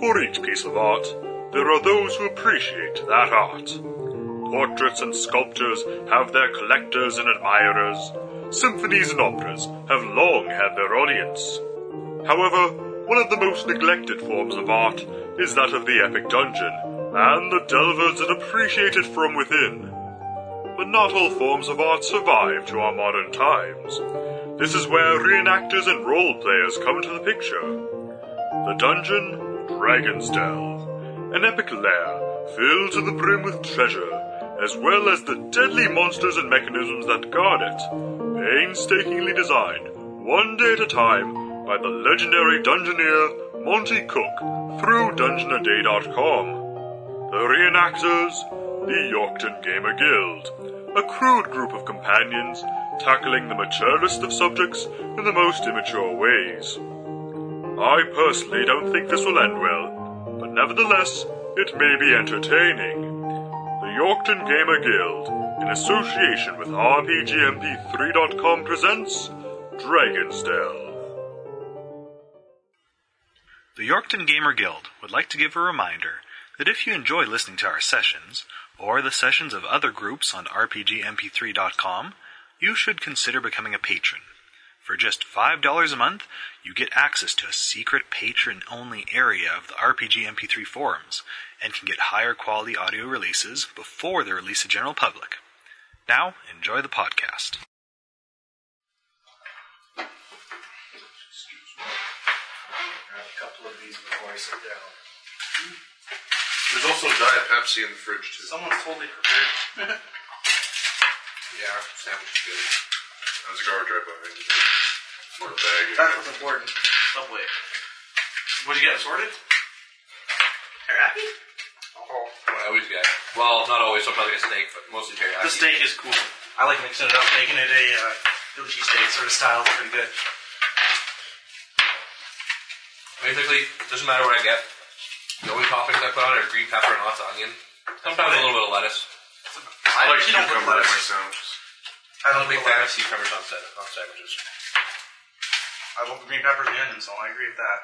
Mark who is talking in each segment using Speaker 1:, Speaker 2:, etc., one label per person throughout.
Speaker 1: For each piece of art, there are those who appreciate that art. Portraits and sculptures have their collectors and admirers. Symphonies and operas have long had their audience. However, one of the most neglected forms of art is that of the epic dungeon, and the delvers that appreciate it from within. But not all forms of art survive to our modern times. This is where reenactors and role players come into the picture. The dungeon, Dragon's Dell, an epic lair filled to the brim with treasure, as well as the deadly monsters and mechanisms that guard it, painstakingly designed, one day at a time, by the legendary dungeoneer Monty Cook through dungeonaday.com. The reenactors, the Yorkton Gamer Guild, a crude group of companions tackling the maturest of subjects in the most immature ways. I personally don't think this will end well, but nevertheless, it may be entertaining. The Yorkton Gamer Guild, in association with RPGMP3.com, presents Dragon's Dell.
Speaker 2: The Yorkton Gamer Guild would like to give a reminder that if you enjoy listening to our sessions, or the sessions of other groups on RPGMP3.com, you should consider becoming a patron. For just $5 a month, you get access to a secret patron only area of the RPG MP3 forums and can get higher quality audio releases before they're released to general public. Now, enjoy the podcast.
Speaker 3: have a couple of these before I sit down.
Speaker 4: There's also Diet Pepsi in the fridge too.
Speaker 3: Someone's totally prepared.
Speaker 4: Yeah, sandwich is good. That was a garbage right behind you. Or a bag.
Speaker 3: That was important. Subway. What'd you get assorted? Teriyaki.
Speaker 4: Oh, I always get. Well, not always. Sometimes I get steak, but mostly teriyaki.
Speaker 3: The steak is cool. I like mixing it up, making it a uh, Philly cheesesteak sort of style. It's pretty good.
Speaker 4: Basically, doesn't matter what I get. The only toppings I put on are green pepper and lots of onion. Sometimes a little bit of lettuce.
Speaker 3: I like actually don't put cucumber in lettuce. I
Speaker 4: I'm
Speaker 3: don't
Speaker 4: a big
Speaker 3: think
Speaker 4: fan of sea cucumbers on, sa- on sandwiches.
Speaker 3: I love the green peppers and the onions, so I agree with that.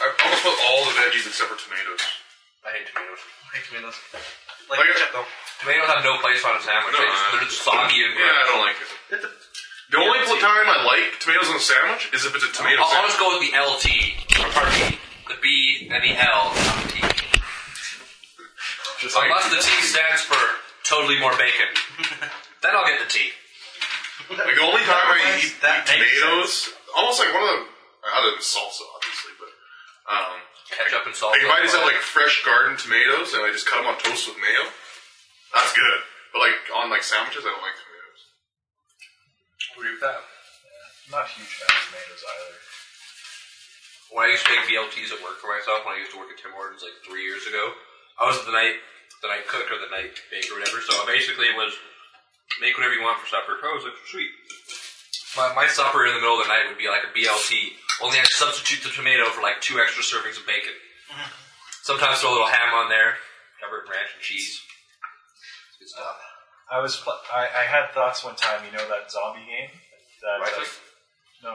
Speaker 4: I almost put all the veggies except for tomatoes. I hate tomatoes.
Speaker 3: I hate tomatoes.
Speaker 4: Like,
Speaker 3: Like ketchup, though.
Speaker 4: Tomatoes have no place on a sandwich. they just, they're just soggy and
Speaker 5: Yeah, I don't like it.
Speaker 3: It de-
Speaker 5: The only
Speaker 4: Yeah, it's-
Speaker 5: time I like tomatoes on a sandwich is if it's a tomato
Speaker 4: I'll, I'll
Speaker 5: sandwich.
Speaker 4: just go with the LT. Or pardon me, the B and the L. not the T. Unless the T stands for totally more bacon. then I'll get the T.
Speaker 5: Like the only time I
Speaker 3: Otherwise,
Speaker 5: eat,
Speaker 3: that
Speaker 5: eat
Speaker 3: makes
Speaker 5: tomatoes, almost like one of the other than salsa, obviously, but um,
Speaker 4: Ketchup and salt.
Speaker 5: like if I just have like fresh garden tomatoes and I just cut them on toast with mayo, that's good. But like on like sandwiches, I don't like tomatoes.
Speaker 4: agree with that.
Speaker 3: not huge fan of tomatoes either.
Speaker 4: When I used to make BLTs at work for myself, when I used to work at Tim Hortons like three years ago, I was the night the night cook or the night bake or whatever. So basically, it was make whatever you want for supper. Oh, it's extra sweet. My, my supper in the middle of the night would be like a BLT. Only I substitute the tomato for like two extra servings of bacon. Sometimes throw a little ham on there, covered in ranch and cheese. It's good stuff.
Speaker 6: I was pl- I, I had thoughts one time. You know that zombie game? That,
Speaker 4: Right?
Speaker 6: uh,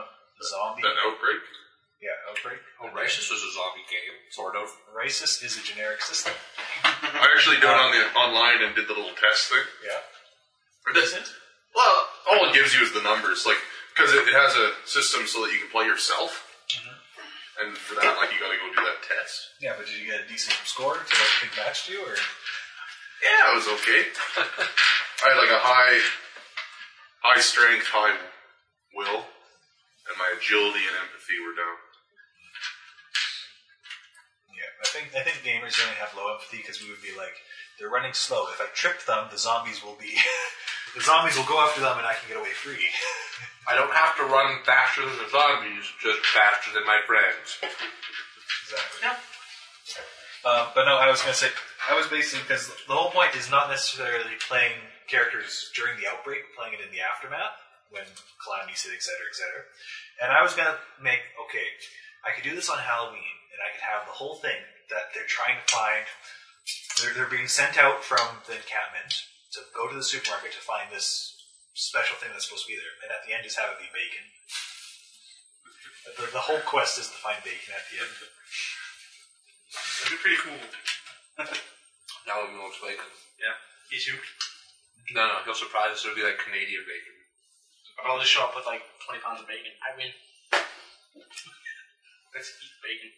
Speaker 6: no, zombie.
Speaker 5: That outbreak.
Speaker 3: Mm-hmm.
Speaker 6: Yeah, outbreak.
Speaker 4: Oh, Righteous was a zombie game, sort of.
Speaker 6: Racist is a generic system.
Speaker 5: I actually did it on the online and did the little test thing.
Speaker 6: Yeah.
Speaker 5: Or does- Well, all it gives you is the numbers, like because it, it has a system so that you can play yourself,
Speaker 4: Mm-hmm.
Speaker 5: and for that, like you got to go do that test.
Speaker 6: Yeah, but did you get a decent score to like big match you or?
Speaker 5: Yeah, it was okay. I had like a high, high strength, high will, and my agility and empathy were down.
Speaker 6: Yeah, I think I think gamers only have low empathy because we would be like, they're running slow. If I trip them, the zombies will be, the zombies will go after them, and I can get away free.
Speaker 4: I don't have to run faster than the zombies, just faster than my friends.
Speaker 6: Exactly. Um, but no, I was going to say, I was basically, because the whole point is not necessarily playing characters during the outbreak, but playing it in the aftermath, when calamities hit, etc., etc. And I was going to make, okay, I could do this on Halloween, and I could have the whole thing that they're trying to find. They're, they're being sent out from the encampment to go to the supermarket to find this special thing that's supposed to be there, and at the end, just have it be bacon. The, the whole quest is to find bacon at the end.
Speaker 3: pretty cool.
Speaker 4: Now we won't like.
Speaker 3: Yeah. You too.
Speaker 4: No, no, he'll surprise us. It'll be like Canadian bacon.
Speaker 3: I'll just show up with like 20 pounds of bacon. I win. Let's eat bacon.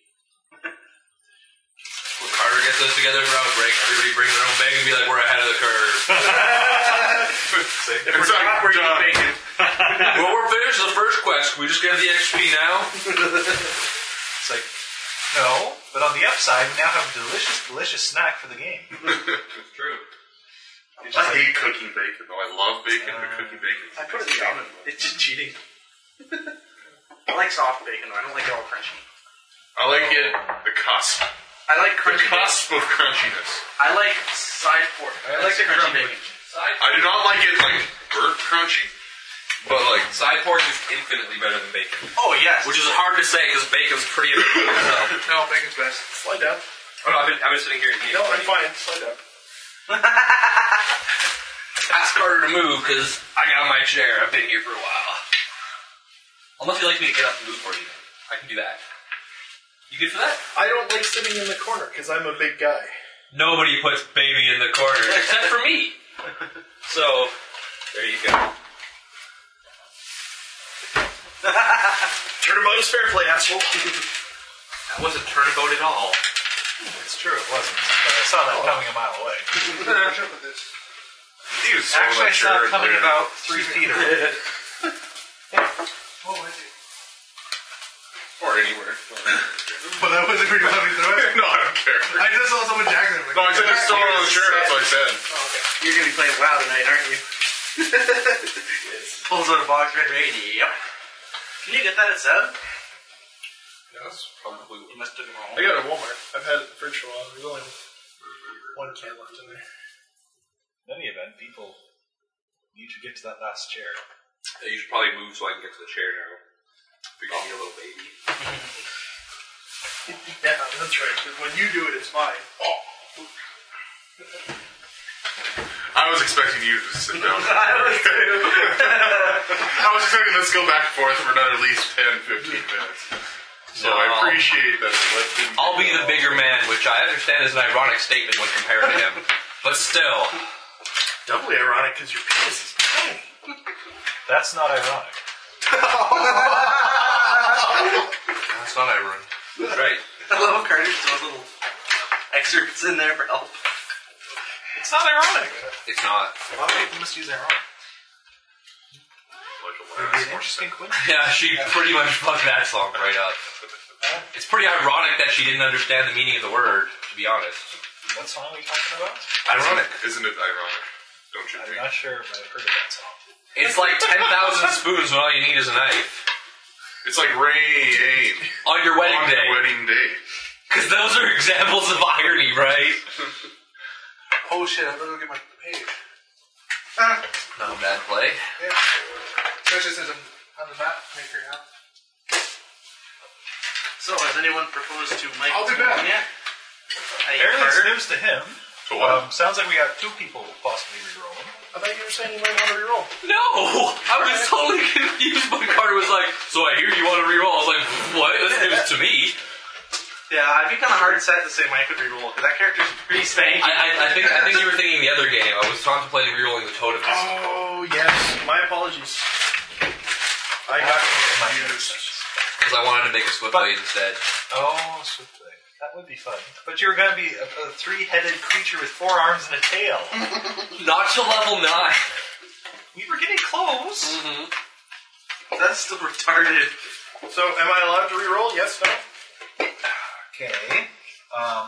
Speaker 4: When Carter gets us together for outbreak, everybody bring their own bag and be like, we're ahead of the curve.
Speaker 5: If we're done, we're done.
Speaker 4: well, we're finished the first quest. We just get the XP now.
Speaker 6: It's like, no, but on the upside, we now have a delicious, delicious snack for the game.
Speaker 4: True.
Speaker 5: I hate cooking bacon, though. I love bacon,
Speaker 4: Uh,
Speaker 5: but cooking bacon.
Speaker 3: I put it in the oven. It's just cheating. I like soft bacon though. I don't like it all crunchy.
Speaker 5: I like it the cusp,
Speaker 3: I like
Speaker 5: the
Speaker 3: crunchy bacon.
Speaker 5: cusp of crunchiness.
Speaker 3: I like side pork. I like the crunchy bacon.
Speaker 5: I do not like it like burnt crunchy, but like
Speaker 4: Side pork is infinitely better than bacon,
Speaker 3: Oh yes.
Speaker 4: which is hard to say because bacon's pretty amazing itself.
Speaker 7: No, bacon's best. Slide down.
Speaker 4: Oh, no, I've been, I've been sitting here and eating.
Speaker 7: No, I'm fine. Slide down.
Speaker 4: Ask Carter to move because I got my chair. I've been here for a while. Unless you'd like me to get up and move for you, I can do that. You good for that?
Speaker 7: I don't like sitting in the corner because I'm a big guy.
Speaker 4: Nobody puts baby in the corner except for me. So there you go.
Speaker 7: Turnabout is fair play, asshole.
Speaker 4: That wasn't turnabout at all.
Speaker 6: It's true, it wasn't. But I saw that coming a mile away.
Speaker 7: Catch up with this.
Speaker 5: he was so
Speaker 6: Actually, I saw
Speaker 5: mature
Speaker 6: it coming
Speaker 5: later.
Speaker 6: about three feet away.
Speaker 5: or anywhere.
Speaker 7: Well, that wasn't pretty funny throw.
Speaker 5: no, I don't care.
Speaker 7: I just saw someone jacking him.
Speaker 4: Oh,
Speaker 5: No, I said it's still on the chair. That's what I said.
Speaker 3: You're gonna be playing WoW tonight, aren't you? Pulls out a box red ready. Yep. Can you get that at seven?
Speaker 4: That's probably
Speaker 3: You must have been wrong.
Speaker 7: I got it at Walmart. I've had it for a while. There's only one can left in there.
Speaker 6: In any event, people need to get to that last chair.
Speaker 4: You should probably move so I can get to the chair now. You're gonna be a little baby.
Speaker 7: Yeah, that's right. Because when you do it, it's mine.
Speaker 5: I was expecting you to sit down. I was expecting let's go back and forth for another at least 10, 15 minutes. So I
Speaker 4: No.
Speaker 5: appreciate that. It didn't
Speaker 4: I'll be the bigger man, which I understand is an ironic statement when compared to him. But still,
Speaker 7: Doubly ironic because your penis is tiny.
Speaker 6: That's not ironic.
Speaker 4: that's not ironic. Right.
Speaker 3: I love Carter's those little excerpts in there for help.
Speaker 6: It's not ironic.
Speaker 4: It's not.
Speaker 6: A lot of people misuse ironic. It would be an interesting coincidence.
Speaker 4: Yeah, she pretty much fucked that song right up. It's pretty ironic that she didn't understand the meaning of the word, to be honest.
Speaker 6: What song are we talking about?
Speaker 5: ironic. Isn't it ironic? Don't you
Speaker 6: I'm
Speaker 5: think?
Speaker 6: not sure if I've heard of that song.
Speaker 4: It's like 10,000 spoons when all you need is a knife.
Speaker 5: It's like rain
Speaker 4: On your wedding
Speaker 5: on
Speaker 4: day.
Speaker 5: your wedding day.
Speaker 4: Because those are examples of irony, right?
Speaker 7: Oh shit! I'm gonna go get my page.
Speaker 4: Not a bad play.
Speaker 7: Yeah. Especially since I'm on the map maker now.
Speaker 3: So, has anyone proposed to Mike?
Speaker 7: I'll do that.
Speaker 3: Yeah.
Speaker 6: Apparently, it's news to him.
Speaker 5: So what?
Speaker 6: Um, sounds like we got two people possibly re-rolling.
Speaker 7: I thought you were saying you might want to reroll.
Speaker 4: No! I was totally confused when Carter was like, So I hear you want to reroll. I was like, What? That's news to me.
Speaker 3: Yeah, I'd be kind of hard set to say Mike would reroll because that character's pretty spanky.
Speaker 4: I, I, I, think, I think you were thinking the other game. I was contemplating rerolling the totem.
Speaker 7: Oh yes. My apologies. I got confused.
Speaker 4: Because I wanted to make a swift blade instead.
Speaker 6: Oh, swift blade. That would be fun. But you're going to be a, a three-headed creature with four arms and a tail.
Speaker 4: Not to level 9.
Speaker 6: we were getting close.
Speaker 3: That's still retarded.
Speaker 7: So am I allowed to reroll? Yes. No.
Speaker 6: Okay. Um,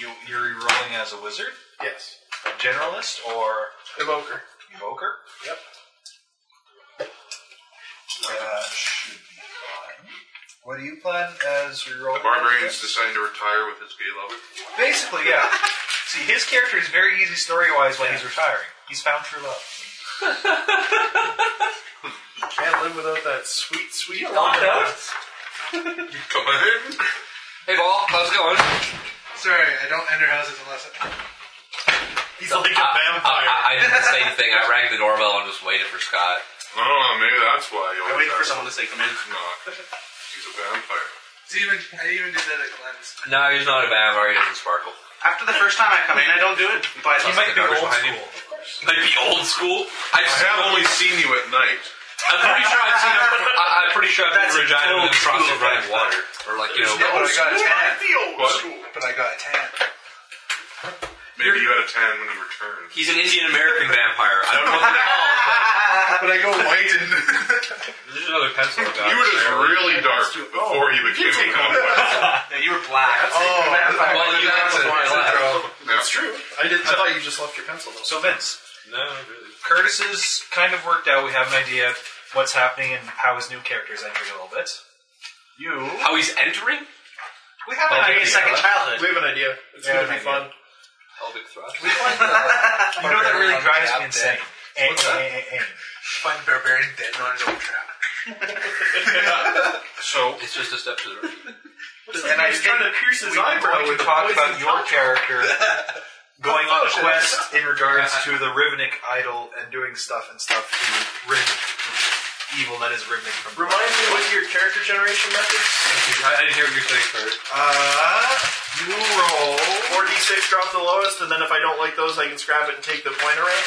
Speaker 6: you, you're re-rolling as a wizard,
Speaker 7: Yes.
Speaker 6: a generalist, or
Speaker 7: Evoker.
Speaker 6: evoker.
Speaker 7: Yep.
Speaker 6: That should be fun. What do you plan as rerolling?
Speaker 5: The barbarian's
Speaker 6: as?
Speaker 5: deciding to retire with his gay lover.
Speaker 6: Basically, yeah. See, his character is very easy story-wise when he's retiring. He's found true love.
Speaker 7: Can't live without that sweet, sweet.
Speaker 5: Come on.
Speaker 4: Hey, Ball, how's it going?
Speaker 7: Sorry, I don't enter houses unless I. He's like a vampire.
Speaker 4: I, I did the same thing. I rang the doorbell and just waited for Scott.
Speaker 5: Oh, maybe that's why.
Speaker 3: I waited for someone to say come in.
Speaker 5: Not. He's a vampire.
Speaker 3: See, even I even did that at Glenn's.
Speaker 4: No, he's not a Bavar. He doesn't sparkle.
Speaker 8: After the first time I come in, I don't do it, but
Speaker 6: He might be
Speaker 4: Dodgers
Speaker 6: old
Speaker 4: behind you?
Speaker 6: school.
Speaker 4: Might be old school. I've
Speaker 5: I
Speaker 4: seen
Speaker 5: have
Speaker 4: him-
Speaker 5: only seen you at night.
Speaker 4: I'm pretty sure I've seen him. I, I'm pretty sure I've
Speaker 8: That's
Speaker 4: seen
Speaker 8: an
Speaker 4: Regina
Speaker 8: old
Speaker 4: with him cross
Speaker 8: school
Speaker 4: the running
Speaker 8: French
Speaker 4: water, or like you know.
Speaker 3: Yeah, but I got a tan. Oh,
Speaker 8: the old
Speaker 4: What?
Speaker 8: school.
Speaker 3: But I got a tan.
Speaker 5: Maybe you had a tan when you returned.
Speaker 4: He's an Indian American vampire. I don't know what they're called.
Speaker 3: But I go white and
Speaker 4: There's another pencil.
Speaker 5: You were just really dark before you became a vampire.
Speaker 8: Yeah, you were black.
Speaker 3: oh,
Speaker 4: Well, you got it before I left.
Speaker 5: That's
Speaker 9: True. I did. I thought you just left your pencil. Though.
Speaker 6: So Vince,
Speaker 4: No, really.
Speaker 6: Curtis is kind of worked out. We have an idea of what's happening and how his new character is entering a little bit. You,
Speaker 4: How he's entering?
Speaker 6: we have an
Speaker 9: Well,
Speaker 6: idea.
Speaker 9: maybe
Speaker 8: Second childhood.
Speaker 9: We have an idea. It's
Speaker 6: Yeah,
Speaker 9: going to be
Speaker 6: an
Speaker 9: fun.
Speaker 6: idea.
Speaker 4: Pelvic thrust.
Speaker 6: You know that really drives me insane. Eh,
Speaker 9: What's
Speaker 6: eh,
Speaker 9: that?
Speaker 6: eh, eh, eh.
Speaker 3: find barbarian dead on his own trap.
Speaker 6: So,
Speaker 4: It's just a step to the right.
Speaker 6: and I think
Speaker 9: pierce his
Speaker 6: we were going to talk about your character going on a quest in regards to the Rivnik idol and doing stuff and stuff to rid the evil that is Rivnik from.
Speaker 9: Remind me what your character generation methods.
Speaker 4: I, I didn't hear what you were saying first.
Speaker 6: Uh, you roll.
Speaker 9: Four d six, drop the lowest, and then if I don't like those, I can scrap it and take the point around.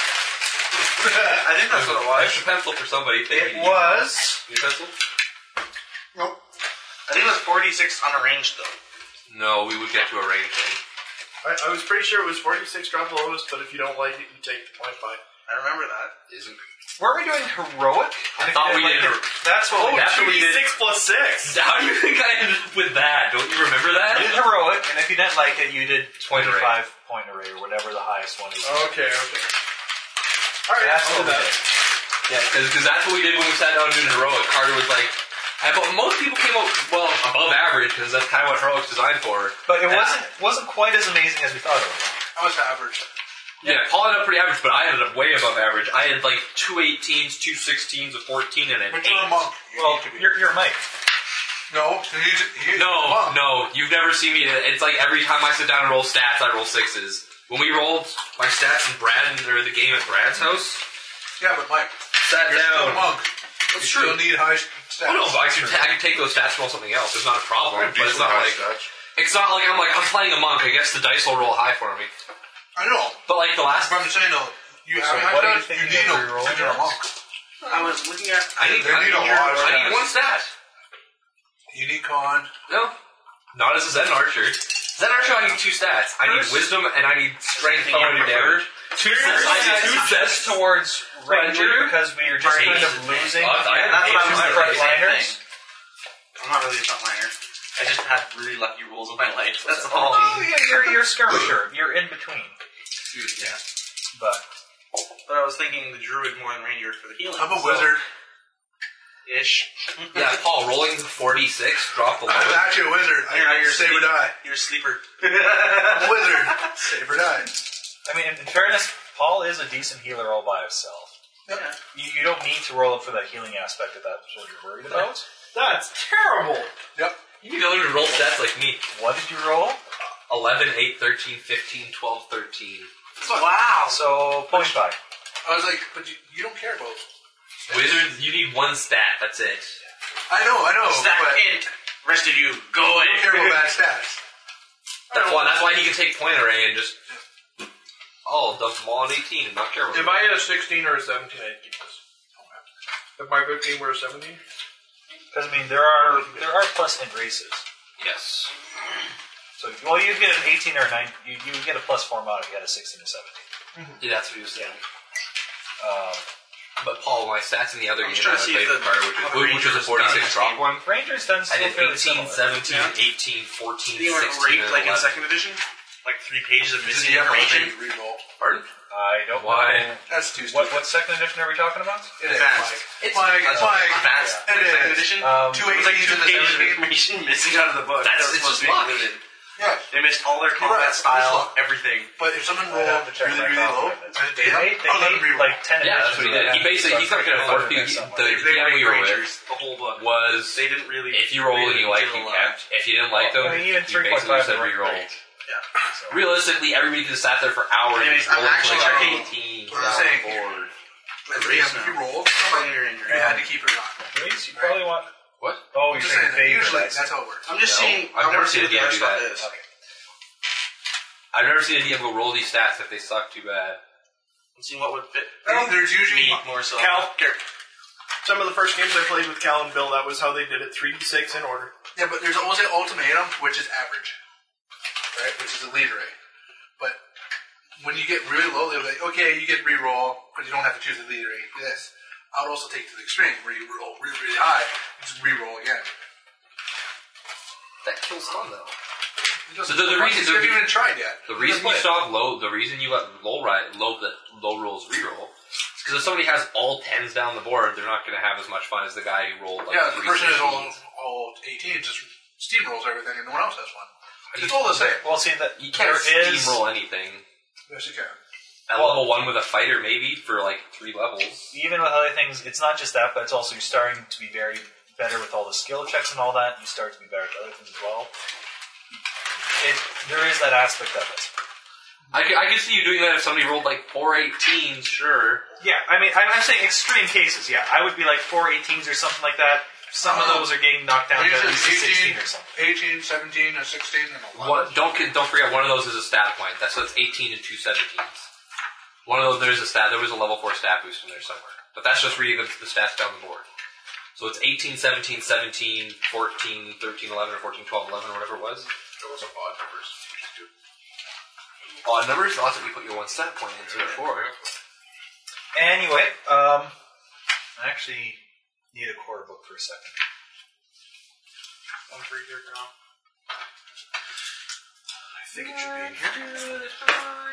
Speaker 6: I think that's what it was.
Speaker 4: Extra pencil for somebody. thank
Speaker 6: It
Speaker 4: you.
Speaker 6: was.
Speaker 4: Your pencil?
Speaker 8: I think it was 46 unarranged, though.
Speaker 4: No, we would get to a range thing.
Speaker 9: I, I was pretty sure it was four d six, drop the lowest, but if you don't like it, you take the point five.
Speaker 8: I remember that.
Speaker 4: Isn't
Speaker 6: Were we doing heroic? I
Speaker 4: thought we did her- Oh,
Speaker 6: That's what we did.
Speaker 4: that's what we did.
Speaker 9: plus six.
Speaker 4: How do you think I ended up with that? Don't you remember
Speaker 6: You did
Speaker 4: that?
Speaker 6: heroic, and if you didn't like it, you did
Speaker 4: Point array. Oh.
Speaker 6: 25 point array or whatever the highest one is.
Speaker 9: Okay. Okay. All right.
Speaker 6: That's
Speaker 9: I'll
Speaker 6: what
Speaker 9: do
Speaker 6: we
Speaker 9: that.
Speaker 6: did.
Speaker 4: Yeah, because that's what we did when we sat down and did heroic. Carter was like, I, but most people came up well above average because that's kind of what heroic's designed for.
Speaker 6: But it
Speaker 4: And I-
Speaker 6: wasn't wasn't quite as amazing as we thought it was.
Speaker 3: I was average.
Speaker 4: Yeah, Paul ended up pretty average, but I ended up way above average. I had like two 18s, two 16s, a 14, and an
Speaker 3: But
Speaker 4: 8.
Speaker 3: you're a monk. You
Speaker 6: Well,
Speaker 3: need to be.
Speaker 6: you're, you're Mike.
Speaker 3: no, you need to, you,
Speaker 4: No,
Speaker 3: monk.
Speaker 4: no, you've never seen me. It's like every time I sit down and roll stats, I roll sixes. When we rolled my stats in Brad or the game at Brad's house,
Speaker 3: Yeah, but Mike,
Speaker 4: sat
Speaker 3: you're still
Speaker 4: down.
Speaker 3: a monk.
Speaker 4: That's
Speaker 3: you
Speaker 4: true.
Speaker 3: still need high s- stats.
Speaker 4: Oh, no, but I can, I can take those stats and roll something else. It's not a problem. But it's
Speaker 5: Decent
Speaker 4: not
Speaker 5: high
Speaker 4: like
Speaker 5: stats.
Speaker 4: it's not like I'm like I'm playing a monk. I guess the dice will roll high for me.
Speaker 3: I know.
Speaker 4: But like the last,
Speaker 3: But I'm just saying, though, you have
Speaker 6: So
Speaker 3: high
Speaker 6: what are you
Speaker 3: stats, you,
Speaker 6: thinking
Speaker 3: need
Speaker 6: of
Speaker 3: them.
Speaker 6: your role
Speaker 3: because You're a
Speaker 6: now?
Speaker 3: monk.
Speaker 8: I was looking at.
Speaker 4: I need,
Speaker 5: They
Speaker 4: I
Speaker 5: need
Speaker 4: need,
Speaker 5: a lot of
Speaker 4: I need
Speaker 5: stats.
Speaker 4: one stat.
Speaker 3: You need con.
Speaker 4: No, not as a Zen archer. Zen archer, I need two stats. I need wisdom and I need strength
Speaker 8: Thinking
Speaker 4: and
Speaker 8: of
Speaker 4: endeavor.
Speaker 6: Two
Speaker 4: sets- two sets
Speaker 6: towards
Speaker 4: Ranger,
Speaker 6: Ranger because we are just
Speaker 4: Ranger.
Speaker 6: kind of losing.
Speaker 4: Oh, yeah,
Speaker 6: the
Speaker 4: that's what I'm
Speaker 6: frontliners. frontliners.
Speaker 4: saying.
Speaker 8: I'm not really a frontliner. I just had really lucky rolls in my life. That's all.
Speaker 6: Oh, yeah, you're, you're a skirmisher. You're in between.
Speaker 8: Yeah.
Speaker 6: But
Speaker 8: But I was thinking the druid more than ranger for the healing.
Speaker 3: I'm a
Speaker 8: so-
Speaker 3: wizard.
Speaker 8: Ish.
Speaker 4: Yeah, Paul, rolling 46, drop the
Speaker 3: I'm
Speaker 4: lowest.
Speaker 3: actually a wizard. I
Speaker 8: You're not- you're
Speaker 3: save or
Speaker 8: sleep-
Speaker 3: die.
Speaker 8: You're a sleeper.
Speaker 3: I'm a wizard. save or die.
Speaker 6: I mean, in, in fairness, Paul is a decent healer all by himself.
Speaker 8: Yeah.
Speaker 6: You, you don't need to roll up for that healing aspect if that's what you're worried about.
Speaker 9: That's terrible.
Speaker 3: Yep.
Speaker 4: You need to learn to roll stats like me.
Speaker 6: What did you roll?
Speaker 4: 11, 8, 13, 15, 12, 13.
Speaker 8: Wow.
Speaker 6: So point five.
Speaker 3: I was like, but you, you don't care about.
Speaker 4: Wizards, you need one stat, that's it.
Speaker 3: I know, I know,
Speaker 8: Stack
Speaker 3: but
Speaker 8: it. Rest of you, go
Speaker 3: I don't care about
Speaker 8: in.
Speaker 3: bad stats.
Speaker 4: That's why, that's why he can take point array and just. Oh, dump them all on 18 and not care about
Speaker 9: If I had a sixteen or a seventeen, I'd keep this. If my fifteen were a seventeen,
Speaker 6: Because I mean, there are there are plus in races.
Speaker 4: Yes.
Speaker 6: So well, you'd get an eighteen or a nine. You you would get a plus four mod if you had a sixteen or seventeen.
Speaker 4: Yeah, that's what he was saying.
Speaker 6: Um,
Speaker 4: But Paul, my stats in the other
Speaker 8: I'm
Speaker 4: game
Speaker 8: just
Speaker 4: that I
Speaker 8: trying to see
Speaker 4: played
Speaker 8: if
Speaker 4: with
Speaker 8: the-
Speaker 4: Carter, which
Speaker 8: how
Speaker 4: is-
Speaker 8: the
Speaker 4: which, was a 46
Speaker 8: Rangers done.
Speaker 4: drop one.
Speaker 6: Rangers done
Speaker 4: I
Speaker 6: still
Speaker 4: did
Speaker 6: fairly
Speaker 4: 18,
Speaker 6: similar.
Speaker 4: 17, 18, 14, 16,
Speaker 8: You weren't raped
Speaker 4: and
Speaker 8: like in
Speaker 4: 11.
Speaker 8: second edition? Like three pages of
Speaker 3: Does
Speaker 8: missing
Speaker 3: he have a
Speaker 8: information?
Speaker 3: re- reroll?
Speaker 4: Pardon?
Speaker 6: I don't
Speaker 4: Why?
Speaker 6: know.
Speaker 3: That's too
Speaker 6: What
Speaker 3: stupid.
Speaker 6: what second edition are we talking about?
Speaker 3: It is.
Speaker 8: Advanced.
Speaker 3: Mike.
Speaker 8: It's
Speaker 3: Mike,
Speaker 8: advanced.
Speaker 3: Mike.
Speaker 8: Advanced.
Speaker 3: It
Speaker 8: Like second
Speaker 3: is.
Speaker 8: edition?
Speaker 6: Um,
Speaker 3: Two
Speaker 8: It was like
Speaker 3: APs
Speaker 8: two
Speaker 3: in the
Speaker 8: pages of
Speaker 3: seventh grade.
Speaker 8: information missing out of the book.
Speaker 4: That's-
Speaker 8: that was
Speaker 4: it's just
Speaker 8: supposed to be
Speaker 4: luck.
Speaker 8: included.
Speaker 3: Yeah.
Speaker 8: They missed all their combat
Speaker 3: right, it's
Speaker 8: style,
Speaker 3: luck.
Speaker 8: everything.
Speaker 3: But if someone
Speaker 6: I'd
Speaker 3: rolled
Speaker 6: have to check
Speaker 3: really,
Speaker 6: my
Speaker 3: really
Speaker 6: copy of
Speaker 3: low,
Speaker 6: it.
Speaker 3: and a
Speaker 6: They
Speaker 3: data,
Speaker 6: made,
Speaker 3: I'll let
Speaker 6: they
Speaker 3: him
Speaker 6: made
Speaker 3: reroll.
Speaker 6: like ten editions
Speaker 4: Yeah, that's what
Speaker 6: of
Speaker 4: he did.
Speaker 6: that.
Speaker 4: He basically,
Speaker 6: So
Speaker 4: he's
Speaker 6: I'm
Speaker 4: not going to
Speaker 6: gonna put
Speaker 4: afford
Speaker 6: it
Speaker 4: the,
Speaker 6: in somewhere.
Speaker 4: the
Speaker 8: If they
Speaker 4: DM we
Speaker 8: were
Speaker 4: were with.
Speaker 8: rangers, the whole book.
Speaker 4: was
Speaker 8: They didn't really.
Speaker 4: if you roll and
Speaker 8: they
Speaker 4: you
Speaker 8: didn't
Speaker 4: like,
Speaker 8: do
Speaker 4: you
Speaker 8: a lot.
Speaker 4: kept. If you didn't like them,
Speaker 6: I mean, even
Speaker 4: you
Speaker 6: 3.5
Speaker 4: basically said
Speaker 6: would work
Speaker 4: re-roll.
Speaker 6: great.
Speaker 4: Realistically, everybody could have sat there for hours.
Speaker 8: Anyways,
Speaker 4: and
Speaker 8: I'm
Speaker 4: rolled
Speaker 8: actually
Speaker 4: like
Speaker 8: checking
Speaker 4: 18,
Speaker 3: what I'm
Speaker 4: down
Speaker 3: saying.
Speaker 4: forward.
Speaker 3: If you rolled,
Speaker 8: Fucking ranger.
Speaker 3: you had to keep it or not.
Speaker 6: Please, you probably want
Speaker 4: What?
Speaker 6: Oh, you're
Speaker 3: Just
Speaker 6: saying
Speaker 3: saying that.
Speaker 6: favor.
Speaker 3: Usually, that's how it works.
Speaker 8: I'm just
Speaker 4: No,
Speaker 8: seeing.
Speaker 4: I've
Speaker 8: I
Speaker 4: never
Speaker 8: want to see
Speaker 4: seen
Speaker 8: what
Speaker 4: a
Speaker 8: the
Speaker 4: DM
Speaker 8: other
Speaker 4: do
Speaker 8: stuff
Speaker 4: that.
Speaker 8: is.
Speaker 6: Okay.
Speaker 4: I've never seen a DM go roll these stats if they suck too bad.
Speaker 8: I'm seeing what would fit.
Speaker 3: I think there's usually
Speaker 8: Me
Speaker 3: more so.
Speaker 8: Cal, some of the first games I played with Cal and Bill, that was how they did it, three d six in order.
Speaker 3: Yeah, but there's always an ultimatum, which is average, right? Which is a lead rate. But when you get really low, they're like, okay, you get re-roll, but you don't have to choose the lead rate. This, I would also take to the extreme where you roll really, really high, and just re-roll again.
Speaker 4: That kills fun though.
Speaker 3: It doesn't-
Speaker 4: So the- the reason-
Speaker 3: you haven't even tried yet.
Speaker 4: The reason you
Speaker 3: Play it.
Speaker 4: saw low, the reason you let low ride, low the low rolls reroll, is because if somebody has all tens down the board, they're not going to have as much fun as the guy who rolled like
Speaker 3: yeah, the
Speaker 4: three
Speaker 3: person who's all
Speaker 4: 16s.
Speaker 3: all 18 just steamrolls everything, and no one else has one. It's all the same.
Speaker 6: Well, seeing that
Speaker 4: You can't
Speaker 6: there is-
Speaker 4: steamroll anything.
Speaker 3: Yes, you can.
Speaker 4: At
Speaker 6: Well-
Speaker 4: level one with a fighter, maybe for like three levels.
Speaker 6: even with other things, it's not just that, but it's also you're starting to be very better with all the skill checks and all that. You start to be better at other things as well. It, there is that aspect of it.
Speaker 4: I could, I could see you doing that if somebody rolled like four 18s, sure.
Speaker 6: Yeah, I mean, I'm, I'm saying extreme cases. Yeah, I would be like four 18s or something like that. Some of those are getting knocked down to at least a 16 or something.
Speaker 3: 18, 18, 17, and 16, and 11.
Speaker 4: One, don't get- don't forget one of those is a stat point. That's so it's 18 and two 17s. One of those there's a stat. There was a level four stat boost in there somewhere, but that's just reading the, the stats down the board. So it's 18, 17, 17, 14, 13, 11, or 14, 12, 11, or whatever it was.
Speaker 5: Those are odd numbers. You just do
Speaker 4: Odd numbers. Lots of you put your one stat point into it for.
Speaker 6: Anyway, um, I actually need a core book for a second.
Speaker 8: One for either now.
Speaker 6: I think it should be in here.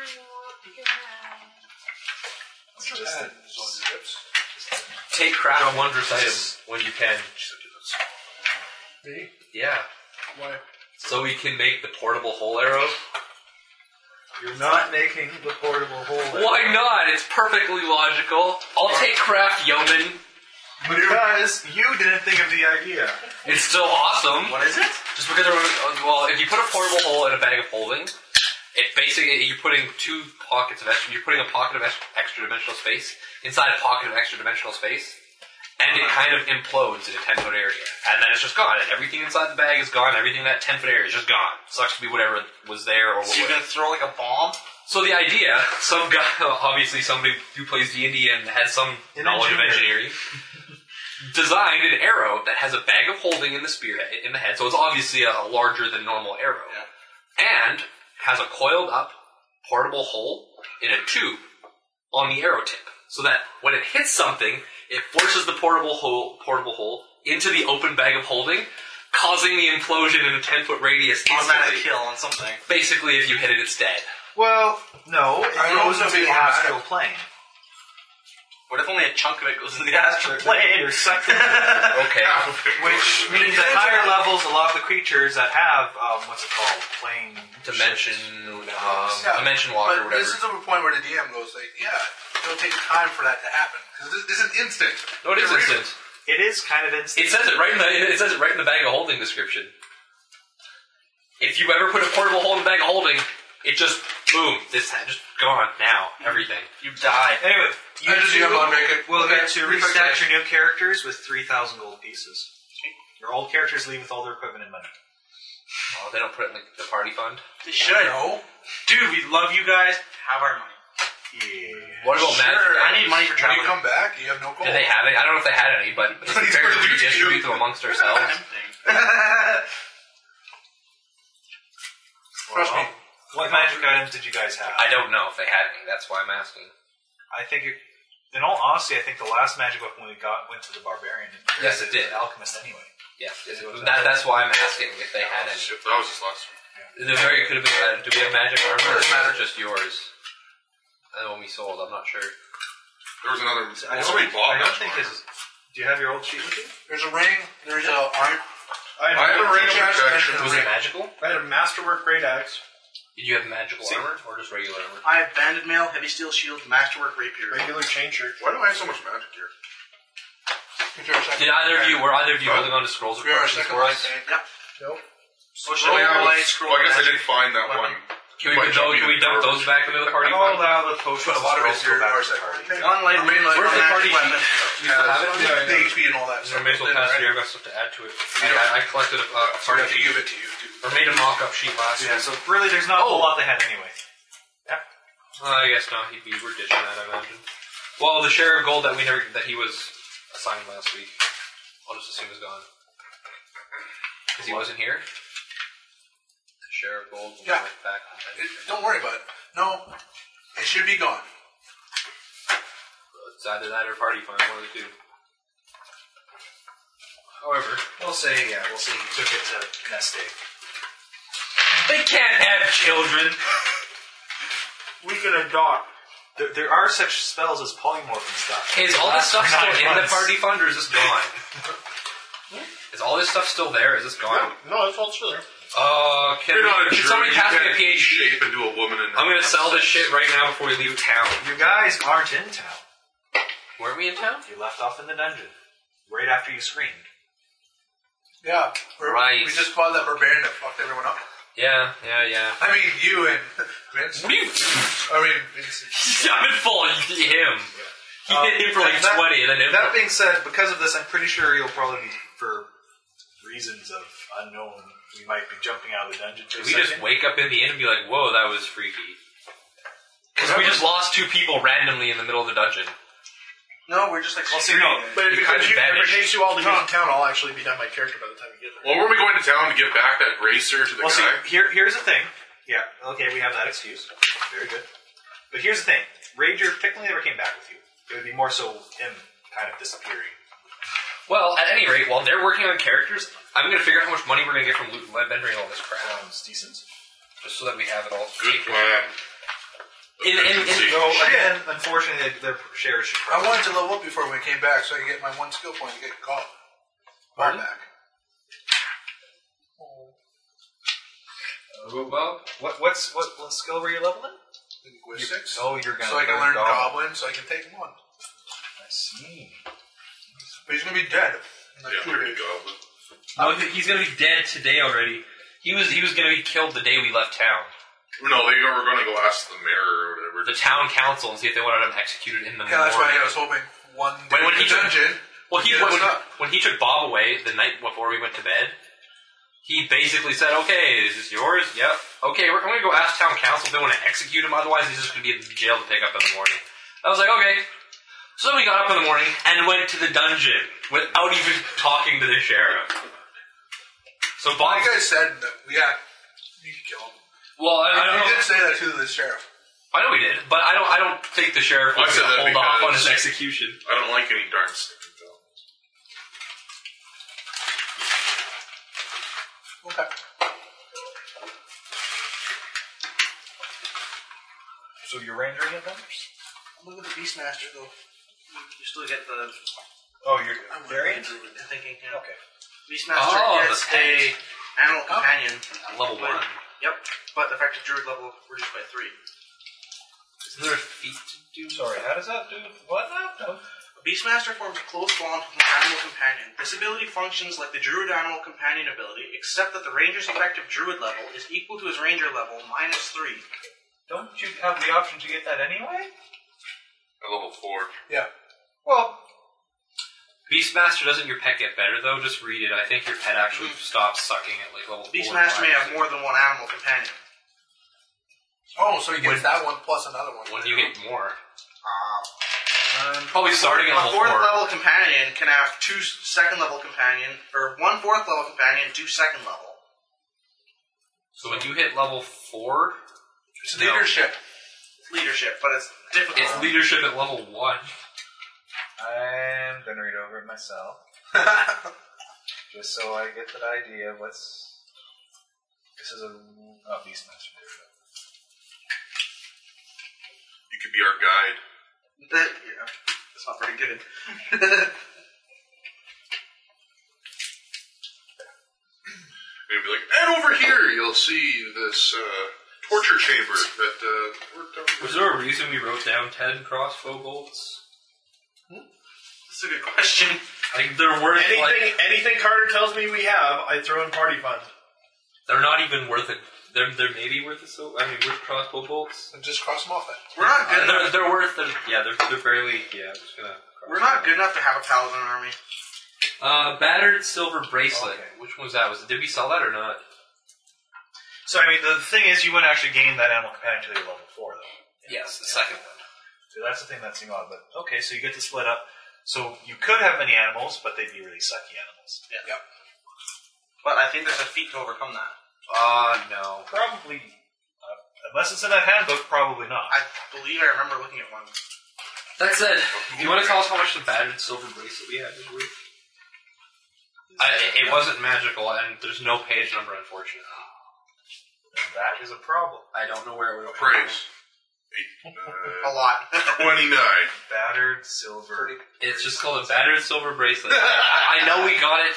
Speaker 6: It's just that-
Speaker 4: Take craft on one versus item when you can.
Speaker 3: Me?
Speaker 4: Yeah.
Speaker 3: Why?
Speaker 4: So we can make the portable hole arrow.
Speaker 8: You're not making the portable hole.
Speaker 4: Why not? It's perfectly logical. I'll take craft yeoman.
Speaker 6: Because you didn't think of the idea.
Speaker 4: It's still awesome.
Speaker 8: What is it?
Speaker 4: Just because everyone, well, if you put a portable hole in a bag of holding, it basically you're putting two pockets of extra, you're putting a pocket of ex- extra dimensional space inside a pocket of extra dimensional space, and it kind of implodes in a ten foot area, and then it's just gone, and everything inside the bag is gone, everything in that ten foot area is just gone. Sucks to be whatever was there or what. was-
Speaker 8: throw like a bomb?
Speaker 4: so the idea, some guy, obviously somebody who plays D and D and has some
Speaker 6: An
Speaker 4: knowledge of
Speaker 6: engineer.
Speaker 4: engineering, designed an arrow that has a bag of holding in the spear in the head, so it's obviously a, a larger than normal arrow, and has a coiled up portable hole in a tube on the arrow tip, so that when it hits something, it forces the portable hole portable hole into the open bag of holding, causing the implosion in a ten foot radius.
Speaker 8: Automatic
Speaker 4: instantly.
Speaker 8: kill on something.
Speaker 4: Basically, if you hit it, it's dead.
Speaker 6: Well, no, it
Speaker 3: I don't
Speaker 6: goes
Speaker 3: know if
Speaker 6: into the
Speaker 3: it's automatic.
Speaker 6: astral plane.
Speaker 8: What if only a chunk of it goes in the Ah, astral plane?
Speaker 6: or something.
Speaker 4: Okay.
Speaker 6: Which means at higher levels, a lot of the creatures that have, um, what's it called? Plane.
Speaker 4: dimension, um,
Speaker 3: Yeah,
Speaker 4: dimension walk or whatever.
Speaker 3: But this is a point where the DM goes like, yeah, it'll take time for that to happen. Because this, this is instant.
Speaker 4: no, it is
Speaker 3: You're
Speaker 4: instant.
Speaker 6: It is kind of instant.
Speaker 4: It says it right in the it says it right in the bag of holding description. If you ever put a portable hole in the bag of holding, it just boom, this ha- just gone now. Everything.
Speaker 8: You die.
Speaker 6: Anyway, you
Speaker 3: I just
Speaker 6: two
Speaker 3: need to make it-
Speaker 6: will
Speaker 3: okay,
Speaker 6: get to
Speaker 3: refresh
Speaker 6: restat your new characters with 3,000 gold pieces. Your old characters leave with all their equipment and money.
Speaker 4: Oh, they don't put it in the, the party fund.
Speaker 8: They should.
Speaker 3: No.
Speaker 8: Dude, we love you guys. Have our money.
Speaker 6: Yeah.
Speaker 4: What about magic?
Speaker 8: I need money for
Speaker 3: When you
Speaker 8: traveling.
Speaker 3: come back, you have no gold.
Speaker 4: Did they have it? I don't know if they had any, but it's
Speaker 3: He's
Speaker 4: fair to
Speaker 3: gonna do
Speaker 4: distribute
Speaker 3: you.
Speaker 4: them amongst ourselves.
Speaker 3: Trust me.
Speaker 6: What magic items did you guys have?
Speaker 4: I don't know if they had any. That's why I'm asking.
Speaker 6: I think, it, in all honesty, I think the last magic weapon we got went to the barbarian. and
Speaker 4: Yes,
Speaker 6: to
Speaker 4: it
Speaker 6: the
Speaker 4: did.
Speaker 6: Alchemist, anyway.
Speaker 4: Yeah, that, that's why I'm asking if they had any.
Speaker 5: Shit, that was just last week.
Speaker 4: The very could have been. Do we have magic armor? Or is
Speaker 3: Matter.
Speaker 4: it just yours? Uh, The one we sold. I'm not sure.
Speaker 5: There was another.
Speaker 6: I don't,
Speaker 5: somebody bought
Speaker 6: I don't
Speaker 5: that
Speaker 6: think
Speaker 5: one.
Speaker 6: this is. Do you have your old sheet with you?
Speaker 3: There's a ring. There's a arm.
Speaker 5: I have a ring of
Speaker 3: Chest,
Speaker 5: protection.
Speaker 3: and a
Speaker 4: Was
Speaker 3: ring.
Speaker 4: it magical?
Speaker 6: I had a masterwork great axe.
Speaker 4: Did you have magical armor or just regular armor?
Speaker 8: I have banded mail, heavy steel shield, masterwork rapier.
Speaker 6: Regular chain shirt.
Speaker 5: Why do I have so much magic here?
Speaker 3: Is there a second
Speaker 4: Did either of you were either of you
Speaker 5: Huh?
Speaker 4: holding on to scrolls or
Speaker 3: Is there a
Speaker 4: potions
Speaker 3: second
Speaker 4: for
Speaker 3: line
Speaker 4: us?
Speaker 3: thing?
Speaker 8: Yep.
Speaker 3: Nope.
Speaker 8: Social
Speaker 5: Oh, yeah,
Speaker 8: media,
Speaker 5: well,
Speaker 8: scroll
Speaker 5: I guess I
Speaker 8: magic.
Speaker 5: did find that
Speaker 8: Weapon.
Speaker 5: one
Speaker 4: Can we,
Speaker 5: Why
Speaker 4: dump-
Speaker 5: jumping
Speaker 4: can we
Speaker 5: in
Speaker 4: dump
Speaker 5: garbage?
Speaker 4: those back into the party?
Speaker 10: I'll allow the potions
Speaker 3: But a lot of
Speaker 10: to
Speaker 3: it's
Speaker 10: go
Speaker 3: your
Speaker 10: back
Speaker 3: our
Speaker 10: to the
Speaker 3: side.
Speaker 10: party.
Speaker 4: Unlike
Speaker 3: I mean, like,
Speaker 4: where's the
Speaker 3: automatic
Speaker 4: party
Speaker 3: weapon.
Speaker 4: sheet? You still
Speaker 3: has
Speaker 4: have it?
Speaker 3: the
Speaker 4: No, no, no.
Speaker 3: HP and all that.
Speaker 4: So
Speaker 3: stuff.
Speaker 4: may as well
Speaker 3: Then,
Speaker 4: pass it
Speaker 3: right?
Speaker 4: here. I've got stuff to add to it.
Speaker 3: You don't-
Speaker 4: I, I collected a uh,
Speaker 3: Sorry,
Speaker 4: party
Speaker 3: I can
Speaker 4: sheet
Speaker 3: give it to you. too.
Speaker 4: or made a mock-up sheet last
Speaker 10: Yeah,
Speaker 4: year.
Speaker 10: so really there's not a whole lot they had anyway.
Speaker 4: Uh, I guess not. He'd be we're dishing that, I imagine. Well, the share of gold that we never that he was assigned last week, I'll just assume is gone because he wasn't here. The share of gold.
Speaker 3: Yeah.
Speaker 4: Went back.
Speaker 3: It, don't worry about it. No, it should be gone.
Speaker 4: It's either that or party fund, one of the two. However,
Speaker 10: We'll say, yeah, we'll say he took it to Nest Egg.
Speaker 4: they can't have children.
Speaker 10: We can adopt. There, there are such spells as polymorph and stuff.
Speaker 4: Is all this
Speaker 10: Last
Speaker 4: stuff
Speaker 10: for
Speaker 4: still
Speaker 10: nine
Speaker 4: in the
Speaker 10: months.
Speaker 4: party fund, or is this gone? Is all this stuff still there? Is this gone?
Speaker 11: No, it's all still there.
Speaker 4: Uh, can,
Speaker 5: You're
Speaker 4: we,
Speaker 5: not a
Speaker 4: can somebody
Speaker 5: druid, you
Speaker 4: pass me a
Speaker 5: can't
Speaker 4: PhD?
Speaker 5: shape into a woman and
Speaker 4: I'm gonna sell this shit right now before we leave town.
Speaker 10: You guys aren't in town.
Speaker 4: Weren't we in town?
Speaker 10: You left off in the dungeon right after you screamed.
Speaker 3: Yeah. we're-
Speaker 4: Right.
Speaker 3: We just bought that barbarian that fucked everyone up.
Speaker 4: Yeah, yeah, yeah.
Speaker 3: I mean, you and Vince.
Speaker 4: What do you?
Speaker 3: I mean, Vince.
Speaker 4: I'm in full him. He hit him for like
Speaker 10: Uh, that-
Speaker 4: twenty, and then him.
Speaker 10: That being said, because of this, I'm pretty sure you'll probably, be- for reasons of unknown, we might be jumping out of the dungeon. For a
Speaker 4: we just
Speaker 10: second.
Speaker 4: wake up in the end and be like, "Whoa, that was freaky." Because we just lost two people randomly in the middle of the dungeon.
Speaker 3: No, we're just like.
Speaker 10: I'll see. No,
Speaker 11: But
Speaker 4: You
Speaker 11: if,
Speaker 4: kind of
Speaker 11: if, you, if it
Speaker 4: vanished.
Speaker 11: takes you all to get in town, I'll actually be done my character by the time you get there.
Speaker 5: Well, were we going to town to give back that racer to the
Speaker 10: Well, see,
Speaker 5: guy?
Speaker 10: here, here's the thing. Yeah, okay, we have that excuse. Very good. But here's the thing. Rager technically never came back with you. It would be more so him kind of disappearing.
Speaker 4: Well, at any rate, while they're working on characters, I'm gonna figure out how much money we're gonna get from loot and lead vendor and all this crap,
Speaker 10: Sounds Oh, decent.
Speaker 4: just so that we have it all.
Speaker 5: Good plan.
Speaker 4: In, in, in,
Speaker 10: So, again, unfortunately, their shares should
Speaker 3: I
Speaker 10: probably...
Speaker 3: wanted to level up before we came back so I could get my one skill point to get caught. Bar
Speaker 4: Pardon?
Speaker 3: back.
Speaker 4: well,
Speaker 10: What, what's, what, what skill were you leveling?
Speaker 3: Linguistics.
Speaker 10: Oh, you're going to
Speaker 3: so I can learn goblin. so I can take one.
Speaker 10: I see.
Speaker 3: But he's gonna be dead. in like two
Speaker 5: Yeah, pretty
Speaker 3: days.
Speaker 4: no,
Speaker 5: goblin.
Speaker 4: he- he's gonna be dead today already. He was he was gonna be killed the day we left town.
Speaker 5: No, they were going to go ask the mayor or whatever.
Speaker 4: The town council and see if they wanted him executed in the
Speaker 3: Yeah, that's why
Speaker 4: morning.
Speaker 3: I was hoping one day
Speaker 4: When- when
Speaker 3: in
Speaker 4: he
Speaker 3: the
Speaker 4: took-
Speaker 3: dungeon.
Speaker 4: Well, he
Speaker 3: Yeah,
Speaker 4: when,
Speaker 3: what's up?
Speaker 4: when he took Bob away the night before we went to bed, he basically said, "Okay, is this yours? Yep. Okay, we're, I'm going to go ask town council if they want to execute him. Otherwise, he's just going to be in jail to pick up in the morning." I was like, "Okay." So we got up in the morning and went to the dungeon without even talking to the sheriff. So Bob,
Speaker 3: Like I said, that- yeah, you can kill him.
Speaker 4: well, I, I
Speaker 3: You
Speaker 4: don't.
Speaker 3: did say that to the sheriff.
Speaker 4: I know he did, but I don't. I don't think the sheriff
Speaker 5: I
Speaker 4: was
Speaker 5: said
Speaker 4: going to
Speaker 5: that
Speaker 4: hold off on
Speaker 5: because-
Speaker 4: his execution.
Speaker 5: I don't like any darn snippet, though.
Speaker 3: Okay.
Speaker 10: So you're rangering it then?
Speaker 3: I'm looking at Beastmaster though.
Speaker 8: You still get the
Speaker 10: Oh, you're
Speaker 3: I'm a
Speaker 10: variant?
Speaker 3: druid now.
Speaker 8: thinking. Yeah.
Speaker 10: Okay.
Speaker 8: Beastmaster
Speaker 4: Oh,
Speaker 8: gets
Speaker 4: the
Speaker 8: a animal
Speaker 3: Oh.
Speaker 8: companion.
Speaker 4: Level one.
Speaker 8: Yep, but effective druid level reduced by three.
Speaker 4: Isn't there a feat to do?
Speaker 10: Sorry, how does that do? What? No.
Speaker 8: Beastmaster forms a close bond with an animal companion. This ability functions like the druid animal companion ability, except that the ranger's effective druid level is equal to his ranger level minus three.
Speaker 10: Don't you have the option to get that anyway?
Speaker 5: At level four.
Speaker 3: Yeah.
Speaker 10: Well,
Speaker 4: Beastmaster doesn't your pet get better though? Just read it. I think your pet actually stops sucking at like level.
Speaker 8: Beastmaster may have more than one animal companion.
Speaker 3: Oh, so he gets that one plus another one.
Speaker 4: When you get more,
Speaker 10: um,
Speaker 4: probably starting at
Speaker 8: A
Speaker 4: level four.
Speaker 8: fourth level companion can have two s- second level companion, or one fourth level companion, two second level.
Speaker 4: So when you hit level four,
Speaker 3: It's
Speaker 4: No.
Speaker 3: leadership.
Speaker 8: It's leadership, but it's difficult.
Speaker 4: it's leadership at level one.
Speaker 10: I'm gonna read over it myself, just so I get that idea of what's. This is a oh, Beastmaster. there we go.
Speaker 5: You could be our guide.
Speaker 8: That- yeah, that's not very good.
Speaker 5: Maybe be like, and over here you'll see this uh, torture chamber that uh, we're done.
Speaker 4: Was there a reason we wrote down ten crossbow bolts?
Speaker 8: That's a good question.
Speaker 4: Like they're worth
Speaker 11: Anything,
Speaker 4: like
Speaker 11: anything Carter tells me we have, I throw in party fund.
Speaker 4: They're not even worth it. They're, they're maybe worth a silver. I mean, worth crossbow bolts.
Speaker 3: And just cross them off then.
Speaker 8: We're not good
Speaker 4: They're,
Speaker 8: enough.
Speaker 4: they're worth. They're, yeah, they're, they're barely. Yeah, I'm just gonna. cross
Speaker 8: We're
Speaker 4: it
Speaker 8: not
Speaker 4: off.
Speaker 8: good enough to have a paladin army.
Speaker 4: Uh, battered silver bracelet.
Speaker 10: Okay.
Speaker 4: Which one was that? Was did we sell that or not?
Speaker 10: So I mean, the thing is, you wouldn't actually gain that animal companion until you're level four, though.
Speaker 4: Yes, the second one.
Speaker 10: So that's the thing that seemed odd. But okay, so you get to split up. So you could have many animals, but they'd be really sucky animals.
Speaker 8: But I think there's a feat to overcome that.
Speaker 4: Uh, no.
Speaker 10: Probably, uh, unless it's in that handbook, probably not.
Speaker 8: I believe I remember looking at one.
Speaker 4: That said, do you want to tell us how much the battered silver bracelet we had is worth? I, it wasn't magical, and there's no page number, unfortunately.
Speaker 10: that is a problem.
Speaker 4: I don't know where we went.
Speaker 5: Praise. Eight,
Speaker 8: A
Speaker 5: uh,
Speaker 8: lot.
Speaker 5: 29.
Speaker 10: Battered silver.
Speaker 4: It's just called a battered silver bracelet. I, I know we got it.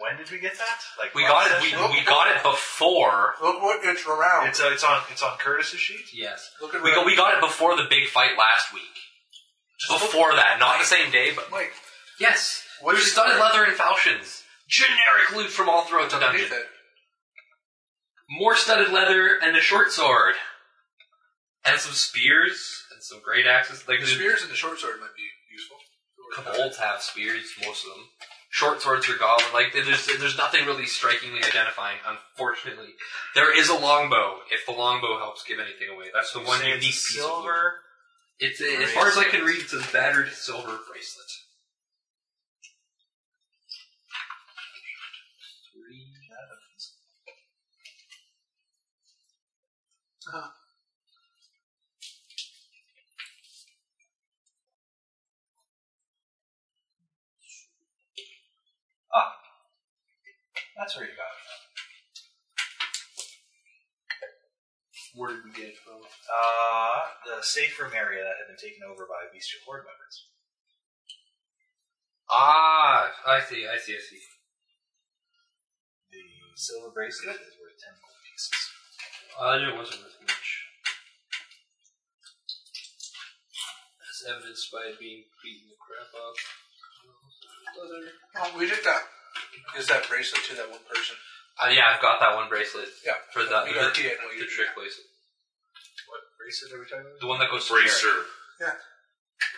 Speaker 10: When did we get that? Like
Speaker 4: We
Speaker 10: last
Speaker 4: got it. We,
Speaker 10: session?
Speaker 4: we got it before.
Speaker 3: Look what it's around.
Speaker 10: It's, uh, it's on it's on Curtis's sheet.
Speaker 4: Yes.
Speaker 3: Look at
Speaker 4: We got, we got it before the big fight last week. Before that, not the same day, but
Speaker 3: Mike,
Speaker 4: yes.
Speaker 3: What
Speaker 4: There's
Speaker 3: is
Speaker 4: studded
Speaker 3: it?
Speaker 4: leather and falchions. Generic loot from all throughout the dungeon.
Speaker 3: underneath it.
Speaker 4: more studded leather and a short sword, and some spears and some great axes. Like
Speaker 3: The
Speaker 4: the
Speaker 3: spears and the short sword might be useful.
Speaker 4: kobolds have spears, most of them. Short swords are goblin. Like there's there's nothing really strikingly identifying. Unfortunately, there is a longbow. If the longbow helps give anything away, that's the one
Speaker 10: Say
Speaker 4: unique
Speaker 10: it's
Speaker 4: piece of loot.
Speaker 10: silver.
Speaker 4: It's as far as I can read, it's a battered silver bracelet. Three atoms.
Speaker 10: That's where you got it. from.
Speaker 4: Where did we get it from?
Speaker 10: Uh, the safe room area that had been taken over by bestial horde members.
Speaker 4: Ah, I see, I see, I see.
Speaker 10: The silver bracelet is worth ten gold pieces.
Speaker 4: Uh, it wasn't worth much. As evidenced by it being beaten the crap up. Leather.
Speaker 3: Oh, we did that. Is that bracelet to that one person?
Speaker 4: Uh, yeah, I've got that one bracelet.
Speaker 3: Yeah.
Speaker 4: For the,
Speaker 3: We
Speaker 4: the,
Speaker 3: got it, no,
Speaker 4: the
Speaker 3: you-
Speaker 4: trick bracelet.
Speaker 10: What bracelet are we talking about?
Speaker 4: The one that goes to Jared.
Speaker 5: Bracer.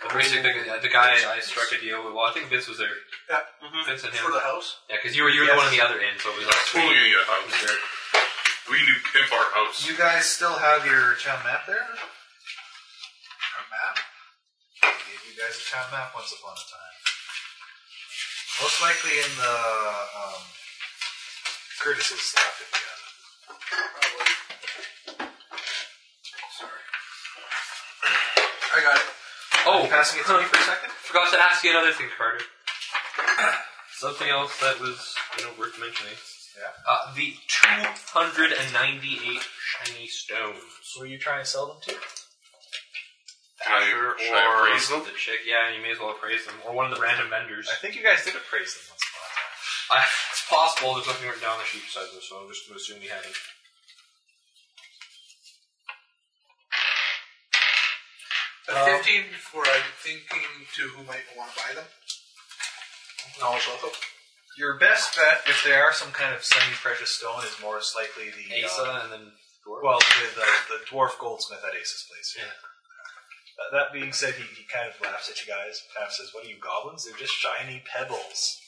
Speaker 4: The bracelet thing, yeah, the guy I struck a deal with. Well, I think Vince was there.
Speaker 3: Yeah.
Speaker 4: Vince and him.
Speaker 3: For the house?
Speaker 4: yeah, because you were, you were the one on the other end, so it was like
Speaker 5: Oh, yeah,
Speaker 4: sweet.
Speaker 5: yeah.
Speaker 4: It was
Speaker 5: House.
Speaker 4: Jared.
Speaker 5: We can do pimp our house.
Speaker 10: You guys still have your town map there? Our map? I gave you guys a town map once upon a time. Most likely in the um, Curtis's stuff if you have it.
Speaker 3: I got it.
Speaker 4: Oh,
Speaker 10: Passing it to me for a second?
Speaker 4: forgot to ask you another thing, Carter. Something else that was you know worth mentioning.
Speaker 10: Yeah.
Speaker 4: Uh, the 298 shiny stones.
Speaker 10: Who are you trying to sell them to?
Speaker 5: Can I, should I
Speaker 4: Or
Speaker 5: appraise them?
Speaker 4: The chick, yeah, you may as well appraise them. Or one of the random vendors.
Speaker 10: I think you guys did appraise them once upon a time.
Speaker 4: I, it's possible there's nothing written down on the sheet besides this, so I'm just going to assume we haven't.
Speaker 3: A 15 for I'm thinking to who might want to buy them. Knowledge level.
Speaker 10: Your best bet, if there are some kind of semi-precious stone, is most likely the uh,
Speaker 4: Asa and then Dwarf.
Speaker 10: Well, the, the, the dwarf goldsmith at Ace's place.
Speaker 4: Yeah.
Speaker 10: Uh, That being said, he, he kind of laughs at you guys, kind of says, What are you, goblins? They're just shiny pebbles.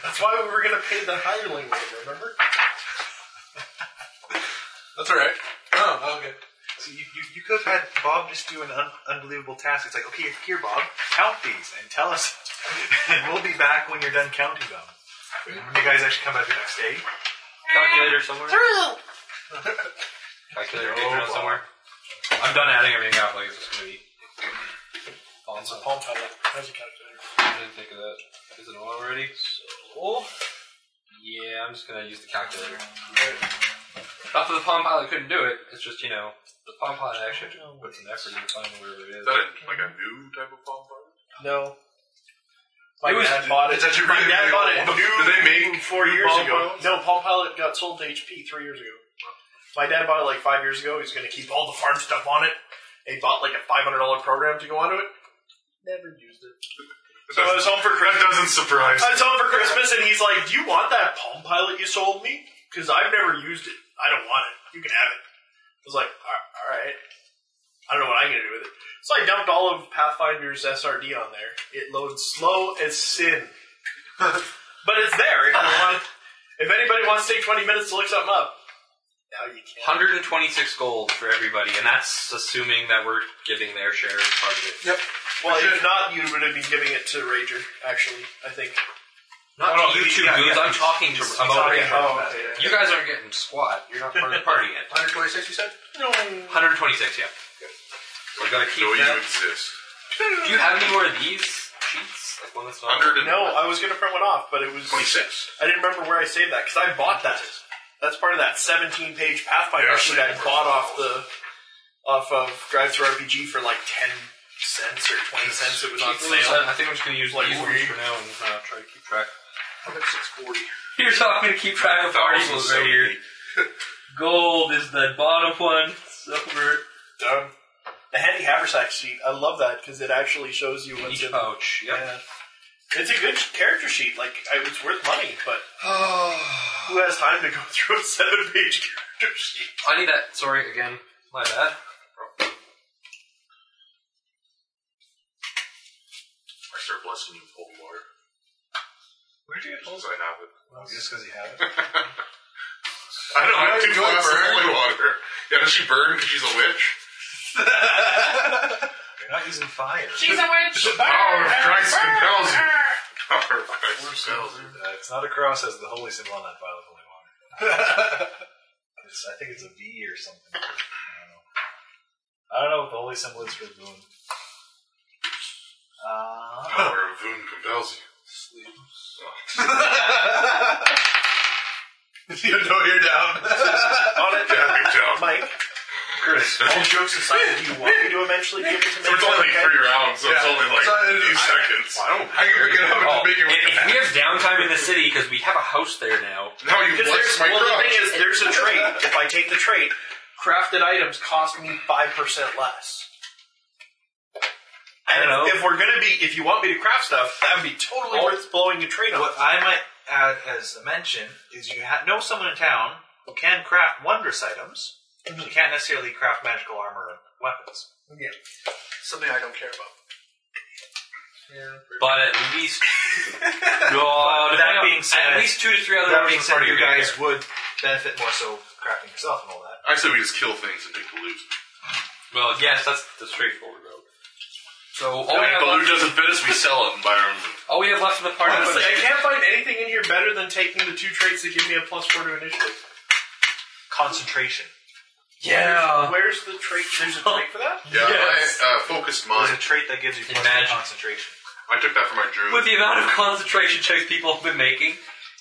Speaker 11: That's why we were gonna pay the hireling later, remember?
Speaker 3: That's alright. Oh, okay.
Speaker 10: So you, you, you could have had Bob just do an un- unbelievable task. It's like, Okay, here, Bob, count these and tell us. and we'll be back when you're done counting them. When you guys actually come back the next day.
Speaker 4: Calculator somewhere? Calculator taken out somewhere? I'm done adding everything up, like it's just going to be. It's a palm I didn't think of that. Is it on already? So. Yeah, I'm just gonna use the calculator. Not that the Palm Pilot couldn't do it, it's just, you know, the Palm Pilot actually had to put some effort into finding wherever it is.
Speaker 5: Is that a, like a new type of bomb button?
Speaker 11: No.
Speaker 4: It was-
Speaker 11: bought it.
Speaker 5: actually
Speaker 11: My
Speaker 5: really,
Speaker 11: dad
Speaker 5: really
Speaker 11: bought
Speaker 5: old.
Speaker 11: it.
Speaker 5: Do they make
Speaker 11: four
Speaker 5: new
Speaker 11: years
Speaker 5: Palm
Speaker 11: ago?
Speaker 5: Pilots?
Speaker 11: No, Palm Pilot got sold to HP three years ago. My dad bought it like five years ago. He's going to keep all the farm stuff on it. He bought like a five hundred dollar program to go onto it. Never used it. So I was home for
Speaker 5: That
Speaker 11: Christmas.
Speaker 5: doesn't surprise
Speaker 11: I
Speaker 5: me.
Speaker 11: was home for Christmas, and he's like, "Do you want that Palm Pilot you sold me? Because I've never used it. I don't want it. You can have it." I was like, "All- "All right." I don't know what I'm gonna do with it. So I dumped all of Pathfinder's SRD on there. It loads slow as sin, but it's there. If, you want. if anybody wants to take 20 minutes to look something up, now you can.
Speaker 4: 126 gold for everybody, and that's assuming that we're giving their share as part of it.
Speaker 3: Yep.
Speaker 11: Well, if not, you would be giving it to Rager. Actually, I think.
Speaker 4: Not
Speaker 10: No, no,
Speaker 4: you
Speaker 10: he-
Speaker 4: two
Speaker 10: yeah,
Speaker 4: goons.
Speaker 10: yeah.
Speaker 4: I'm talking to Oh, about
Speaker 10: talking
Speaker 4: Ranger.
Speaker 10: about
Speaker 11: okay.
Speaker 4: You guys aren't getting squat. You're not part of the party yet.
Speaker 3: 126, you said?
Speaker 4: 126, yeah. We're gonna keep
Speaker 5: No, you
Speaker 4: that.
Speaker 5: exist.
Speaker 4: Do you have any more of these sheets? Like one that's not.
Speaker 5: 100 and
Speaker 11: No, I was gonna print one off, but it was
Speaker 5: 26.
Speaker 11: I didn't remember where I saved that because I bought that. That's part of that 17-page Pathfinder sheet I bought off the off of Drive Through RPG for like 10 cents or 20 cents. It was on sale.
Speaker 4: I think I'm just gonna use
Speaker 11: Like,
Speaker 4: these ones
Speaker 11: we-
Speaker 4: for now and uh, try to keep track.
Speaker 3: 640.
Speaker 4: You're telling me to keep track of party goals right here. Gold is the bottom one. Silver.
Speaker 11: Done. The handy haversack sheet. I love that because it actually shows you what's
Speaker 4: Each
Speaker 11: in.
Speaker 4: pouch. Yep.
Speaker 11: Yeah. It's a good character sheet. Like I- it's worth money, but who has time to go through a seven-page character sheet?
Speaker 4: I need that. Sorry again. My bad.
Speaker 5: I start blessing you with holy water.
Speaker 10: Where'd you get
Speaker 5: Because
Speaker 10: those?
Speaker 5: I have it.
Speaker 10: Oh, just because you have it.
Speaker 5: I don't
Speaker 3: Why
Speaker 5: have
Speaker 3: would
Speaker 5: two
Speaker 3: you wanna
Speaker 5: glasses of
Speaker 3: burn?
Speaker 5: holy water. Yeah, does she burn because she's a witch?
Speaker 10: You're not using fire.
Speaker 5: The Oh, power of Christ compels you. Power of Christ compels you.
Speaker 10: Uh, it's not a cross as the holy symbol on that vial of holy water. It's- I think it's a V or something. I don't know. I don't know what the holy symbol is for the moon. Uh,
Speaker 5: Power of Voon compels you.
Speaker 3: you know you're down.
Speaker 11: On it,
Speaker 5: Yeah, good job.
Speaker 11: Mike.
Speaker 5: Chris.
Speaker 11: All jokes aside, do you want me to eventually be able to
Speaker 5: So
Speaker 11: make
Speaker 5: it's only like
Speaker 11: that?
Speaker 5: three rounds, so it's
Speaker 3: Yeah.
Speaker 5: only like
Speaker 3: So
Speaker 5: a
Speaker 3: it-
Speaker 5: few
Speaker 3: I-
Speaker 5: seconds.
Speaker 10: I don't
Speaker 5: I can pick it up and
Speaker 4: Oh,
Speaker 5: just make
Speaker 4: and
Speaker 5: it with
Speaker 4: if we have downtime in the city because we have a house there now.
Speaker 5: Now you
Speaker 11: Because
Speaker 5: bless my
Speaker 11: there's, well, the
Speaker 5: crotch.
Speaker 11: thing is, there's a trait. If I take the trait, crafted items cost me five percent less.
Speaker 4: I don't
Speaker 11: And
Speaker 4: know.
Speaker 11: If we're gonna be, if you want me to craft stuff, that would be totally
Speaker 10: Oh.
Speaker 11: worth blowing a trait on.
Speaker 10: What I might add as a mention is you ha- know someone in town who can craft wondrous items. but You can't necessarily craft magical armor and weapons.
Speaker 3: Something I don't care about.
Speaker 4: But at least, God,
Speaker 10: But that being said,
Speaker 4: at least two to three other
Speaker 10: That
Speaker 4: members of the
Speaker 10: being said,
Speaker 4: party are
Speaker 10: you
Speaker 4: gonna
Speaker 10: guys
Speaker 4: care.
Speaker 10: would benefit more so crafting yourself and all that.
Speaker 5: I said we just kill things and pick the loot.
Speaker 4: Well, yes, that's the straightforward road. So all,
Speaker 5: And
Speaker 4: we
Speaker 5: if
Speaker 4: have
Speaker 5: the loot
Speaker 4: left,
Speaker 5: doesn't fit us, we sell it and buy our own loot.
Speaker 4: all we have left in the party.
Speaker 11: Honestly, I can't find anything in here better than taking the two traits that give me a plus four to initiative.
Speaker 10: Concentration.
Speaker 4: yeah,
Speaker 11: Where's the trait? There's a trait for that.
Speaker 5: Yeah,
Speaker 4: Yes.
Speaker 5: I uh, focused mine.
Speaker 10: There's a trait that gives you plus
Speaker 4: Imagine.
Speaker 10: two concentration.
Speaker 5: I took that from my druid.
Speaker 4: with the amount of concentration checks people have been making,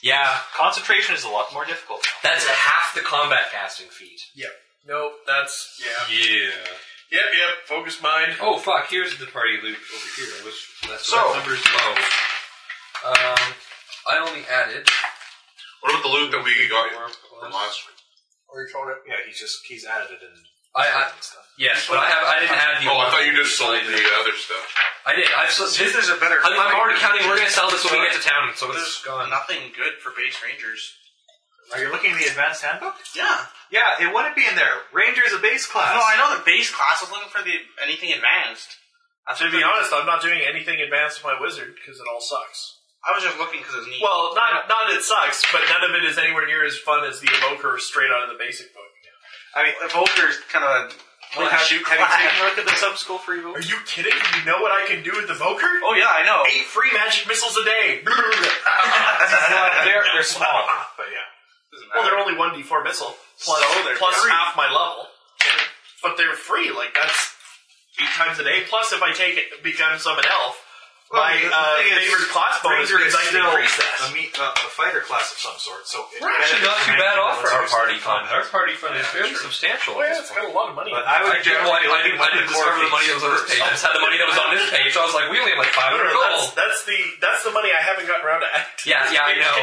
Speaker 4: yeah,
Speaker 10: Concentration is a lot more difficult. now.
Speaker 4: that's half the combat casting feat.
Speaker 11: Nope. That's yeah.
Speaker 4: Yeah.
Speaker 11: Yep. Yep. Focus mind.
Speaker 4: Oh fuck! Here's the party loot over here. I wish that's
Speaker 5: So-
Speaker 4: that number's low. Um, I only added
Speaker 5: What about the loot that we got from last week?
Speaker 3: Or you told it.
Speaker 10: Yeah, he's just he's added it in
Speaker 4: I- I-
Speaker 10: and stuff.
Speaker 4: Yes, but I have. I didn't add the.
Speaker 5: Oh, I thought you
Speaker 4: did.
Speaker 5: just sold the other stuff.
Speaker 4: I did. I've. So, this is.
Speaker 10: a better.
Speaker 4: I'm, I'm already counting. We're gonna sell this when we get to town. So it's gone.
Speaker 8: Nothing good for base rangers.
Speaker 10: Are you looking at the advanced handbook?
Speaker 8: Yeah.
Speaker 10: Yeah, it wouldn't be in there. Ranger is a base class.
Speaker 8: No, I know the base class was looking for the anything advanced. That's
Speaker 11: To
Speaker 8: what
Speaker 11: be
Speaker 8: the-
Speaker 11: honest, I'm not doing anything advanced with my wizard because it all sucks.
Speaker 8: I was just looking because it was neat.
Speaker 11: Well, not not it sucks, but none of it is anywhere near as fun as the evoker straight out of the basic book.
Speaker 10: I mean, Evoker's kind of.
Speaker 8: Well,
Speaker 10: have,
Speaker 8: shoot
Speaker 10: have you
Speaker 8: class.
Speaker 10: taken a look at the sub school for Evoker?
Speaker 11: Are you kidding? You know what I can do with the evoker?
Speaker 10: Oh yeah, I know.
Speaker 11: Eight free magic missiles a day. well,
Speaker 10: Well, they're they're small, but yeah.
Speaker 11: they're only one d4 missile plus
Speaker 10: So they're
Speaker 11: plus
Speaker 10: free.
Speaker 11: half my level, but they're free. Like that's eight times a day. Plus, if I take it, become summon elf,
Speaker 10: Well,
Speaker 11: my
Speaker 10: the- the
Speaker 11: uh,
Speaker 10: thing is,
Speaker 11: favorite class bonus
Speaker 10: Ranger
Speaker 11: means
Speaker 10: is
Speaker 11: I can
Speaker 10: still
Speaker 11: increase that.
Speaker 10: a, me- uh, a fighter class of some sort, so it
Speaker 4: We're actually not
Speaker 10: benefits
Speaker 4: too
Speaker 10: from
Speaker 4: bad
Speaker 10: anything
Speaker 4: off for
Speaker 10: unless
Speaker 4: our
Speaker 10: you
Speaker 4: party fund.
Speaker 10: spend
Speaker 4: Our
Speaker 10: combat.
Speaker 4: party fund is fairly substantial.
Speaker 11: Oh,
Speaker 4: at
Speaker 11: yeah,
Speaker 4: this
Speaker 11: it's
Speaker 4: point.
Speaker 11: got a lot of money.
Speaker 10: But I
Speaker 4: I,
Speaker 10: would
Speaker 4: didn't, well, I, I didn't, I
Speaker 10: generally
Speaker 4: didn't discover
Speaker 10: go for
Speaker 4: the money that was on this page. I just had the money that was on this page.
Speaker 10: feats
Speaker 4: So I was like, we only have like
Speaker 11: No,
Speaker 4: 500
Speaker 11: no, that's,
Speaker 4: gold.
Speaker 11: that's the that's the money I haven't gotten around to acting.
Speaker 4: Yeah, yeah, I know.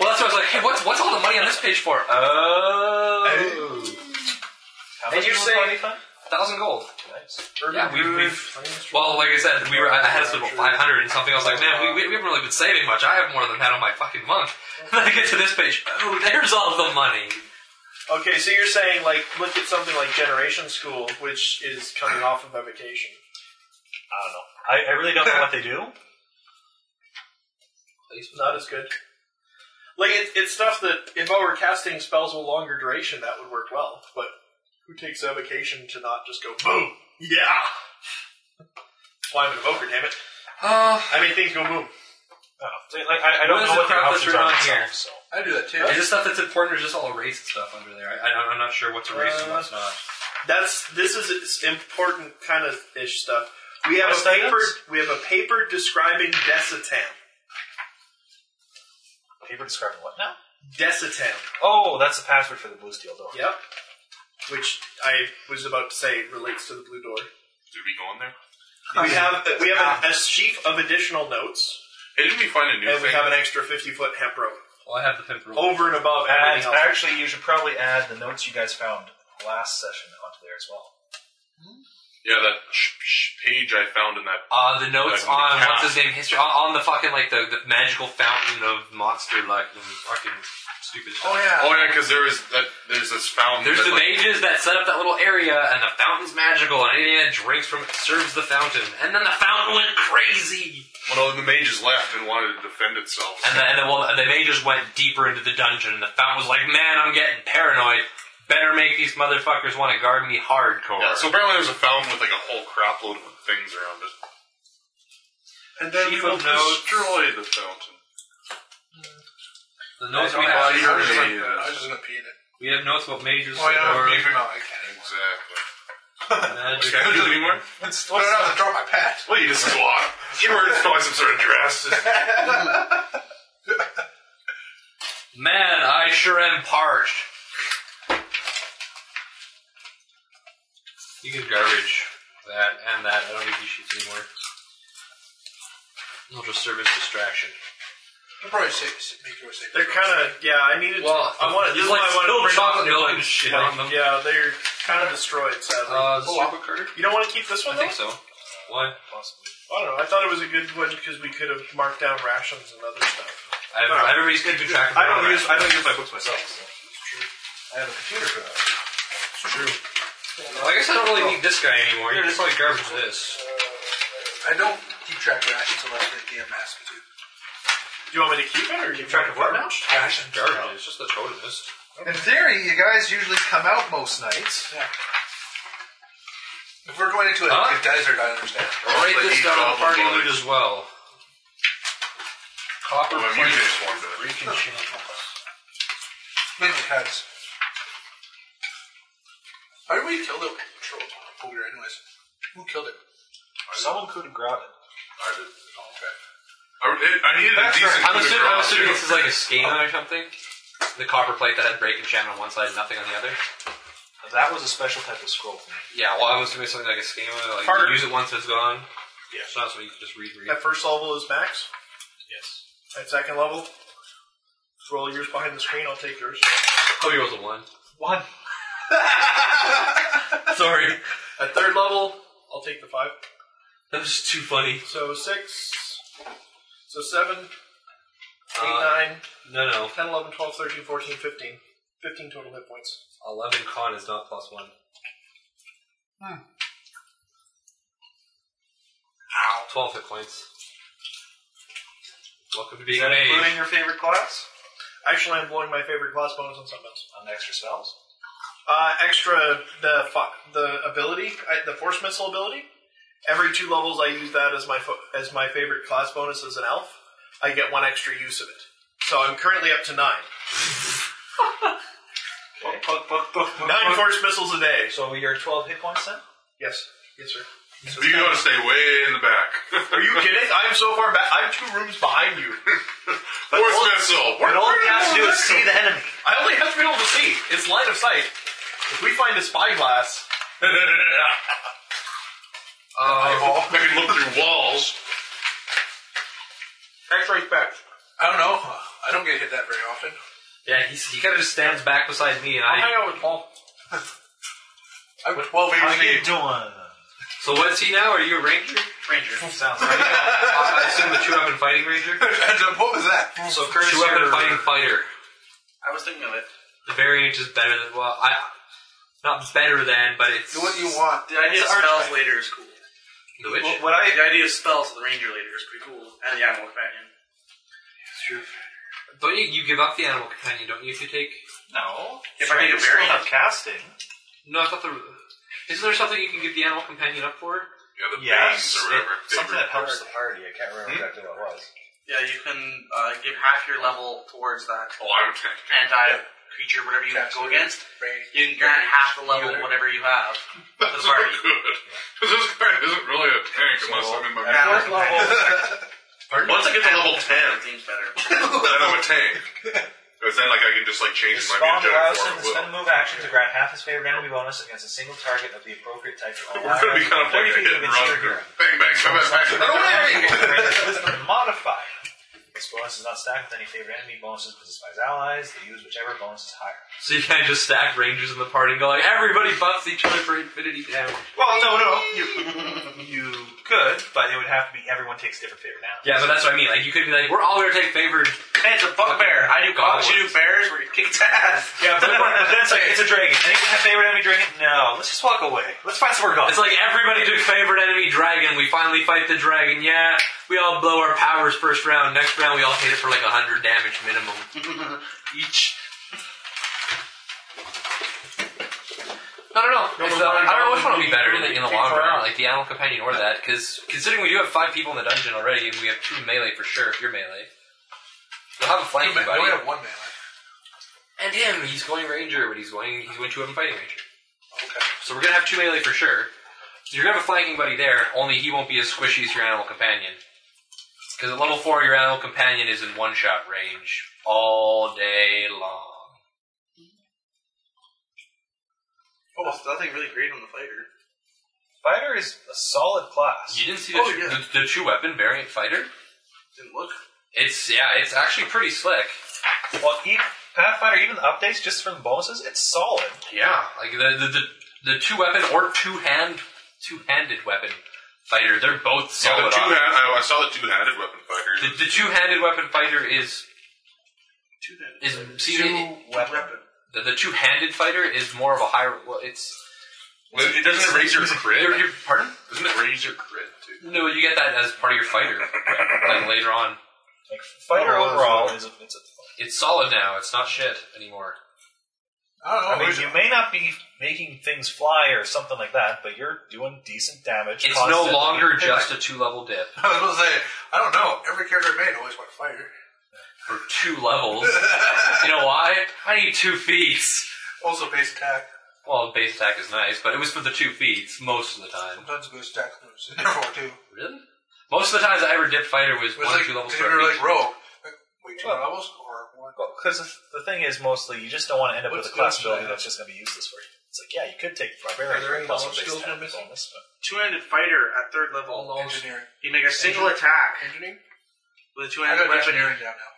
Speaker 4: Well, that's what I was like. Hey, what's what's all the money on this page for? Oh,
Speaker 10: How
Speaker 4: And
Speaker 10: much
Speaker 4: you
Speaker 10: was
Speaker 4: say-
Speaker 10: party fund?
Speaker 4: thousand gold.
Speaker 10: Nice.
Speaker 4: Yeah, we, we've. Well, like I said, we were. I had us about 500 and something. I was like, man, we, we haven't really been saving much. I have more than that on my fucking month. And then I get to this page. Oh, there's all the money.
Speaker 11: Okay, so you're saying like look at something like Generation School, which is coming off of a vacation.
Speaker 10: I don't know. I, I really don't know what they do.
Speaker 11: It's not as good. Like it, it's stuff that if I were casting spells with longer duration, that would work well. But who takes a vacation to not just go boom? Yeah. That's why I'm an evoker, damn it. I mean, things go
Speaker 10: I
Speaker 11: boom.
Speaker 10: don't know. Like, I, I don't
Speaker 4: Uh, What is
Speaker 10: know
Speaker 4: the
Speaker 10: what their
Speaker 4: crap that's
Speaker 10: options are
Speaker 4: written on
Speaker 10: myself,
Speaker 4: here?
Speaker 10: So.
Speaker 3: I do that too.
Speaker 4: Is this stuff that's important or is this all erased stuff under there? I, I, I'm not sure what's erased and what's not.
Speaker 11: That's this is it's important kind of ish stuff. We have
Speaker 10: What's
Speaker 11: a
Speaker 10: that?
Speaker 11: paper. We have a paper describing Decitam.
Speaker 10: Paper describing what now?
Speaker 11: Decitam.
Speaker 10: Oh, that's the password for the blue steel door.
Speaker 11: Yep. Which I was about to say relates to the blue door.
Speaker 5: Did we go on there?
Speaker 11: We have we
Speaker 4: ah.
Speaker 11: have a, a sheaf of additional notes,
Speaker 5: Hey, didn't we find a new
Speaker 11: and we
Speaker 5: thing?
Speaker 11: have an extra fifty foot hemp rope
Speaker 4: Well, I have the pimp rule.
Speaker 11: over and above
Speaker 10: And
Speaker 11: everything else.
Speaker 10: Oh, actually, you should probably add the notes you guys found last session onto there as well.
Speaker 5: yeah, that sh- sh- page I found in that.
Speaker 4: Uh, the notes
Speaker 5: Like,
Speaker 4: on
Speaker 5: yeah.
Speaker 4: what's his name history on, on the fucking like the, the magical fountain of monster luck and fucking stupid stuff.
Speaker 3: Oh yeah.
Speaker 5: Oh yeah, because there is that. There's this fountain.
Speaker 4: There's
Speaker 5: that,
Speaker 4: the
Speaker 5: like,
Speaker 4: mages that set up that little area, and the fountain's magical, and anything that drinks from it serves the fountain. And then the fountain went crazy,
Speaker 5: Well, no, the mages left and wanted to defend itself.
Speaker 4: and then and then well, the mages went deeper into the dungeon. And the fountain was like, man, I'm getting paranoid. Better make these motherfuckers want to guard me hardcore.
Speaker 5: Yeah, so apparently there's a fountain with like a whole crapload of things around it. And then
Speaker 4: Chief
Speaker 5: we will
Speaker 4: of notes.
Speaker 5: destroy the fountain.
Speaker 4: the notes we
Speaker 3: I
Speaker 4: have,
Speaker 3: was just gonna-
Speaker 5: Yeah, yeah,
Speaker 3: I was
Speaker 5: yeah.
Speaker 3: just gonna pee in it.
Speaker 4: we have notes about mages
Speaker 3: Oh yeah,
Speaker 4: or
Speaker 3: leave him out. I can't anymore.
Speaker 5: Exactly.
Speaker 4: magic.
Speaker 5: Can I do it anymore?
Speaker 3: No, no, no, drop my pad.
Speaker 5: Well, you just swap. You were just probably some sort of dress.
Speaker 4: Man, I sure am parched. You can garbage that and that. I don't need these sheets anymore. I'll just serve as distraction.
Speaker 3: You probably save, save- make yours safe.
Speaker 11: They're kind of yeah. I needed.
Speaker 4: Well,
Speaker 11: I wanted.
Speaker 4: you
Speaker 11: This is why
Speaker 4: like spilled
Speaker 11: I wanted to print out
Speaker 4: chocolate
Speaker 11: the new
Speaker 4: milk and
Speaker 11: one.
Speaker 4: shit on them.
Speaker 11: Yeah, they're kind of destroyed. Sadly,
Speaker 4: Uh, is this
Speaker 11: Oh,
Speaker 4: your book, Carter?
Speaker 11: you don't want to keep this
Speaker 4: I
Speaker 11: one.
Speaker 4: think
Speaker 11: though?
Speaker 4: so. Why?
Speaker 11: I don't know. I thought it was a good one because we could have marked down rations and other stuff.
Speaker 4: I
Speaker 11: No.
Speaker 4: everybody's keeping track of
Speaker 11: I don't
Speaker 4: their own
Speaker 11: use I don't use my books myself.
Speaker 10: I have a computer for that.
Speaker 4: rations. Well, I guess I don't really need this guy anymore. You can just like garbage this.
Speaker 3: I don't keep track of rations unless they damn ask me to.
Speaker 11: Do you want me to keep it or keep track of what now?
Speaker 4: Rations. Garbage. It's just the totem list.
Speaker 6: In theory, you guys usually come out most nights.
Speaker 3: If we're going into a,
Speaker 4: Huh?
Speaker 3: a desert, I understand.
Speaker 4: Write
Speaker 5: Like
Speaker 4: this
Speaker 5: each
Speaker 4: down on
Speaker 5: goblin
Speaker 4: the party
Speaker 5: body.
Speaker 4: loot as well. Copper
Speaker 5: Well, I'm
Speaker 4: plate.
Speaker 5: using this one, but-
Speaker 4: Freaking shit.
Speaker 3: Mainly pads. Why did we kill the patrol ogre anyways? Who killed it?
Speaker 10: Someone could have grabbed it.
Speaker 5: I did. I, it, I needed a decent
Speaker 4: I'm
Speaker 5: coup de
Speaker 4: assuming, I'm
Speaker 5: grace,
Speaker 4: assuming
Speaker 5: too.
Speaker 4: this is like a schema or something. The copper plate that had break enchantment on one side and nothing on the other.
Speaker 10: That was a special type of scroll for me.
Speaker 4: Yeah, well, I'm assuming something like a schema. Like
Speaker 11: Part-
Speaker 4: you use it once, it's gone.
Speaker 11: Yeah.
Speaker 4: So that's what you can just read. read.
Speaker 11: At first level is max.
Speaker 10: Yes.
Speaker 11: At second level, roll yours behind the screen. I'll take yours.
Speaker 4: Kobe rolls a one.
Speaker 10: One.
Speaker 4: Sorry,
Speaker 11: At third level, I'll take the five.
Speaker 4: that was just too funny.
Speaker 11: So six. So seven, eight,
Speaker 4: Uh,
Speaker 11: nine,
Speaker 4: no, no,
Speaker 11: 10, 11, 12, 13, 14, 15. 15 total hit points.
Speaker 4: eleven con is not plus one. Ow. Twelve hit points. Welcome to being
Speaker 10: Is that
Speaker 4: an
Speaker 10: including
Speaker 4: age.
Speaker 10: your favorite class?
Speaker 11: Actually, I'm blowing my favorite class bonus on something else.
Speaker 10: On extra spells?
Speaker 11: Uh, extra, the fu- the ability, I, the force missile ability. Every two levels, I use that as my fo- as my favorite class bonus as an elf. I get one extra use of it. So I'm currently up to nine. Nine force missiles a day.
Speaker 10: So we are 12 hit points then?
Speaker 11: Yes. Yes, sir.
Speaker 5: You gotta stay way in the back.
Speaker 11: Are you kidding? I'm so far back. I'm two rooms behind you.
Speaker 5: Force missile. We're
Speaker 10: all you have to do is see the enemy.
Speaker 11: I only have to be able to see. It's line of sight. If we find a spyglass,
Speaker 5: I can look through walls.
Speaker 11: X right back.
Speaker 3: I don't know. I don't get hit that very often.
Speaker 4: Yeah, he's, he kind of just stands back beside me, and
Speaker 11: I'll
Speaker 4: I
Speaker 11: hang out with Paul.
Speaker 3: I'm 12
Speaker 10: How you
Speaker 3: years
Speaker 10: doing?
Speaker 4: So what's he now? Are you a ranger?
Speaker 8: Ranger.
Speaker 10: Sounds
Speaker 4: Are
Speaker 10: like
Speaker 4: you a- I I assume the two weapon fighting ranger.
Speaker 3: what was that?
Speaker 4: So Curtis, two weapon fighting fighter.
Speaker 8: I was thinking of it.
Speaker 4: The variant is better than well, I not better than, but it's
Speaker 3: Do what you want.
Speaker 8: The idea of spells later is cool.
Speaker 4: The witch.
Speaker 10: Well, what I
Speaker 8: The idea of spells to the ranger later is pretty cool, and the animal companion.
Speaker 4: Don't you, you give up the animal companion? Don't you? If you take
Speaker 10: no.
Speaker 8: If I need a
Speaker 10: You still
Speaker 8: variant.
Speaker 10: have casting.
Speaker 4: no, I thought the. Isn't there something you can give the animal companion up for?
Speaker 5: You have the
Speaker 10: Yes,
Speaker 5: bangs or whatever.
Speaker 10: it- something
Speaker 5: favorite.
Speaker 10: that helps the party. I can't remember exactly what it was.
Speaker 8: Yeah, you can uh, give half your level towards that
Speaker 5: Oh, I would take.
Speaker 8: anti creature, whatever you
Speaker 3: Cast
Speaker 8: go
Speaker 3: it.
Speaker 8: against.
Speaker 3: Right.
Speaker 8: You can grant half the level, whatever you have.
Speaker 5: That's
Speaker 8: The
Speaker 5: not
Speaker 8: party.
Speaker 5: good. Because this guy isn't really a tank unless I'm in my.
Speaker 8: Yeah.
Speaker 5: Once I get to level ten,
Speaker 8: That seems better.
Speaker 5: then I'm a tank. Because then, like, I can just like change my
Speaker 10: Respond
Speaker 5: ninja
Speaker 10: allows
Speaker 5: form
Speaker 10: him
Speaker 5: at
Speaker 10: to
Speaker 5: will.
Speaker 10: spend a move action to grant half his favorite enemy bonus against a single target of the appropriate type of all
Speaker 5: We're gonna be kind of like a hit and run. Bang bang, come back, back. Run away!
Speaker 10: With the modifier. This bonus is not stacked with any favorite enemy bonuses possessed by his allies. They use whichever bonus is higher.
Speaker 4: So you can't just stack rangers in the party and go like everybody buffs each other for infinity damage.
Speaker 10: Well, no, no, you you could, but it would have to be everyone takes different favorite now.
Speaker 4: Yeah, but that's what I mean. Like you could be like, we're all gonna take favored.
Speaker 8: Hey, it's a bugbear. I do
Speaker 4: God.
Speaker 8: cops, you do bears, where you kick ass.
Speaker 10: Yeah, but, but then it's like it's a dragon. Anyone have favorite enemy dragon? No, let's just walk away. Let's find somewhere else.
Speaker 4: It's like everybody took favorite enemy dragon. We finally fight the dragon. Yeah, we all blow our powers first round. Next round, we all hit it for like hundred damage minimum.
Speaker 8: Each.
Speaker 4: I don't know. It's, uh, I don't know which one will be better in the, in the long run, like the animal companion or that. Because considering we do have five people in the dungeon already, and we have two melee for sure. If you're melee, we'll have a
Speaker 3: You
Speaker 4: flanking
Speaker 3: might- you only
Speaker 4: buddy.
Speaker 3: have one man left.
Speaker 4: And him, he's going ranger, but he's going he's going two of them fighting ranger.
Speaker 3: Okay.
Speaker 4: So we're gonna have two melee for sure. You're gonna have a flanking buddy there, only he won't be as squishy as your animal companion. Because at level four, your animal companion is in one shot range all day long.
Speaker 8: Oh, there's nothing really great on the fighter.
Speaker 10: Fighter is a solid class.
Speaker 4: You didn't see the,
Speaker 8: Oh,
Speaker 4: two,
Speaker 8: yeah.
Speaker 4: the, the two weapon variant fighter?
Speaker 8: Didn't look.
Speaker 4: It's yeah, it's actually pretty slick.
Speaker 10: Well, e- Pathfinder, even the updates just from the bonuses, it's solid.
Speaker 4: Yeah, like the the, the, the two weapon or two hand two handed weapon fighter. They're both solid.
Speaker 5: Yeah, the two
Speaker 4: options.
Speaker 5: hand. I, I saw the two-handed weapon fighter.
Speaker 4: the, the two handed weapon fighter is
Speaker 8: Two then.
Speaker 4: is see,
Speaker 10: Two weapon.
Speaker 4: the, the two handed fighter is more of a higher. Well, it's
Speaker 5: it doesn't raise your crit.
Speaker 4: Your- your- pardon?
Speaker 5: Doesn't it raise your crit too?
Speaker 4: No, you get that as part of your fighter. like later on,
Speaker 10: Like fighter
Speaker 3: Oh,
Speaker 10: overall is a, it's a.
Speaker 4: it's solid now. It's not shit anymore.
Speaker 3: I don't know.
Speaker 10: I mean,
Speaker 3: where's
Speaker 10: you
Speaker 3: it?
Speaker 10: may not be making things fly or something like that, but you're doing decent damage.
Speaker 4: It's no
Speaker 10: constantly.
Speaker 4: longer just a two level dip
Speaker 3: I was going to say, I don't know. Every character I made always went fighter.
Speaker 4: for two levels. you know why? I need two feats.
Speaker 3: Also base attack.
Speaker 4: Well, base attack is nice, but it was for the two feats most of the time.
Speaker 3: Sometimes base attack moves. It never will do.
Speaker 4: Really? Most of the times I ever dipped fighter was
Speaker 3: It was
Speaker 4: one or
Speaker 3: like,
Speaker 4: two levels
Speaker 3: if
Speaker 4: for
Speaker 3: you
Speaker 4: a
Speaker 3: were like
Speaker 4: feat.
Speaker 3: rogue. Like, wait, two
Speaker 10: Well-
Speaker 3: more levels or one?
Speaker 10: Because the the thing is, mostly you just don't want to end up
Speaker 3: What's
Speaker 10: with a class
Speaker 3: good
Speaker 10: ability
Speaker 3: about-
Speaker 10: that's just going to be useless for you. It's like, yeah, you could take
Speaker 3: Are there any
Speaker 10: barbarian plus
Speaker 3: knowledge
Speaker 10: base
Speaker 3: skills we're
Speaker 10: attack
Speaker 3: missing?
Speaker 10: bonus, but
Speaker 8: Two-handed fighter at third level.
Speaker 3: Engineering.
Speaker 8: You make a single attack
Speaker 3: Engineering?
Speaker 8: with
Speaker 3: I
Speaker 8: a two-handed
Speaker 3: got
Speaker 8: weapon.
Speaker 3: engineering down now.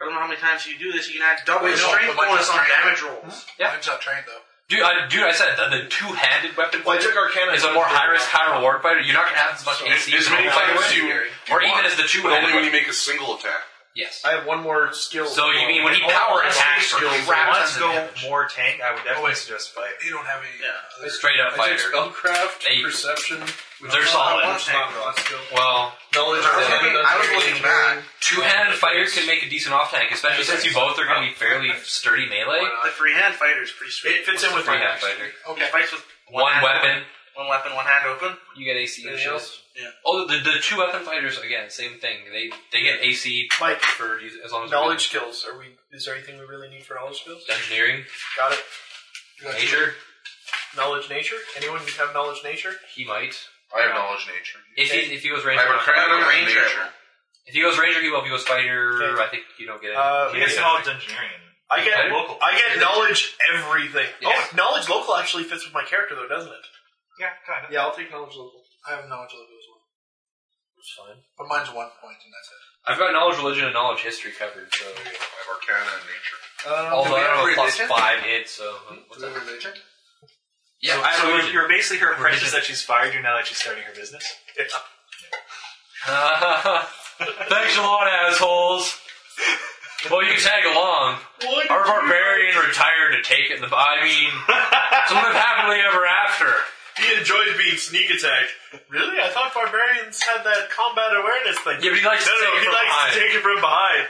Speaker 8: I don't know how many times you do this. You can add double
Speaker 3: Wait,
Speaker 8: the
Speaker 3: no,
Speaker 8: strength
Speaker 3: but mine's
Speaker 8: bonus
Speaker 3: not
Speaker 8: on damage
Speaker 3: strength.
Speaker 8: rolls.
Speaker 4: Yeah.
Speaker 3: Mine's not trained though.
Speaker 4: Dude, I, dude, I said the, the two-handed weapon
Speaker 11: Well, I
Speaker 4: fighter
Speaker 11: took Arcana
Speaker 4: is a
Speaker 11: as
Speaker 4: more
Speaker 11: a-
Speaker 4: high-risk, high-reward fighter. You're not going to have as much
Speaker 5: As,
Speaker 4: AC
Speaker 5: as many
Speaker 4: as a fighter
Speaker 5: times as
Speaker 4: with.
Speaker 5: you,
Speaker 4: Or
Speaker 5: you
Speaker 4: even
Speaker 5: want,
Speaker 4: as the
Speaker 5: but only
Speaker 4: two-handed
Speaker 5: when
Speaker 4: weapon.
Speaker 5: you make a single attack.
Speaker 4: Yes.
Speaker 11: I have one more skill.
Speaker 4: So you mean when he
Speaker 11: All
Speaker 4: power
Speaker 11: my
Speaker 4: attacks or
Speaker 11: skills
Speaker 4: crap
Speaker 11: are-
Speaker 4: tons of
Speaker 10: let's go
Speaker 4: damage.
Speaker 10: more tank. I would definitely suggest fighter.
Speaker 3: You don't have any. uh,
Speaker 8: Yeah.
Speaker 3: other-
Speaker 4: Straight up
Speaker 11: I
Speaker 4: fighter.
Speaker 11: took spellcraft,
Speaker 4: They-
Speaker 11: perception,
Speaker 4: They're solid.
Speaker 11: which is not raw skill.
Speaker 4: Well,
Speaker 11: Knowledge.
Speaker 3: I was
Speaker 4: Yeah.
Speaker 3: looking- I was looking back.
Speaker 4: two-handed fighter can make a decent off tank, especially since you both are going to be fairly sturdy melee.
Speaker 8: The free-hand fighter is pretty sweet.
Speaker 11: It fits in with my
Speaker 4: Three-hand
Speaker 11: axe.
Speaker 4: fighter.
Speaker 8: He fights with
Speaker 4: One
Speaker 8: hand
Speaker 4: weapon.
Speaker 8: open. One weapon, one hand open.
Speaker 4: You get AC and
Speaker 11: Anything
Speaker 4: shields.
Speaker 11: else?
Speaker 8: Yeah.
Speaker 4: Oh, the, the two weapon fighters again, same thing. They they get AC
Speaker 11: Mike,
Speaker 4: for use- as long as they're
Speaker 11: knowledge skills. Are we? Is there anything we really need for knowledge skills?
Speaker 4: within engineering,
Speaker 11: Got it.
Speaker 3: You got
Speaker 4: nature.
Speaker 11: Knowledge nature. Anyone have knowledge nature?
Speaker 4: He might
Speaker 5: I have knowledge nature.
Speaker 4: if he if he goes
Speaker 5: I
Speaker 4: ranger.
Speaker 5: have a crack
Speaker 8: I'm a
Speaker 5: at
Speaker 8: ranger.
Speaker 5: nature.
Speaker 4: If he goes ranger, he will. If he goes fighter,
Speaker 11: Okay.
Speaker 4: I think you don't get it.
Speaker 11: Uh,
Speaker 10: I guess knowledge engineering.
Speaker 11: I get
Speaker 4: Right?
Speaker 11: local. I get knowledge everything.
Speaker 4: Yeah.
Speaker 11: Oh, knowledge local actually fits with my character though, doesn't it?
Speaker 10: Yeah, kind of.
Speaker 11: Yeah, I'll take knowledge local.
Speaker 3: I have knowledge of those one.
Speaker 11: It's fine.
Speaker 3: But mine's one point and that's it.
Speaker 4: I've got knowledge religion and knowledge history covered. So
Speaker 5: I have arcana and nature.
Speaker 11: Um,
Speaker 4: although I
Speaker 3: we have
Speaker 4: don't know plus
Speaker 3: religion?
Speaker 11: Mm-hmm.
Speaker 4: five hit, so
Speaker 3: Do we have religion?
Speaker 4: Yeah,
Speaker 10: So, so you're,
Speaker 4: absolutely.
Speaker 10: you're basically her apprentice that she's fired you now that she's starting her business.
Speaker 4: Thanks a lot, assholes. Well, you can tag along. Our barbarian retired to take it in the. I mean, to live happily ever after.
Speaker 11: He enjoys being sneak attacked. Really? I thought barbarians had that combat awareness thing.
Speaker 4: Yeah, but he likes to
Speaker 11: no, no,
Speaker 4: take it
Speaker 11: he
Speaker 4: from
Speaker 11: likes
Speaker 4: behind.
Speaker 11: to take it from behind.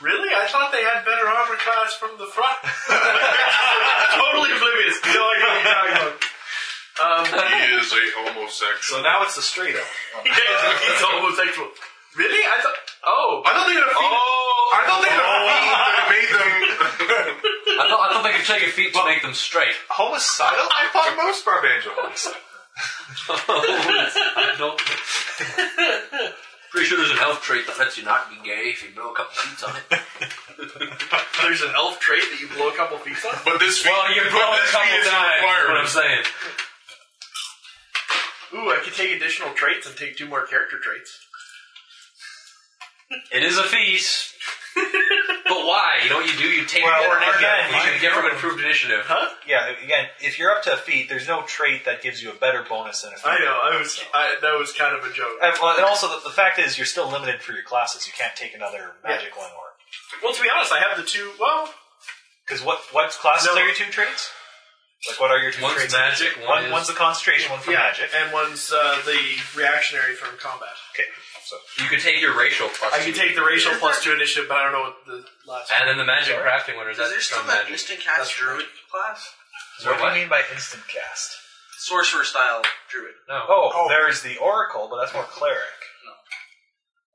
Speaker 11: Really? I thought they had better armor class from the front. totally oblivious. No idea what you're talking about.
Speaker 5: He is a homosexual.
Speaker 10: So now it's the straight up.
Speaker 11: Yeah, he's homosexual. Really? I thought. Oh.
Speaker 5: I thought they had a female.
Speaker 11: Oh.
Speaker 5: I thought they had a female that made them.
Speaker 4: I thought, I thought they could take your feet to make them straight.
Speaker 6: Homicidal? I thought most barbarians were homicidal.
Speaker 4: I don't. Pretty sure there's an elf trait that lets you not be gay if you blow a couple feet on it.
Speaker 11: There's an elf trait that you blow a couple feet on.
Speaker 5: but this
Speaker 4: Well, you blow a
Speaker 5: this
Speaker 4: couple
Speaker 5: is
Speaker 4: times.
Speaker 5: a
Speaker 4: That's what I'm
Speaker 5: requirement.
Speaker 4: saying.
Speaker 11: Ooh, I could take additional traits and take two more character traits.
Speaker 4: It is a feast. but why? You know what you do? You take
Speaker 10: Well,
Speaker 4: well,
Speaker 10: we're
Speaker 4: initiative.
Speaker 10: again-
Speaker 4: we should give them an improved initiative.
Speaker 10: Yeah, again, if you're up to a feat, there's no trait that gives you a better bonus than a feat.
Speaker 11: I know. I was. I, that was kind of a joke.
Speaker 10: And, well, and also, the, the fact is, you're still limited for your classes. You can't take another magic one or.
Speaker 11: Well, to be honest, I have the two. Well,
Speaker 10: Because what, what classes
Speaker 11: No.
Speaker 10: are your two traits? Like, what are your two
Speaker 4: One's
Speaker 10: traits?
Speaker 4: magic, one
Speaker 10: one
Speaker 4: is-
Speaker 10: One's the concentration, one for
Speaker 11: yeah,
Speaker 10: magic.
Speaker 11: and one's uh, the reactionary from combat.
Speaker 10: Okay, so.
Speaker 4: You could take your racial plus
Speaker 11: I can
Speaker 4: two.
Speaker 11: take the racial plus two initiative, but I don't know what the last.
Speaker 4: And then the magic crafting one, or is
Speaker 8: Is
Speaker 4: that
Speaker 8: there still
Speaker 4: from
Speaker 8: that
Speaker 4: magic?
Speaker 8: instant cast druid class?
Speaker 4: Is there
Speaker 10: What, do
Speaker 4: what?
Speaker 10: you mean by instant cast?
Speaker 8: Sorcerer style druid.
Speaker 4: No.
Speaker 10: Oh, there's the oracle, but that's more cleric.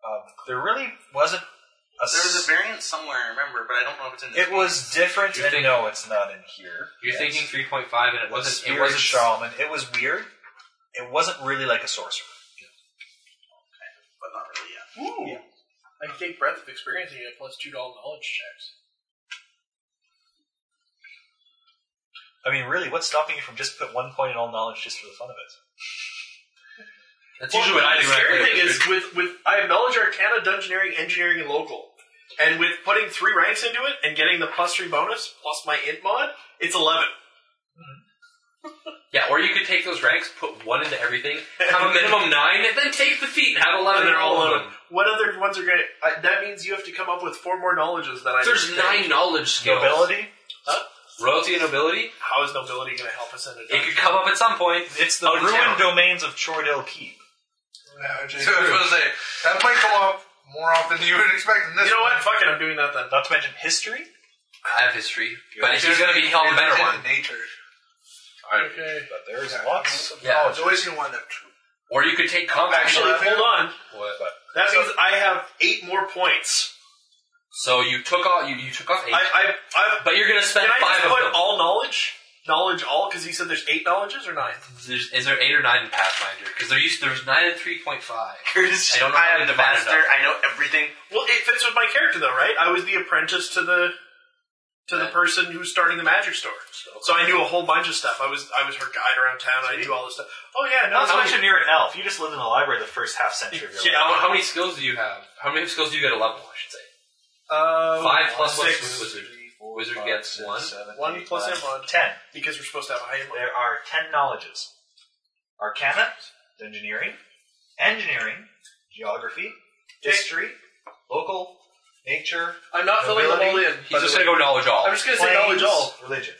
Speaker 10: Um, there really wasn't a.
Speaker 8: There was a
Speaker 10: s-
Speaker 8: variant somewhere I remember, but I don't know if it's in this.
Speaker 10: it was different,
Speaker 4: You
Speaker 10: and
Speaker 4: think-
Speaker 10: no, it's not in here.
Speaker 4: You're
Speaker 10: Yes.
Speaker 4: thinking 3.5, and it
Speaker 10: was
Speaker 4: wasn't. It
Speaker 10: spirit
Speaker 4: wasn't.
Speaker 10: shaman. It was weird. It wasn't really like a sorcerer.
Speaker 8: but not really yet.
Speaker 11: Ooh. I can take breadth of experience and get plus two to all knowledge checks.
Speaker 10: I mean, really, what's stopping you from just put one point in all knowledge just for the fun of it?
Speaker 4: That's usually what I do.
Speaker 11: The
Speaker 4: when I
Speaker 11: scary
Speaker 4: play
Speaker 11: thing
Speaker 4: with
Speaker 11: is
Speaker 4: people.
Speaker 11: with with I have knowledge arcana, dungeoneering, engineering, and local. And with putting three ranks into it and getting the plus three bonus plus my int mod, it's eleven.
Speaker 4: yeah, or you could take those ranks, put one into everything, have a minimum nine, and then take the feet and have eleven
Speaker 11: And
Speaker 4: in
Speaker 11: they're all
Speaker 4: all of
Speaker 11: eleven.
Speaker 4: them.
Speaker 11: What other ones are going? to... Uh, that means you have to come up with four more knowledges that I.
Speaker 4: There's
Speaker 11: need to take.
Speaker 4: nine knowledge skills.
Speaker 10: Nobility.
Speaker 4: royalty, and nobility.
Speaker 11: How is nobility going to help us in a
Speaker 4: It
Speaker 11: dungeon?
Speaker 4: could come up at some point.
Speaker 10: It's the
Speaker 11: Oh,
Speaker 4: Out of
Speaker 10: ruined
Speaker 4: town.
Speaker 10: domains of Chordil Keep.
Speaker 6: So I was going to say, that might come up more often than you would expect in this
Speaker 11: You know what? Fuck it, I'm doing that then.
Speaker 10: Not to mention history.
Speaker 4: I have history, but he's going to be held a better one.
Speaker 6: Nature.
Speaker 11: Okay.
Speaker 10: But there's lots.
Speaker 3: Oh,
Speaker 10: Of
Speaker 4: Yeah.
Speaker 6: It's always going to wind up true.
Speaker 4: Or you could take combat.
Speaker 11: Actually, hold on.
Speaker 4: What?
Speaker 11: That means I have eight more points.
Speaker 4: So you took off. You, you took off eight.
Speaker 11: I, I, I
Speaker 4: but you're going to spend
Speaker 11: can I
Speaker 4: five
Speaker 11: just
Speaker 4: of
Speaker 11: put
Speaker 4: them.
Speaker 11: all knowledge? Knowledge all? Because he said there's eight knowledges or nine?
Speaker 4: There's, is there eight or nine in Pathfinder? Because there used there's nine and three point five.
Speaker 8: Curtis,
Speaker 4: I don't know how to
Speaker 8: am the
Speaker 4: divide it
Speaker 8: master.
Speaker 4: up.
Speaker 8: I know everything.
Speaker 11: Well, it fits with my character though, right? I was the apprentice to the to the
Speaker 4: Right.
Speaker 11: person who's starting the magic store, so I knew a whole bunch of stuff. I was I was her guide around town. I knew all this stuff. Oh yeah, no,
Speaker 10: Not to
Speaker 11: no,
Speaker 10: mention you're an elf. You just lived in the library the first half century of your
Speaker 11: Yeah.
Speaker 10: life.
Speaker 4: How, how many skills do you have? How many skills do you get a level? I should say.
Speaker 11: uh,
Speaker 4: Five plus
Speaker 11: six.
Speaker 4: what's wizard. Wizard gets one.
Speaker 11: One plus
Speaker 10: nine,
Speaker 11: M mod.
Speaker 10: Ten.
Speaker 11: because we're supposed to have a high.
Speaker 10: There are ten knowledges: Arcana, Engineering, Engineering, Geography, History, Local, Nature,
Speaker 11: I'm not filling them all in.
Speaker 10: Ability.
Speaker 4: He's just going to go knowledge all.
Speaker 11: I'm just gonna say
Speaker 10: planes,
Speaker 11: knowledge all.
Speaker 10: religion.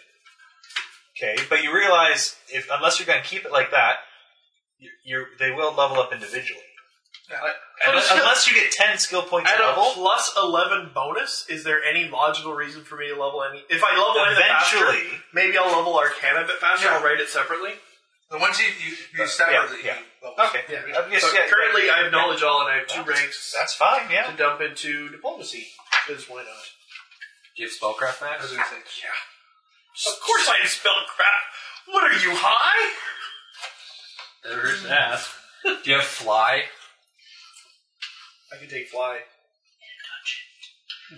Speaker 10: Okay, but you realize if unless you're going to keep it like that, you- you're they will level up individually. Unless, unless you get ten skill points
Speaker 11: At
Speaker 10: a
Speaker 11: a
Speaker 10: level,
Speaker 11: plus eleven bonus, is there any logical reason for me to level any? If I level anything
Speaker 10: Eventually.
Speaker 11: faster, maybe I'll level Arcana a bit faster.
Speaker 6: Yeah.
Speaker 11: I'll write it separately.
Speaker 6: The ones you, you, you separately
Speaker 10: yeah.
Speaker 6: you level.
Speaker 10: okay.
Speaker 11: Yeah.
Speaker 10: Uh, yes,
Speaker 11: So
Speaker 10: yeah,
Speaker 11: currently, I have knowledge all, and I have two ranks
Speaker 10: that's fine.
Speaker 11: to
Speaker 10: Yeah,
Speaker 11: dump into diplomacy. Because why not?
Speaker 4: Do you have spellcraft
Speaker 6: I was
Speaker 4: max?
Speaker 6: going to say.
Speaker 11: Of course, I have spell crap. What are you high?
Speaker 4: There's that. Do you have fly?
Speaker 11: I can take fly.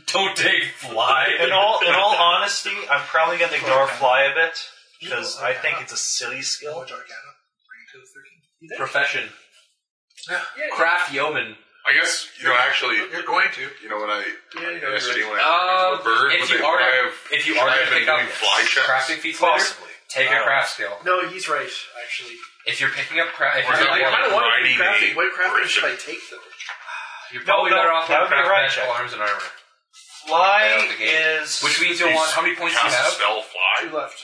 Speaker 4: Don't take fly.
Speaker 10: in all in all honesty, I'm probably going to ignore fly a bit because I think it's a silly
Speaker 6: How
Speaker 10: skill.
Speaker 6: much Arcana? Bring it to the 13.
Speaker 4: Profession. Craft yeoman.
Speaker 5: I guess you know. Actually,
Speaker 6: You're going to.
Speaker 5: you know when I
Speaker 11: Yeah, you know,
Speaker 5: yesterday when I
Speaker 4: Uh,
Speaker 5: turned into a bird,
Speaker 4: if
Speaker 5: was
Speaker 4: you
Speaker 5: it-
Speaker 4: are
Speaker 5: I have,
Speaker 4: if you
Speaker 5: should
Speaker 4: are
Speaker 5: I
Speaker 4: going
Speaker 5: have
Speaker 4: to
Speaker 5: been
Speaker 4: pick up
Speaker 5: doing fly checks.
Speaker 4: crafting feats later,
Speaker 10: Possibly.
Speaker 4: Take a craft skill.
Speaker 11: No, he's right, actually.
Speaker 4: If you're picking up craft, if
Speaker 11: I
Speaker 4: you're picking
Speaker 11: kind of
Speaker 4: up,
Speaker 11: want to be
Speaker 1: grinding
Speaker 11: crafting. What crafting should I take, though?
Speaker 4: you're probably
Speaker 10: no,
Speaker 4: better off with
Speaker 10: that would be
Speaker 4: craft
Speaker 10: right,
Speaker 4: magical
Speaker 10: Jack.
Speaker 4: arms and armor. Out of
Speaker 10: Fly
Speaker 4: the gate.
Speaker 10: is
Speaker 4: Which means you'll want how many points do you
Speaker 5: Cast a
Speaker 4: have?
Speaker 5: spell fly.
Speaker 11: Two left.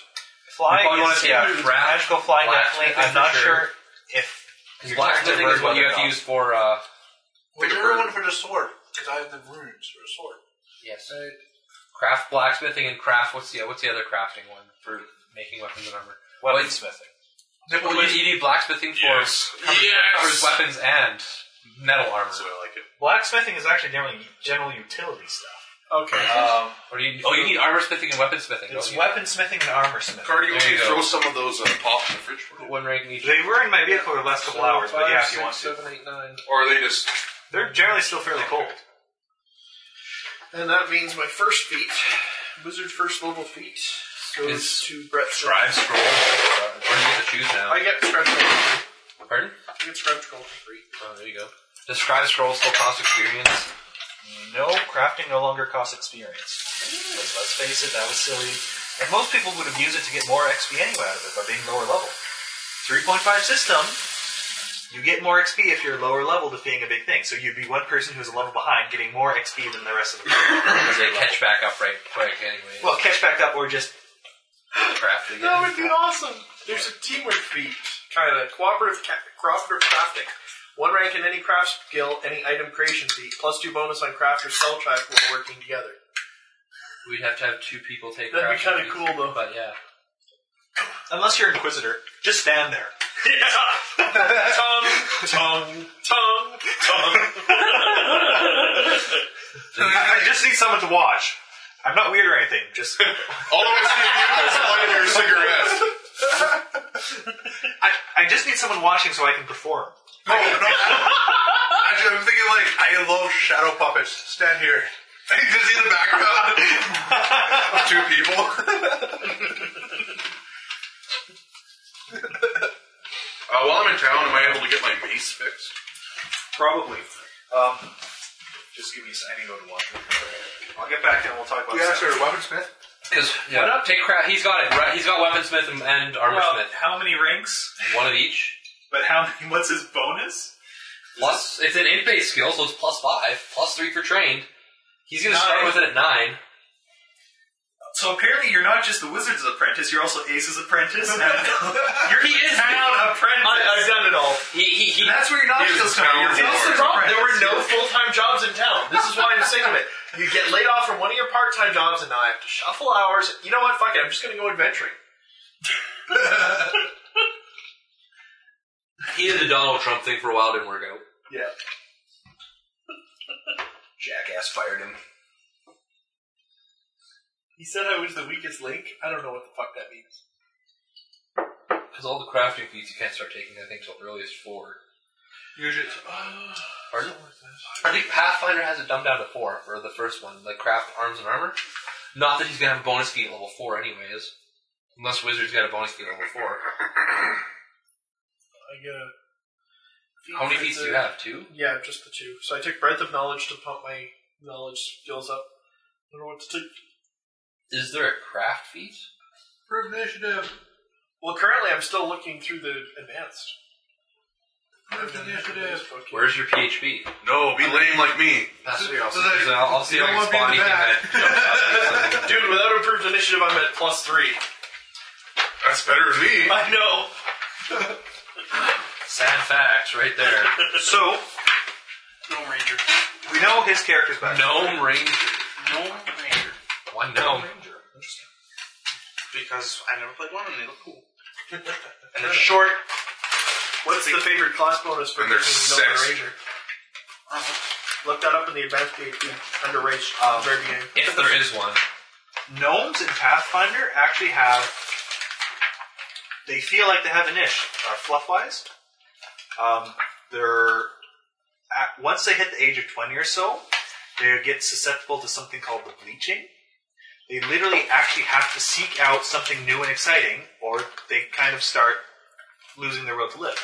Speaker 10: fly
Speaker 4: You probably wanna
Speaker 10: is
Speaker 4: take a
Speaker 10: yeah,
Speaker 4: craft,
Speaker 10: magical fly
Speaker 4: blacksmithing
Speaker 10: definitely.
Speaker 4: for
Speaker 10: I'm not
Speaker 4: sure.
Speaker 10: sure if
Speaker 4: Because blacksmithing is what you have to use for. uh...
Speaker 3: Well,
Speaker 4: Pick a
Speaker 3: you're
Speaker 4: bird.
Speaker 3: one for the sword, because I have the runes for a sword.
Speaker 4: Yes.
Speaker 3: Uh,
Speaker 4: Craft blacksmithing and craft. What's the what's the other crafting one for making weapons and armor?
Speaker 10: weapon smithing.
Speaker 4: Well, you you need blacksmithing for
Speaker 5: Yes.
Speaker 4: covers,
Speaker 5: Yes.
Speaker 4: covers weapons and metal armor. Um,
Speaker 5: So I like it.
Speaker 10: Blacksmithing is actually generally general utility stuff.
Speaker 11: Okay.
Speaker 10: Um,
Speaker 4: Or do you, oh, you need armor smithing and weapon smithing.
Speaker 10: it's
Speaker 4: don't you?
Speaker 10: weapon smithing and armor smithing.
Speaker 5: Cardi,
Speaker 4: There
Speaker 5: can
Speaker 4: you
Speaker 5: you
Speaker 4: go.
Speaker 5: throw some of those uh, pop in the fridge for me?
Speaker 4: One rank in each.
Speaker 10: They were in my vehicle for the last couple hours, but yeah, if you want to,
Speaker 4: Seven, eight, nine.
Speaker 5: Or are they just
Speaker 10: they're generally still fairly cold.
Speaker 11: And that means my first feat, wizard first level feat, goes
Speaker 4: Is-
Speaker 11: to Brett.
Speaker 4: Drive scroll. Uh, where do you get the shoes now?
Speaker 11: I get scratch roll. I
Speaker 4: Pardon?
Speaker 11: get scratch roll for free.
Speaker 4: Oh, there you go. Does scribe scroll still cost experience?
Speaker 10: No, crafting no longer costs experience. Because let's face it, that was silly. And most people would have used it to get more XP anyway out of it by being lower level. 3.5 system, you get more XP if you're lower level to being a big thing. So you'd be one person who's a level behind getting more XP than the rest of the people.
Speaker 4: Because they catch back up right quick anyway.
Speaker 10: well, catch back up or just
Speaker 4: craft again.
Speaker 11: That would be awesome. There's a teamwork feat, kind of cooperative, ca- cooperative crafting. One rank in any craft skill, any item creation feat, plus two bonus on craft or spell track while working together.
Speaker 4: We'd have to have two people take.
Speaker 11: That'd be
Speaker 4: craft
Speaker 11: kinda
Speaker 4: fees,
Speaker 11: cool, though.
Speaker 4: But yeah.
Speaker 10: Unless you're Inquisitor, just stand there.
Speaker 11: Yeah. tongue, tongue, tongue, tongue.
Speaker 10: I just need someone to watch. I'm not weird or anything. Just
Speaker 5: all the way to you is lighting your cigarettes?
Speaker 10: I, I just need someone watching so I can perform.
Speaker 3: No,
Speaker 5: Oh,
Speaker 3: no. Actually, I'm thinking like I love shadow puppets. Stand here. And you just see the background of two people.
Speaker 5: Uh, while I'm in town, am I able to get my mace fixed?
Speaker 10: Probably. Um, just give me a second. I need to go to lunch. I'll get back and we'll talk about
Speaker 3: You asked
Speaker 10: stuff.
Speaker 3: her, weaponsmith.
Speaker 4: Because yeah, take craft. He's got it. Right. He's got weaponsmith and, and
Speaker 10: Well,
Speaker 4: armorsmith.
Speaker 10: how many ranks?
Speaker 4: One of each.
Speaker 10: But how many? What's his bonus?
Speaker 4: Plus, it's an eight base skill, so it's plus five, plus three for trained. He's gonna
Speaker 10: Nine.
Speaker 4: start with it at nine.
Speaker 10: So apparently, you're not just the Wizard's Apprentice. You're also Ace's Apprentice. and you're
Speaker 4: He is
Speaker 10: Town Apprentice.
Speaker 4: I- I've
Speaker 10: done it all.
Speaker 4: He he he.
Speaker 10: That's where your nostrils come. from. You're
Speaker 5: Town
Speaker 10: Wizard's
Speaker 5: Lord.
Speaker 11: problem. There were
Speaker 10: Apprentice.
Speaker 11: no full time jobs in town. This is why I'm sick of it. You get laid off from one of your part time jobs, and now I have to shuffle hours. You know what? Fuck it. I'm just going to go adventuring.
Speaker 4: He did the Donald Trump thing for a while. Didn't work out.
Speaker 11: Yeah.
Speaker 4: Jackass fired him.
Speaker 11: He said I was the weakest link. I don't know what the fuck that means.
Speaker 4: Because all the crafting feats you can't start taking, I think, till earliest four.
Speaker 3: Usually,
Speaker 4: Pardon? I think Pathfinder has it dumbed down to four for the first one, like craft arms and armor. Not that he's gonna have a bonus feat at level four, anyways. Unless Wizard's got a bonus feat at level four.
Speaker 11: I get a.
Speaker 4: How many feats do you have? Two.
Speaker 11: Yeah, just the two. So I took Breadth of Knowledge to pump my knowledge skills up. I don't know what to take.
Speaker 4: Is there a craft feat?
Speaker 3: prove initiative.
Speaker 11: Well, currently I'm still looking through the advanced.
Speaker 3: Prove initiative.
Speaker 11: Fuck you.
Speaker 4: Where's your PHP?
Speaker 5: No, be lame like me.
Speaker 4: That's
Speaker 3: So-
Speaker 4: what I'll
Speaker 3: so
Speaker 4: see.
Speaker 3: they-
Speaker 4: I'll see
Speaker 3: you
Speaker 4: if I
Speaker 3: don't
Speaker 4: can
Speaker 3: wanna be in
Speaker 4: spot
Speaker 3: the
Speaker 4: anything that jumps out at me.
Speaker 11: Dude, without improved initiative, I'm at plus three.
Speaker 5: That's better than me.
Speaker 11: I know.
Speaker 4: Sad facts right there.
Speaker 10: So
Speaker 8: Gnome Ranger.
Speaker 10: we know his character's back.
Speaker 4: Gnome Ranger.
Speaker 8: Gnome Ranger.
Speaker 4: One gnome.
Speaker 8: Because I never played one and they look cool.
Speaker 10: and they're short.
Speaker 11: What's the favorite class bonus for
Speaker 5: And there's
Speaker 11: picking Gnome
Speaker 5: six.
Speaker 11: and Ranger? Uh-huh. Look that up in the advanced PhD under race
Speaker 10: Um,
Speaker 11: very beginning.
Speaker 4: If there is one.
Speaker 10: gnomes in Pathfinder actually have. They feel like they have a niche, uh, fluff wise. Um, they're. At, once they hit the age of 20 or so, they get susceptible to something called the bleaching. They literally actually have to seek out something new and exciting, or they kind of start losing their will to live.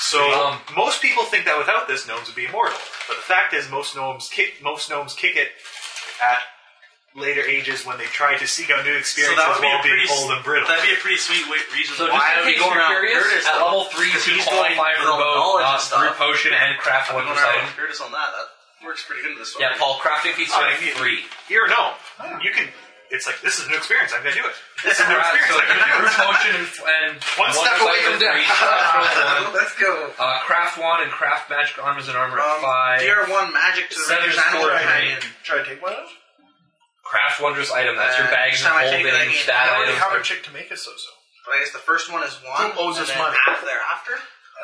Speaker 10: So
Speaker 4: Um,
Speaker 10: most people think that without this, gnomes would be immortal. But the fact is, most gnomes kick most gnomes kick it at later ages when they tried to seek out new
Speaker 8: So
Speaker 10: experiences
Speaker 8: that would be
Speaker 10: while
Speaker 8: a
Speaker 10: being
Speaker 8: pretty
Speaker 10: old and brittle.
Speaker 8: That'd be a pretty sweet wa- reason
Speaker 4: So
Speaker 8: why
Speaker 4: just
Speaker 8: I
Speaker 4: in
Speaker 8: would be
Speaker 4: case
Speaker 8: going
Speaker 4: you're
Speaker 8: around
Speaker 4: curious,
Speaker 8: Curtis.
Speaker 4: at
Speaker 8: though.
Speaker 4: level three,
Speaker 8: Because
Speaker 4: you
Speaker 8: he's
Speaker 4: qualify
Speaker 8: going
Speaker 4: for
Speaker 8: for
Speaker 4: both
Speaker 8: knowledge and
Speaker 4: uh, brew
Speaker 8: stuff.
Speaker 4: potion and craft
Speaker 8: I'm
Speaker 4: one
Speaker 8: going around
Speaker 4: potion.
Speaker 8: with Curtis on that. That works pretty good in this story.
Speaker 4: Yeah, Paul, crafting feats
Speaker 10: Oh,
Speaker 4: are
Speaker 10: yeah.
Speaker 4: three.
Speaker 10: You're no. Ah. You can. It's like this is a new experience. I'm gonna do it. This is a new
Speaker 4: Alright,
Speaker 10: experience.
Speaker 4: so
Speaker 10: I'm gonna do
Speaker 4: brew
Speaker 10: it.
Speaker 4: potion and, and
Speaker 10: One step
Speaker 4: of
Speaker 10: away
Speaker 4: each
Speaker 10: from
Speaker 4: is
Speaker 10: death.
Speaker 4: three. Craft one.
Speaker 3: Let's go.
Speaker 4: Uh, craft one and craft magic armors and armor at
Speaker 8: Um,
Speaker 4: five.
Speaker 8: DR1 magic to the
Speaker 4: Seven
Speaker 8: Ranger's
Speaker 4: is
Speaker 8: animal
Speaker 4: four, I
Speaker 8: companion.
Speaker 11: Try to take one of them?
Speaker 4: Craft wondrous item. That's your
Speaker 8: Uh,
Speaker 4: bags
Speaker 8: each
Speaker 4: and
Speaker 8: time I
Speaker 4: holding
Speaker 8: take it, I gain-
Speaker 4: stat
Speaker 8: I
Speaker 11: Already
Speaker 4: items.
Speaker 11: have a chick to make a so-so.
Speaker 8: But I guess the first one is one.
Speaker 11: Who owes
Speaker 8: and
Speaker 11: us
Speaker 8: then
Speaker 11: money?
Speaker 8: half thereafter?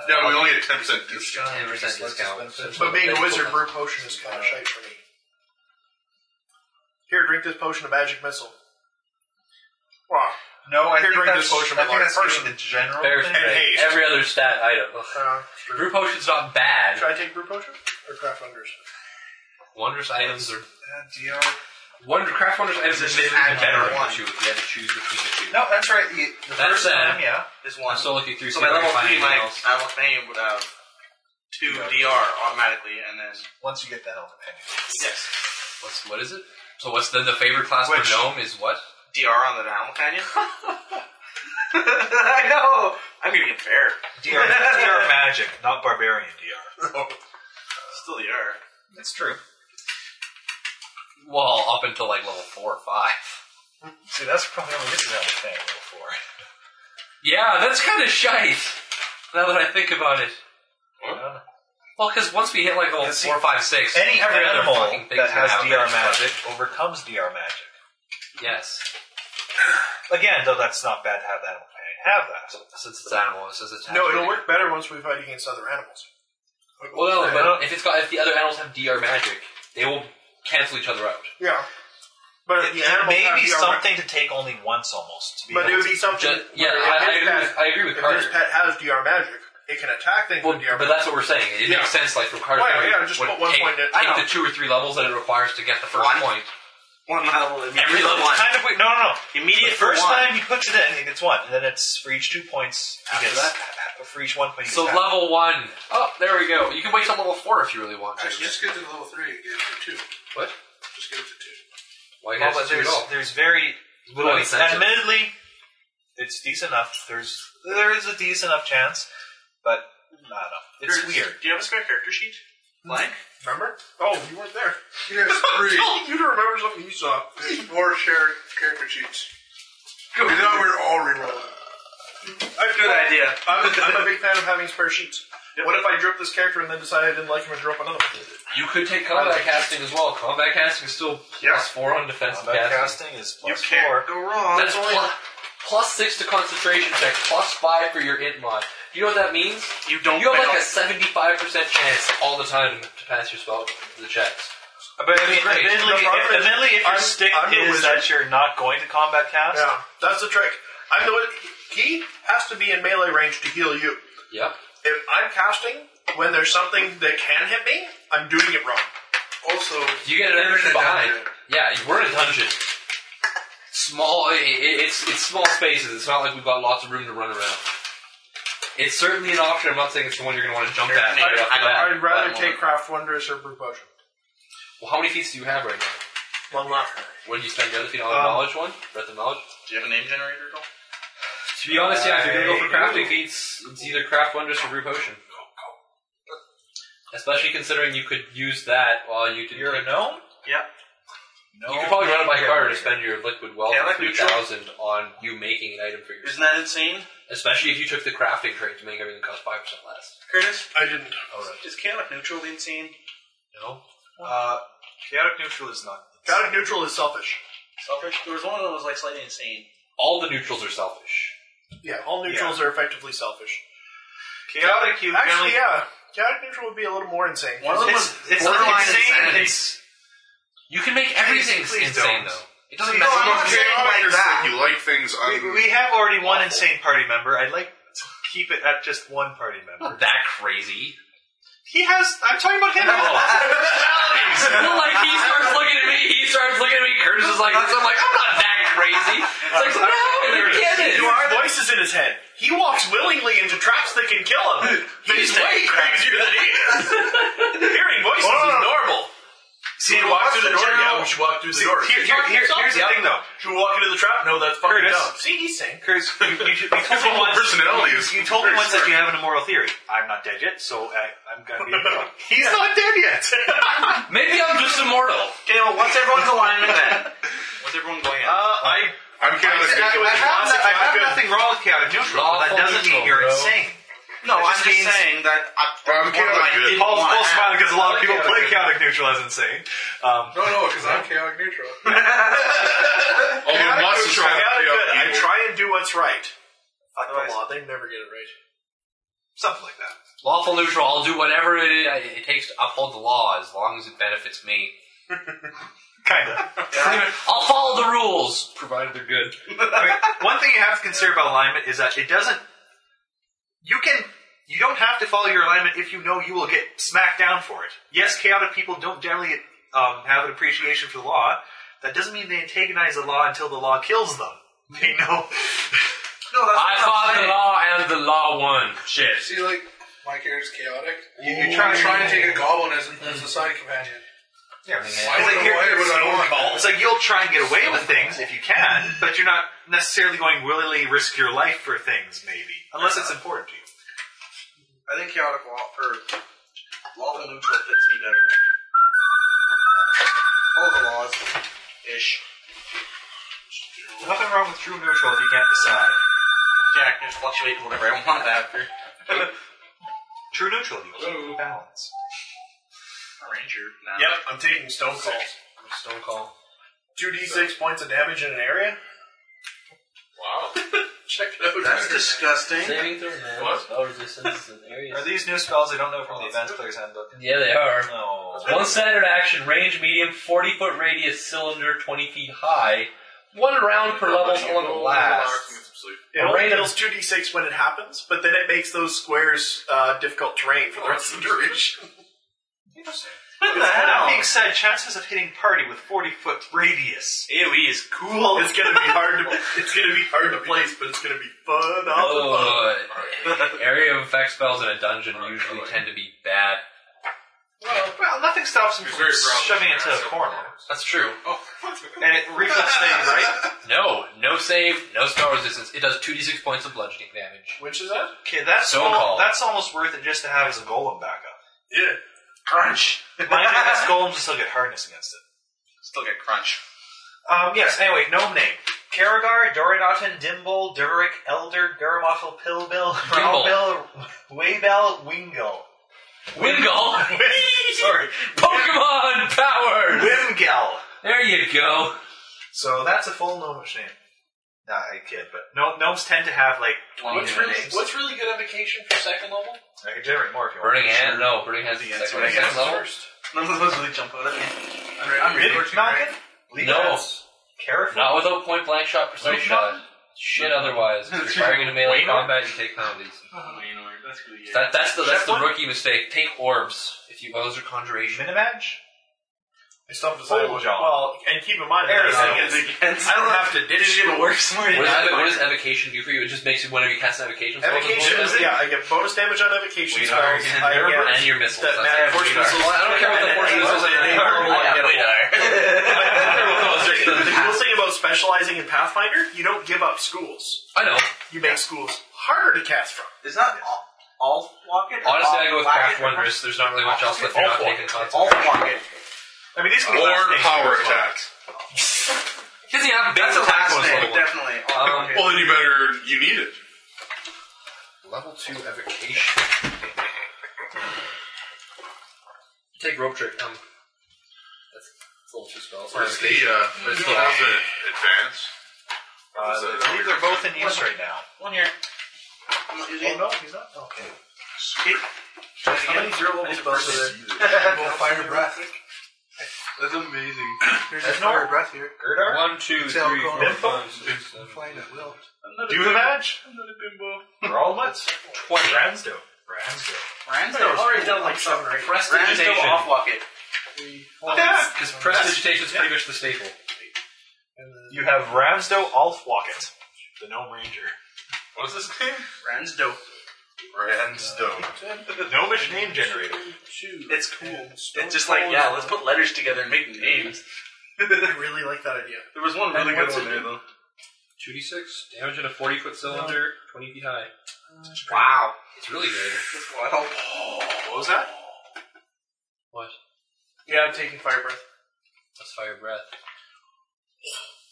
Speaker 5: Yeah, we only get ten percent discount.
Speaker 4: Ten percent discount.
Speaker 11: But being a wizard, brew potion is kind of shite for me. Here, drink this potion of magic missile. Wow.
Speaker 6: No, I
Speaker 11: Here,
Speaker 6: think
Speaker 11: drink
Speaker 6: that's,
Speaker 11: this potion
Speaker 6: I
Speaker 11: of
Speaker 6: think
Speaker 11: large
Speaker 6: that's even
Speaker 11: person.
Speaker 6: the general
Speaker 4: Bear
Speaker 6: thing.
Speaker 4: spray.
Speaker 11: haste.
Speaker 4: Every other stat item. Ugh.
Speaker 11: Uh,
Speaker 4: Brew potion's not bad.
Speaker 11: should I take brew potion or craft wonders?
Speaker 4: Wondrous items are.
Speaker 6: Uh, DR.
Speaker 4: Wonder, craft wondrous items are
Speaker 8: Is it
Speaker 4: maybe
Speaker 8: add
Speaker 4: better
Speaker 8: one?
Speaker 4: than two if you had to choose between the two.
Speaker 6: No, that's right. You, the
Speaker 4: That's
Speaker 6: first
Speaker 4: uh,
Speaker 6: time, yeah.
Speaker 8: Is one.
Speaker 4: I'm still looking through.
Speaker 8: So
Speaker 4: see
Speaker 8: by
Speaker 4: if I
Speaker 8: level
Speaker 4: can find
Speaker 8: three,
Speaker 4: anything
Speaker 8: my
Speaker 4: else.
Speaker 8: animal companion would have two DR automatically, and then
Speaker 6: Once you get that all companion.
Speaker 8: yes,
Speaker 4: What's what is it? So what's then the favorite class
Speaker 6: Which-
Speaker 4: for gnome is what?
Speaker 8: DR on the animal companion. I know. I'm gonna get fair.
Speaker 10: DR, DR magic, not barbarian DR.
Speaker 8: Still DR.
Speaker 10: That's true.
Speaker 4: Well, up until like level four or five.
Speaker 10: See, that's probably only this is how the thing before.
Speaker 4: Yeah, that's kind of shite. Now that I think about it. Well, because once we hit like level
Speaker 10: Yeah, see,
Speaker 4: four, five, six,
Speaker 10: Any
Speaker 4: every other
Speaker 10: animal
Speaker 4: fucking thing's
Speaker 10: that
Speaker 4: gonna
Speaker 10: has
Speaker 4: have
Speaker 10: DR
Speaker 4: magic.
Speaker 10: magic overcomes DR magic.
Speaker 4: Yes,
Speaker 10: Again, though, that's not bad to have that animal companion have that.
Speaker 4: since it's animal, it says it's
Speaker 11: No, it'll work better once we fight against other animals.
Speaker 4: Well, no, but if it's got if the other animals have DR magic, they will cancel each other out.
Speaker 11: Yeah. But if the animal
Speaker 10: Maybe
Speaker 11: has the
Speaker 10: something to take only once, almost. To be
Speaker 11: But it
Speaker 10: able
Speaker 11: would
Speaker 10: to-
Speaker 11: be something.
Speaker 4: Ju- yeah, I,
Speaker 11: where if
Speaker 4: I,
Speaker 11: his
Speaker 4: agree
Speaker 11: pet-
Speaker 4: with, I agree with
Speaker 11: if
Speaker 4: Carter.
Speaker 11: his pet has DR magic, it can attack things
Speaker 4: Well,
Speaker 11: with DR
Speaker 4: but
Speaker 11: magic.
Speaker 4: that's what we're saying. It
Speaker 11: Yeah.
Speaker 4: makes sense, like from Carter's
Speaker 11: Well,
Speaker 4: theory,
Speaker 11: yeah, just
Speaker 4: when
Speaker 11: put one
Speaker 4: take,
Speaker 11: point in-
Speaker 4: take
Speaker 11: I
Speaker 4: the two or three levels that it requires to get the first
Speaker 8: One.
Speaker 4: point.
Speaker 8: One level. Immediate
Speaker 4: Every level
Speaker 8: One.
Speaker 10: Kind of weird. No, no, no.
Speaker 8: Immediate
Speaker 10: The first
Speaker 8: for one.
Speaker 10: time you put it in, he gets one, and then it's for each two points. He
Speaker 4: After
Speaker 10: gets for each one point. He
Speaker 4: So
Speaker 10: gets half.
Speaker 4: level one. Oh, there we go. You can wait till level four if you really want to.
Speaker 3: Actually, just get to level three and get it to two.
Speaker 4: What?
Speaker 3: Just get it to two.
Speaker 4: Why
Speaker 10: Well,
Speaker 4: can't
Speaker 10: but
Speaker 4: you
Speaker 10: there's
Speaker 4: at all?
Speaker 10: there's very little.
Speaker 4: Little incentive.
Speaker 10: Admittedly, it's decent enough. There's there is a decent enough chance, but I don't know. It's
Speaker 8: Curtis,
Speaker 10: weird.
Speaker 8: Do you have a spare character sheet? Blank.
Speaker 11: Remember? Oh, you weren't there.
Speaker 3: Here's three.
Speaker 11: Tell you to remember something you saw.
Speaker 3: There's four shared character sheets. And now we're all rerolling.
Speaker 8: Good idea.
Speaker 11: I'm, I'm a big fan of having spare sheets. What if I drip this character and then decide I didn't like him and drip another one?
Speaker 4: You could take combat casting as well. Combat casting is still plus
Speaker 11: Yeah.
Speaker 4: four on defensive
Speaker 10: Combat
Speaker 4: casting.
Speaker 10: casting is plus
Speaker 8: Can't
Speaker 10: four.
Speaker 8: go wrong.
Speaker 4: That's plus, plus six to concentration check, plus five for your int mod. Do you know what that means?
Speaker 8: You don't
Speaker 4: You have
Speaker 8: fail.
Speaker 4: like a seventy-five percent chance all the time to pass your spell the checks.
Speaker 10: But I mean,
Speaker 4: great.
Speaker 10: admittedly,
Speaker 11: The problem
Speaker 10: if,
Speaker 11: is,
Speaker 10: admittedly, if your
Speaker 11: I'm-
Speaker 10: stick
Speaker 11: I'm the
Speaker 10: is
Speaker 11: wizard.
Speaker 10: that you're not going to combat cast,
Speaker 11: Yeah, that's the trick. I'm the one. He has to be in melee range to heal you.
Speaker 4: Yep.
Speaker 11: If I'm casting when there's something that can hit me, I'm doing it wrong.
Speaker 3: Also,
Speaker 4: You get an
Speaker 3: We're in
Speaker 4: energy
Speaker 3: a
Speaker 4: behind.
Speaker 3: dungeon.
Speaker 4: Yeah, you- we're in a dungeon. Small. i i it's it's small spaces. It's not like we've got lots of room to run around. It's certainly an option. I'm not saying it's the one you're going to want to jump at.
Speaker 8: I-
Speaker 4: right off the
Speaker 8: I-
Speaker 4: bat,
Speaker 11: I'd rather
Speaker 4: but-
Speaker 11: take craft wondrous or brew potion.
Speaker 4: Well, how many feats do you have right now?
Speaker 11: One left.
Speaker 4: What did you spend your other feat on? The
Speaker 11: Um,
Speaker 4: knowledge one, breath of knowledge.
Speaker 8: Do you have a name generator at all?
Speaker 4: To be honest, yeah, if you're gonna go for
Speaker 10: I
Speaker 4: crafting feats, it's either craft wonders or brew potion. Especially considering you could use that while you did.
Speaker 10: you're a gnome.
Speaker 8: Yeah.
Speaker 10: No,
Speaker 4: You could probably run it by
Speaker 10: Yeah.
Speaker 4: card to spend your liquid wealth
Speaker 8: Yeah,
Speaker 4: of
Speaker 8: like
Speaker 4: three
Speaker 8: neutral.
Speaker 4: thousand on you making an item for yourself.
Speaker 8: Isn't that insane,
Speaker 4: Especially if you took the crafting trait to make everything cost five percent less.
Speaker 8: Curtis?
Speaker 11: I didn't.
Speaker 4: Alright.
Speaker 8: Is chaotic neutral insane?
Speaker 4: No.
Speaker 10: Uh, chaotic neutral is not.
Speaker 11: Chaotic neutral is selfish.
Speaker 8: Selfish. There was one that was like slightly insane.
Speaker 4: All the neutrals are selfish.
Speaker 11: Yeah, all neutrals are effectively selfish.
Speaker 10: Chaotic, you
Speaker 11: Actually,
Speaker 10: generally-
Speaker 11: yeah, chaotic neutral would be a little more insane.
Speaker 8: One of them was
Speaker 10: It's, it's not
Speaker 8: borderline
Speaker 10: insane.
Speaker 8: insanity.
Speaker 10: It's
Speaker 4: You can make everything
Speaker 10: Please- please
Speaker 4: insane
Speaker 10: don't.
Speaker 4: though. It doesn't
Speaker 3: you
Speaker 4: matter.
Speaker 3: don't
Speaker 8: not saying like
Speaker 3: understand
Speaker 8: that.
Speaker 5: You like things un-
Speaker 10: we, we have already one insane party member. I'd like to keep it at just one party member.
Speaker 4: that crazy.
Speaker 10: He has. I'm talking about him.
Speaker 4: well, like he starts looking at me, he starts looking at me. Curtis is like, I'm like, I'm not that crazy. It's like, no, you get it.
Speaker 11: You are voices in his head. He walks willingly into traps that can kill him. He's way crazier than he is. Hearing voices is normal.
Speaker 6: See,
Speaker 10: we
Speaker 6: walk
Speaker 10: walk
Speaker 6: through the door.
Speaker 10: general-
Speaker 6: Yeah, we should walk through the
Speaker 10: See,
Speaker 6: door.
Speaker 10: here- here- here- here's the
Speaker 6: Yeah.
Speaker 10: thing, though.
Speaker 6: Should we walk into the trap? No, that's fucking
Speaker 10: Curtis.
Speaker 6: dumb. See, he's saying.
Speaker 10: Curtis, you, you, should- you told me once.
Speaker 5: personality
Speaker 10: you-
Speaker 5: is
Speaker 10: You told me
Speaker 5: very
Speaker 10: once that you have an immoral theory. I'm not dead yet, so I, I'm gonna be.
Speaker 6: He's not dead yet.
Speaker 12: Maybe I'm just immortal.
Speaker 8: Okay, well, what's everyone's alignment then? What's everyone going at?
Speaker 10: uh, I,
Speaker 5: I'm kind of
Speaker 10: I, I have, no- I have nothing wrong with chaotic neutral, but that
Speaker 12: Lawful
Speaker 10: doesn't mean
Speaker 12: neutral, bro.
Speaker 10: you're insane.
Speaker 8: no, I'm
Speaker 10: it just
Speaker 8: just
Speaker 10: means-
Speaker 8: saying that. I,
Speaker 5: I'm kind of good.
Speaker 10: Paul's,
Speaker 8: wanna
Speaker 10: Paul's
Speaker 8: have-
Speaker 10: smiling because a lot of people
Speaker 5: chaotic
Speaker 10: play chaotic neutral as insane. Um,
Speaker 3: No, no, because I'm chaotic neutral.
Speaker 5: Oh, Although Moss is
Speaker 6: I,
Speaker 5: trying to
Speaker 6: gotta
Speaker 5: play
Speaker 6: admit, I
Speaker 5: out evil.
Speaker 6: try and do what's right. Fuck
Speaker 10: Otherwise-
Speaker 6: the law. They never get it right.
Speaker 10: something like that.
Speaker 12: Lawful neutral. I'll do whatever it, it takes to uphold the law as long as it benefits me.
Speaker 10: Kinda.
Speaker 12: I'll follow the rules, provided they're good.
Speaker 10: I mean, one thing you have to consider about alignment is that it doesn't. You can. You don't have to follow your alignment if you know you will get smacked down for it. Yes, chaotic people don't generally um, have an appreciation for the law. That doesn't mean they antagonize the law until the law kills them. They know.
Speaker 13: No, that's
Speaker 12: I
Speaker 13: what I'm
Speaker 12: fought the
Speaker 13: saying.
Speaker 12: law and the law won. Shit.
Speaker 3: See, like, my character's chaotic.
Speaker 10: You- you
Speaker 3: Ooh,
Speaker 10: try-
Speaker 3: I'm trying to take a goblin as, as a side companion. I
Speaker 10: Yeah,
Speaker 3: don't know why, but I want.
Speaker 10: It's like you'll try and get away with things if you can, but you're not necessarily going to willingly risk your life for things, maybe. Unless it's important to you.
Speaker 13: I think chaotic law or lawful neutral fits me better.
Speaker 8: Uh,
Speaker 13: All the laws, ish.
Speaker 10: Nothing wrong with true neutral if you can't decide.
Speaker 8: Yeah, I can just fluctuate whatever I want after.
Speaker 10: True neutral, you keep the balance.
Speaker 8: A ranger. Nah.
Speaker 6: Yep, I'm taking stone calls. Stone call. Two d six points of damage in an area.
Speaker 13: That's disgusting.
Speaker 4: Saving throw man.
Speaker 6: What?
Speaker 4: Spell resistance and areas.
Speaker 10: Are these new spells I don't know from the Advanced Player's Handbook?
Speaker 4: Yeah, they are.
Speaker 10: No.
Speaker 4: One standard action, range medium, 40 foot radius, cylinder, 20 feet high. One round per level someone lasts.
Speaker 6: It
Speaker 4: A
Speaker 6: only
Speaker 4: random-
Speaker 6: deals two d six when it happens, but then it makes those squares uh, difficult terrain for the rest of the duration.
Speaker 10: What the hell? That being said, chances of hitting party with 40 foot radius.
Speaker 8: AoE is cool.
Speaker 6: It's gonna be hard to it's gonna be hard to place, but it's gonna be fun.
Speaker 12: Uh,
Speaker 4: Area of effect spells in a dungeon usually tend to be bad.
Speaker 10: Well, nothing stops him from shoving into a corner.
Speaker 4: That's true.
Speaker 10: And it reflex things, right?
Speaker 4: No, no save, no spell resistance. It does 2d6 points of bludgeoning damage.
Speaker 6: Which is that?
Speaker 10: Okay, that's,
Speaker 4: So
Speaker 10: al-
Speaker 4: called.
Speaker 10: that's almost worth it just to have as a golem backup.
Speaker 6: Yeah.
Speaker 8: crunch.
Speaker 10: Mind you, that's golems will still get hardness against it.
Speaker 8: Still get crunch.
Speaker 10: Um, yes, anyway, gnome name. Karagar, Doridotin, Dimble, Durick, Elder, Garamoffel, Pillbill, Rowbill, Waybell, Wingle.
Speaker 4: Wingle!
Speaker 10: Sorry,
Speaker 4: Pokemon power!
Speaker 10: Wimgel.
Speaker 4: There you go.
Speaker 10: So that's a full gnomish name. Nah, I kid, but no, gnomes tend to have like 20
Speaker 6: What's
Speaker 10: different
Speaker 6: really,
Speaker 10: names.
Speaker 6: what's really good invocation for second level?
Speaker 10: I can generate more if you want.
Speaker 4: Burning Hand? No, Burning Hand's the second
Speaker 8: Burning Hand's
Speaker 4: level.
Speaker 8: None of those really jump out at me.
Speaker 13: I'm ready.
Speaker 10: Midwich Malkin? Leave
Speaker 4: No.
Speaker 10: that's Careful.
Speaker 4: Not without point blank shot, precise shot. Shit, otherwise. If you're firing into melee combat, you take penalties.
Speaker 8: Oh, That's really good.
Speaker 4: That, that's the, that's the rookie mistake. Take orbs. If you, well, those are conjuration.
Speaker 10: Minimatch?
Speaker 6: I still have to decide
Speaker 10: Full
Speaker 6: what-
Speaker 10: job.
Speaker 6: Well, and keep in mind,
Speaker 10: There it
Speaker 6: that I
Speaker 10: is.
Speaker 6: don't-
Speaker 8: against.
Speaker 6: I don't have to ditch
Speaker 8: Didn't even work smart.
Speaker 4: What does, ev- what does evocation do for you? It just makes you whenever you cast an evocation. spell, it does
Speaker 6: Evocation
Speaker 4: bonus
Speaker 6: is,
Speaker 4: damage.
Speaker 6: yeah, I get bonus damage on evocation
Speaker 8: We are
Speaker 6: spells.
Speaker 8: in
Speaker 6: I
Speaker 8: there,
Speaker 6: get
Speaker 4: and your missiles.
Speaker 6: that
Speaker 4: That's
Speaker 6: magic
Speaker 4: it.
Speaker 6: force
Speaker 4: We are.
Speaker 6: missiles.
Speaker 4: Well, I don't care what the force missiles are. They are.
Speaker 8: I got
Speaker 4: Well,
Speaker 6: The the cool thing about specializing in Pathfinder, you don't give up schools.
Speaker 4: I know.
Speaker 6: You make schools harder to cast from.
Speaker 8: It's not all, all walk it.
Speaker 4: Honestly,
Speaker 8: all
Speaker 4: I go with
Speaker 8: whack
Speaker 4: craft
Speaker 8: it?
Speaker 4: wondrous. There's not really much else left. You're not taking
Speaker 8: All
Speaker 4: concept.
Speaker 8: walk it.
Speaker 10: I mean, these can be last
Speaker 5: Or
Speaker 10: names.
Speaker 5: power attack.
Speaker 4: Because you have
Speaker 8: That's a
Speaker 4: attack
Speaker 8: last
Speaker 4: bonus
Speaker 8: name,
Speaker 4: level one.
Speaker 8: definitely. All walk it.
Speaker 5: Well, then you better, you need it.
Speaker 4: Level two evocation. Take rope trick. Um, that's, that's level two spells.
Speaker 5: Where's the, uh, where's the advance?
Speaker 10: Uh, I believe they're both in use right now.
Speaker 8: One here. I'm not using it.
Speaker 10: no, he's not? Okay.
Speaker 8: How many zero level spells are there?
Speaker 13: Well, fire breath. That's amazing. There's a
Speaker 10: no-
Speaker 13: fire breath here.
Speaker 10: Girdar?
Speaker 4: One, two, three,
Speaker 13: Tell
Speaker 4: four,
Speaker 13: Conan.
Speaker 4: five, six, seven.
Speaker 13: Flying at will.
Speaker 10: Do the match? Gralmut? 20. Ransdo. Ransdo.
Speaker 8: Random's already done like seven or eight. Random's
Speaker 4: Prestidigitation.
Speaker 8: off walk it.
Speaker 4: Because prestidigitation's pretty much the staple.
Speaker 10: You have Ramsdo Alfwocket, the Gnome Ranger.
Speaker 5: What's this name?
Speaker 8: Random's dope.
Speaker 5: Randstone.
Speaker 10: Gnomish name generator.
Speaker 8: It's cool.
Speaker 14: It's just like, yeah, let's put letters together and make names.
Speaker 11: I really like that idea.
Speaker 8: There was one really good
Speaker 11: what's
Speaker 8: one
Speaker 11: it
Speaker 8: there though.
Speaker 4: 2d6. Damage in a 40 foot cylinder, 20 feet high.
Speaker 14: Wow.
Speaker 4: It's really good.
Speaker 11: What was that?
Speaker 4: What?
Speaker 11: Yeah, I'm taking fire breath.
Speaker 4: That's fire breath.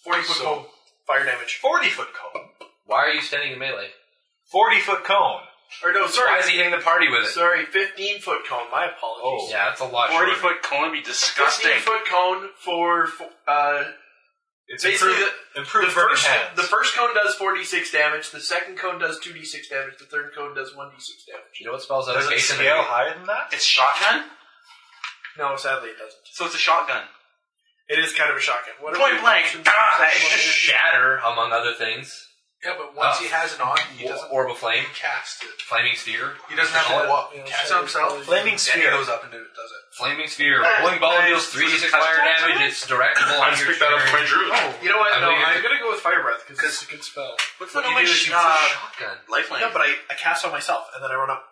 Speaker 11: Forty foot cone. Fire damage.
Speaker 10: 40 foot cone.
Speaker 4: Why are you standing in melee?
Speaker 10: 40 foot cone.
Speaker 11: Or no,
Speaker 4: Why
Speaker 11: sorry,
Speaker 4: is he hitting the party with it? Oh.
Speaker 11: sorry, fifteen foot cone. My apologies.
Speaker 4: yeah, that's a lot.
Speaker 14: Forty
Speaker 4: shorter.
Speaker 14: foot cone would be disgusting.
Speaker 11: Fifteen foot cone for for, uh,
Speaker 10: It's
Speaker 11: Basically,
Speaker 10: improved, improved
Speaker 11: the
Speaker 10: burning
Speaker 11: first
Speaker 10: hands.
Speaker 11: the first cone does four d six damage. The second cone does two d six damage. The third cone does one d six damage.
Speaker 4: You know what spells that
Speaker 10: Does it
Speaker 4: evasion?
Speaker 10: scale higher than that?
Speaker 14: It's shotgun,
Speaker 11: No, sadly, it doesn't.
Speaker 14: so it's a shotgun.
Speaker 11: It is kind of a shotgun. What if
Speaker 14: Point
Speaker 11: we-
Speaker 14: blank. Die.
Speaker 4: Shatter, among other things.
Speaker 3: Yeah, but once
Speaker 4: Oh.
Speaker 3: he has it on, he doesn't
Speaker 4: Orb of flame,
Speaker 3: cast it.
Speaker 4: flaming sphere,
Speaker 3: He doesn't have to walk. Cast it himself. Then he
Speaker 10: Flaming sphere.
Speaker 3: goes up and do it, does it.
Speaker 4: flaming sphere. Rolling ball deals three d six fire damage. It's directable on
Speaker 5: I just
Speaker 4: your
Speaker 5: picked that up from my
Speaker 4: turn.
Speaker 5: druid.
Speaker 11: You know what?
Speaker 4: I
Speaker 11: No,
Speaker 4: believe it-
Speaker 11: I'm gonna go with fire breath because it's a good spell.
Speaker 14: What's
Speaker 11: What
Speaker 14: the
Speaker 11: you
Speaker 14: name
Speaker 11: do
Speaker 14: of sh-
Speaker 11: is you
Speaker 14: uh,
Speaker 4: Shotgun
Speaker 14: lifeline?
Speaker 11: No, but I, I cast on myself and then I run up.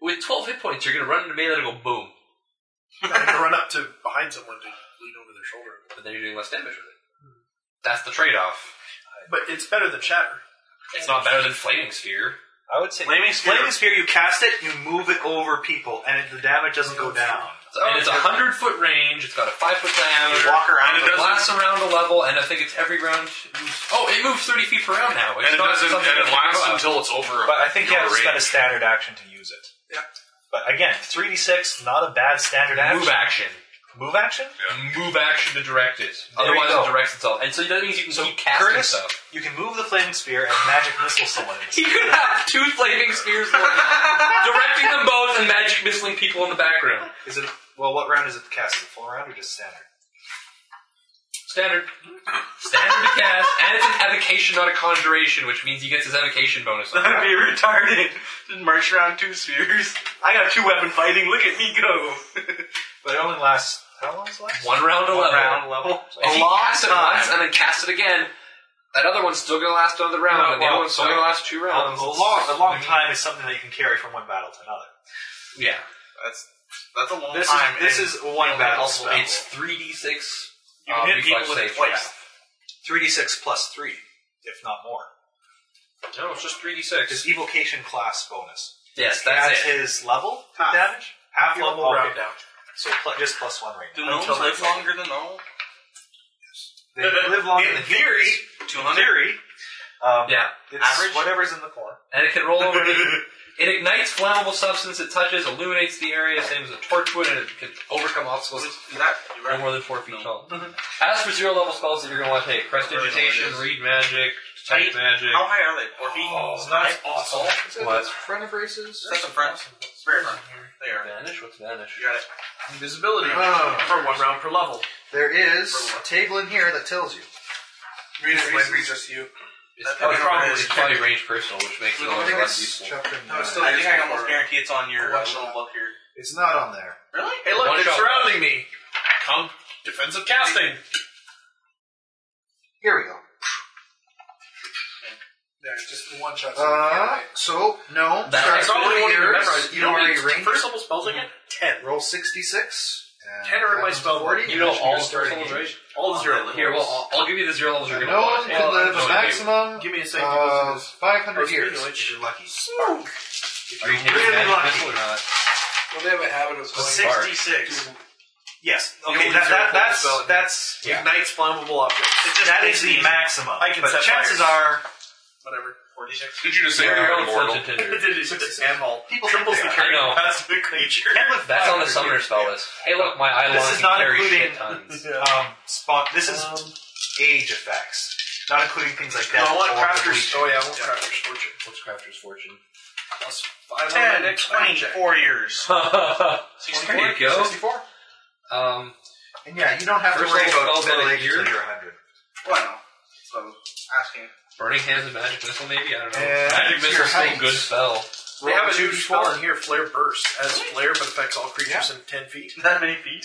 Speaker 4: with twelve hit points. You're gonna run into melee and go boom,
Speaker 11: I'm gonna run up to behind someone to lean over their shoulder.
Speaker 4: but then you're doing less damage with it. That's the trade off.
Speaker 11: But it's better than shatter.
Speaker 4: It's not better than flaming sphere.
Speaker 10: I would say
Speaker 14: Flaming sphere.
Speaker 10: Flaming sphere. You cast it, you move it over people, and it, the damage doesn't go down.
Speaker 4: So, and it's a hundred foot range. It's got a five foot diameter.
Speaker 10: Walk around
Speaker 4: It lasts around a level, and I think it's every round. Oh, it moves thirty feet per round now. It's
Speaker 5: And it
Speaker 4: not
Speaker 5: doesn't. And
Speaker 4: something
Speaker 5: it
Speaker 4: that
Speaker 5: lasts
Speaker 4: you
Speaker 5: until it's over.
Speaker 10: But I think you
Speaker 5: your
Speaker 10: have to spend a
Speaker 5: range.
Speaker 10: standard action to use it.
Speaker 3: Yeah.
Speaker 10: But again, 3d6, not a bad standard
Speaker 4: go up.
Speaker 10: action.
Speaker 4: move action.
Speaker 10: Move action?
Speaker 4: Move action to direct it.
Speaker 10: There you
Speaker 4: Otherwise,
Speaker 10: go.
Speaker 4: it directs itself, and so that means you can
Speaker 10: So,
Speaker 4: keep casting
Speaker 10: Curtis,
Speaker 4: stuff.
Speaker 10: you can move the flaming sphere and magic missile someone.
Speaker 4: He could have two flaming spears directing them both and magic missling people in the background.
Speaker 10: Is it, well, what round is it cast? Is it full round or just standard?
Speaker 4: Standard. Standard to cast, and it's an evocation, not a conjuration, which means he gets his evocation bonus. On
Speaker 14: That'd
Speaker 4: that.
Speaker 14: be retarded. Just march around two spheres. I got two weapon fighting. Look at me go.
Speaker 10: But it only lasts, how long is it last?
Speaker 4: One round a level.
Speaker 14: Round level.
Speaker 4: If he casts it once and then casts it again, that other one's still gonna last another round,
Speaker 10: No,
Speaker 4: and the
Speaker 10: well,
Speaker 4: other one's still
Speaker 10: no.
Speaker 4: gonna last two
Speaker 10: A,
Speaker 4: rounds.
Speaker 10: a long, a long time is something that you can carry from one battle to another.
Speaker 4: oh. Yeah.
Speaker 6: That's that's a long
Speaker 10: This
Speaker 6: time.
Speaker 10: is, this
Speaker 6: and
Speaker 10: is one battle spell.
Speaker 4: It's 3d6.
Speaker 10: You
Speaker 4: uh,
Speaker 10: can hit
Speaker 4: reflex
Speaker 10: people with it
Speaker 4: save
Speaker 10: twice.
Speaker 4: throws.
Speaker 10: 3d6 plus 3, if not more.
Speaker 4: No, it's just 3d6.
Speaker 10: His evocation class bonus.
Speaker 4: Yes,
Speaker 10: That's
Speaker 4: that's it.
Speaker 10: his level damage? Half level
Speaker 11: Level
Speaker 10: okay.
Speaker 11: round down.
Speaker 10: So pl- just plus one right
Speaker 14: Do
Speaker 10: now.
Speaker 14: gnomes live longer than normal?
Speaker 10: They live longer
Speaker 11: In
Speaker 10: than
Speaker 11: theory,
Speaker 10: humans.
Speaker 14: Two
Speaker 10: In
Speaker 14: hundred.
Speaker 10: theory. Um,
Speaker 4: Yeah.
Speaker 10: It's
Speaker 14: Average?
Speaker 10: whatever's in the corner.
Speaker 4: And it can roll over. it, it ignites flammable substance it touches, illuminates the area, same as a torch would, and it can overcome obstacles
Speaker 14: That
Speaker 4: no more than four feet tall. As for zero level spells that you're going to want to take, prestidigitation, read magic,
Speaker 14: Eight.
Speaker 4: detect magic.
Speaker 14: How high are they? Four feet.
Speaker 4: Oh,
Speaker 14: awesome.
Speaker 4: What?
Speaker 5: Friend of races.
Speaker 14: That's in front. It's very front. They are.
Speaker 4: Vanish? What's vanish?
Speaker 14: You got it.
Speaker 11: Invisibility
Speaker 6: Oh.
Speaker 11: for one round per level.
Speaker 6: There is a table in here that tells you.
Speaker 3: Read it might be just you.
Speaker 4: It's
Speaker 14: That-
Speaker 4: probably,
Speaker 14: that probably
Speaker 4: it's
Speaker 14: is-
Speaker 4: probably range personal, which makes it
Speaker 6: I
Speaker 4: a
Speaker 3: Mm-hmm.
Speaker 4: lot
Speaker 6: think
Speaker 4: less
Speaker 6: it's
Speaker 4: useful.
Speaker 6: chapter
Speaker 3: No,
Speaker 6: nine.
Speaker 3: it's still-
Speaker 14: I think I can almost guarantee it's on your uh,
Speaker 3: Watch
Speaker 14: little
Speaker 3: out.
Speaker 14: book here.
Speaker 6: It's not on there.
Speaker 14: Really?
Speaker 11: Hey, look,
Speaker 4: One
Speaker 11: they're
Speaker 4: shot.
Speaker 11: surrounding me. Come, defensive casting.
Speaker 6: Here we go.
Speaker 3: Yeah, just the one shot.
Speaker 6: Uh, so no. starts
Speaker 4: That's
Speaker 11: That's all
Speaker 6: with
Speaker 11: we want to
Speaker 6: here.
Speaker 11: remember.
Speaker 6: You are a range.
Speaker 11: First level spells again? Ten.
Speaker 6: Roll sixty-six. and
Speaker 11: Ten are in my
Speaker 6: weapons
Speaker 11: spell.
Speaker 6: Forty.
Speaker 4: You know
Speaker 6: and
Speaker 4: all
Speaker 6: you're
Speaker 4: the
Speaker 6: starting
Speaker 4: levels,
Speaker 6: here.
Speaker 4: right?
Speaker 11: All zero.
Speaker 4: Here, well, I'll, I'll give you the zero levels you're going to
Speaker 6: No one
Speaker 4: want to
Speaker 6: can
Speaker 4: take.
Speaker 6: live
Speaker 4: No,
Speaker 6: a maximum
Speaker 11: Give me a second.
Speaker 6: of
Speaker 11: Listen
Speaker 6: five hundred years.
Speaker 10: If you're lucky.
Speaker 4: Are you taking
Speaker 11: Really
Speaker 4: magic
Speaker 11: lucky.
Speaker 4: missile or not?
Speaker 3: Well, they have a habit of going.
Speaker 11: Sixty-six.
Speaker 10: Yes.
Speaker 11: You
Speaker 10: Okay.
Speaker 11: only
Speaker 10: That,
Speaker 11: zero
Speaker 10: that,
Speaker 11: level
Speaker 10: that's
Speaker 11: spell.
Speaker 10: that's
Speaker 4: Yeah.
Speaker 11: Ignites flammable objects. It just
Speaker 10: that
Speaker 11: makes
Speaker 10: is
Speaker 11: it
Speaker 10: the
Speaker 11: easy.
Speaker 10: maximum.
Speaker 11: I can
Speaker 10: but
Speaker 11: set
Speaker 10: chances are
Speaker 11: Whatever. Forty-six.
Speaker 5: Did you just say
Speaker 4: You're
Speaker 5: they're
Speaker 4: going
Speaker 5: immortal?
Speaker 4: to Tinder.
Speaker 11: Animal. People triples the
Speaker 4: Yeah, I
Speaker 11: turn
Speaker 4: know.
Speaker 11: capacity of a creature.
Speaker 4: That's on the summoner spell list. Hey, look, my Eidolon
Speaker 10: this is
Speaker 4: can
Speaker 10: not
Speaker 4: carry
Speaker 10: including
Speaker 4: shit tons.
Speaker 10: um, spawn. This is age effects, not including things like that.
Speaker 11: I want
Speaker 10: or
Speaker 11: crafters.
Speaker 10: deletion.
Speaker 11: Oh yeah, I want crafters fortune.
Speaker 4: What's Crafter's Fortune?
Speaker 11: Plus five on my
Speaker 14: Ten,
Speaker 11: next round check.
Speaker 14: twenty-four years.
Speaker 4: there you go.
Speaker 6: Sixty-four.
Speaker 4: Um,
Speaker 6: And yeah, you don't have
Speaker 4: First
Speaker 6: to worry
Speaker 4: level
Speaker 6: about
Speaker 4: spell
Speaker 6: middle
Speaker 4: that
Speaker 6: age
Speaker 4: here.
Speaker 6: until you're
Speaker 14: Well, I know. So I was asking.
Speaker 4: Burning Hands and Magic Missile, maybe? I don't know.
Speaker 6: Yeah,
Speaker 4: magic
Speaker 6: it's your
Speaker 4: Missile's still a
Speaker 6: height.
Speaker 4: good spell.
Speaker 11: They have a new
Speaker 6: 2d4.
Speaker 11: spell in here, Flare Burst. As Flare, but affects all creatures in 10 feet.
Speaker 14: That many feet?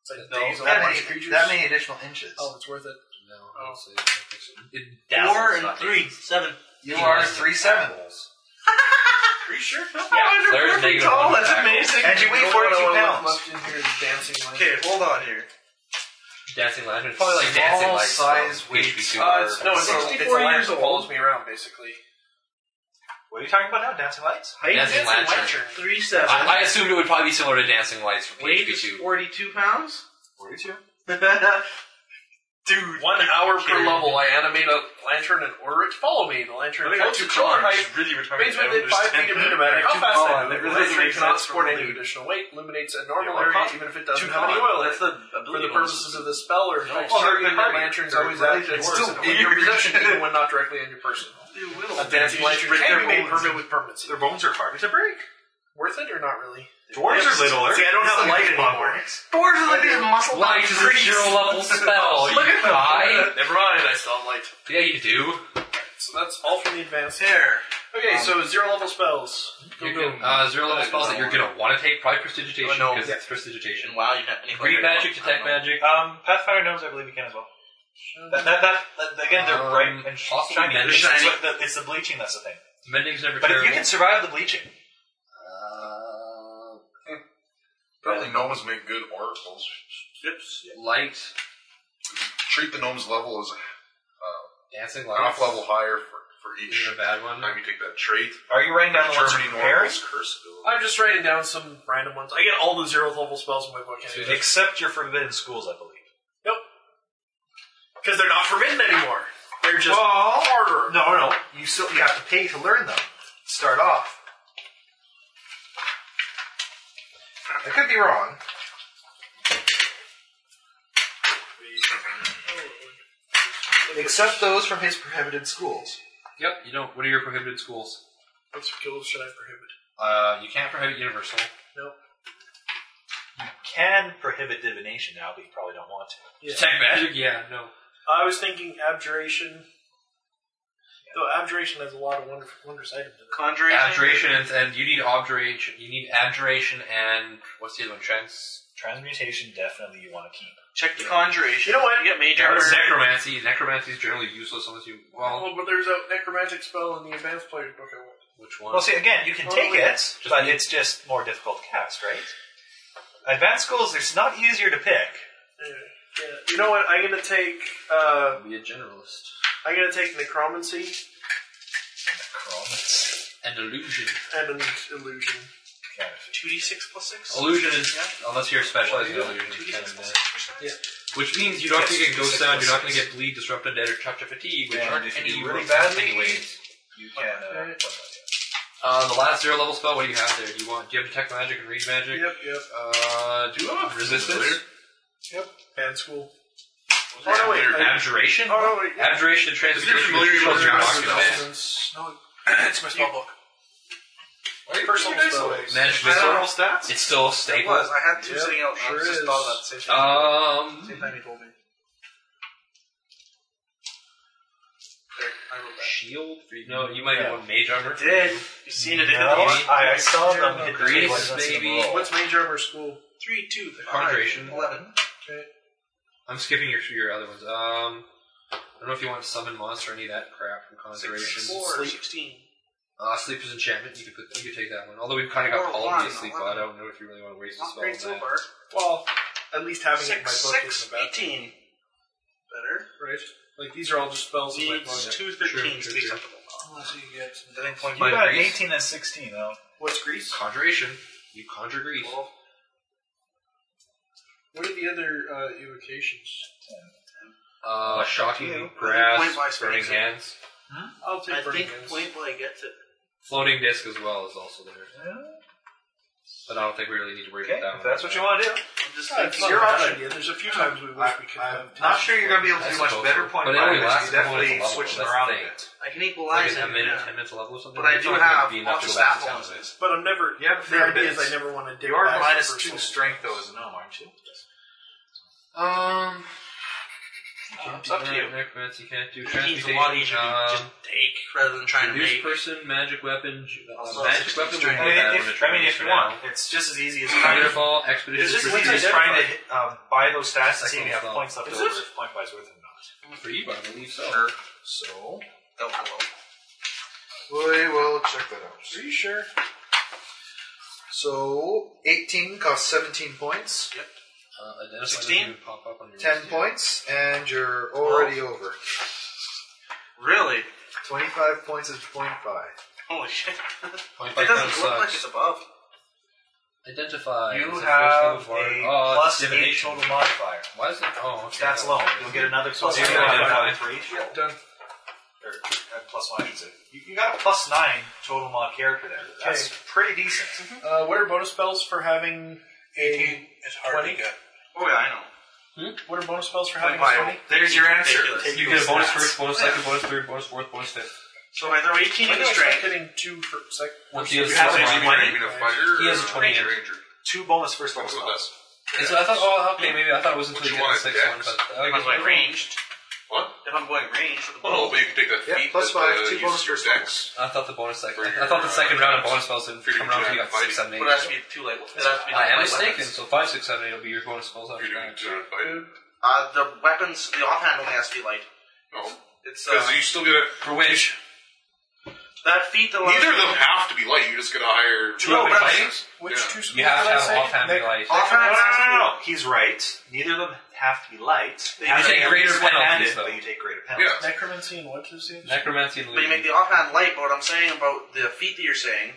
Speaker 11: It's like
Speaker 4: No,
Speaker 11: days on
Speaker 6: that
Speaker 11: a bunch
Speaker 6: many,
Speaker 11: of creatures.
Speaker 6: that many additional inches.
Speaker 11: Oh, it's worth it. Oh.
Speaker 4: No, I don't see it. It dazzles,
Speaker 14: Four
Speaker 4: not
Speaker 14: and three, seven.
Speaker 6: you are three seven.
Speaker 11: Are you sure?
Speaker 4: Yeah, Claire's negative
Speaker 10: Oh,
Speaker 11: tall.
Speaker 4: one
Speaker 11: That's
Speaker 4: tackle.
Speaker 11: amazing.
Speaker 10: And you weigh 42 pounds.
Speaker 3: Left in here is dancing like
Speaker 8: Okay, hold on here.
Speaker 4: Dancing lion. It's probably like dancing
Speaker 3: Small
Speaker 4: lion.
Speaker 3: size weights.
Speaker 4: HB2
Speaker 3: Uh,
Speaker 4: or-
Speaker 3: it's-
Speaker 11: No, it's
Speaker 3: So
Speaker 11: 64
Speaker 3: a lamp
Speaker 11: years
Speaker 3: that
Speaker 11: old.
Speaker 3: follows me around, basically.
Speaker 10: What are you talking about now? Dancing lights?
Speaker 8: Height
Speaker 4: Dancing
Speaker 8: is
Speaker 4: lantern.
Speaker 8: three seven.
Speaker 4: I, I assumed it would probably be similar to dancing lights from
Speaker 8: Weight is
Speaker 4: HB2.
Speaker 8: forty two pounds.
Speaker 10: 42.
Speaker 11: Dude,
Speaker 15: One hour per
Speaker 11: kidding.
Speaker 15: level.
Speaker 11: I animate a lantern and order it to follow me. The lantern
Speaker 15: I got
Speaker 11: floats
Speaker 15: two
Speaker 11: to shoulder
Speaker 15: cons.
Speaker 11: height,
Speaker 15: Really retarded.
Speaker 11: remains
Speaker 15: I don't
Speaker 11: within five feet of me no matter how fast I move. The lantern cannot support any additional weight, illuminates a normal
Speaker 15: Yeah,
Speaker 11: area
Speaker 15: con.
Speaker 11: even if it doesn't
Speaker 15: Two
Speaker 11: have any
Speaker 15: con.
Speaker 11: oil in it.
Speaker 15: That's the
Speaker 11: For
Speaker 15: ability
Speaker 11: the
Speaker 15: bonus.
Speaker 11: purposes of the spell or effect,
Speaker 15: well,
Speaker 11: certain
Speaker 15: they're
Speaker 11: kind
Speaker 15: weird.
Speaker 11: lanterns always act as
Speaker 3: still
Speaker 11: in your possession even when not directly on your person. A dancing lantern can be made permanent with permanency.
Speaker 16: Their bones are hard to break.
Speaker 11: Worth it or not really?
Speaker 16: Dwarves are littler.
Speaker 10: See, I don't have light anymore.
Speaker 3: Doors are like these muscle
Speaker 4: Light is a zero level spell. You die.
Speaker 11: Never mind, I still have light.
Speaker 4: Yeah, you do.
Speaker 11: So that's all from the advanced.
Speaker 8: There.
Speaker 11: Okay, so zero level spells.
Speaker 4: You can, uh, zero level spells that you're gonna want to take probably prestidigitation
Speaker 11: Oh, no.
Speaker 4: because it's prestidigitation.
Speaker 8: Wow, you have any
Speaker 4: Green magic, detect magic.
Speaker 10: Um, Pathfinder gnomes, I believe you can as well. That, that, that, that- again, they're
Speaker 4: Um,
Speaker 10: bright and sh-
Speaker 4: possibly
Speaker 10: shiny.
Speaker 4: better
Speaker 10: It's, it's
Speaker 4: shiny.
Speaker 10: what the, it's the bleaching that's the thing.
Speaker 4: Mending's never
Speaker 10: But if
Speaker 4: terrible. Uh,
Speaker 10: you can survive the bleaching,
Speaker 5: Apparently, gnomes make good oracles.
Speaker 17: Tips.
Speaker 4: Light,
Speaker 5: Treat the gnome's level as
Speaker 4: dancing
Speaker 5: an
Speaker 4: lights.
Speaker 5: off level higher for, for
Speaker 4: Is
Speaker 5: each
Speaker 4: it a bad one?
Speaker 5: time you take that trait.
Speaker 10: are you writing down the ones
Speaker 5: Determining
Speaker 10: from
Speaker 5: oracles
Speaker 10: pairs?
Speaker 5: curse ability.
Speaker 11: I'm just writing down some random ones. I get all the zero level spells in my book anyway.
Speaker 10: Except your forbidden schools, I believe.
Speaker 11: Nope. Because they're not forbidden anymore. They're just harder.
Speaker 10: No, no, you still you have to pay to learn them. Start off.
Speaker 3: I could be wrong. Except those from his prohibited schools.
Speaker 4: Yep, you don't. What are your prohibited schools?
Speaker 11: What skills should I prohibit?
Speaker 4: Uh, you can't prohibit universal.
Speaker 11: Nope.
Speaker 10: Can prohibit divination now, but you probably don't want to.
Speaker 11: Yeah.
Speaker 4: Detect magic? Yeah, no.
Speaker 11: I was thinking abjuration. Though abjuration has a lot of wonderful wondrous items in it.
Speaker 8: Conjuration.
Speaker 4: Abjuration and, and you need obduration. You need abjuration and what's the other one? Trans.
Speaker 10: Transmutation, definitely you want to keep.
Speaker 8: Check the conjuration.
Speaker 11: You know what?
Speaker 8: You get major.
Speaker 4: Necromancy. Necromancy is generally useless unless you. Well,
Speaker 11: Oh, but there's a necromantic spell in the advanced player's book I want.
Speaker 4: which one?
Speaker 10: Well, see, again, you can
Speaker 11: Well,
Speaker 10: take
Speaker 11: we-
Speaker 10: it,
Speaker 4: just
Speaker 10: but
Speaker 4: need-
Speaker 10: it's just more difficult to cast, right? Advanced schools, it's not easier to pick.
Speaker 11: Anyway, yeah. You know what? I'm gonna take uh,
Speaker 4: Be a generalist.
Speaker 11: I'm gonna take necromancy
Speaker 4: And illusion.
Speaker 11: and an illusion.
Speaker 8: Two d six plus six.
Speaker 4: Illusion is unless you're specialized in illusion. it's kind of bad.
Speaker 11: Yeah.
Speaker 4: Which means you don't have to
Speaker 10: Yes,
Speaker 4: get ghost
Speaker 10: six
Speaker 4: sound.
Speaker 10: plus
Speaker 4: You're not going to
Speaker 10: six.
Speaker 4: get bleed, disrupted, dead, or trapped to fatigue, which
Speaker 10: And
Speaker 4: aren't
Speaker 10: if you
Speaker 4: any
Speaker 10: do really
Speaker 4: rough
Speaker 10: badly-
Speaker 4: anyways.
Speaker 10: You can. Uh,
Speaker 4: Uh, the last zero level spell. What do you have there? Do you want? Do you have detect magic and read magic?
Speaker 11: Yep, yep.
Speaker 4: Uh, do you have resistance?
Speaker 11: Yep. Band school.
Speaker 5: Those
Speaker 11: Oh no, wait.
Speaker 5: are-
Speaker 11: I-
Speaker 4: Abjuration?
Speaker 11: Oh, no, wait.
Speaker 4: Abjuration and transmutation.
Speaker 5: familiar
Speaker 4: which
Speaker 5: with
Speaker 4: spells you're not
Speaker 5: resistance?
Speaker 4: gonna ban.
Speaker 11: No,
Speaker 3: It's my spell book.
Speaker 11: personal spell.
Speaker 4: Magic
Speaker 3: I don't
Speaker 4: missile.
Speaker 3: know stats.
Speaker 4: It's still a
Speaker 3: It
Speaker 4: staple.
Speaker 3: was. I had two
Speaker 11: Yep,
Speaker 3: sitting out.
Speaker 11: sure
Speaker 3: I just
Speaker 11: is.
Speaker 3: thought about the same thing.
Speaker 4: Um,
Speaker 3: same time he told me. There, I wrote that.
Speaker 4: shield. No, you might have one mage armor.
Speaker 8: Did you seen it in
Speaker 10: no,
Speaker 8: the
Speaker 10: I, I saw them hit the
Speaker 4: Grease,
Speaker 10: table, I just didn't see them
Speaker 4: maybe.
Speaker 10: roll.
Speaker 11: What's major of our school?
Speaker 8: three two?
Speaker 4: Conjuration.
Speaker 3: Eleven.
Speaker 4: I'm skipping your your other ones. Um, I don't know if you want to summon monster or any of that crap from conjuration.
Speaker 8: Four sixteen.
Speaker 4: Uh, sleep is enchantment. You could put, you could take that one. Although we've kind of got
Speaker 3: Or
Speaker 4: Paul
Speaker 3: one,
Speaker 4: to sleep, but I
Speaker 3: eleven.
Speaker 4: don't know if you really want to waste a
Speaker 3: Not
Speaker 4: spell on
Speaker 3: great so
Speaker 4: that.
Speaker 3: far.
Speaker 11: Well, at least having it in my
Speaker 8: Six
Speaker 11: book
Speaker 8: six
Speaker 11: isn't a bad thing,
Speaker 8: eighteen.
Speaker 3: Better.
Speaker 11: right? Like these are all just spells in my book.
Speaker 8: Needs two thirteens
Speaker 4: True,
Speaker 8: to
Speaker 4: true,
Speaker 8: be
Speaker 4: true.
Speaker 8: acceptable.
Speaker 3: Unless you get some
Speaker 10: You
Speaker 4: By
Speaker 10: got an
Speaker 4: grease.
Speaker 10: 18 and 16, though.
Speaker 11: What's Greece?
Speaker 4: Conjuration. You conjure grease.
Speaker 11: What are the other uh, evocations?
Speaker 4: Uh, shocking
Speaker 3: Point by
Speaker 4: grass,
Speaker 3: spell,
Speaker 4: burning
Speaker 3: is it?
Speaker 4: hands,
Speaker 11: I'll take
Speaker 8: I
Speaker 11: burning
Speaker 8: think
Speaker 11: hands.
Speaker 8: wait till I get to
Speaker 4: floating disc as well is also there. But I don't think we really need to worry
Speaker 10: Okay,
Speaker 4: about that. one.
Speaker 10: if that's what you want to do.
Speaker 8: I'm just
Speaker 11: Yeah, it's
Speaker 8: thinking
Speaker 11: not a bad idea. There's a few times we wish we could have.
Speaker 3: I'm not sure you're going to be able
Speaker 4: I
Speaker 3: to do
Speaker 4: suppose
Speaker 3: much better
Speaker 4: so.
Speaker 3: point
Speaker 4: But it
Speaker 3: by
Speaker 4: only
Speaker 3: because
Speaker 4: lasts
Speaker 3: you
Speaker 4: until it's
Speaker 3: definitely
Speaker 4: level,
Speaker 3: switch them
Speaker 4: that's the
Speaker 3: around a
Speaker 4: thing.
Speaker 3: bit.
Speaker 8: I can
Speaker 4: Like a
Speaker 8: equalize it.
Speaker 4: minute,
Speaker 8: yeah.
Speaker 4: ten minutes level or something.
Speaker 3: But I
Speaker 4: It's
Speaker 3: do
Speaker 4: not gonna
Speaker 3: have
Speaker 4: be enough
Speaker 3: lots
Speaker 4: to
Speaker 3: of
Speaker 4: go back to
Speaker 3: staff
Speaker 4: town.
Speaker 3: bonuses.
Speaker 11: But I'm never.
Speaker 3: You have
Speaker 11: the
Speaker 3: fair
Speaker 11: idea
Speaker 3: bits.
Speaker 11: is I never want to.
Speaker 3: You are minus two strength though as a gnome, aren't you?
Speaker 4: Um,
Speaker 8: It's up to you.
Speaker 4: Necromancy you can't do
Speaker 8: Eighteen's a lot easier
Speaker 4: transmutation.
Speaker 8: to just
Speaker 4: Um,
Speaker 8: take rather than trying to
Speaker 4: reduce
Speaker 8: make.
Speaker 4: person, magic weapon, ju- uh,
Speaker 3: Also,
Speaker 4: magic
Speaker 3: 16
Speaker 4: weapon.
Speaker 3: strength.
Speaker 4: would be
Speaker 10: I mean,
Speaker 4: bad when it
Speaker 10: if, I mean,
Speaker 4: turns
Speaker 10: if
Speaker 4: for
Speaker 10: you
Speaker 4: now.
Speaker 10: want, it's just as easy as
Speaker 4: Counterfall,
Speaker 10: It's
Speaker 4: expedition,
Speaker 10: just
Speaker 4: retreat.
Speaker 10: literally trying to um, buy those stats and see if you have
Speaker 4: Second
Speaker 10: points left
Speaker 4: level.
Speaker 10: over,
Speaker 4: Is
Speaker 10: if point buys worth or not.
Speaker 4: for you, I believe so.
Speaker 3: So, double We will check that out.
Speaker 10: Are you sure?
Speaker 3: So, 18 costs 17 points,
Speaker 4: Uh, identify the
Speaker 8: 16?
Speaker 4: dude Pop up on your
Speaker 3: 10
Speaker 4: list.
Speaker 3: points, and you're already over.
Speaker 8: Really?
Speaker 3: 25 points is 0.5.
Speaker 8: Holy shit.
Speaker 4: Point
Speaker 8: It
Speaker 4: five
Speaker 8: doesn't
Speaker 4: pound
Speaker 8: look like
Speaker 4: sucks.
Speaker 8: it's above.
Speaker 4: Identify.
Speaker 10: You
Speaker 4: as a
Speaker 10: have
Speaker 4: first level bard.
Speaker 10: a
Speaker 4: oh, it's
Speaker 10: plus eight
Speaker 4: divination.
Speaker 10: total modifier.
Speaker 4: Why is it? Oh, okay.
Speaker 10: That's low. You'll get another plus
Speaker 4: Plus
Speaker 10: two
Speaker 4: eight.
Speaker 10: modifier for each roll.
Speaker 3: Done.
Speaker 10: Or, uh, plus one, I should say. You, you got a plus nine total mod character there. That's pretty decent.
Speaker 11: Uh, what are bonus spells for having?
Speaker 18: 18 is hard to get.
Speaker 8: Oh, yeah, I know.
Speaker 11: Hmm? What are bonus spells for having?
Speaker 8: Like
Speaker 11: a
Speaker 8: my-
Speaker 11: 20?
Speaker 8: There's your answer.
Speaker 4: You get a bonus first, bonus second, bonus third, bonus fourth, bonus fifth.
Speaker 8: So if I throw 18 in
Speaker 11: When do I start
Speaker 8: strength,
Speaker 11: hitting two for sec?
Speaker 4: Once he has a
Speaker 8: have it
Speaker 4: bonus-
Speaker 8: as one?
Speaker 5: Even a fighter?
Speaker 4: He has a
Speaker 5: or
Speaker 4: 28.
Speaker 5: ranger?
Speaker 10: Two bonus first level
Speaker 5: What's with
Speaker 10: spells.
Speaker 4: And
Speaker 5: this?
Speaker 4: so I thought, oh, okay, maybe I thought it was
Speaker 5: Would
Speaker 4: until you get the
Speaker 5: you want a
Speaker 4: sixth one.
Speaker 5: dex?
Speaker 4: But, uh,
Speaker 8: if I'm
Speaker 4: okay.
Speaker 8: going ranged,
Speaker 5: What?
Speaker 8: if I'm going ranged with the
Speaker 5: Well, no, but
Speaker 8: ball,
Speaker 5: you can take that
Speaker 3: Yeah,
Speaker 5: feat.
Speaker 3: plus
Speaker 5: that,
Speaker 3: five,
Speaker 5: uh,
Speaker 3: two
Speaker 5: uses
Speaker 3: bonus
Speaker 5: your
Speaker 3: first level.
Speaker 5: dex.
Speaker 4: I thought the bonus second.
Speaker 5: For your,
Speaker 4: I thought the second
Speaker 5: uh,
Speaker 4: round of bonus spells didn't
Speaker 5: for your
Speaker 4: come around until you got six,
Speaker 5: giant
Speaker 4: seven, eight.
Speaker 8: but it has to be two labels. It has to be
Speaker 4: I am
Speaker 8: like
Speaker 4: mistaken.
Speaker 8: weapons.
Speaker 4: So five, six, seven, eight will be your bonus spells after
Speaker 5: You
Speaker 4: that.
Speaker 5: didn't uh, fight it?
Speaker 8: Uh, the weapons, the offhand only has to be light.
Speaker 5: No.
Speaker 8: It's uh,
Speaker 5: Because you still get a.
Speaker 4: For which?
Speaker 8: that feat that allows
Speaker 5: Neither of
Speaker 8: you-
Speaker 5: them have to be light. You're just going to hire.
Speaker 4: Two of them fighting?
Speaker 11: Which
Speaker 5: Yeah.
Speaker 11: two spells?
Speaker 4: You have to
Speaker 11: did I
Speaker 4: have
Speaker 11: say?
Speaker 4: offhand
Speaker 11: Make-
Speaker 4: light.
Speaker 8: Offhand
Speaker 10: No, no,
Speaker 8: has to be
Speaker 10: no, no,
Speaker 8: light.
Speaker 10: no. He's right. Neither of them have to be light. They
Speaker 8: You
Speaker 10: have to
Speaker 4: take
Speaker 10: be at
Speaker 4: greater
Speaker 10: least one-handed,
Speaker 4: penalties, though.
Speaker 10: but you take greater penalties.
Speaker 5: Yeah.
Speaker 11: Necromancy and what two seems?
Speaker 4: Necromancy and
Speaker 8: But you make
Speaker 4: illusion.
Speaker 8: the offhand light, but what I'm saying about the feat that you're saying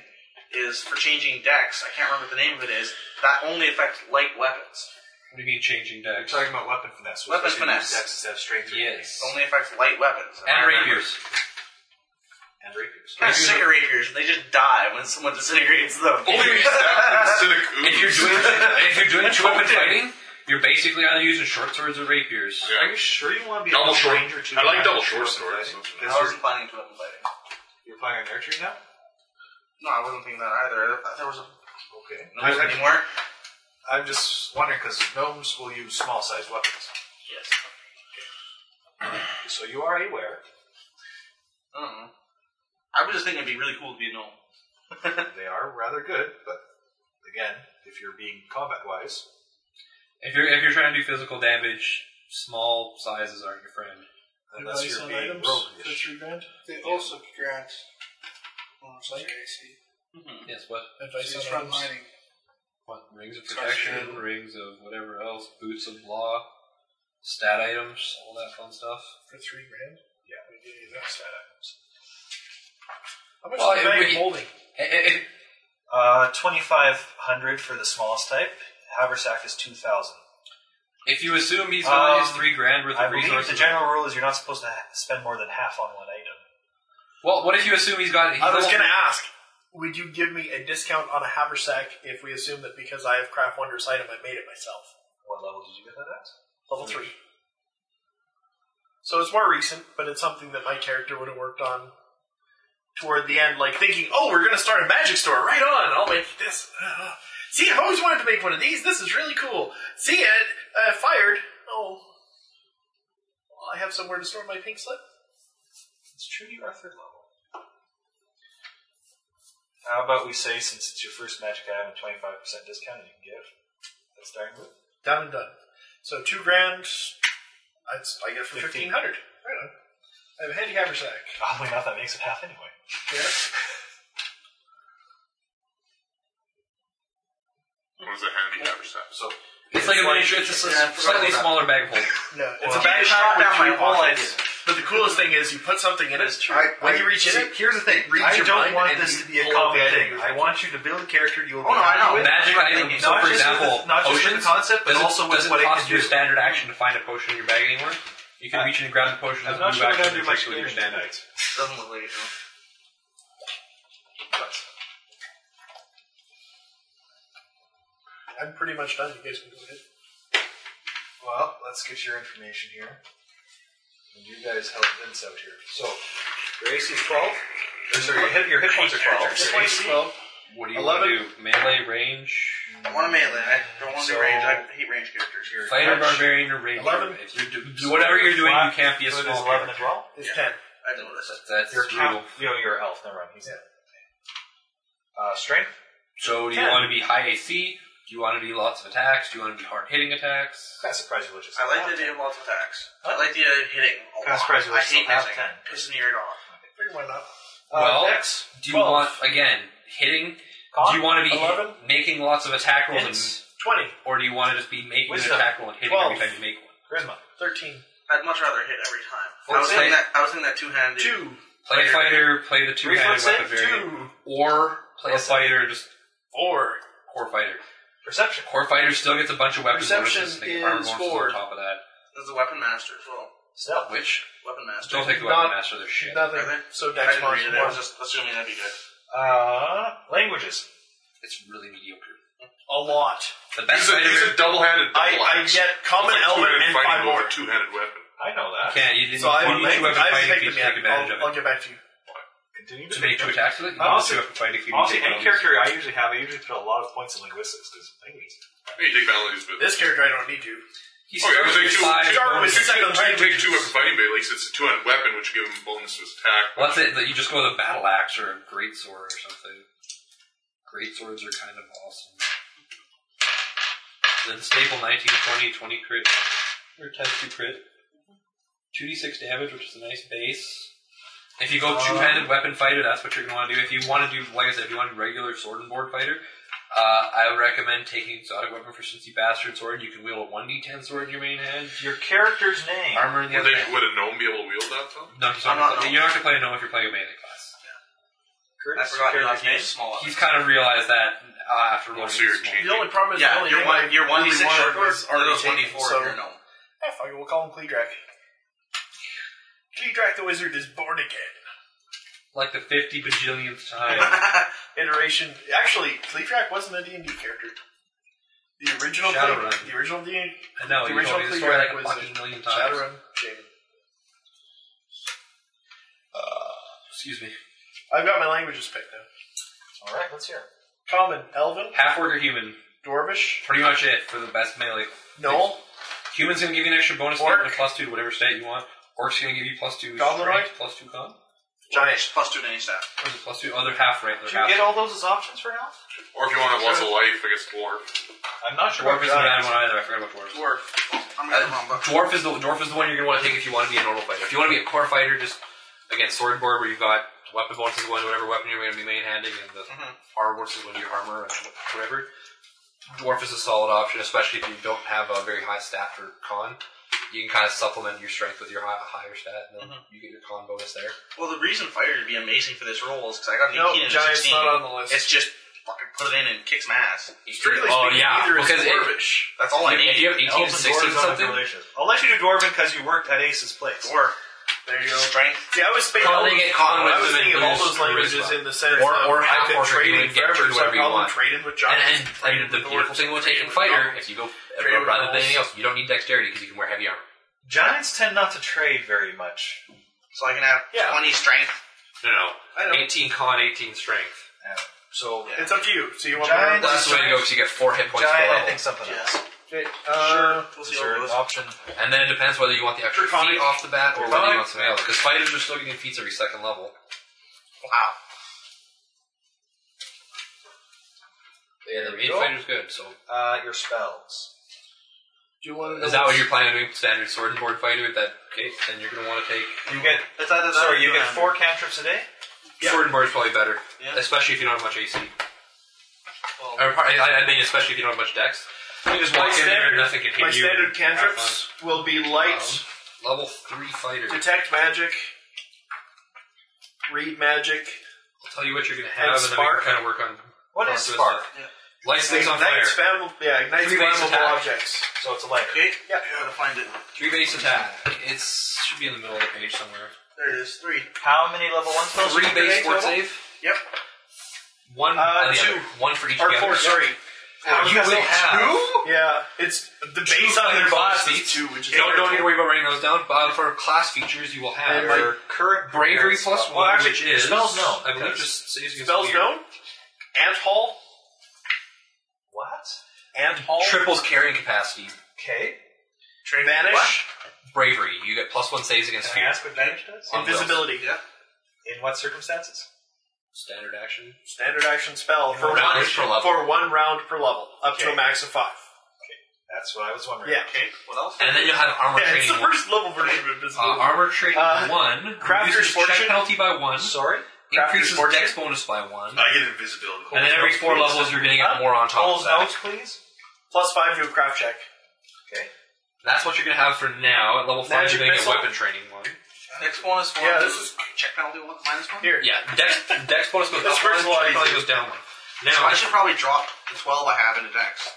Speaker 8: is for changing decks, I can't remember what the name of it is, that only affects light weapons.
Speaker 4: What do you mean changing
Speaker 10: We're
Speaker 4: decks?
Speaker 10: talking about weapon finesse. which
Speaker 8: Weapon
Speaker 10: is
Speaker 8: finesse.
Speaker 10: Dexes have strength. or
Speaker 4: Yes.
Speaker 8: Only affects light weapons.
Speaker 4: And rapiers.
Speaker 10: anything. And rapiers.
Speaker 8: Kind of sick of rapiers, they just die when someone disintegrates them.
Speaker 5: Only if you stab instead of ooze.
Speaker 4: If you're doing if you're doing two weapon fighting, you're basically either using short swords or rapiers.
Speaker 5: Yeah.
Speaker 10: Are you sure you want to be
Speaker 5: Double
Speaker 10: a
Speaker 5: short-
Speaker 10: ranger too?
Speaker 5: I like double short swords.
Speaker 8: I wasn't planning to weapon fighting.
Speaker 10: You're playing an archery now?
Speaker 8: No, I wasn't thinking that either. I thought there was a
Speaker 10: Okay.
Speaker 8: no there's anymore.
Speaker 10: I'm just wondering because gnomes will use small sized weapons.
Speaker 8: Yes.
Speaker 10: So you are aware.
Speaker 8: I don't know. I was just thinking it'd be really cool to be a gnome.
Speaker 10: They are rather good, but again, if you're being combat wise,
Speaker 4: If you're if you're trying to do physical damage, small sizes aren't your friend.
Speaker 10: unless
Speaker 11: Advice
Speaker 10: you're
Speaker 11: on
Speaker 10: being
Speaker 11: items for
Speaker 10: roguish.
Speaker 11: three grand.
Speaker 18: They also grant bonus to your AC.
Speaker 4: Yes, what
Speaker 11: Advice
Speaker 18: It's
Speaker 11: on
Speaker 18: from
Speaker 11: items.
Speaker 18: mining.
Speaker 4: what rings of protection, rings of whatever else, boots of law, stat items, all that fun stuff.
Speaker 11: for three grand.
Speaker 10: Yeah.
Speaker 11: We give you that. How much
Speaker 4: Well,
Speaker 11: is
Speaker 4: it
Speaker 11: the value
Speaker 4: would-
Speaker 11: of holding?
Speaker 4: Eh, eh, eh,
Speaker 10: Uh, 2500 for the smallest type. Haversack is 2000.
Speaker 4: If you assume he's got his
Speaker 10: Um,
Speaker 4: three grand worth
Speaker 10: I
Speaker 4: of
Speaker 10: believe the
Speaker 4: resources,
Speaker 10: general rule is you're not supposed to ha- spend more than half on one item.
Speaker 4: well, what if you assume he's got?
Speaker 11: I was going to ask, would you give me a discount on a haversack if we assume that because I have craft wondrous item, I made it myself?
Speaker 10: What level did you get that at?
Speaker 11: Level three. So it's more recent, but it's something that my character would have worked on toward the end, like thinking, "Oh, we're going to start a magic store. Right on! I'll make this." uh, See, I've always wanted to make one of these. This is really cool. See, I, uh, fired. Oh, well, I have somewhere to store my pink slip.
Speaker 10: It's true you are third level. How about we say since it's your first magic item, a 25% discount you can give? That's starting with?
Speaker 11: Done and done. So two grand. I, I get for fifteen hundred. Right on. I have a handy haversack.
Speaker 10: Oddly enough, that makes it half anyway.
Speaker 5: What is a handy haversack?
Speaker 10: So
Speaker 4: It's like a miniature. It's a
Speaker 8: Yeah, I
Speaker 4: s-
Speaker 8: forgot
Speaker 4: slightly
Speaker 8: about that.
Speaker 4: smaller bag of holding.
Speaker 11: No, it's
Speaker 8: Well,
Speaker 11: a bag
Speaker 8: you shot
Speaker 11: shot with
Speaker 8: down my
Speaker 11: three
Speaker 8: whole
Speaker 11: pockets. But the coolest thing is you put something in it. when you reach
Speaker 3: see,
Speaker 11: in it,
Speaker 3: here's the thing.
Speaker 11: reads
Speaker 3: I
Speaker 11: your
Speaker 3: don't
Speaker 11: mind
Speaker 3: want
Speaker 11: and
Speaker 3: this
Speaker 11: you
Speaker 3: to be a
Speaker 11: pull out the
Speaker 3: combat
Speaker 11: item.
Speaker 3: thing. I want you to build a character you will be
Speaker 8: Oh, no, I
Speaker 3: happy
Speaker 8: know.
Speaker 3: with.
Speaker 4: magic
Speaker 8: Not
Speaker 4: item.
Speaker 8: just
Speaker 4: So,
Speaker 10: with
Speaker 4: for
Speaker 10: the-
Speaker 4: example,
Speaker 10: not just with the
Speaker 4: potions.
Speaker 10: concept, but
Speaker 4: does it,
Speaker 10: also with
Speaker 4: does it
Speaker 10: what it
Speaker 4: cost
Speaker 10: can
Speaker 4: you a
Speaker 10: do.
Speaker 4: standard action to find a potion in your bag anymore? You can
Speaker 10: I-
Speaker 4: reach in and grab the potion.
Speaker 10: I'm
Speaker 4: as a
Speaker 10: not
Speaker 4: move
Speaker 10: sure I'm
Speaker 4: action
Speaker 10: going to do
Speaker 4: and
Speaker 10: much
Speaker 4: take with your
Speaker 10: damage
Speaker 4: standard.
Speaker 10: tonight.
Speaker 8: Doesn't look like it. no.
Speaker 10: But
Speaker 11: I'm pretty much done. You guys can go ahead.
Speaker 10: Well, let's get your information here. And you guys help Vince out here. So, your AC is 12. Or sorry, your hit, your hit points are 12. Your AC
Speaker 4: What do you want to do? Melee range.
Speaker 8: I want a melee. I don't want to
Speaker 10: So-
Speaker 8: be range. I hate range characters.
Speaker 10: your
Speaker 4: Fighter,
Speaker 10: touch
Speaker 4: barbarian, or ranger.
Speaker 11: 11.
Speaker 4: If you're do, whatever you're doing, you can't be a
Speaker 10: foot is
Speaker 4: small
Speaker 10: 11
Speaker 4: character.
Speaker 10: as well.
Speaker 11: It's ten.
Speaker 8: I know this.
Speaker 4: That's
Speaker 10: Your
Speaker 4: brutal.
Speaker 10: count. You know, your elf. Never mind. He's uh, strength.
Speaker 4: So do you
Speaker 10: Ten.
Speaker 4: want to be high AC? Do you want to do lots of attacks? Do you want to do hard hitting attacks?
Speaker 11: Uh,
Speaker 10: Kind of surprised you let
Speaker 8: I
Speaker 10: yourself
Speaker 8: like
Speaker 10: have
Speaker 8: the idea of
Speaker 10: ten.
Speaker 8: lots of attacks. I like the idea of hitting. a
Speaker 10: Kinda
Speaker 8: lot.
Speaker 10: surprised you
Speaker 8: I
Speaker 10: let
Speaker 8: hate
Speaker 10: yourself
Speaker 8: missing.
Speaker 10: have
Speaker 8: Pissing me right off.
Speaker 11: Figure why not?
Speaker 8: Uh,
Speaker 4: Well,
Speaker 8: dex,
Speaker 4: Do you
Speaker 8: 12.
Speaker 4: want again hitting?
Speaker 8: Con,
Speaker 4: do you want to be
Speaker 8: 11.
Speaker 4: making lots of attack rolls,
Speaker 8: Hits.
Speaker 4: and,
Speaker 11: 20.
Speaker 4: or do you want to just be making
Speaker 11: Wisdom.
Speaker 4: an attack roll and hitting
Speaker 11: Twelve.
Speaker 4: every time you make one?
Speaker 11: Charisma. 13.
Speaker 8: I'd much rather hit every time. I
Speaker 4: Well,
Speaker 8: was,
Speaker 4: say-
Speaker 8: thinking that, I was thinking that two-handed.
Speaker 11: Two.
Speaker 4: Play a fighter, play the two-handed
Speaker 11: Reflex
Speaker 4: weapon
Speaker 11: save,
Speaker 4: variant,
Speaker 11: two.
Speaker 4: or play a fighter, just
Speaker 11: Four.
Speaker 4: core fighter.
Speaker 11: Perception.
Speaker 4: Core fighter still gets a bunch of weapon
Speaker 11: Perception
Speaker 4: bonuses. They get armor
Speaker 11: is
Speaker 4: bonuses
Speaker 11: four.
Speaker 4: on top of that.
Speaker 8: There's a weapon master as well.
Speaker 11: Stealth.
Speaker 4: Which
Speaker 8: Weapon master.
Speaker 4: don't take the
Speaker 11: Not-
Speaker 4: weapon master. They're shit.
Speaker 11: Nothing.
Speaker 8: Are they?
Speaker 11: So
Speaker 8: I
Speaker 11: dex
Speaker 8: didn't
Speaker 11: minus
Speaker 8: read it. I was
Speaker 11: one.
Speaker 8: just assuming that'd be good.
Speaker 10: Uh, languages.
Speaker 4: It's really mediocre.
Speaker 11: A lot.
Speaker 4: The best
Speaker 5: He's a, he's
Speaker 4: fighter.
Speaker 5: a double-handed double
Speaker 11: I, I
Speaker 5: axe.
Speaker 11: get common
Speaker 5: It's like
Speaker 11: elder
Speaker 5: two-handed
Speaker 11: and
Speaker 5: fighting
Speaker 11: five
Speaker 5: with
Speaker 11: more.
Speaker 5: a two-handed weapon.
Speaker 10: I know that.
Speaker 4: Can you didn't
Speaker 11: So I
Speaker 4: you
Speaker 11: would
Speaker 4: need
Speaker 11: like,
Speaker 4: two weapon
Speaker 11: I have to
Speaker 4: fighting
Speaker 11: take
Speaker 4: if you
Speaker 11: the
Speaker 4: take advantage
Speaker 11: I'll, I'll
Speaker 4: of it.
Speaker 11: get back to you.
Speaker 10: Continue
Speaker 4: To make two attacks with it, you
Speaker 10: I
Speaker 4: need
Speaker 10: also-
Speaker 4: two weapon fighting if you
Speaker 10: Honestly,
Speaker 4: take
Speaker 10: any
Speaker 4: advantage.
Speaker 10: character I usually have, I usually put a lot of points in linguistics because languages.
Speaker 5: You take penalties, but
Speaker 11: This character I don't need to.
Speaker 4: He
Speaker 11: Oh,
Speaker 5: Okay,
Speaker 4: starts
Speaker 5: take
Speaker 4: with
Speaker 5: two-
Speaker 4: five
Speaker 5: take-
Speaker 4: bonuses.
Speaker 5: take-
Speaker 11: second
Speaker 5: take- Take two
Speaker 11: languages.
Speaker 5: weapon fighting, but at least it's a two-handed weapon, which gives him bonus to his attack.
Speaker 4: Well, that's it. That you just go with a battle axe or a great sword or something. Great swords are kind of awesome. Then staple 19, 20, 20 crit. Or times 2 crit. 2d6 damage, which is a nice base. If you go
Speaker 10: Um,
Speaker 4: two handed weapon fighter, that's what you're going to want to do. If you want to do, like I said, if you want regular sword and board fighter, uh, I would recommend taking exotic weapon for Cincy Bastard Sword. You can wield a 1d10 sword in your main hand,
Speaker 10: Your character's name.
Speaker 4: armor in the
Speaker 5: Would,
Speaker 4: other
Speaker 5: they,
Speaker 4: hand.
Speaker 5: would a gnome be able to wield that, though?
Speaker 4: No, he's not,
Speaker 8: I'm not
Speaker 4: gonna play-
Speaker 8: gnome.
Speaker 4: you're not going to play a gnome if you're playing a melee class.
Speaker 8: I
Speaker 10: Curtis,
Speaker 8: forgot your
Speaker 10: character's
Speaker 8: last name.
Speaker 10: name.
Speaker 8: Small.
Speaker 4: He's kind of realized that uh, after rolling.
Speaker 5: so you're
Speaker 4: small.
Speaker 5: changing.
Speaker 11: The only problem is the
Speaker 8: Yeah,
Speaker 11: only
Speaker 8: you're
Speaker 11: name
Speaker 8: one.
Speaker 11: I-
Speaker 8: You're one
Speaker 11: only
Speaker 8: d6
Speaker 11: one
Speaker 8: shorter.
Speaker 11: was already
Speaker 8: Those one
Speaker 11: taken,
Speaker 8: d4.
Speaker 11: so-
Speaker 8: You're no.
Speaker 11: Yeah, fuck it, we'll call him Kleedrak. Kleedrak the Wizard is born again.
Speaker 4: Like the 50 bajillionth time.
Speaker 11: Iteration. Actually, Kleedrak wasn't a D&D character. The original
Speaker 4: Shadowrun.
Speaker 11: Klee- The original D&D.
Speaker 4: I know, you
Speaker 11: The
Speaker 4: told
Speaker 11: original
Speaker 4: me this story like
Speaker 11: Kleedrak
Speaker 4: a
Speaker 11: was
Speaker 4: fucking million times.
Speaker 11: Shadowrun Shaman.
Speaker 4: Excuse me.
Speaker 11: I've got my languages picked now.
Speaker 10: All right, let's hear. it.
Speaker 11: Common, Elven,
Speaker 4: Half orc or human.
Speaker 11: Dwarvish,
Speaker 4: Pretty much it for the best melee.
Speaker 11: Gnoll,
Speaker 4: Human's gonna give you an extra bonus stat
Speaker 11: Orc.
Speaker 4: and a plus two to whatever stat you want. Orc's gonna give you plus two
Speaker 11: Goblinoid.
Speaker 4: strength, plus two con.
Speaker 11: Giant.
Speaker 8: Plus two to any stat.
Speaker 4: Or is it plus two? Oh, they're half right. They're
Speaker 10: Do you
Speaker 4: half.
Speaker 10: get all those as options for now?
Speaker 5: Or if you want to have lots of life, I guess dwarf.
Speaker 10: I'm not sure.
Speaker 4: Dwarf
Speaker 10: what
Speaker 4: isn't a bad
Speaker 10: giants.
Speaker 4: one either. I forgot about dwarf.
Speaker 8: Dwarf. I'm gonna
Speaker 4: Uh,
Speaker 8: wrong, but
Speaker 4: dwarf is the dwarf is the one you're gonna want to take if you want to be a normal fighter. If you want to be a core fighter, just again sword board where you've got weapon bonuses going to whatever weapon you're gonna be main handing, and the armor bonuses going to your armor and whatever. Dwarf is a solid option, especially if you don't have a very high stat for con. You can kind of supplement your strength with your high, higher stat, and then you get your con bonus there.
Speaker 8: Well, the reason Fighter would be amazing for this role is because I got an
Speaker 11: No,
Speaker 8: 18 and a
Speaker 11: Giant's
Speaker 8: 16.
Speaker 11: not on the list.
Speaker 8: It's just fucking put it in and kick some ass.
Speaker 11: Strictly
Speaker 4: Oh,
Speaker 11: speaking,
Speaker 4: yeah,
Speaker 11: either is
Speaker 4: because it-
Speaker 11: Dwarvish.
Speaker 8: That's all I
Speaker 4: If you-
Speaker 8: need.
Speaker 4: if you have 18
Speaker 10: Elves
Speaker 4: to
Speaker 10: and
Speaker 4: 16
Speaker 10: dwarves don't have
Speaker 4: something,
Speaker 10: good relations. I'll let you do dwarven because you worked at Ace's place.
Speaker 8: Dwarf.
Speaker 11: There you go.
Speaker 8: Strength.
Speaker 11: See, I was thinking, all
Speaker 4: Calling
Speaker 11: those,
Speaker 4: it con
Speaker 11: I
Speaker 4: with
Speaker 11: was
Speaker 4: them
Speaker 11: thinking
Speaker 4: and
Speaker 11: of all
Speaker 4: boost
Speaker 11: those
Speaker 4: charisma.
Speaker 11: languages in the sense
Speaker 4: Or-
Speaker 11: that
Speaker 4: or
Speaker 11: I
Speaker 4: half
Speaker 11: could
Speaker 4: orc
Speaker 11: trade
Speaker 4: you
Speaker 11: in
Speaker 4: can get
Speaker 11: forever,
Speaker 4: to
Speaker 11: so I
Speaker 4: whatever you
Speaker 11: probably
Speaker 4: want.
Speaker 11: traded with
Speaker 4: And,
Speaker 11: giants.
Speaker 4: and,
Speaker 11: traded
Speaker 4: and the
Speaker 11: with
Speaker 4: beautiful
Speaker 11: dwarves,
Speaker 4: thing about
Speaker 11: traded
Speaker 4: taking
Speaker 11: with
Speaker 4: fighter,
Speaker 11: goblins.
Speaker 4: if you go
Speaker 11: Trade with
Speaker 4: rather than
Speaker 11: elves.
Speaker 4: anything else, you don't need dexterity because you can wear heavy armor.
Speaker 10: Giants tend not to trade very much.
Speaker 8: So I can have
Speaker 11: Yeah.
Speaker 8: 20 strength.
Speaker 4: No,
Speaker 11: I
Speaker 4: no,
Speaker 11: know.
Speaker 4: 18 con, 18 strength.
Speaker 10: So
Speaker 11: It's up to you. So you want
Speaker 10: Giant-
Speaker 11: to
Speaker 4: That's the way to go because you get four hit points per
Speaker 10: giant, I
Speaker 4: level.
Speaker 10: think something. else.
Speaker 11: Okay, uh,
Speaker 8: We'll
Speaker 10: Is
Speaker 8: see
Speaker 10: there
Speaker 8: all
Speaker 10: an
Speaker 8: those.
Speaker 10: option?
Speaker 4: And then it depends whether you want the extra
Speaker 11: For con-
Speaker 4: feet off the bat or
Speaker 11: for
Speaker 4: whether
Speaker 11: con-
Speaker 4: you want something else. Because fighters are still getting feats every second level.
Speaker 8: Wow.
Speaker 4: Yeah, the main
Speaker 10: go.
Speaker 4: fighter's good. So
Speaker 10: Uh, your spells.
Speaker 11: Do you want
Speaker 4: is that what you're planning on doing? Standard sword and board fighter? That okay? Then you're gonna want to take
Speaker 10: You get.
Speaker 8: It's either that or
Speaker 10: Sorry, you get
Speaker 8: two-handed.
Speaker 10: four cantrips a day.
Speaker 8: Yeah.
Speaker 4: sword and board is probably better,
Speaker 8: Yeah.
Speaker 4: especially if you don't have much AC.
Speaker 8: Well-
Speaker 4: Or probably- I I mean, especially if you don't have much dex. You can just
Speaker 11: My
Speaker 4: walk in there and
Speaker 11: standard-
Speaker 4: nothing can hit
Speaker 11: My
Speaker 4: you.
Speaker 11: standard
Speaker 4: and have
Speaker 11: cantrips will be light,
Speaker 4: fun. Level three fighter. I'll
Speaker 11: detect magic, read magic.
Speaker 4: tell you what you're gonna have, and, then we
Speaker 11: spark.
Speaker 4: can kind of work on.
Speaker 10: What
Speaker 4: on
Speaker 10: is
Speaker 4: doing
Speaker 10: spark?
Speaker 4: stuff. Lights things on fire.
Speaker 11: ignites flammable, yeah, ignites
Speaker 4: Three base attack.
Speaker 11: flammable objects.
Speaker 10: So it's a lighter.
Speaker 8: Okay. Yeah. I gotta find it.
Speaker 4: Three base attack. It should be in the middle of the page somewhere.
Speaker 8: There it is. Three.
Speaker 10: How many level one spells?
Speaker 4: Three
Speaker 10: do you
Speaker 4: base
Speaker 10: create
Speaker 4: fort
Speaker 10: total?
Speaker 4: save.
Speaker 8: Yep.
Speaker 4: One,
Speaker 11: Uh,
Speaker 4: on the
Speaker 11: two.
Speaker 4: other. one for each.
Speaker 11: Or
Speaker 4: of the
Speaker 11: four,
Speaker 4: others.
Speaker 11: sorry.
Speaker 4: You will have.
Speaker 11: Yeah, it's the base on their
Speaker 4: other bonus
Speaker 11: class is
Speaker 4: feats.
Speaker 11: two, which is
Speaker 4: Don't, don't need to worry about writing those down. But for class features, you will have
Speaker 10: And
Speaker 4: are
Speaker 10: your current
Speaker 4: bravery
Speaker 10: prepared
Speaker 4: plus
Speaker 10: spell.
Speaker 4: one,
Speaker 10: Well, actually,
Speaker 4: which is
Speaker 10: spells known.
Speaker 4: I believe
Speaker 10: because-
Speaker 4: just saves against
Speaker 11: spells
Speaker 4: fear.
Speaker 11: known. Ant hall,
Speaker 10: What?
Speaker 11: ant hall,
Speaker 4: Triples carrying capacity.
Speaker 10: Okay.
Speaker 11: vanish,
Speaker 4: Bravery. You get plus one saves against
Speaker 10: Can I
Speaker 4: fear.
Speaker 10: ask what damage does?
Speaker 4: On
Speaker 11: invisibility.
Speaker 8: Yeah.
Speaker 10: In what circumstances?
Speaker 4: Standard action.
Speaker 11: Standard action spell for
Speaker 4: Round
Speaker 11: one,
Speaker 4: is per level.
Speaker 11: for one round per level, up to
Speaker 10: Okay.
Speaker 11: a max of five.
Speaker 10: That's what I was wondering.
Speaker 11: Yeah.
Speaker 8: Okay. What else?
Speaker 4: And then you'll have armor
Speaker 11: Yeah, it's
Speaker 4: training.
Speaker 11: the
Speaker 4: One.
Speaker 11: first level version of
Speaker 4: Uh,
Speaker 11: invisibility.
Speaker 4: armor training
Speaker 11: Uh,
Speaker 4: one.
Speaker 11: Crafter's
Speaker 4: reduces check
Speaker 11: Fortune.
Speaker 4: penalty by one.
Speaker 10: Sorry.
Speaker 4: Increases dex bonus by one.
Speaker 19: I get invisibility.
Speaker 4: And then every four levels, you're getting
Speaker 10: Huh?
Speaker 4: more on top
Speaker 10: Cole's
Speaker 4: of that.
Speaker 10: notes, please. Plus five to a craft check.
Speaker 4: That's what you're going to have for now. At level five,
Speaker 10: Magic
Speaker 4: you're going to get
Speaker 10: missile.
Speaker 4: weapon training one.
Speaker 8: Next bonus one.
Speaker 10: Yeah,
Speaker 8: to
Speaker 10: this is-
Speaker 8: check penalty one minus one.
Speaker 10: Here.
Speaker 4: Yeah, dex, dex bonus goes
Speaker 10: This
Speaker 4: up
Speaker 10: works a lot
Speaker 4: one, probably
Speaker 10: easier.
Speaker 4: goes down one.
Speaker 8: So
Speaker 4: Now,
Speaker 8: I should probably drop the twelve I have into dex.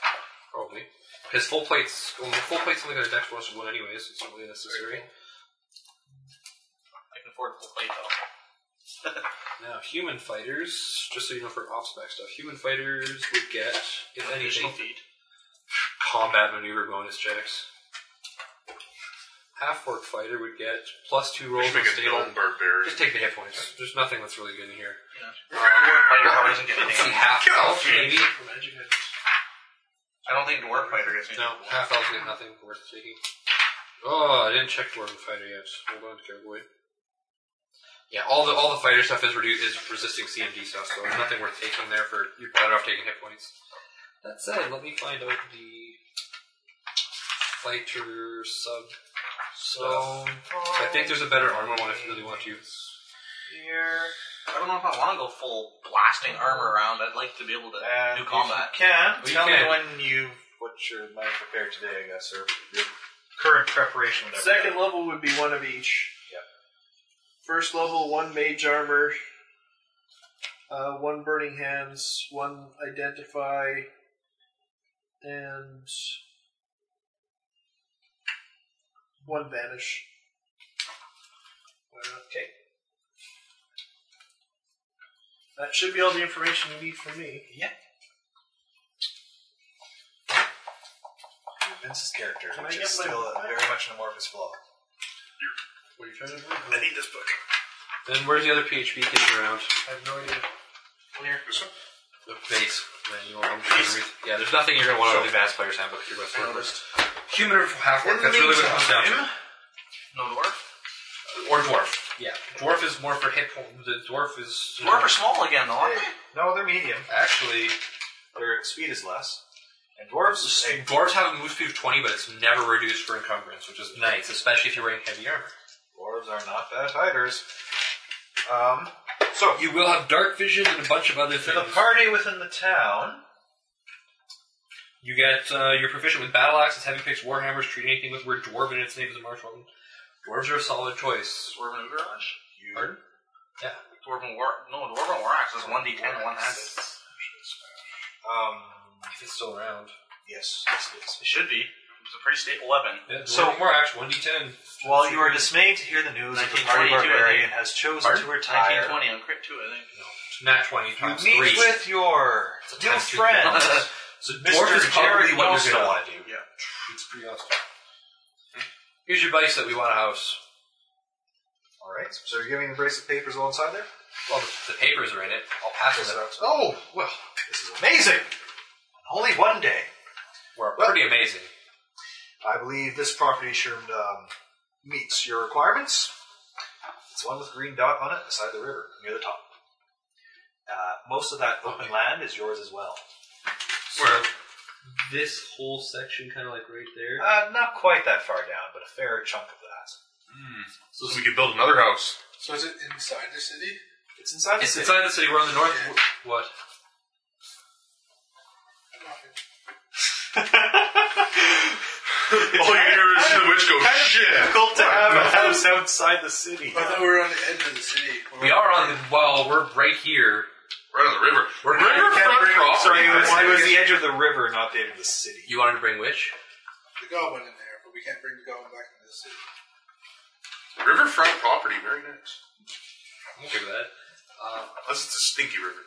Speaker 4: Probably. Because full plates, well, full plates only got a dex bonus of one anyway, so it's not really necessary.
Speaker 8: I can afford a full plate though.
Speaker 4: Now, human fighters, just so you know for off spec stuff, human fighters would get, if anything, combat maneuver bonus checks. Half orc fighter would get plus two rolls
Speaker 5: Just
Speaker 4: on
Speaker 5: make a
Speaker 4: stable.
Speaker 5: gnome barbarian.
Speaker 4: Just take the hit points. There's nothing that's really good in here.
Speaker 11: Uh,
Speaker 8: Fighter probably doesn't get
Speaker 4: Let's see,
Speaker 8: anything.
Speaker 4: half elf maybe?
Speaker 8: I don't think dwarf fighter gets anything.
Speaker 4: No, half elf get nothing worth taking. Oh, I didn't check dwarven fighter yet. Hold on, cowboy. Yeah, all the all the fighter stuff is redu- is resisting CMD stuff, so there's nothing worth taking there for you're better off taking hit points. That said, let me find out the fighter sub stuff. I think there's a better armor one if you really want to.
Speaker 8: Here. I don't know if I want to go full blasting armor around. I'd like to be able to
Speaker 10: And
Speaker 8: do
Speaker 10: if
Speaker 8: combat.
Speaker 10: Uh, you can
Speaker 4: you
Speaker 10: tell
Speaker 4: can.
Speaker 10: me when you what your might prepare today, I guess, or your current preparation. Whatever.
Speaker 11: Second level would be one of each.
Speaker 10: Yep.
Speaker 11: First level, one mage armor, uh, one burning hands, one identify, and one vanish. Okay. That should be all the information you need from me.
Speaker 10: Yeah. Vince's character,
Speaker 11: Can I
Speaker 10: which
Speaker 11: get
Speaker 10: is
Speaker 11: my-
Speaker 10: still a, very much an amorphous blob.
Speaker 4: What are you trying to
Speaker 11: I need this book.
Speaker 4: Then where's the other PHP kids around?
Speaker 11: I have no idea.
Speaker 4: the base manual. I'm trying to read- Yeah, there's nothing you're going to want out of the advanced player's handbook if you're going to noticed. Human or half orc, that's really what it comes down to.
Speaker 8: No dwarf.
Speaker 4: Or dwarf. Yeah. Dwarf is more for hit point. The dwarf is.
Speaker 8: Dwarf are small again though, aren't they?
Speaker 10: No, they're medium. Actually, their speed is less. And dwarves are
Speaker 4: Hey, Dwarves have a move speed of 20, but it's never reduced for encumbrance, which is nice, especially if you're wearing heavy armor.
Speaker 10: Dwarves are not bad fighters. Um,
Speaker 4: So, you will have dark vision and a bunch of other
Speaker 10: for the
Speaker 4: things.
Speaker 10: party within the town,
Speaker 4: You get, uh, you're proficient with battle axes, heavy picks, warhammers, treat anything with word dwarf in its name as a martial weapon. Dwarves are a solid choice.
Speaker 8: Dwarven maneuver rush.
Speaker 10: you
Speaker 4: Pardon? Yeah.
Speaker 8: Dwarven war. No, dwarven war axe is one d10 one handed.
Speaker 10: Um,
Speaker 4: If it's still around.
Speaker 10: yes, yes, yes.
Speaker 8: It should be. It's a pretty stable weapon.
Speaker 4: Yeah,
Speaker 10: So-
Speaker 4: so, more axe, 1d10.
Speaker 10: While you are dismayed to hear the news that the party
Speaker 8: 1922, I think.
Speaker 10: barbarian has chosen
Speaker 4: Pardon?
Speaker 10: to retire,
Speaker 8: 1920 on crit two, I think.
Speaker 4: Nat 20
Speaker 10: you
Speaker 4: times
Speaker 10: meet
Speaker 4: 3.
Speaker 10: with your
Speaker 4: It's a
Speaker 10: new
Speaker 4: times three.
Speaker 10: friend,
Speaker 4: so dwarf is probably
Speaker 10: Mr. Jared
Speaker 4: what you're going to
Speaker 10: Nostra.
Speaker 4: want to do. Yeah. It's pretty awesome. Here's your base that we want to house.
Speaker 10: All right, so you're giving the brace of papers alongside there.
Speaker 4: Well, the, the papers are in it. I'll pass them. out.
Speaker 10: Oh well, this is amazing. Only one day.
Speaker 4: We're pretty amazing.
Speaker 10: I believe this property should um, meets your requirements. It's the one with a green dot on it beside the river, near the top. Uh, most of that open land is yours as well.
Speaker 4: So this whole section, kind of like right there.
Speaker 10: Uh, not quite that far down, but a fair chunk of that.
Speaker 5: So we could build another house.
Speaker 3: So is it inside the city?
Speaker 10: It's inside the
Speaker 4: It's
Speaker 10: city.
Speaker 4: inside the city. We're on the north. What?
Speaker 5: All you hear is the witch go, shit!
Speaker 10: difficult to have a house outside the city.
Speaker 3: I thought we were on the edge of the city.
Speaker 4: We are on the. Well, we're right here.
Speaker 5: Right on the river.
Speaker 4: We're
Speaker 5: Riverfront property.
Speaker 10: Sorry, it was, it was the edge of the river, not the edge of the city.
Speaker 4: You wanted to bring which?
Speaker 3: the goblin in there, but we can't bring the goblin back into the city.
Speaker 5: Riverfront property, very nice.
Speaker 4: I'm okay with that.
Speaker 5: Unless it's a stinky river.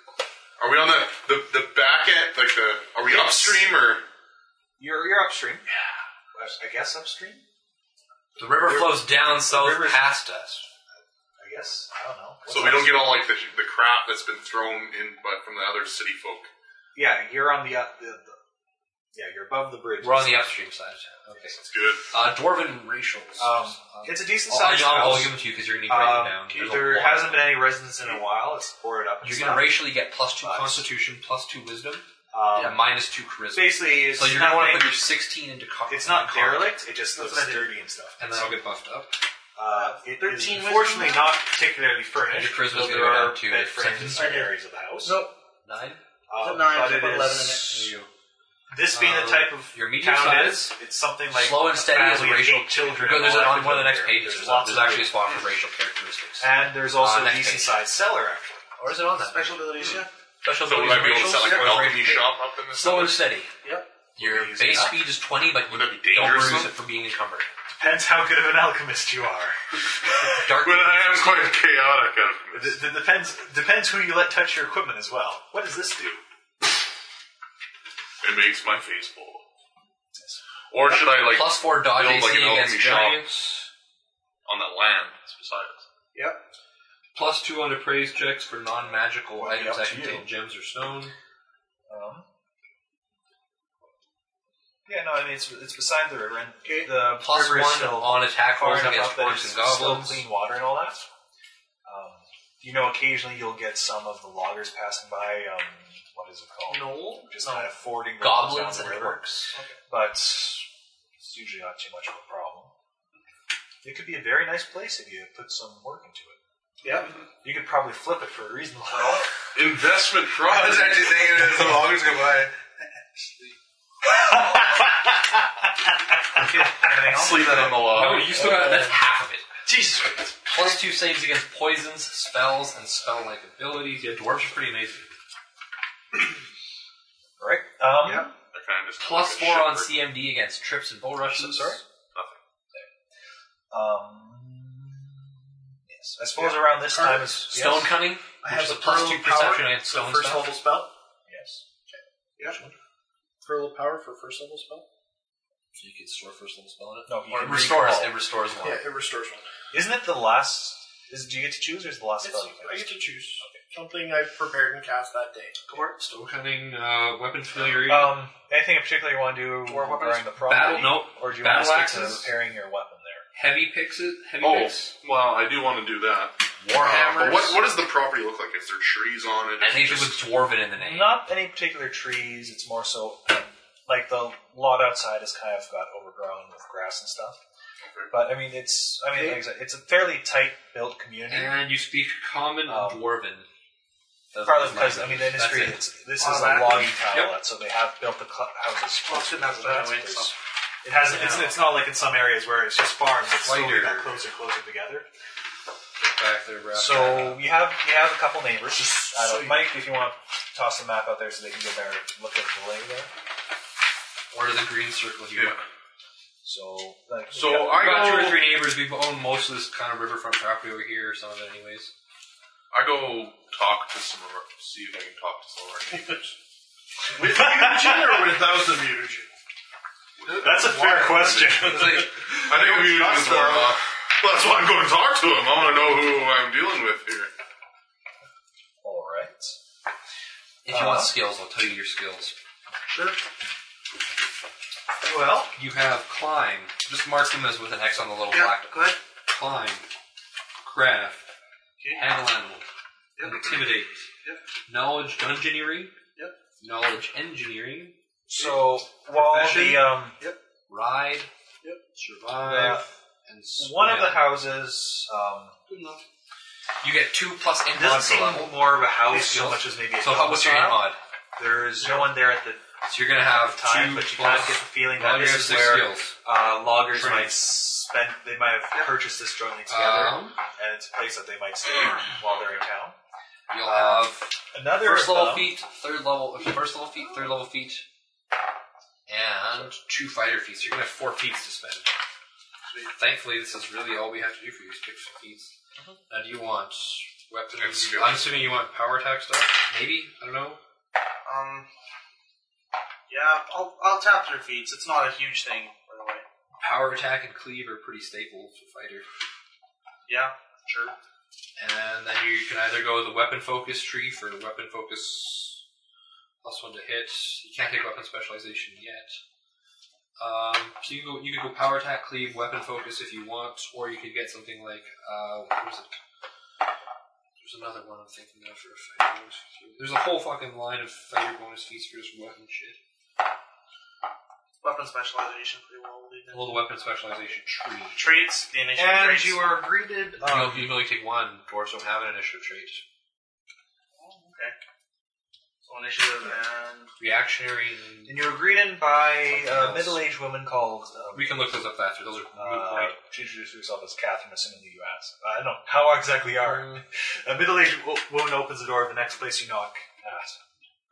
Speaker 5: Are we on the, the, the back end, like the, are we upstream or?
Speaker 10: You're, you're upstream. Yeah. I guess upstream?
Speaker 4: The river
Speaker 10: River-
Speaker 4: flows down south
Speaker 10: river-
Speaker 4: past us.
Speaker 10: I guess. I don't know.
Speaker 5: So we don't get all like the, the crap that's been thrown in but from the other city folk.
Speaker 10: Yeah, you're on the, up the, the. Yeah, you're above the bridge.
Speaker 4: We're on the upstream side of town. Okay.
Speaker 5: It's good.
Speaker 4: Uh, dwarven racials. Uh,
Speaker 10: Um, it's a decent
Speaker 4: I'll,
Speaker 10: sized
Speaker 4: I'll, I'll
Speaker 10: house.
Speaker 4: give them to you because you're going to need writing
Speaker 10: Um,
Speaker 4: down. There's a
Speaker 10: there
Speaker 4: lot.
Speaker 10: hasn't been any residents in a while. It's boarded up. and
Speaker 4: You're going to
Speaker 10: stuff.
Speaker 4: racially get plus two
Speaker 10: Nice.
Speaker 4: constitution, plus two wisdom,
Speaker 10: Um,
Speaker 4: and minus two charisma.
Speaker 10: Basically, it's
Speaker 4: so you're
Speaker 10: not
Speaker 4: going to want to put your 16 into con.
Speaker 10: It's not
Speaker 4: con.
Speaker 10: derelict. It just
Speaker 8: That's
Speaker 10: looks
Speaker 8: what I did.
Speaker 10: dirty and stuff.
Speaker 4: And then I'll get buffed up.
Speaker 10: Uh, it is
Speaker 8: 13 wisdom
Speaker 10: unfortunately
Speaker 8: now?
Speaker 10: not particularly furnished.
Speaker 4: Your charisma's
Speaker 10: though
Speaker 4: gonna
Speaker 10: there
Speaker 4: go down
Speaker 10: are
Speaker 4: to
Speaker 10: bed
Speaker 4: if something-
Speaker 10: frames in certain areas of the house.
Speaker 8: Nope.
Speaker 4: Nine.
Speaker 8: Is
Speaker 10: Uh,
Speaker 8: it nine?
Speaker 10: but
Speaker 8: Should I
Speaker 10: it
Speaker 8: put 11 in
Speaker 10: is-
Speaker 4: You.
Speaker 10: This being
Speaker 4: Um,
Speaker 10: the type of
Speaker 4: your medium
Speaker 10: town it
Speaker 4: size,
Speaker 10: is, it's something like
Speaker 4: slow and
Speaker 10: a
Speaker 4: steady as
Speaker 10: family of
Speaker 4: racial
Speaker 10: eight children.
Speaker 4: Go, there's
Speaker 10: all
Speaker 4: an,
Speaker 10: that
Speaker 4: on one of the
Speaker 10: goes
Speaker 4: next
Speaker 10: there.
Speaker 4: pages. There's,
Speaker 10: There's lots
Speaker 4: there's
Speaker 10: of
Speaker 4: actually a
Speaker 10: room.
Speaker 4: spot for racial characteristics.
Speaker 10: and there's also
Speaker 4: Uh,
Speaker 10: a
Speaker 4: next page.
Speaker 10: decent sized cellar actually.
Speaker 4: Or is it on that?
Speaker 8: Special abilities, yeah.
Speaker 4: Special
Speaker 5: So we
Speaker 4: abilities
Speaker 5: might be able to
Speaker 4: racial
Speaker 5: set like a
Speaker 4: stuff,
Speaker 5: balcony
Speaker 4: right?
Speaker 5: shop up in the
Speaker 4: Slow and steady.
Speaker 8: Yep.
Speaker 4: Your
Speaker 10: Easy
Speaker 4: base
Speaker 10: enough.
Speaker 4: speed is 20, but you
Speaker 5: Would it be
Speaker 4: don't
Speaker 5: dangerous,
Speaker 4: lose
Speaker 5: though?
Speaker 4: it for being encumbered.
Speaker 10: Depends how good of an alchemist you are.
Speaker 4: Dark
Speaker 5: But I am quite chaotic
Speaker 10: It,
Speaker 5: alchemist.
Speaker 10: it depends depends who you let touch your equipment as well. What does this do?
Speaker 5: It makes my face bald. Or should I like
Speaker 4: plus 4 dodge
Speaker 5: build
Speaker 4: AC
Speaker 5: like an
Speaker 4: against
Speaker 5: alchemy shop
Speaker 4: giants.
Speaker 5: on that land that's beside us?
Speaker 8: Yep.
Speaker 4: Plus 2 on appraise checks for non-magical
Speaker 10: Well,
Speaker 4: items
Speaker 10: up
Speaker 4: that
Speaker 10: to you.
Speaker 4: contain gems or stone.
Speaker 10: Um, yeah, no, I mean it's it's beside the river and
Speaker 8: Okay.
Speaker 10: the
Speaker 4: Plus
Speaker 10: river
Speaker 4: 1
Speaker 10: is still
Speaker 4: on attack
Speaker 10: far
Speaker 4: rolls
Speaker 10: enough
Speaker 4: against
Speaker 10: up that
Speaker 4: orcs
Speaker 10: it's
Speaker 4: and
Speaker 10: still
Speaker 4: goblins.
Speaker 10: clean water and all that. Um, you know, occasionally you'll get some of the loggers passing by. Um, what is it called?
Speaker 4: No.
Speaker 10: Just kind of fording the
Speaker 4: Goblins and
Speaker 10: down the river.
Speaker 4: orcs.
Speaker 10: but it's usually not too much of a problem. It could be a very nice place if you put some work into it.
Speaker 8: Yep.
Speaker 10: You could probably flip it for a reasonable
Speaker 5: Investment
Speaker 3: I
Speaker 5: fraud.
Speaker 3: was actually thinking as the loggers go by.
Speaker 10: Anything else?
Speaker 5: Leave that on the
Speaker 4: No,
Speaker 5: log.
Speaker 4: you still got that's half of it.
Speaker 10: Jesus
Speaker 4: Plus two saves against poisons, spells, and spell-like abilities. Yeah, dwarves are pretty amazing.
Speaker 10: Right. Um,
Speaker 8: Yeah.
Speaker 5: I kind of just
Speaker 4: Plus
Speaker 5: like a
Speaker 4: four on
Speaker 5: shepherd.
Speaker 4: CMD against trips and bull rushes.
Speaker 10: sorry?
Speaker 5: Nothing.
Speaker 10: Um, yes. I suppose around this time is
Speaker 4: Stone
Speaker 10: yes.
Speaker 4: cunning,
Speaker 11: I
Speaker 4: which
Speaker 11: have
Speaker 4: is a
Speaker 11: the
Speaker 4: plus two
Speaker 11: pearl power
Speaker 4: perception against
Speaker 11: for
Speaker 4: stone
Speaker 11: first
Speaker 4: stuff.
Speaker 11: level spell.
Speaker 10: Yes.
Speaker 11: Pearl of power for first level spell.
Speaker 4: So you can store first level spell in it.
Speaker 10: No, you
Speaker 4: Or
Speaker 10: can
Speaker 4: it restores.
Speaker 10: recall.
Speaker 4: It restores one.
Speaker 11: Yeah, it restores one.
Speaker 10: Isn't it the last? Is do you get to choose or is it the last
Speaker 11: It's-
Speaker 10: spell you
Speaker 11: I
Speaker 10: cast?
Speaker 11: get to choose something I've prepared and cast that day.
Speaker 4: Stone cunning, uh, weapons familiarity.
Speaker 10: Um, anything in particular you want to do during the problem?
Speaker 4: Battle- no.
Speaker 10: Or do you
Speaker 4: Battle
Speaker 10: want to stick to
Speaker 4: axes.
Speaker 10: repairing your weapon there?
Speaker 4: heavy picks it. Heavy
Speaker 5: Oh,
Speaker 4: picks.
Speaker 5: well, I do want to do that. Uh,
Speaker 4: Warhammers.
Speaker 5: but what, what does the property look like? Is there trees on it?
Speaker 4: I think it
Speaker 5: Just-
Speaker 4: was dwarven in the name.
Speaker 10: Not any particular trees. It's more so like the lot outside is kind of got overgrown with grass and stuff. But I mean, it's I mean, like I said, it's a fairly tight built community.
Speaker 4: And you speak common
Speaker 10: Um,
Speaker 4: and dwarven. That's
Speaker 10: Partly
Speaker 4: my
Speaker 10: because I
Speaker 4: language.
Speaker 10: mean the
Speaker 4: That's
Speaker 10: industry.
Speaker 4: it.
Speaker 10: It's, this is a
Speaker 8: Automatically?
Speaker 10: logging town,
Speaker 4: Yep.
Speaker 10: lot, so they have built the cl- houses. close to
Speaker 8: that's
Speaker 10: the
Speaker 8: what I
Speaker 10: lots,
Speaker 8: went,
Speaker 10: because
Speaker 8: so.
Speaker 10: It hasn't. It's, it's not like in some areas where it's just farms. It's slowly
Speaker 4: Wider.
Speaker 10: got closer, and closer together.
Speaker 4: Back there, wrapped
Speaker 10: So
Speaker 4: around.
Speaker 10: you have you have a couple neighbors. I don't, Mike, if you want to toss a map out there so they can go there and look at the lay there.
Speaker 4: Or the green circle here.
Speaker 5: Yeah.
Speaker 10: So like
Speaker 5: So
Speaker 10: yeah.
Speaker 5: I
Speaker 4: I got two
Speaker 5: go.
Speaker 4: or three neighbors. We own most of this kind of riverfront property over here, some of it, anyways.
Speaker 5: I go talk to some. of our- See if I can talk to some of our neighbors.
Speaker 11: With Eugene or without the mutagen?
Speaker 10: that's a fair question.
Speaker 5: I think we use this more. uh, Well, that's why I'm going to talk to him. I want to know who I'm dealing with here.
Speaker 10: All right.
Speaker 4: If you want skills, I'll tell you your skills.
Speaker 11: Sure.
Speaker 4: Well, you have climb. Just mark them as with an X on the little black.
Speaker 8: Go ahead.
Speaker 4: Climb, craft,
Speaker 8: Okay.
Speaker 4: handle animal,
Speaker 8: Yep.
Speaker 4: intimidate,
Speaker 8: Yep.
Speaker 4: knowledge dungeoneering,
Speaker 8: Yep.
Speaker 4: knowledge engineering,
Speaker 10: So while
Speaker 4: Profession?
Speaker 10: the um,
Speaker 4: ride,
Speaker 8: Yep.
Speaker 4: survive,
Speaker 10: Uh,
Speaker 4: and
Speaker 10: one of the
Speaker 4: swim.
Speaker 10: houses um,
Speaker 8: Good enough.
Speaker 4: you get two plus
Speaker 10: it
Speaker 4: in mod
Speaker 10: doesn't
Speaker 4: per
Speaker 10: seem
Speaker 4: level.
Speaker 10: more of a house so much as maybe a
Speaker 4: So how, what's your in
Speaker 10: domicile.
Speaker 4: mod?
Speaker 10: There is no one there at the
Speaker 4: So you're gonna have
Speaker 10: time,
Speaker 4: two
Speaker 10: but you kind
Speaker 4: plus.
Speaker 10: of get the feeling
Speaker 4: well,
Speaker 10: that
Speaker 4: you
Speaker 10: this
Speaker 4: have
Speaker 10: is
Speaker 4: six
Speaker 10: where
Speaker 4: skills.
Speaker 10: uh, loggers
Speaker 4: Training.
Speaker 10: might spend. They might have purchased this jointly together,
Speaker 4: Um,
Speaker 10: and it's a place that they might stay while they're in town.
Speaker 4: you'll have
Speaker 10: Another
Speaker 4: first
Speaker 10: of
Speaker 4: level
Speaker 10: them-
Speaker 4: feet, third level, first level feet, third level feet, and two fighter feats. You're gonna have four feats to spend. Thankfully, this is really all we have to do for you is pick some feats. Now, do you want weapons?
Speaker 5: And skills.
Speaker 4: I'm assuming you want power attack stuff. Maybe I don't know.
Speaker 8: Um. Yeah, I'll, I'll tap their feeds. It's not a huge thing, by the way.
Speaker 4: Power attack and cleave are pretty staple for fighter.
Speaker 8: Yeah, sure.
Speaker 4: And then you can either go with the weapon focus tree for the weapon focus plus one to hit. You can't take weapon specialization yet. Um, so you can go, you could go power attack, cleave, weapon focus if you want, or you could get something like uh, what was it? There's another one I'm thinking of for a fighter bonus. feature. There's a whole fucking line of fighter bonus features, weapon shit.
Speaker 8: Weapon weapon specialization pretty well. We'll leave that.
Speaker 4: Roll the weapon specialization tree.
Speaker 8: Traits, the initiative
Speaker 10: And
Speaker 8: traits.
Speaker 10: you are greeted. Um,
Speaker 4: You'll- you can only take one. Dwarves don't have an initiative trait.
Speaker 8: Oh, okay. So initiative and
Speaker 4: Reactionary. and-
Speaker 10: and you were greeted by
Speaker 4: Something
Speaker 10: a
Speaker 4: else.
Speaker 10: middle-aged woman called. Um,
Speaker 4: We can look those up after. Those are moot
Speaker 10: uh,
Speaker 4: point.
Speaker 10: she introduced herself as Catherine, assuming that you asked. I don't know how exactly are.
Speaker 4: Mm,
Speaker 10: a middle-aged wo- woman opens the door of the next place you knock at.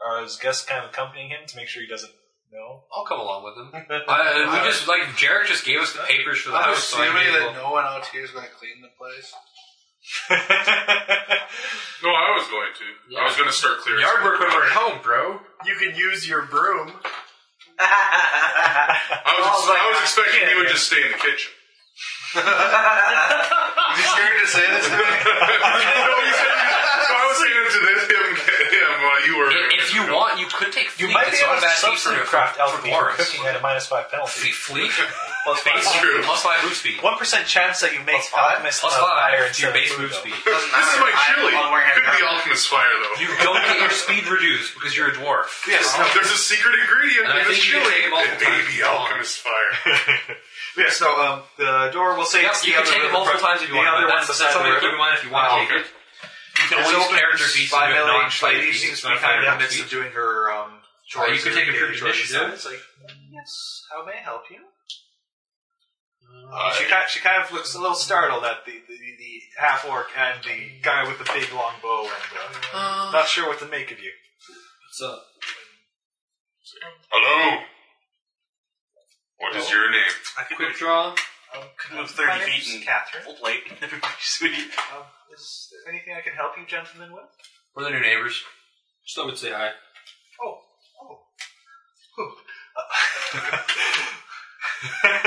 Speaker 10: Are his guests kind of accompanying him to make sure he doesn't know?
Speaker 4: I'll come along with them. I, we just like Jarek just gave us the papers for the
Speaker 3: I'm
Speaker 4: house. so I
Speaker 3: assuming
Speaker 4: may as
Speaker 3: that
Speaker 4: well-
Speaker 3: no one out here is going to clean the place.
Speaker 5: No, I was going to. I was going to start clearing.
Speaker 4: Yard work when we're at home, bro.
Speaker 11: You can use your broom.
Speaker 5: I was, I was expecting you would just stay in the kitchen.
Speaker 3: Is he scared to say this to me?
Speaker 5: So I was saying it to this, him, him while you were.
Speaker 4: If you want, you could take
Speaker 10: you
Speaker 4: fleet.
Speaker 10: might be
Speaker 4: it's not
Speaker 10: able
Speaker 4: a
Speaker 10: to
Speaker 4: bad thing for,
Speaker 10: substitute craft
Speaker 4: for, for
Speaker 10: alchemy for
Speaker 4: Boris.
Speaker 10: cooking at a minus five penalty.
Speaker 4: Fleet, fleet,
Speaker 10: Plus five.
Speaker 5: That's true.
Speaker 4: plus five move speed.
Speaker 10: One percent chance that you make
Speaker 4: Plus five.
Speaker 10: alchemist
Speaker 4: Plus
Speaker 10: of
Speaker 4: five
Speaker 10: fire
Speaker 4: to your base
Speaker 10: instead of food,
Speaker 4: move
Speaker 10: though.
Speaker 4: speed.
Speaker 5: this is my chili.
Speaker 8: I'm wearing a
Speaker 5: Could be
Speaker 8: helmet.
Speaker 5: alchemist fire though.
Speaker 4: You don't get your speed reduced because you're a dwarf.
Speaker 5: Yes, there's a secret ingredient
Speaker 4: And I
Speaker 5: in this
Speaker 4: think you
Speaker 5: chili.
Speaker 4: can take it multiple
Speaker 5: It may
Speaker 4: times.
Speaker 5: be alchemist fire.
Speaker 10: Yes, no, um, the door will say
Speaker 4: Yep,
Speaker 10: it's
Speaker 4: you
Speaker 10: the
Speaker 4: can
Speaker 10: other
Speaker 4: take it
Speaker 10: room
Speaker 4: multiple
Speaker 10: across-
Speaker 4: times if you
Speaker 10: the
Speaker 4: want.
Speaker 10: other
Speaker 4: but
Speaker 10: one's
Speaker 4: That's, that's
Speaker 10: the side
Speaker 4: something
Speaker 10: of
Speaker 4: to
Speaker 10: the
Speaker 4: keep in mind if you want to take it. You can
Speaker 10: It's
Speaker 4: only use
Speaker 10: open
Speaker 4: character
Speaker 10: to
Speaker 4: feats if
Speaker 10: by
Speaker 4: you have
Speaker 10: Melody.
Speaker 4: non-flight
Speaker 10: Lady
Speaker 4: feats. It's
Speaker 10: seems to
Speaker 4: not a
Speaker 10: be kind of in
Speaker 4: character
Speaker 10: the
Speaker 4: feat.
Speaker 10: midst of doing her um.
Speaker 4: Or you
Speaker 10: chores
Speaker 4: could
Speaker 10: and
Speaker 4: take a
Speaker 10: daily
Speaker 4: tribute
Speaker 10: chores and
Speaker 4: initiative.
Speaker 10: stuff. It's like, yes, how may I help you? she kind she kind of looks a little startled at the the, the half orc and the guy with the big long bow, and uh, not sure what to make of you.
Speaker 4: What's up?
Speaker 5: Hello. What is your name?
Speaker 4: Quick draw.
Speaker 10: um,
Speaker 8: move 30
Speaker 10: My
Speaker 8: feet
Speaker 10: name's
Speaker 8: and
Speaker 10: Catherine.
Speaker 8: full plate. Sweetie.
Speaker 10: Um, is there anything I can help you, gentlemen, with?
Speaker 4: We're the new neighbors. Just thought we'd say hi.
Speaker 10: Oh, oh. Whew.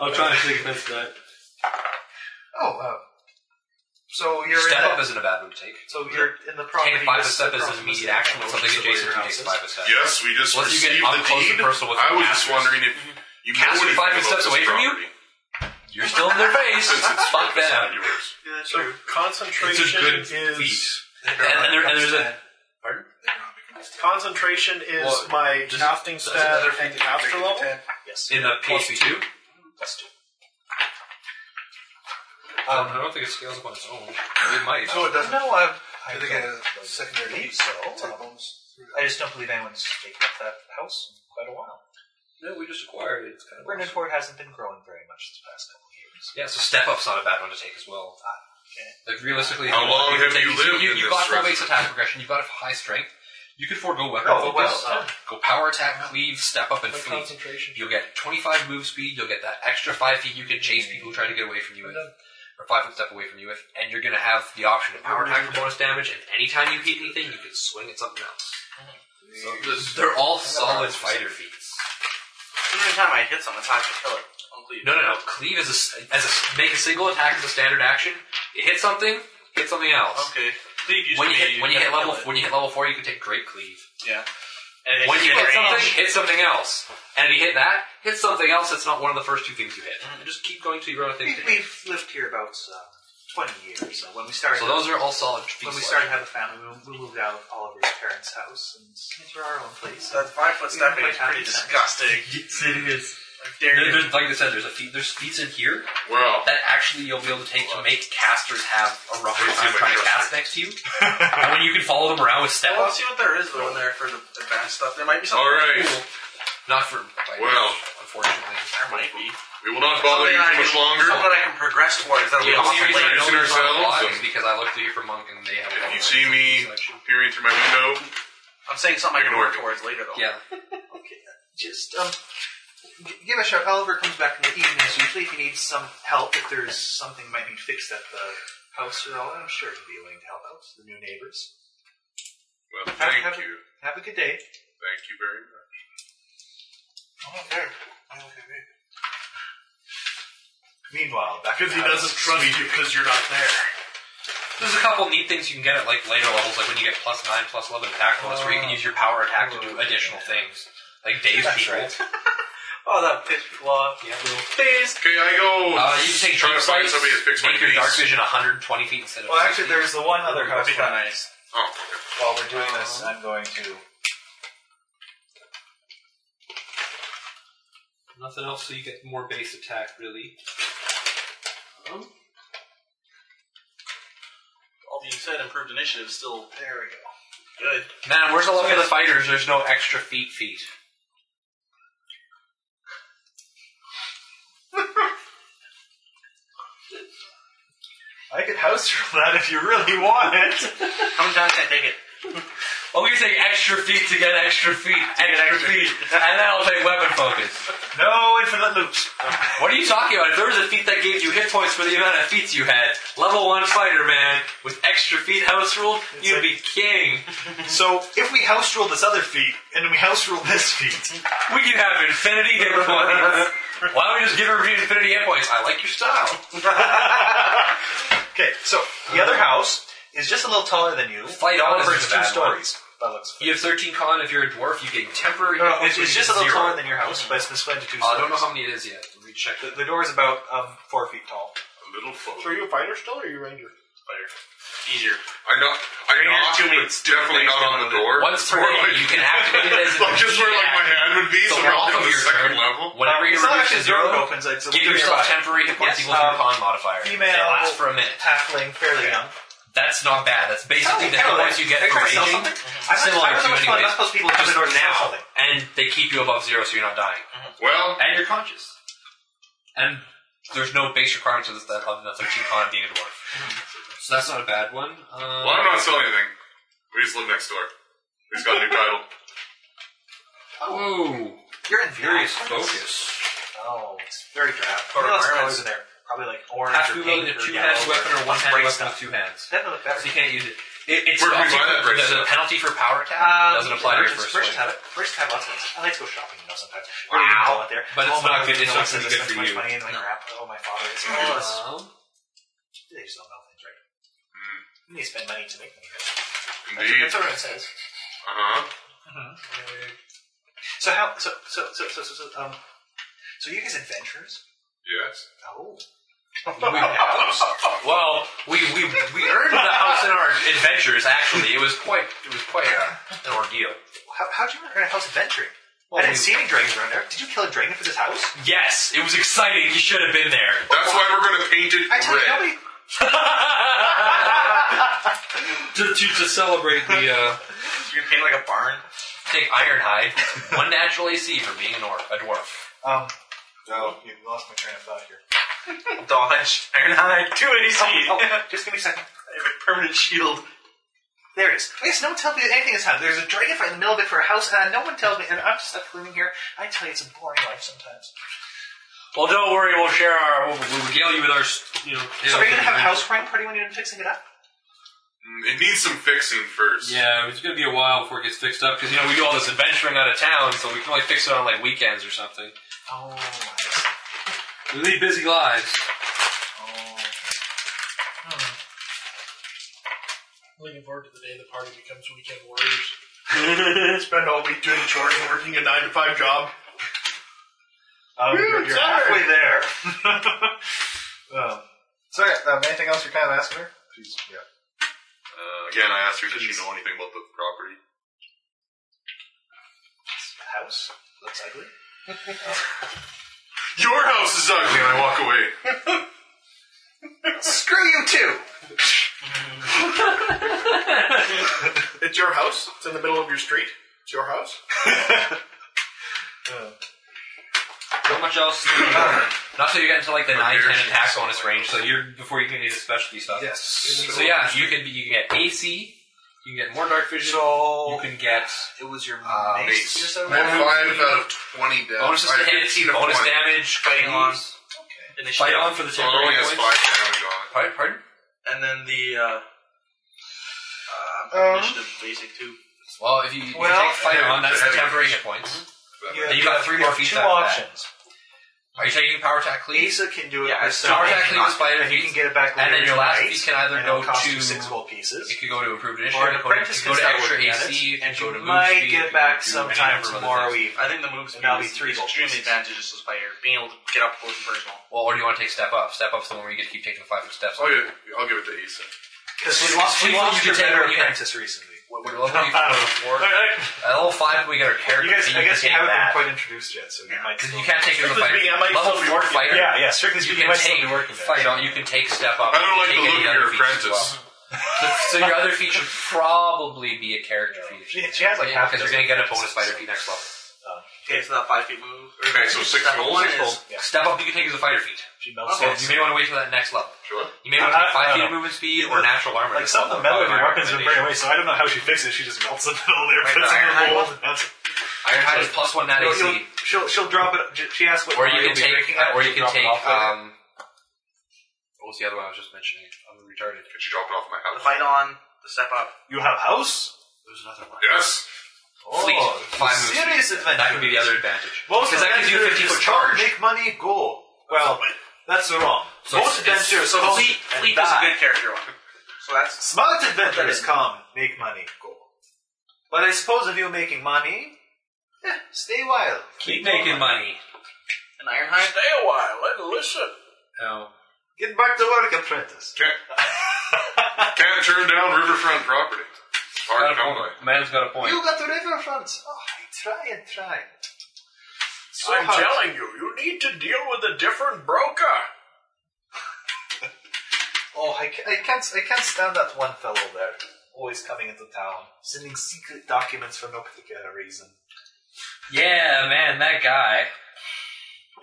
Speaker 4: I'm trying to take offense to that.
Speaker 10: oh, um, so you're
Speaker 4: Step
Speaker 10: in
Speaker 4: up
Speaker 10: the,
Speaker 4: isn't a bad move to take.
Speaker 10: so you're in the property.
Speaker 4: Take a five a
Speaker 10: list-
Speaker 4: step as an
Speaker 10: property
Speaker 4: immediate
Speaker 10: list
Speaker 4: action when
Speaker 10: of
Speaker 4: something
Speaker 10: motions
Speaker 4: adjacent to you
Speaker 10: of your
Speaker 4: takes
Speaker 10: houses.
Speaker 4: five a step.
Speaker 5: Yes, we just
Speaker 4: Unless you get
Speaker 5: received
Speaker 4: up
Speaker 5: the
Speaker 4: close and
Speaker 5: deed.
Speaker 4: personal with
Speaker 5: I was
Speaker 4: Cass.
Speaker 5: just wondering if you know
Speaker 4: Cass would
Speaker 5: anything
Speaker 4: Mm-hmm. five
Speaker 5: about
Speaker 4: steps
Speaker 5: this
Speaker 4: away from you?
Speaker 5: property.
Speaker 4: You're still in their face.
Speaker 5: Since it's
Speaker 4: Fuck
Speaker 5: yours, it's not
Speaker 4: them.
Speaker 5: yours.
Speaker 11: So concentration
Speaker 4: It's a good
Speaker 11: is
Speaker 4: feat. And, and, there, and there's a pardon.
Speaker 11: concentration is
Speaker 4: Well,
Speaker 11: my
Speaker 4: just-
Speaker 11: casting
Speaker 4: that's
Speaker 11: stat
Speaker 3: Another thing
Speaker 11: and
Speaker 3: to take
Speaker 11: caster
Speaker 3: into
Speaker 11: level.
Speaker 3: account.
Speaker 10: Yes.
Speaker 4: in the PHP two.
Speaker 10: Plus two.
Speaker 4: Um, I don't think it scales up on its own. It might.
Speaker 3: No, it doesn't.
Speaker 10: No, uh, I've,
Speaker 3: I think it has secondary
Speaker 10: believe so.
Speaker 3: attack
Speaker 10: Um,
Speaker 3: bonus.
Speaker 10: I just don't believe anyone's taken up that house in quite a while.
Speaker 4: No, we just acquired it. It's kind of
Speaker 10: Brendan Ford hasn't been growing very much this past couple of years.
Speaker 4: Yeah, so step up's not a bad one to take as well. Like realistically,
Speaker 5: How long
Speaker 4: can
Speaker 5: have
Speaker 4: take-
Speaker 5: you lived
Speaker 4: You,
Speaker 5: in
Speaker 4: you
Speaker 5: this
Speaker 4: got full
Speaker 5: residence?
Speaker 4: base attack progression. You got a high strength. You could forego weapon
Speaker 10: Oh,
Speaker 4: focus.
Speaker 10: well, uh,
Speaker 4: go power attack, cleave, step up, and flee.
Speaker 10: concentration.
Speaker 4: You'll get 25 move speed. You'll get that extra five feet you can chase people who try to get away from you with, or five foot step away from you with, and you're gonna have the option of power attack for bonus damage. And anytime you hit anything, you can swing at something else.
Speaker 5: This-
Speaker 4: They're all solid fighter feats.
Speaker 8: So every time I hit someone, it's hard to kill it. Complete.
Speaker 4: No, no, no. Cleave is a, s- as a make a single attack as a standard action. You hit something, hit something else.
Speaker 8: Okay. Cleave used
Speaker 4: When
Speaker 8: to
Speaker 4: you
Speaker 8: be
Speaker 4: hit when you hit
Speaker 8: gotta
Speaker 4: level
Speaker 8: kill it.
Speaker 4: when you hit level four, you can take great cleave.
Speaker 8: Yeah. And if
Speaker 4: When you hit
Speaker 8: range,
Speaker 4: something, hit something else. And if you hit that, hit something else that's not one of the first two things you hit. And just keep going till you run out of things to
Speaker 10: We,
Speaker 4: hit.
Speaker 10: we've lived here about uh, 20 years. So when we started,
Speaker 4: So those are all solid feats.
Speaker 10: when we
Speaker 4: like-
Speaker 10: started having a family, we, we moved out of Oliver's parents' house and into our own place.
Speaker 8: That five foot stepping
Speaker 10: Yeah,
Speaker 8: is pretty
Speaker 10: like that.
Speaker 8: disgusting.
Speaker 4: It is.
Speaker 8: I dare
Speaker 4: There,
Speaker 8: you.
Speaker 4: there's, like I said, there's a feat, there's feats in here
Speaker 5: Well,
Speaker 4: that actually you'll be able to take to make casters have a rougher
Speaker 5: Let's see
Speaker 4: time
Speaker 5: what
Speaker 4: trying to
Speaker 5: yours
Speaker 4: cast next to you. and when you can follow them around with step
Speaker 8: Well, let's
Speaker 4: ups,
Speaker 8: see what there is though in there for the advanced stuff. There might be something.
Speaker 5: all right.
Speaker 4: cool. Not for fighters,
Speaker 5: Well.
Speaker 4: unfortunately.
Speaker 8: There might be.
Speaker 5: We will not bother you too much longer.
Speaker 8: Something I can progress towards. That'll be
Speaker 4: The only
Speaker 8: awesome.
Speaker 4: reason I know
Speaker 8: later.
Speaker 5: Introducing
Speaker 4: there's not a lot
Speaker 5: ourselves
Speaker 4: is
Speaker 5: and-
Speaker 4: because I looked at you for monk and they have. a lot
Speaker 5: If you
Speaker 4: of
Speaker 5: see me
Speaker 4: selection.
Speaker 5: peering through my window,
Speaker 8: I'm saying something I can
Speaker 5: Ignore
Speaker 8: work
Speaker 5: me.
Speaker 8: towards later though.
Speaker 4: yeah,
Speaker 10: Just um, g- give a shout. Oliver comes back in the evenings usually if he needs some help. If there's something might need fixed at the house or all, I'm sure he'd be willing to help out the new neighbors.
Speaker 5: well,
Speaker 10: Have-
Speaker 5: thank
Speaker 10: have-
Speaker 5: you,
Speaker 10: Have a good day.
Speaker 5: thank you very much.
Speaker 10: Meanwhile, back
Speaker 11: Because
Speaker 10: at
Speaker 11: he
Speaker 10: the
Speaker 11: doesn't
Speaker 10: house,
Speaker 11: trust you because you're not there.
Speaker 4: there's a couple neat things you can get at like later levels, like when you get plus nine, plus eleven attack bonus, where you can
Speaker 10: Uh,
Speaker 4: use your power attack to do additional things, like daze people.
Speaker 10: Oh, that pitch flaw.
Speaker 4: Yeah, little-
Speaker 5: Okay, I go.
Speaker 4: Uh, you can take
Speaker 5: try to
Speaker 4: deep
Speaker 5: find
Speaker 4: sights,
Speaker 5: somebody to fix my
Speaker 4: make your
Speaker 5: beast.
Speaker 4: dark vision 120 feet instead of.
Speaker 10: Well, actually, there's the one other house.
Speaker 8: That'd be kind of
Speaker 10: that-
Speaker 8: nice.
Speaker 5: Oh,
Speaker 10: While we're doing this, I'm going to
Speaker 4: Nothing else, so you get more base attack, really.
Speaker 8: Um, All being said, improved initiative is still there. We go. Good.
Speaker 4: Man, where's the luck of the fighters? There's no extra feet feet.
Speaker 10: I could house rule that if you really want it.
Speaker 8: How many times can I take it?
Speaker 4: Oh, we take extra feet to get extra feet. Extra feet. And then I'll take weapon focus.
Speaker 10: No infinite loops.
Speaker 4: What are you talking about? If there was a feat that gave you hit points for the amount of feats you had, level one fighter man with extra feet house rule, you'd be kidding.
Speaker 10: So if we house rule this other feat, and we house rule this feat,
Speaker 4: We could have infinity hit points. Why don't we just give everybody infinity hit points? I like your style.
Speaker 10: okay. So the other house is just a little taller than you.
Speaker 4: Fight on
Speaker 10: However,
Speaker 4: is
Speaker 10: it's
Speaker 4: a
Speaker 10: two
Speaker 4: bad one.
Speaker 10: stories. By the looks of it.
Speaker 4: You have 13 con. If you're a dwarf, you get temporary.
Speaker 10: No,
Speaker 4: hit
Speaker 10: no,
Speaker 4: points,
Speaker 10: it's, it's
Speaker 4: you
Speaker 10: just a
Speaker 4: get
Speaker 10: little
Speaker 4: zero.
Speaker 10: taller than your house, but it's been split into two
Speaker 4: Uh,
Speaker 10: stories.
Speaker 4: I don't know how many it is yet. Let me check.
Speaker 10: The, the door is about um, four feet tall.
Speaker 5: little folk.
Speaker 3: So are you a fighter still, or are you a ranger? Fighter.
Speaker 8: Easier.
Speaker 5: I know. I knock,
Speaker 8: too many
Speaker 5: but it's definitely not on the door.
Speaker 4: Once per
Speaker 5: Or
Speaker 4: day,
Speaker 5: like-
Speaker 4: you can activate it as an
Speaker 5: like just where like my hand would be,
Speaker 4: So
Speaker 5: so
Speaker 4: we're
Speaker 5: we're
Speaker 4: all
Speaker 5: on
Speaker 4: on
Speaker 5: the
Speaker 4: your
Speaker 5: second
Speaker 4: turn.
Speaker 5: level.
Speaker 4: Whenever you
Speaker 10: it's not
Speaker 4: reduce
Speaker 10: actually
Speaker 4: to
Speaker 10: zero.
Speaker 4: zero,
Speaker 10: It opens. It's a
Speaker 4: Give
Speaker 10: little
Speaker 4: yourself
Speaker 10: nearby.
Speaker 4: temporary hit points
Speaker 10: Yes,
Speaker 4: equal to your
Speaker 10: um,
Speaker 4: con modifier.
Speaker 10: female-
Speaker 4: It lasts for a minute.
Speaker 10: halfling, fairly young.
Speaker 4: That's not bad. That's basically the hit
Speaker 10: Caroline,
Speaker 4: points you get
Speaker 10: are you
Speaker 4: for
Speaker 10: trying to sell
Speaker 4: raging,
Speaker 10: something? I'm not-
Speaker 4: Similar
Speaker 10: I'm
Speaker 4: to
Speaker 10: not supposed I'm
Speaker 4: anyways.
Speaker 10: not supposed to people just
Speaker 4: Just
Speaker 10: now.
Speaker 4: now, and they keep you above zero, so you're not dying,
Speaker 5: Well,
Speaker 4: and you're conscious. And there's no base requirements of this that other than 13 con and being a dwarf. So that's not a bad one. Uh,
Speaker 5: well, I'm not selling anything. We just live next door. He's got a new title.
Speaker 4: whoa,
Speaker 10: You're in
Speaker 4: furious focus.
Speaker 10: Oh, it's very drab.
Speaker 4: Or
Speaker 10: What else
Speaker 4: brown.
Speaker 10: colors in there? Probably like orange
Speaker 4: Have to
Speaker 10: or
Speaker 4: be
Speaker 10: pink
Speaker 4: wielding a
Speaker 10: or
Speaker 4: two-handed
Speaker 10: yellow
Speaker 4: weapon or one-handed
Speaker 10: gray
Speaker 4: weapon
Speaker 10: stuff.
Speaker 4: with two hands.
Speaker 10: That doesn't look better.
Speaker 4: So you can't use it. it it's
Speaker 5: Where
Speaker 4: not
Speaker 5: can we buy that brace
Speaker 4: the
Speaker 5: set?
Speaker 4: penalty for power attack
Speaker 10: Um,
Speaker 4: doesn't apply to your
Speaker 10: merchants-
Speaker 4: first swing.
Speaker 10: merchants have it. Merchants have lots of things. I like to go shopping, you know, sometimes.
Speaker 4: Wow.
Speaker 10: Really go out there.
Speaker 4: But it's
Speaker 10: oh,
Speaker 4: not
Speaker 10: my
Speaker 4: good- it's
Speaker 10: mother
Speaker 4: not
Speaker 10: says
Speaker 4: gonna be good for
Speaker 10: I spend too much
Speaker 4: you.
Speaker 10: money and my crap. Oh, my father is. Oh, it's-
Speaker 4: Um,
Speaker 10: they just don't know things, right?
Speaker 4: Mm.
Speaker 10: They spend money to make money.
Speaker 5: Indeed.
Speaker 10: That's what everyone says.
Speaker 5: Uh huh.
Speaker 10: So how? So so so so so, so um. So you guys adventurers?
Speaker 5: Yes.
Speaker 10: Oh.
Speaker 4: we well, we, we we earned the house in our adventures. Actually, it was quite it was quite uh, an ordeal.
Speaker 10: How how'd you earn a house adventuring?
Speaker 4: Well,
Speaker 10: I didn't
Speaker 4: we-
Speaker 10: see any dragons around there. Did you kill a dragon for this house?
Speaker 4: Yes, it was exciting. You should have been there.
Speaker 5: That's why we're gonna paint it
Speaker 10: I tell you,
Speaker 5: red.
Speaker 10: nobody.
Speaker 4: to, to, to celebrate the uh,
Speaker 8: You're gonna paint like a barn.
Speaker 4: take Ironhide, one natural AC for being an or- a dwarf.
Speaker 10: Um. No, you lost my train of thought here.
Speaker 8: Dodge. Ironhide. Two
Speaker 10: Oh,
Speaker 8: AC.
Speaker 10: just give me a second.
Speaker 8: I have a permanent shield.
Speaker 10: There it is. Yes, no one tells me anything this time. There's a dragon fight in the middle of it for a house, and no one tells me. And I'm just like living here. I tell you, it's a boring life sometimes.
Speaker 4: Well, don't worry. We'll share our. We'll, we'll regale you with our. s- You know.
Speaker 10: So are you gonna have a house party party when you're done fixing it up?
Speaker 5: Mm, It needs some fixing first.
Speaker 4: Yeah, it's gonna be a while before it gets fixed up because you know we do all this adventuring out of town, so we can only fix it on like weekends or something.
Speaker 10: Oh, I see.
Speaker 4: We lead busy lives.
Speaker 10: oh.
Speaker 3: Looking forward to the day the party becomes weekend warriors. Spend all week doing chores and working a nine to five job.
Speaker 10: Um, you're, you're
Speaker 3: sorry.
Speaker 10: halfway there. um, so, yeah, um, anything else you're kind of asking her? She's, yeah.
Speaker 5: Uh, again, I asked her, does she know anything about the property?
Speaker 10: The house looks ugly.
Speaker 5: Your house is ugly, and I walk away.
Speaker 10: Screw you too.
Speaker 3: It's your house. It's in the middle of your street. It's your house.
Speaker 4: Not much else. Not till you get into like the nine ten attack bonus range, so you're before you can get into specialty stuff.
Speaker 10: Yes.
Speaker 4: So yeah, you can be- you can get AC, you can get more dark vision, you
Speaker 10: So
Speaker 4: can get
Speaker 10: it was your
Speaker 4: Uh,
Speaker 10: mace.
Speaker 5: mace.
Speaker 10: or
Speaker 5: I
Speaker 10: something?
Speaker 5: have five out of twenty death.
Speaker 4: bonuses to
Speaker 5: I have
Speaker 4: hit,
Speaker 5: 15 of
Speaker 4: bonus
Speaker 5: 20.
Speaker 4: damage,
Speaker 8: Fighting on.
Speaker 4: bonus-
Speaker 8: Initiative.
Speaker 4: fight on for the
Speaker 5: So it only
Speaker 4: temporary
Speaker 5: has
Speaker 4: points.
Speaker 5: five damage on it.
Speaker 4: Pardon? Pardon?
Speaker 8: And then the uh, uh, initiative basic too.
Speaker 4: Well, if you, if you
Speaker 10: Well,
Speaker 4: take fight on, that's the
Speaker 5: heavy.
Speaker 4: temporary hit points.
Speaker 10: Yeah,
Speaker 4: Then you got three more feats
Speaker 10: Two
Speaker 4: after that.
Speaker 10: options.
Speaker 4: Mm-hmm. Are you taking power attack cleave?
Speaker 10: Lisa can do it
Speaker 8: Yeah, it's
Speaker 10: herself.
Speaker 4: power attack cleave is fighter
Speaker 10: and you
Speaker 4: feats.
Speaker 10: can get it back
Speaker 4: And
Speaker 10: later.
Speaker 4: then your last
Speaker 10: tonight,
Speaker 4: feat can either
Speaker 10: and it'll
Speaker 4: go
Speaker 10: cost
Speaker 4: to-
Speaker 10: you six gold pieces.
Speaker 4: It could go to improved initiative,
Speaker 8: Or an
Speaker 4: it could go to-
Speaker 8: apprentice
Speaker 4: it could go
Speaker 8: can
Speaker 4: to
Speaker 8: start
Speaker 4: extra
Speaker 8: working at it,
Speaker 4: AC, it could
Speaker 10: and
Speaker 4: go to
Speaker 10: you
Speaker 4: move
Speaker 10: might
Speaker 4: speed, it
Speaker 10: get
Speaker 4: could go
Speaker 10: back
Speaker 4: to any
Speaker 10: sometime
Speaker 4: number of other
Speaker 10: tomorrow
Speaker 4: things.
Speaker 10: evening.
Speaker 8: I think the move
Speaker 10: And that'll be three
Speaker 8: is
Speaker 10: gold
Speaker 8: extremely
Speaker 10: pieces.
Speaker 8: advantageous by your being able to get up close and personal.
Speaker 4: Well, or do you want to take step up? Step up's the one where you get to keep taking five foot steps.
Speaker 5: Oh, I'll give, I'll give it to Asa.
Speaker 10: Because she
Speaker 4: She
Speaker 10: lost, she
Speaker 4: wants
Speaker 10: lost
Speaker 4: you
Speaker 10: her
Speaker 4: to take
Speaker 10: better
Speaker 4: her hand.
Speaker 10: apprentice recently.
Speaker 4: What, what level are you four? At level five, we got our character.
Speaker 10: You guys,
Speaker 4: so
Speaker 10: I guess you
Speaker 4: can take
Speaker 10: haven't
Speaker 4: that.
Speaker 10: been quite introduced yet, so you might.
Speaker 4: Because
Speaker 10: still-
Speaker 4: you can't take it as a
Speaker 11: Strictly
Speaker 4: fighter.
Speaker 11: speaking, I might
Speaker 4: level
Speaker 11: still be
Speaker 4: four
Speaker 11: working
Speaker 4: fighter.
Speaker 10: Yeah, yeah. Strictly
Speaker 4: You
Speaker 10: speaking,
Speaker 4: can
Speaker 10: you might still be
Speaker 4: take
Speaker 10: working. there.
Speaker 4: fight on. You can take step up.
Speaker 5: I don't
Speaker 4: You
Speaker 5: like
Speaker 4: can
Speaker 5: the
Speaker 4: take
Speaker 5: look
Speaker 4: any
Speaker 5: of
Speaker 4: other
Speaker 5: your
Speaker 4: feats as
Speaker 5: apprentice.
Speaker 4: well. so your other feat should probably be a character feat.
Speaker 10: She- she has, like, half
Speaker 4: because
Speaker 10: a
Speaker 4: you're going to get a
Speaker 10: dozen
Speaker 4: bonus fighter feat next level.
Speaker 8: Okay, so that five feet move.
Speaker 5: Okay, so six
Speaker 8: That
Speaker 5: goals?
Speaker 8: one
Speaker 5: Six
Speaker 8: is.
Speaker 10: Yeah.
Speaker 4: Step up you can take as a fighter feat.
Speaker 10: She melts.
Speaker 4: So
Speaker 10: Okay.
Speaker 4: you may want to wait till that next level.
Speaker 5: Sure.
Speaker 4: You may want to
Speaker 10: I-
Speaker 4: take
Speaker 10: I
Speaker 4: five
Speaker 10: don't
Speaker 4: feet
Speaker 10: know.
Speaker 4: movement speed or natural armor.
Speaker 10: Like
Speaker 4: this
Speaker 10: some of the
Speaker 4: level. Probably
Speaker 10: metal of your
Speaker 4: my
Speaker 10: weapons are
Speaker 4: recommendation.
Speaker 10: burning away, so I don't know how she fixes it. She just melts them in the middle there,
Speaker 4: Right,
Speaker 10: puts
Speaker 4: the
Speaker 10: them in
Speaker 4: iron
Speaker 10: the bowl.
Speaker 4: hand.
Speaker 10: That's
Speaker 4: Ironhide is plus one nat
Speaker 10: You'll-
Speaker 4: AC.
Speaker 10: you'll- She'll she'll drop it. j- She asks what
Speaker 4: Or
Speaker 10: wine
Speaker 4: you
Speaker 10: you'll
Speaker 4: can
Speaker 10: be
Speaker 4: take, uh,
Speaker 10: drinking,
Speaker 4: or
Speaker 10: and she'll
Speaker 4: you can
Speaker 10: drop it
Speaker 4: take,
Speaker 10: off later.
Speaker 4: um, what was the other one I was just mentioning? I'm retarded.
Speaker 5: Could you drop it off my
Speaker 8: The
Speaker 5: house?
Speaker 8: fight on, the step up.
Speaker 10: you have house. Oh, There's another one.
Speaker 5: Yes.
Speaker 4: Fleet. Five moves.
Speaker 10: serious adventure.
Speaker 4: That could be the other advantage.
Speaker 10: Most
Speaker 4: Because that gives you a
Speaker 10: adventures
Speaker 4: 50 foot
Speaker 10: don't
Speaker 4: charge.
Speaker 10: Make money, go. Well, that's the wrong.
Speaker 4: So it's-
Speaker 10: Most
Speaker 4: it's-
Speaker 10: adventures
Speaker 8: So
Speaker 10: come
Speaker 8: Fleet,
Speaker 10: and
Speaker 8: Fleet is a
Speaker 10: die.
Speaker 8: good character one. So that's.
Speaker 10: Smart adventures come, make money, go. But I suppose if you're making money, eh, stay a while.
Speaker 4: Keep making money.
Speaker 8: An Ironhide?
Speaker 11: Stay a while and listen.
Speaker 4: No.
Speaker 10: Get back to work, apprentice.
Speaker 5: Can't, can't turn down riverfront property. Hard no
Speaker 4: Man's got a point.
Speaker 10: You got to riverfront. Oh, I try and try. So
Speaker 11: I'm
Speaker 10: hard.
Speaker 11: telling you, you need to deal with a different broker.
Speaker 10: Oh, I, ca- I can't I can't stand that one fellow there, always coming into town, sending secret documents for no particular reason.
Speaker 4: Yeah, man, that guy.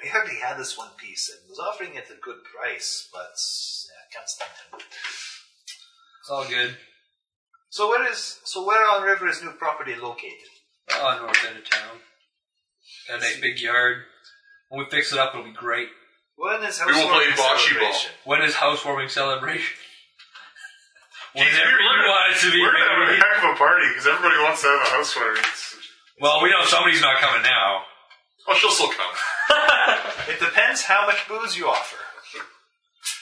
Speaker 10: I heard he had this one piece and was offering it at a good price, but yeah, I can't stand him.
Speaker 4: It's all good.
Speaker 10: So where is so where on river is new property located?
Speaker 4: Oh, north end of town. Got a nice big yard. When we fix it up, it'll be great.
Speaker 10: When is
Speaker 5: will play bocce
Speaker 10: housewarming
Speaker 5: ball.
Speaker 10: celebration?
Speaker 4: When is housewarming celebration?
Speaker 5: Jeez,
Speaker 4: Whenever
Speaker 5: we're-
Speaker 4: you want it to be.
Speaker 5: We're gonna have a
Speaker 4: baby.
Speaker 5: heck of a party because everybody wants to have a house fire. It's-
Speaker 4: Well, we know somebody's not coming now.
Speaker 5: Oh, she'll still come.
Speaker 10: It depends how much booze you offer.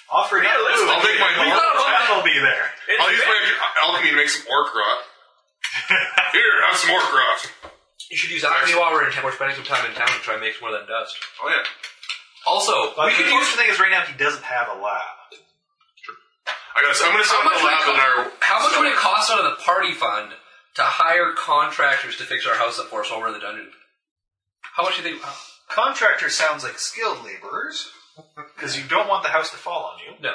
Speaker 10: Offer enough
Speaker 11: Realistic.
Speaker 10: booze.
Speaker 5: I'll make my
Speaker 10: Your
Speaker 5: normal-
Speaker 10: friend will be there.
Speaker 11: It's
Speaker 5: I'll use
Speaker 11: been-
Speaker 5: my alchemy to make some orc rot. Here, have some orc rot.
Speaker 4: You should use alchemy while we're in town. We're spending some time in town to try and make some more of that dust.
Speaker 5: Oh yeah.
Speaker 4: Also,
Speaker 10: But
Speaker 4: we
Speaker 10: the
Speaker 4: could
Speaker 10: important
Speaker 4: use.
Speaker 10: thing is right now he doesn't have a lab.
Speaker 5: I got. I'm gonna set
Speaker 4: How
Speaker 5: up
Speaker 4: much,
Speaker 5: a
Speaker 4: would it
Speaker 5: lab in our.
Speaker 4: co- how much would it cost out of the party fund to hire contractors to fix our house up for us over in the dungeon? How much do you think? uh,
Speaker 10: Contractor sounds like skilled laborers because you don't want the house to fall on you.
Speaker 4: No.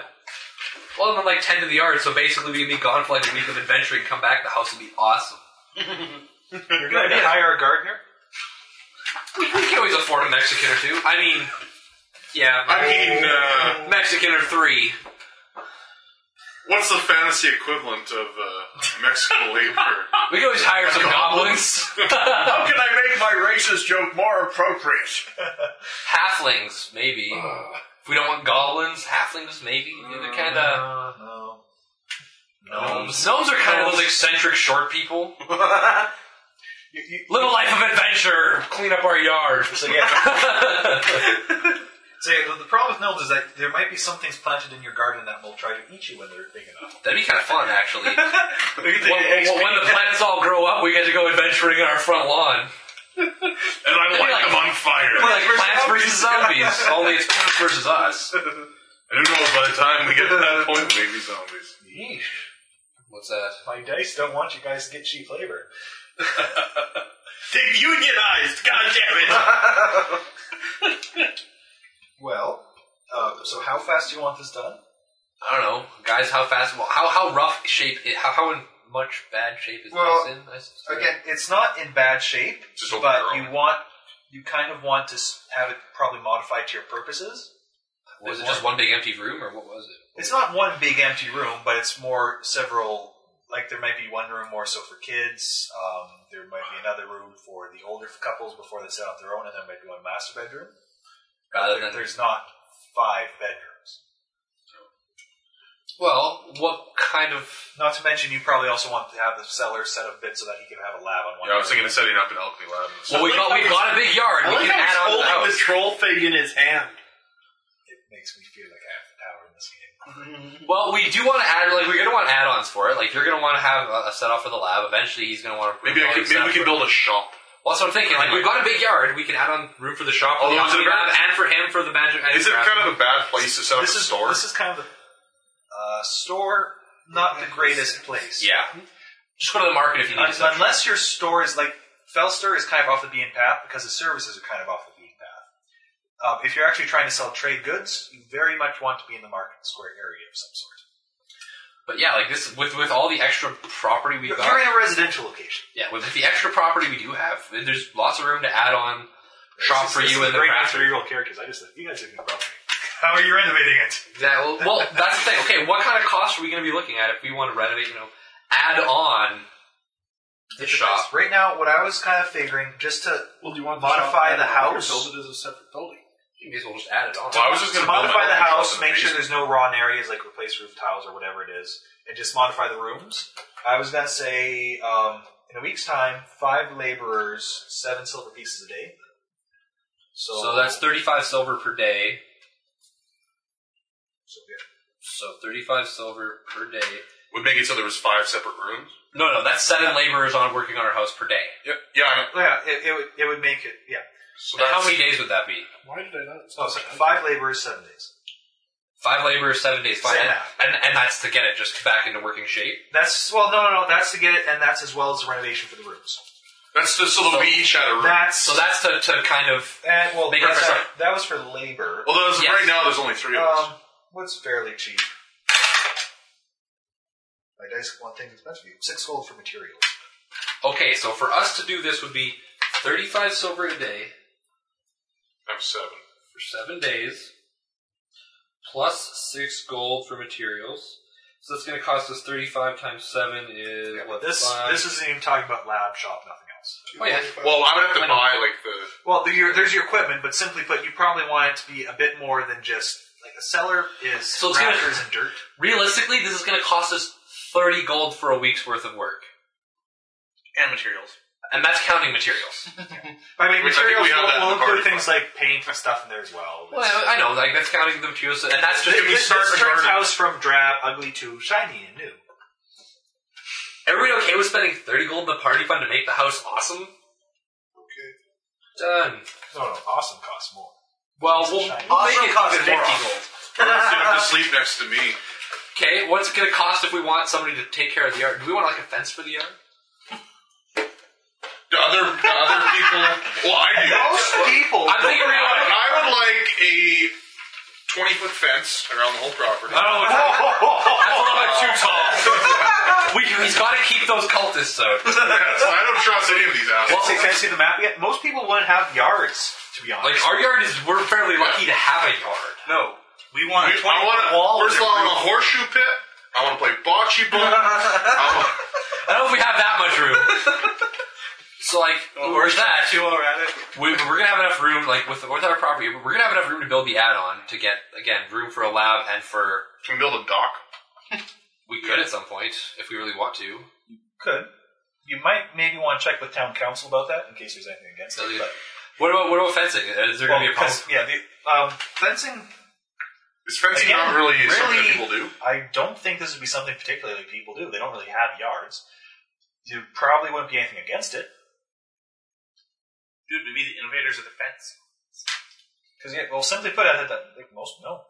Speaker 4: Well, then like 10 to the yard, so basically we can be gone for like a week of adventuring, come back, the house will be awesome.
Speaker 10: You're going to hire a gardener.
Speaker 4: We, we can always afford a Mexican or two. I mean, yeah.
Speaker 5: I mean, uh,
Speaker 4: Mexican or three.
Speaker 5: what's the fantasy equivalent of uh, Mexican labor?
Speaker 4: We can always hire some goblins.
Speaker 11: How can I make my racist joke more appropriate? Uh.
Speaker 4: halflings, maybe. if we don't want goblins, halflings, maybe. They're kind of.
Speaker 11: Uh,
Speaker 10: no.
Speaker 4: Gnomes. Gnomes are kind of those eccentric short people.
Speaker 10: You, you,
Speaker 4: Little life of adventure. Clean up our yard.
Speaker 10: so yeah. so yeah, the problem with gnomes is that there might be some things planted in your garden that will try to eat you when they're big enough.
Speaker 4: That'd be kind of fun, actually. when, when- when the plants all grow up, we get to go adventuring in our front lawn.
Speaker 5: And I
Speaker 4: Maybe
Speaker 5: light
Speaker 4: like-
Speaker 5: them on fire.
Speaker 4: We're like plants versus zombies. Only it's plants versus us.
Speaker 5: I don't know if by the time we get to that point, maybe zombies.
Speaker 4: What's that?
Speaker 10: My dice don't want you guys to get cheap labor.
Speaker 11: They've unionized, God damn it!
Speaker 10: Well, uh, so how fast do you want this done?
Speaker 4: I don't know, guys. How fast? Well, how how rough shape? Is, how how in much bad shape is
Speaker 10: Well,
Speaker 4: this in? I s-
Speaker 10: Again, it's not in bad shape,
Speaker 5: Just open
Speaker 10: but
Speaker 5: your
Speaker 10: you
Speaker 5: own.
Speaker 10: want you kind of want to s- have it probably modified to your purposes.
Speaker 4: was it just one big empty room, or what was it?
Speaker 10: It's not one big empty room, but it's more several. Like there might be one room more so for kids. Um, there might be another room for the older couples before they set up their own, and there might be one master bedroom.
Speaker 4: Rather
Speaker 10: There-
Speaker 4: than
Speaker 10: there's not five bedrooms.
Speaker 4: well, what kind of?
Speaker 10: Not to mention, you probably also want to have the cellar set up a bit so that he can have a lab on one.
Speaker 5: Yeah, I was thinking of setting up an alchemy lab.
Speaker 4: Well, we got we got a big yard.
Speaker 11: I
Speaker 4: We can
Speaker 11: like how he's
Speaker 4: add on to the
Speaker 11: holding the
Speaker 4: house.
Speaker 11: troll thing in his hand.
Speaker 10: It makes me feel like I have the power in this game.
Speaker 4: Well, we do want to add like we're gonna want add-ons for it. Like you're gonna want to have a, a setup for the lab. Eventually, he's gonna want to
Speaker 5: Maybe I could. Maybe we could build a shop.
Speaker 4: Well, that's what I'm thinking. Like we've got a big yard. We can add on room for the shop, for the
Speaker 5: Although, is it
Speaker 4: alchemy
Speaker 5: a
Speaker 4: lab,
Speaker 5: very-
Speaker 4: and for him for the magic.
Speaker 5: Is it kind of a bad place to set up
Speaker 10: This
Speaker 5: a
Speaker 10: is
Speaker 5: store?
Speaker 10: this is kind of the uh, store, not the greatest place.
Speaker 4: yeah? Just go to the market if you need
Speaker 10: Un- unless your store is like Felster is kind of off the beaten path because his services are kind of off the beaten path. Um, if you're actually trying to sell trade goods, you very much want to be in the market square area of some sort.
Speaker 4: But yeah, like this with with all the extra property we
Speaker 10: You're,
Speaker 4: have
Speaker 10: you're
Speaker 4: got.
Speaker 10: in a residential location.
Speaker 4: Yeah, with the extra property we do have, there's lots of room to add on. Shop for you and the
Speaker 10: great
Speaker 4: craft.
Speaker 10: three year old characters. I just like you guys have good property. How are you renovating it?
Speaker 4: That, well, well, that's the thing. Okay, what kind of cost are we going to be looking at if we want to renovate? You know, add on the shop.
Speaker 10: Right now, what I was kind of figuring, just to
Speaker 6: Well, do you want
Speaker 10: modify the
Speaker 6: shop
Speaker 10: house,
Speaker 6: Build it as a separate building.
Speaker 4: You may as well just add it on.
Speaker 5: Well, I was just going to
Speaker 10: modify the house, make sure there's no rotten areas, like replace roof tiles or whatever it is, and just modify the rooms. I was gonna say, um, in a week's time, five laborers, seven silver pieces a day. So,
Speaker 4: So that's thirty-five silver per day.
Speaker 10: so yeah.
Speaker 4: So thirty-five silver per day.
Speaker 5: Would make it so there was five separate rooms.
Speaker 4: No, no, that's seven laborers on working on our house per day.
Speaker 5: Yeah, yeah. I know.
Speaker 10: Oh, Yeah, it, it would it would make it yeah.
Speaker 5: So
Speaker 4: Now,
Speaker 5: that's,
Speaker 4: how many days would that be?
Speaker 6: Why did I not?
Speaker 10: Oh, sorry, five laborers, seven days.
Speaker 4: Five laborers, seven days. Fine.
Speaker 10: Same
Speaker 4: And,
Speaker 10: amount.
Speaker 4: and and that's to get it just back into working shape.
Speaker 10: That's well, no, no, no. That's to get it, and that's as well as the renovation for the rooms.
Speaker 5: that's just so that we each had a room.
Speaker 10: That's
Speaker 4: So that's to, to kind of
Speaker 10: and, well,
Speaker 4: Make it
Speaker 10: that's-
Speaker 4: fair.
Speaker 10: that was for Oh, labor.
Speaker 5: Although as of
Speaker 4: Yes.
Speaker 5: right now there's only three of us.
Speaker 10: Um, what's fairly cheap? My dice one thing that's meant for you. Six gold for materials.
Speaker 4: okay. So for us to do this would be thirty-five silver a day
Speaker 5: I'm seven.
Speaker 4: for seven days, plus six gold for materials. So that's going to cost us thirty-five times seven is what?
Speaker 10: This
Speaker 4: five?
Speaker 10: this isn't even talking about lab shop, nothing else.
Speaker 4: oh yeah.
Speaker 5: Well, I would have
Speaker 4: Why not?
Speaker 5: to buy like the
Speaker 10: Well, the, your, there's your equipment, but simply put, you probably want it to be a bit more than just like a cellar is
Speaker 4: So it's gonna-
Speaker 10: rafters and dirt.
Speaker 4: Realistically, this is going to cost us thirty gold for a week's worth of work,
Speaker 8: And materials.
Speaker 4: and that's counting materials.
Speaker 10: I
Speaker 5: Which
Speaker 10: mean,
Speaker 5: I think
Speaker 10: materials
Speaker 5: we have
Speaker 10: will,
Speaker 5: that in
Speaker 10: will
Speaker 5: the
Speaker 10: include
Speaker 5: party
Speaker 10: things like paint and stuff in there as well.
Speaker 4: well, I know, like that's counting the materials, and that's just
Speaker 5: Can we
Speaker 10: this,
Speaker 5: start
Speaker 10: this
Speaker 5: with garden?
Speaker 10: turns house from drab, ugly to shiny and new.
Speaker 4: Everybody okay with spending 30 gold in the party fund to make the house awesome? Okay. Done.
Speaker 10: No, no, awesome costs more.
Speaker 4: Well, we'll, we'll make it cost 50 gold.
Speaker 5: Perhaps you have to sleep next to me.
Speaker 4: Okay, what's it going to cost if we want somebody to take care of the yard? Do we want like a fence for the yard?
Speaker 5: The other, the other people. Well, I do.
Speaker 10: people.
Speaker 4: I'm thinking we
Speaker 5: But
Speaker 4: want.
Speaker 5: I would like a twenty foot fence around the whole property.
Speaker 10: Oh,
Speaker 4: I don't know. That's a little bit too tall. we, he's got to keep those cultists out.
Speaker 5: That's why I don't trust any of these assholes.
Speaker 10: Well, can I see the map yet? Most people wouldn't have yards, to be honest.
Speaker 4: Like our yard is, we're fairly lucky to have a yard.
Speaker 10: no, we want
Speaker 5: We- I want
Speaker 10: wall
Speaker 5: to. First of all, I want a horseshoe pit. I want to play bocce ball. I
Speaker 4: I
Speaker 5: want-
Speaker 4: don't know if we have that much room. So like, where's that? we, we're gonna have enough room, like with with our property, we're gonna have enough room to build the add-on to get again room for a lab and for
Speaker 5: Can we build a dock?
Speaker 4: we could at some point if we really want to.
Speaker 10: Could. You might maybe want to check with town council about that in case there's anything against
Speaker 4: So
Speaker 10: it.
Speaker 4: the-
Speaker 10: But,
Speaker 4: What about what about fencing? Is there
Speaker 10: well,
Speaker 4: gonna be a problem?
Speaker 10: because, yeah, the um, fencing.
Speaker 5: Is fencing
Speaker 10: Again,
Speaker 5: not really, something
Speaker 10: really-
Speaker 5: that people do?
Speaker 10: I don't think this would be something particularly people do. They don't really have yards. There probably wouldn't be anything against it
Speaker 8: Dude, we'd be the innovators of the fence.
Speaker 10: because yeah, well, simply put, I think that like, most no.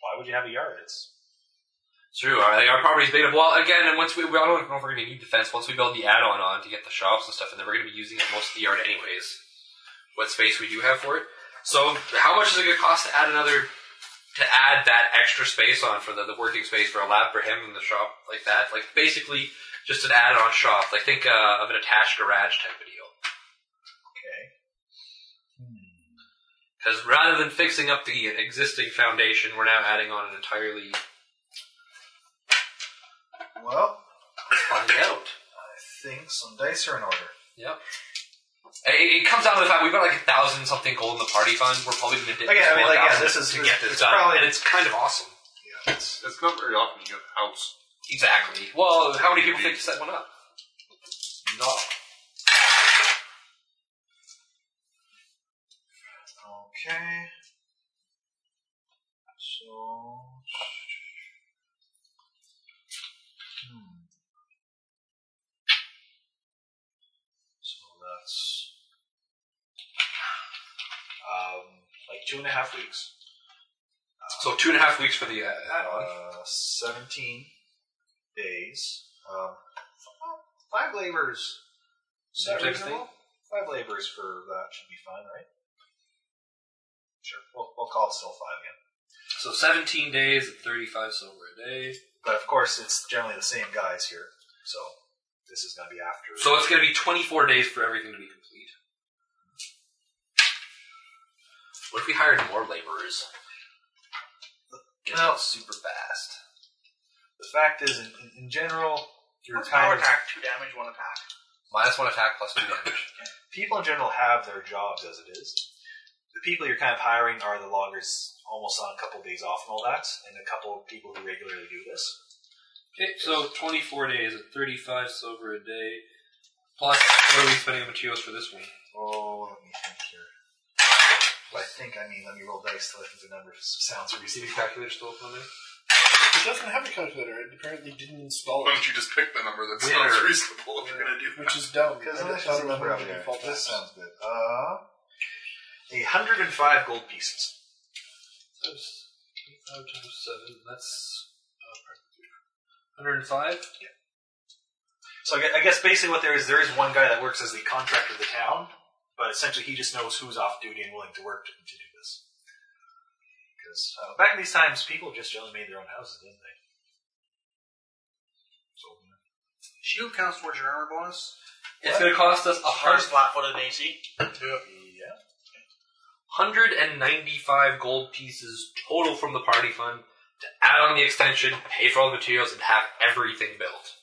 Speaker 10: Why would you have a yard? It's
Speaker 4: True. Our, like, our property's made of well again, and once we, we I don't know if we're gonna need the fence. Once we build the add-on on to get the shops and stuff, and then we're gonna be using it most of the yard anyways. What space we do have for it? So how much is it gonna cost to add another? To add that extra space on for the, the working space for a lab for him and the shop like that, like basically just an add-on shop. Like think uh, of an attached garage type of deal.
Speaker 10: okay.
Speaker 4: Because Hmm. rather than fixing up the existing foundation, we're now adding on an entirely
Speaker 10: Well,
Speaker 4: find out.
Speaker 10: I think some dice are in order.
Speaker 4: Yep. It, it comes down to the fact we've got like a thousand something gold in the party fund. We're probably going to dip
Speaker 10: Okay, I mean,
Speaker 4: into
Speaker 10: like, yeah,
Speaker 4: 1,000
Speaker 10: this is-
Speaker 4: to
Speaker 10: this-
Speaker 4: get this
Speaker 10: it's
Speaker 4: done,
Speaker 10: probably-
Speaker 4: and it's kind of awesome.
Speaker 10: Yeah, it's
Speaker 5: That's not very often you get a house.
Speaker 4: Exactly. Well, how many people think to set one up? No.
Speaker 10: Okay. So. Hmm. So that's. Um, like two and a half weeks.
Speaker 4: So two and a half weeks for the. Uh,
Speaker 10: Uh, 17 days. Um, Five labors. Is
Speaker 4: Same
Speaker 10: that
Speaker 4: type of
Speaker 10: reasonable? Five labors for that should be fine, right? Sure. We'll, we'll call it still five again.
Speaker 4: So 17 days at 35 silver a day.
Speaker 10: But of course, it's generally the same guys here, so this is going to be after.
Speaker 4: So it's going to be 24 days for everything to be complete. What if we hired more laborers? Get
Speaker 10: Well-
Speaker 4: them super fast.
Speaker 10: the fact is, in, in- in general, you're
Speaker 8: What's
Speaker 10: kind
Speaker 8: power
Speaker 10: of
Speaker 8: attack? Two damage, one attack.
Speaker 4: Minus one attack, plus two damage.
Speaker 10: people in general have their jobs as it is. The people you're kind of hiring are the loggers, almost on a couple days off and all that, and a couple of people who regularly do this.
Speaker 4: okay, so 24 days at 35 silver a day. Plus, what are we spending on materials for this one?
Speaker 10: Oh, let me think here. By think I mean let me roll dice till I think the number sounds
Speaker 4: Is
Speaker 10: reasonable.
Speaker 4: the calculator still open on there?
Speaker 11: It doesn't have a calculator. It apparently didn't install
Speaker 5: Why
Speaker 11: it,
Speaker 5: don't you just pick the number that
Speaker 4: Winner.
Speaker 5: sounds reasonable if you're gonna do
Speaker 11: which is dumb.
Speaker 10: Because
Speaker 11: I
Speaker 10: unless
Speaker 11: thought
Speaker 10: it's a
Speaker 11: it was
Speaker 10: number out
Speaker 11: one of the
Speaker 10: there.
Speaker 11: default
Speaker 10: This
Speaker 11: apps.
Speaker 10: sounds good. Uh, a hundred and five gold pieces.
Speaker 4: Times 25 times 7, that's. uh, 105?
Speaker 10: So I gue- I guess basically what there is, there is one guy that works as the contractor of the town, but essentially he just knows who's off duty and willing to work to, to do this. Because uh, back in these times, people just generally made their own houses, didn't they? So
Speaker 8: Shield counts towards your armor bonus.
Speaker 4: It's going to cost us a
Speaker 8: Hard
Speaker 4: hard
Speaker 8: flat footed an AC.
Speaker 10: yeah,
Speaker 4: 195 gold pieces total from the party fund to add on the extension, pay for all the materials, and have everything built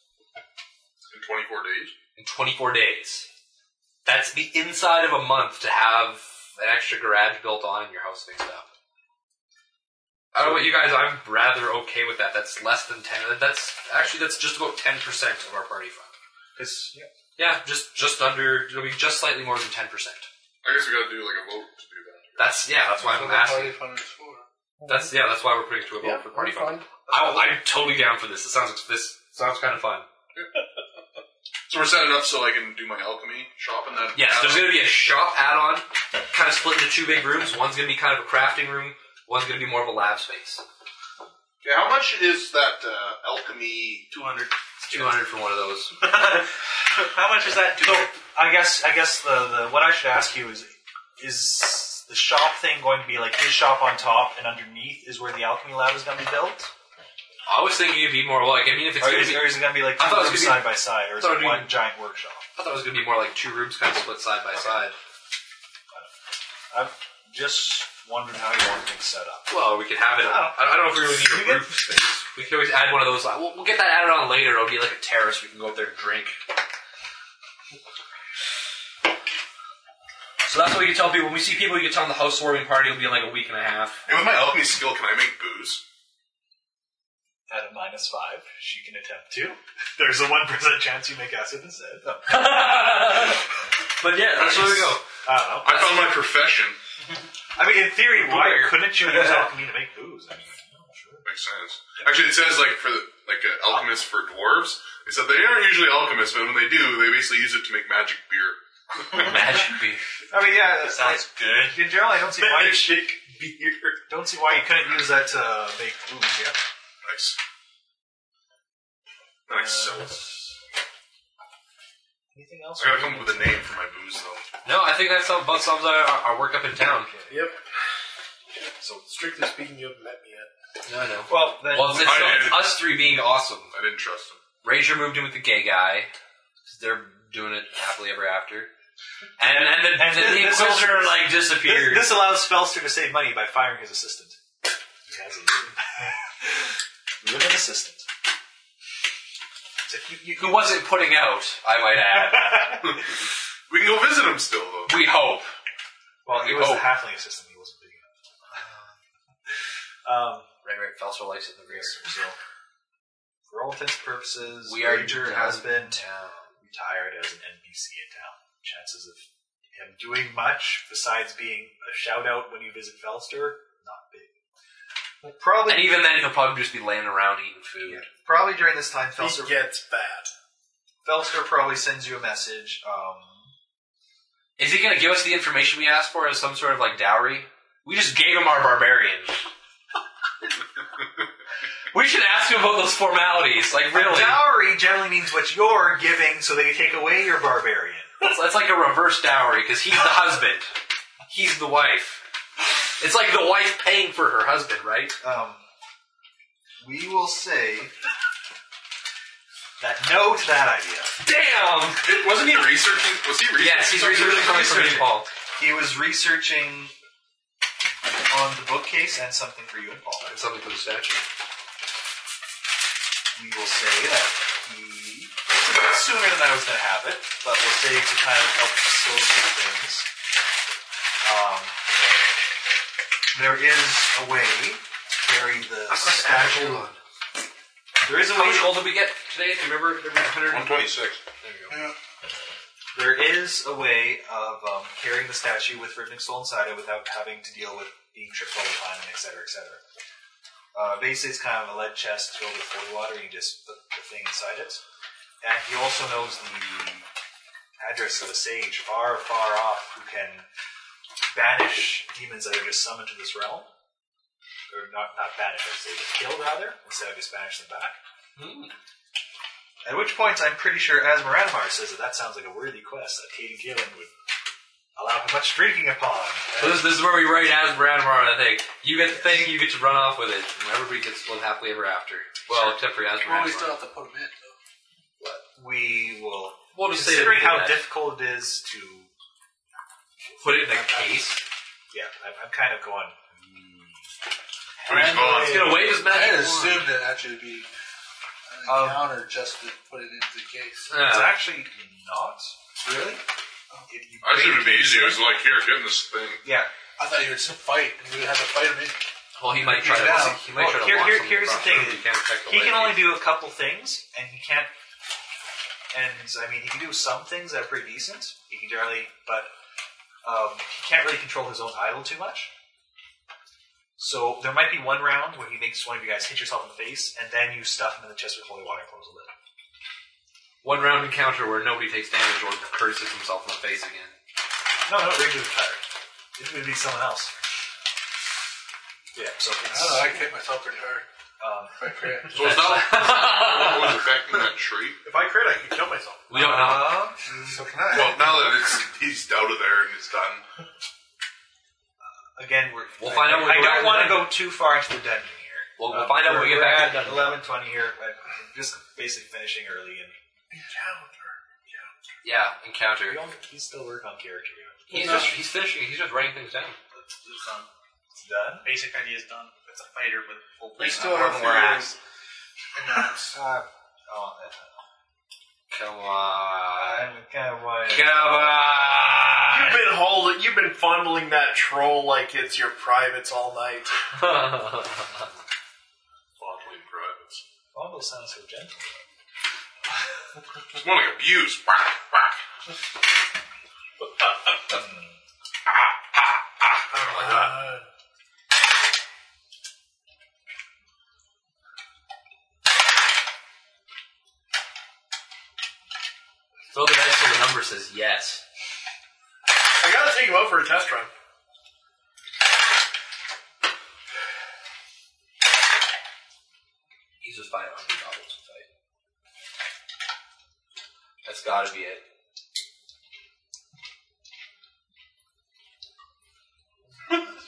Speaker 5: in 24 days.
Speaker 4: in 24 days. That's the inside of a month to have an extra garage built on and your house fixed up. I don't know about you guys, I'm rather okay with that. That's less than 10. That's actually that's just about 10% of our party fund.
Speaker 10: because yeah,
Speaker 4: Yeah, just just under. It'll be just slightly more than 10%.
Speaker 5: I guess we gotta do like a vote to do that.
Speaker 4: That's yeah. That's why I'm asking. That's yeah. That's why we're putting it to a vote for party fund. I, I'm totally down for this. It sounds this sounds kind of fun.
Speaker 5: So we're setting it up so I can do my alchemy shop in that.
Speaker 4: Yes, there's going to be a shop add-on, kind of split into two big rooms. One's going to be kind of a crafting room. One's going to be more of a lab space.
Speaker 5: Okay, how much is that uh, alchemy?
Speaker 8: 200.
Speaker 4: It's 200 for one of those.
Speaker 8: How much is that?
Speaker 10: So I guess I guess the, the what I should ask you is is the shop thing going to be like his shop on top and underneath is where the alchemy lab is going to be built?
Speaker 4: I was thinking it'd be more like. I mean, if it's
Speaker 10: Or
Speaker 4: going
Speaker 10: is,
Speaker 4: to be,
Speaker 10: or is it going to be like
Speaker 4: I
Speaker 10: two
Speaker 4: thought it was
Speaker 10: rooms
Speaker 4: gonna be-
Speaker 10: side by side, or is
Speaker 4: thought it'd
Speaker 10: it
Speaker 4: be-
Speaker 10: one giant workshop?
Speaker 4: I thought it was going to be more like two rooms kind of split side by side.
Speaker 10: I'm just wondering how you want things set up.
Speaker 4: Well, we could have it. I I don't know if we really need
Speaker 10: You
Speaker 4: a roof
Speaker 10: get-
Speaker 4: space. We could always add one of those. like, We'll, we'll get that added on later. It'll be like a terrace. We can go up there and drink. So that's what we can tell people. When we see people, you can tell them the housewarming party will be in like a week and a half.
Speaker 5: And with my alchemy skill, can I make booze?
Speaker 10: At a minus five, she can attempt to. There's a one percent chance you make acid instead. No,
Speaker 4: But yeah, that's where we go.
Speaker 10: I don't know.
Speaker 5: I found my profession.
Speaker 10: I mean, in theory, why
Speaker 4: Beer.
Speaker 10: couldn't you use alchemy to make booze? I mean, no, sure.
Speaker 5: Makes sense. Actually, it says like for the like uh, alchemists for dwarves. It said they aren't usually alchemists, but when they do, they basically use it to make magic beer.
Speaker 4: Magic beer.
Speaker 10: I mean, yeah. that's-
Speaker 4: good.
Speaker 10: In general, I don't see why you Don't see why you couldn't use that to uh, make booze. Yeah.
Speaker 5: Nice. Nice. So
Speaker 10: Uh, Anything else?
Speaker 5: I gotta come up with a name for my booze though.
Speaker 4: No, I think that's about sums our, our work up in town.
Speaker 11: Yep. So strictly speaking, you haven't met me yet.
Speaker 4: No, I know.
Speaker 10: Well, then
Speaker 4: Well, it's, it's,
Speaker 5: I-
Speaker 4: it's us three being awesome.
Speaker 5: I didn't trust him.
Speaker 4: Razor moved in with the gay guy. They're doing it happily ever after. And and the,
Speaker 10: And
Speaker 4: and
Speaker 10: thi-
Speaker 4: the
Speaker 10: this
Speaker 4: Inquisitor
Speaker 10: is-
Speaker 4: like
Speaker 10: this,
Speaker 4: disappeared.
Speaker 10: this allows Spellster to save money by firing his assistant. He has a living- living assistant. So you, you
Speaker 4: who wasn't putting out, I might add.
Speaker 5: We can go visit him still though.
Speaker 4: we hope.
Speaker 10: Well, it
Speaker 4: Oh.
Speaker 10: was a halfling assistant. He wasn't big enough. Um,
Speaker 4: Right, right. Felser likes it in the rear.
Speaker 10: so, for all intents and purposes,
Speaker 4: We are
Speaker 10: Ranger has been
Speaker 4: downtown.
Speaker 10: retired as an NPC in town. Chances of him doing much besides being a shout out when you visit Felster, not big. But probably,
Speaker 4: And even then, he'll probably just be laying around eating food.
Speaker 10: yeah, probably during this time, Felster
Speaker 11: It gets bad.
Speaker 10: Felster probably sends you a message. Um,
Speaker 4: Is he going to give us the information we asked for as some sort of like dowry? We just gave him our barbarian. We should ask you about those formalities. Like, really?
Speaker 10: Dowry generally means what you're giving so they take away your barbarian.
Speaker 4: It's, it's like a reverse dowry because he's the husband, he's the wife. It's like the wife paying for her husband, right?
Speaker 5: Uh,
Speaker 10: Um, we will say that no to that idea.
Speaker 4: Damn!
Speaker 5: It, wasn't he researching? Was he researching?
Speaker 4: Yes, he's researching from St. Paul.
Speaker 10: He was researching on the bookcase and something for you and Paul.
Speaker 4: And something for the statue.
Speaker 10: We will say that he sooner than I was going to have it, but we'll say to kind of help facilitate things. Um, there is a way to carry the statue. There is a
Speaker 4: How
Speaker 10: way.
Speaker 4: much gold did we get today? Do you remember? 100?
Speaker 5: 126.
Speaker 10: There is a way of um, carrying the statue with Rhythmic Soul inside it without having to deal with being tripped all the time, and et cetera, et cetera. Uh, basically, it's kind of a lead chest filled with holy water. You just put the thing inside it. And he also knows the address of a sage far, far off who can banish demons that are just summoned to this realm. Or not, not banish, I'd say, but kill, rather, instead of just banish them back. At which point, I'm pretty sure Asmoranimar says that that sounds like a worthy quest that Caden Galen would allow him much drinking upon.
Speaker 4: So this, this is where we write as Branmar on that thing. You get the thing, you get to run off with it, and everybody gets split happily ever after. Well, except for
Speaker 3: Well, we still
Speaker 4: Asmoranimar.
Speaker 3: have to put him in, though.
Speaker 10: We will,
Speaker 4: We'll just say that we
Speaker 10: considering
Speaker 4: did
Speaker 10: how
Speaker 4: that.
Speaker 10: difficult it is to.
Speaker 4: Put it in a case.
Speaker 10: Yeah, I'm, I'm kind of going. hmm.
Speaker 5: He's gone.
Speaker 4: It's gonna wave his
Speaker 3: I Oh.
Speaker 4: magic
Speaker 3: had
Speaker 4: wand.
Speaker 3: assumed it actually be an
Speaker 10: Um,
Speaker 3: encounter just to put it into the case.
Speaker 10: It's
Speaker 4: Yeah.
Speaker 10: actually not really. It, you
Speaker 5: I assume it'd be easy. It was like, here, get in this thing.
Speaker 10: yeah.
Speaker 3: I thought you would just fight, and we would have to fight him in.
Speaker 4: Well, he might try to.
Speaker 10: Well,
Speaker 4: He might try to
Speaker 10: here-
Speaker 4: walk
Speaker 10: here-
Speaker 4: something across
Speaker 10: here's the thing.
Speaker 4: room, He can't affect the
Speaker 10: He can
Speaker 4: light.
Speaker 10: only do a couple things, and he can't. And I mean, he can do some things that are pretty decent. He can generally, but um, he can't really control his own idol too much. So there might be one round where he makes one of you guys hit yourself in the face, and then you stuff him in the chest with holy water and close the lid.
Speaker 4: one round encounter where nobody takes damage or curses himself in the face again.
Speaker 10: No, no, Ranger was tired. It would be someone else. Yeah, so
Speaker 3: I
Speaker 10: it's,
Speaker 3: don't know, I kicked myself pretty hard.
Speaker 10: um,
Speaker 3: I crit.
Speaker 5: So is that what was affecting that tree?
Speaker 11: If I crit, I could kill myself.
Speaker 4: We don't know.
Speaker 10: uh,
Speaker 3: So can I?
Speaker 5: Well, now that it's he's out of there and it's done,
Speaker 10: again, we're,
Speaker 4: We'll find out when
Speaker 10: I,
Speaker 4: we go back to
Speaker 10: don't want to
Speaker 4: the
Speaker 10: go too far into the dungeon here.
Speaker 4: We'll, we'll find out when we get
Speaker 10: we're
Speaker 4: back.
Speaker 10: at eleven twenty here. but just basically finishing early, and
Speaker 4: Yeah, encounter.
Speaker 10: we don't, we still work on character. you know.
Speaker 4: He's just he's finishing. He's just writing things down.
Speaker 8: It's done.
Speaker 10: It's done.
Speaker 8: Basic idea is done. It's a fighter with full
Speaker 3: We
Speaker 8: plate.
Speaker 3: still have
Speaker 8: Armor.
Speaker 3: four hours. And that's
Speaker 10: Uh, oh, uh,
Speaker 4: Come on.
Speaker 10: I'm kind of wide.
Speaker 4: Come on.
Speaker 11: You've been holding. You've been fondling that troll like it's your privates all night.
Speaker 5: fondling privates.
Speaker 10: Bumble sounds so gentle.
Speaker 5: It's more like abuse. Whack, whack.
Speaker 4: Throw the dice till the number says yes.
Speaker 11: I gotta take him out for a test run.
Speaker 4: He's just fighting hundred goblins to fight. That's got to be it.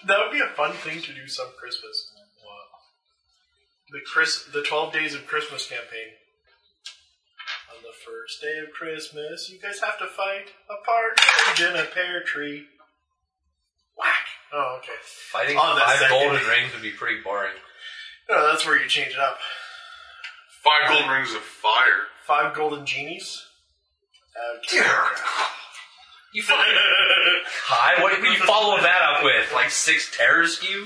Speaker 11: That would be a fun thing to do some Christmas. The Chris, the twelve days of Christmas campaign. On the first day of Christmas, you guys have to fight a partridge in a pear tree. Whack! Oh, okay.
Speaker 4: Fighting
Speaker 11: Oh, that's
Speaker 4: five
Speaker 11: second.
Speaker 4: golden rings would be pretty boring.
Speaker 11: No, that's where you change it up.
Speaker 5: Five gold rings of fire.
Speaker 11: Five golden genies. Okay.
Speaker 4: You fucking high. What do you follow that up with? Like six terror skew?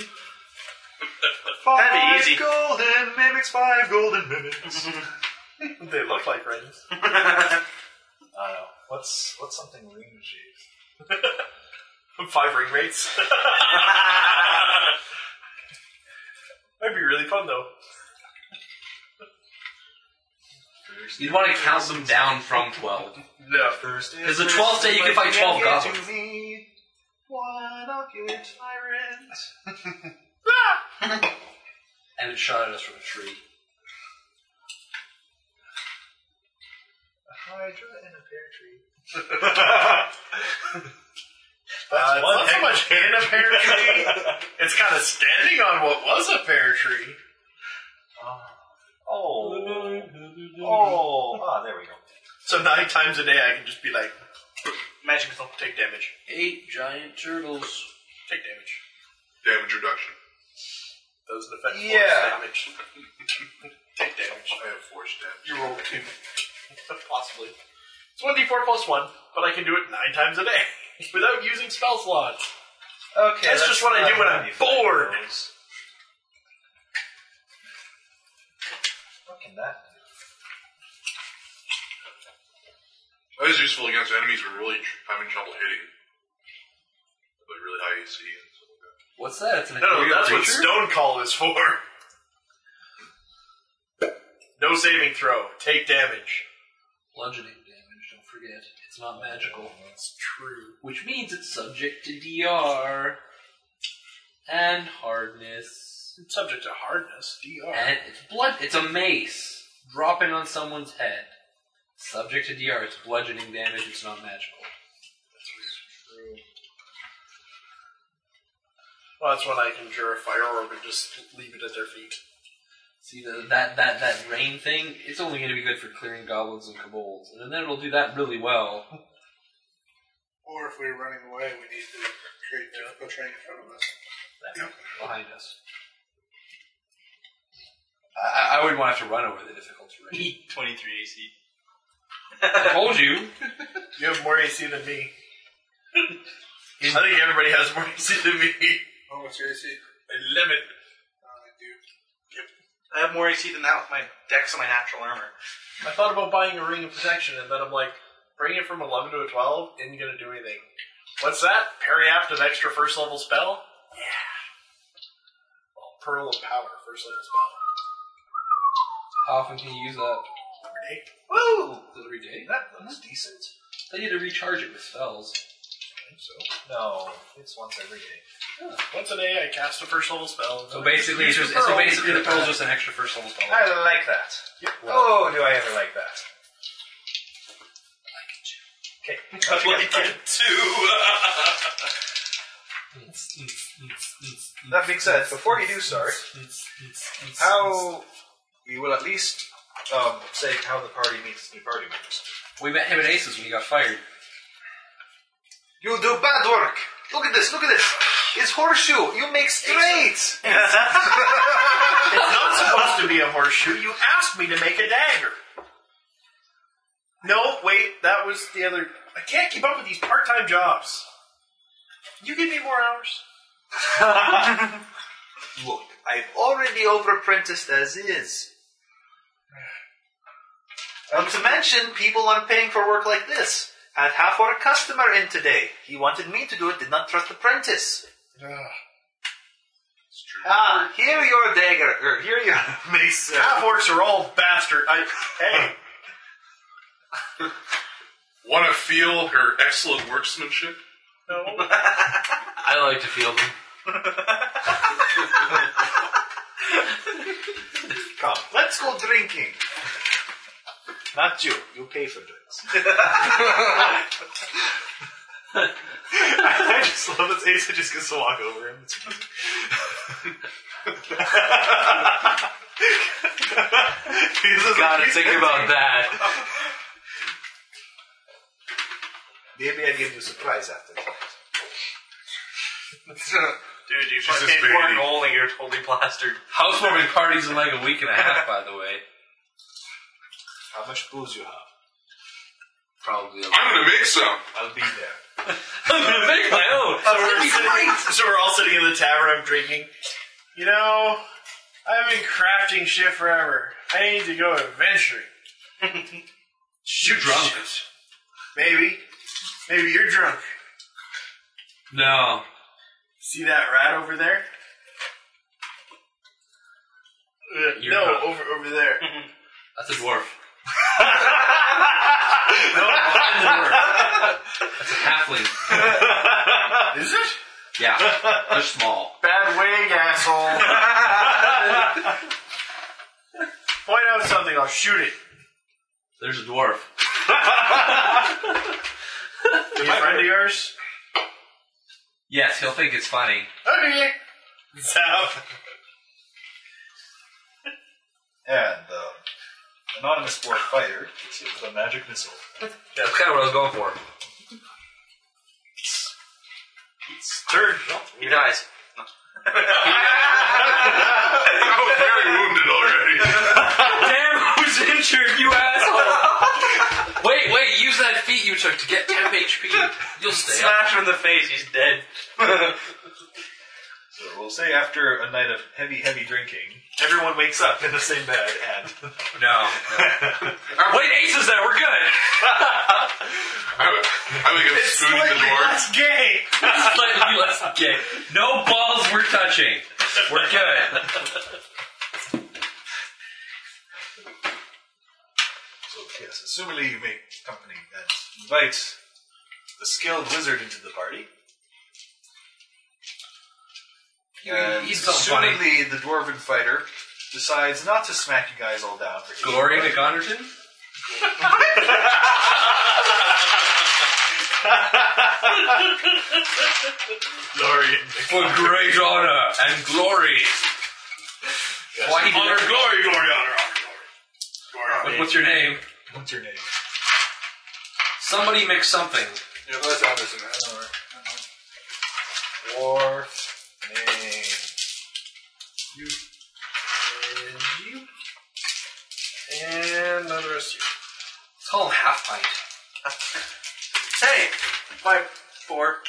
Speaker 8: That'd be easy.
Speaker 10: golden mimics. Five golden mimics. I
Speaker 11: they look like rings.
Speaker 10: don't know. What's what's something we can achieve?
Speaker 11: Five ring rates. That'd be really fun though.
Speaker 4: You'd want to count them down from twelve.
Speaker 11: No.
Speaker 10: Thursday.
Speaker 4: Because the 12th day you can fight 12 goblins.
Speaker 10: One ocular tyrant.
Speaker 4: And it shot at us from a tree.
Speaker 3: Hydra in a pear tree.
Speaker 11: Uh, it's
Speaker 3: one
Speaker 11: not so
Speaker 3: heck-
Speaker 11: much in a pear tree. it's kind of standing on what was a pear tree.
Speaker 3: Oh. Oh. Ah, there we go.
Speaker 11: So nine times a day, I can just be like, magic missile, take damage,
Speaker 4: Eight giant turtles.
Speaker 11: take damage.
Speaker 5: Damage reduction.
Speaker 11: Doesn't affect force
Speaker 3: Yeah.
Speaker 11: damage. take damage.
Speaker 5: I have force damage.
Speaker 11: You roll two, possibly. It's one d four plus one, but I can do it nine times a day without using spell slots.
Speaker 3: Okay.
Speaker 11: That's just what I do when I'm bored.
Speaker 3: What can that do?
Speaker 5: That is useful against enemies we're really tr- having trouble hitting. Like really high AC and stuff like that.
Speaker 4: What's that? It's an
Speaker 11: No,
Speaker 4: ethereal
Speaker 11: that's what
Speaker 4: creature?
Speaker 11: Stone Call is for. No saving throw. Take damage.
Speaker 4: Bludgeoning damage, don't forget. It's not magical. That's true. Which means it's subject to DR and hardness.
Speaker 11: It's subject to hardness. DR.
Speaker 4: And it's blood. It's a mace dropping on someone's head. Subject to DR. It's bludgeoning damage. It's not magical.
Speaker 11: Well, that's when I conjure a fire orb and just leave it at their feet.
Speaker 4: See the, that that that rain thing? It's only going to be good for clearing goblins and kobolds, and then it'll do that really well.
Speaker 20: Or if we're running away, we need to create difficult terrain in front of us.
Speaker 4: behind us. I, I- I wouldn't want to have to run over the difficult terrain.
Speaker 21: 23 AC.
Speaker 4: I told you.
Speaker 11: You have more AC than me. I think everybody has more AC than me.
Speaker 20: Oh, what's your AC?
Speaker 11: Limit.
Speaker 20: Uh, I do.
Speaker 8: I have more AC than that with my dex and my natural armor.
Speaker 11: I thought about buying a ring of protection, and then I'm like, bring it from 11 to a 12 isn't going to do anything. What's that? Parry apt an extra first level spell? Yeah. Well, Pearl of Power, first level spell.
Speaker 4: How often can you use that?
Speaker 11: Every day.
Speaker 4: Woo! Every day.
Speaker 3: That looks decent.
Speaker 4: I need to recharge it with spells.
Speaker 3: No, it's once every day.
Speaker 11: Once a day, I cast a first level spell.
Speaker 4: So basically, it's just, so basically, the pearl's just an extra first level spell.
Speaker 3: I like that. Oh, do I ever like that? Okay.
Speaker 21: I like it too.
Speaker 3: That being said, before you do start, how we will at least um, say how the party meets new party members.
Speaker 4: We met him at Aces when he got fired.
Speaker 10: You do bad work. Look at this, look at this. It's horseshoe. You make straight.
Speaker 11: It's not supposed to be a horseshoe. You asked me to make a dagger. No, wait, that was the other. I can't keep up with these part time jobs. You give me more hours.
Speaker 10: Look, I've already overprenticed as is. Not to mention, people aren't paying for work like this. I had half our customer in today. He wanted me to do it, did not trust the apprentice. Ah, here your dagger, or here your mace. uh, sir.
Speaker 11: Half orcs are all bastard. I, hey,
Speaker 5: Want to feel her excellent workmanship?
Speaker 4: I like to feel them.
Speaker 10: Come, let's go drinking. Not you. You pay for drinks.
Speaker 11: I just love that Asa just gets to walk over him. It's amazing. He's just
Speaker 4: Gotta
Speaker 11: like,
Speaker 4: think about that.
Speaker 10: Maybe I'll give you a surprise after the fact.
Speaker 21: Dude, you
Speaker 5: She's
Speaker 21: fucking
Speaker 5: just
Speaker 21: one
Speaker 5: baby.
Speaker 21: goal and you're totally plastered.
Speaker 4: Housewarming parties in like a week and a half, by the way.
Speaker 3: How much booze you have?
Speaker 4: Probably.
Speaker 5: I'm gonna make some.
Speaker 3: I'll be there.
Speaker 4: I'm gonna make my own.
Speaker 11: so, we're sitting, so we're all sitting in the tavern. I'm drinking. You know, I've been crafting shit forever. I need to go adventuring.
Speaker 4: You drunk?
Speaker 11: Maybe, maybe you're drunk.
Speaker 4: No.
Speaker 11: See that rat over there? Uh,
Speaker 4: You're
Speaker 11: no,
Speaker 4: drunk.
Speaker 11: over over there.
Speaker 4: That's a dwarf.
Speaker 11: no,
Speaker 4: I'm the dwarf. That's a halfling.
Speaker 11: is it?
Speaker 4: Yeah. They're small.
Speaker 11: Bad wig, asshole. Point out something, I'll shoot it.
Speaker 4: There's a dwarf.
Speaker 11: Is he a friend of yours?
Speaker 4: Yes, he'll think it's funny.
Speaker 11: Okay. Zap.
Speaker 10: And the anonymous board fired. It's it was a magic missile.
Speaker 4: That's kind of what I was going for.
Speaker 10: It's turn.
Speaker 22: He dies.
Speaker 3: I'm very wounded already.
Speaker 4: Damn, who's injured, you asshole? wait, wait, use that feat you took to get 10 HP. You'll stay up.
Speaker 22: Smash him in the face, he's dead.
Speaker 10: So we'll say after a night of heavy, heavy drinking, everyone wakes up in the same bed and
Speaker 4: No. no. wait, Ace is there, we're good.
Speaker 3: I would, I would go spoon at the door.
Speaker 10: gay.
Speaker 4: Slightly less gay. No balls we're touching. We're good.
Speaker 10: So yes, assumingly you make company and invite the skilled wizard into the party. And
Speaker 4: he's something funny.
Speaker 10: assumingly the dwarven fighter decides not to smack you guys all down for his
Speaker 4: Gloria McGonderton?
Speaker 11: Glory.
Speaker 4: For great honor and glory. Why he did
Speaker 11: Honor,
Speaker 4: that-
Speaker 11: glory, glory, honor, honor, glory. Glory.
Speaker 4: What- What's your name?
Speaker 10: What's your name?
Speaker 4: Somebody mix something.
Speaker 8: Yeah, but that's Anderson. I don't know.
Speaker 10: Dwarf name. You.
Speaker 8: And now the rest of you.
Speaker 4: It's called half pint.
Speaker 8: Hey! Five, four.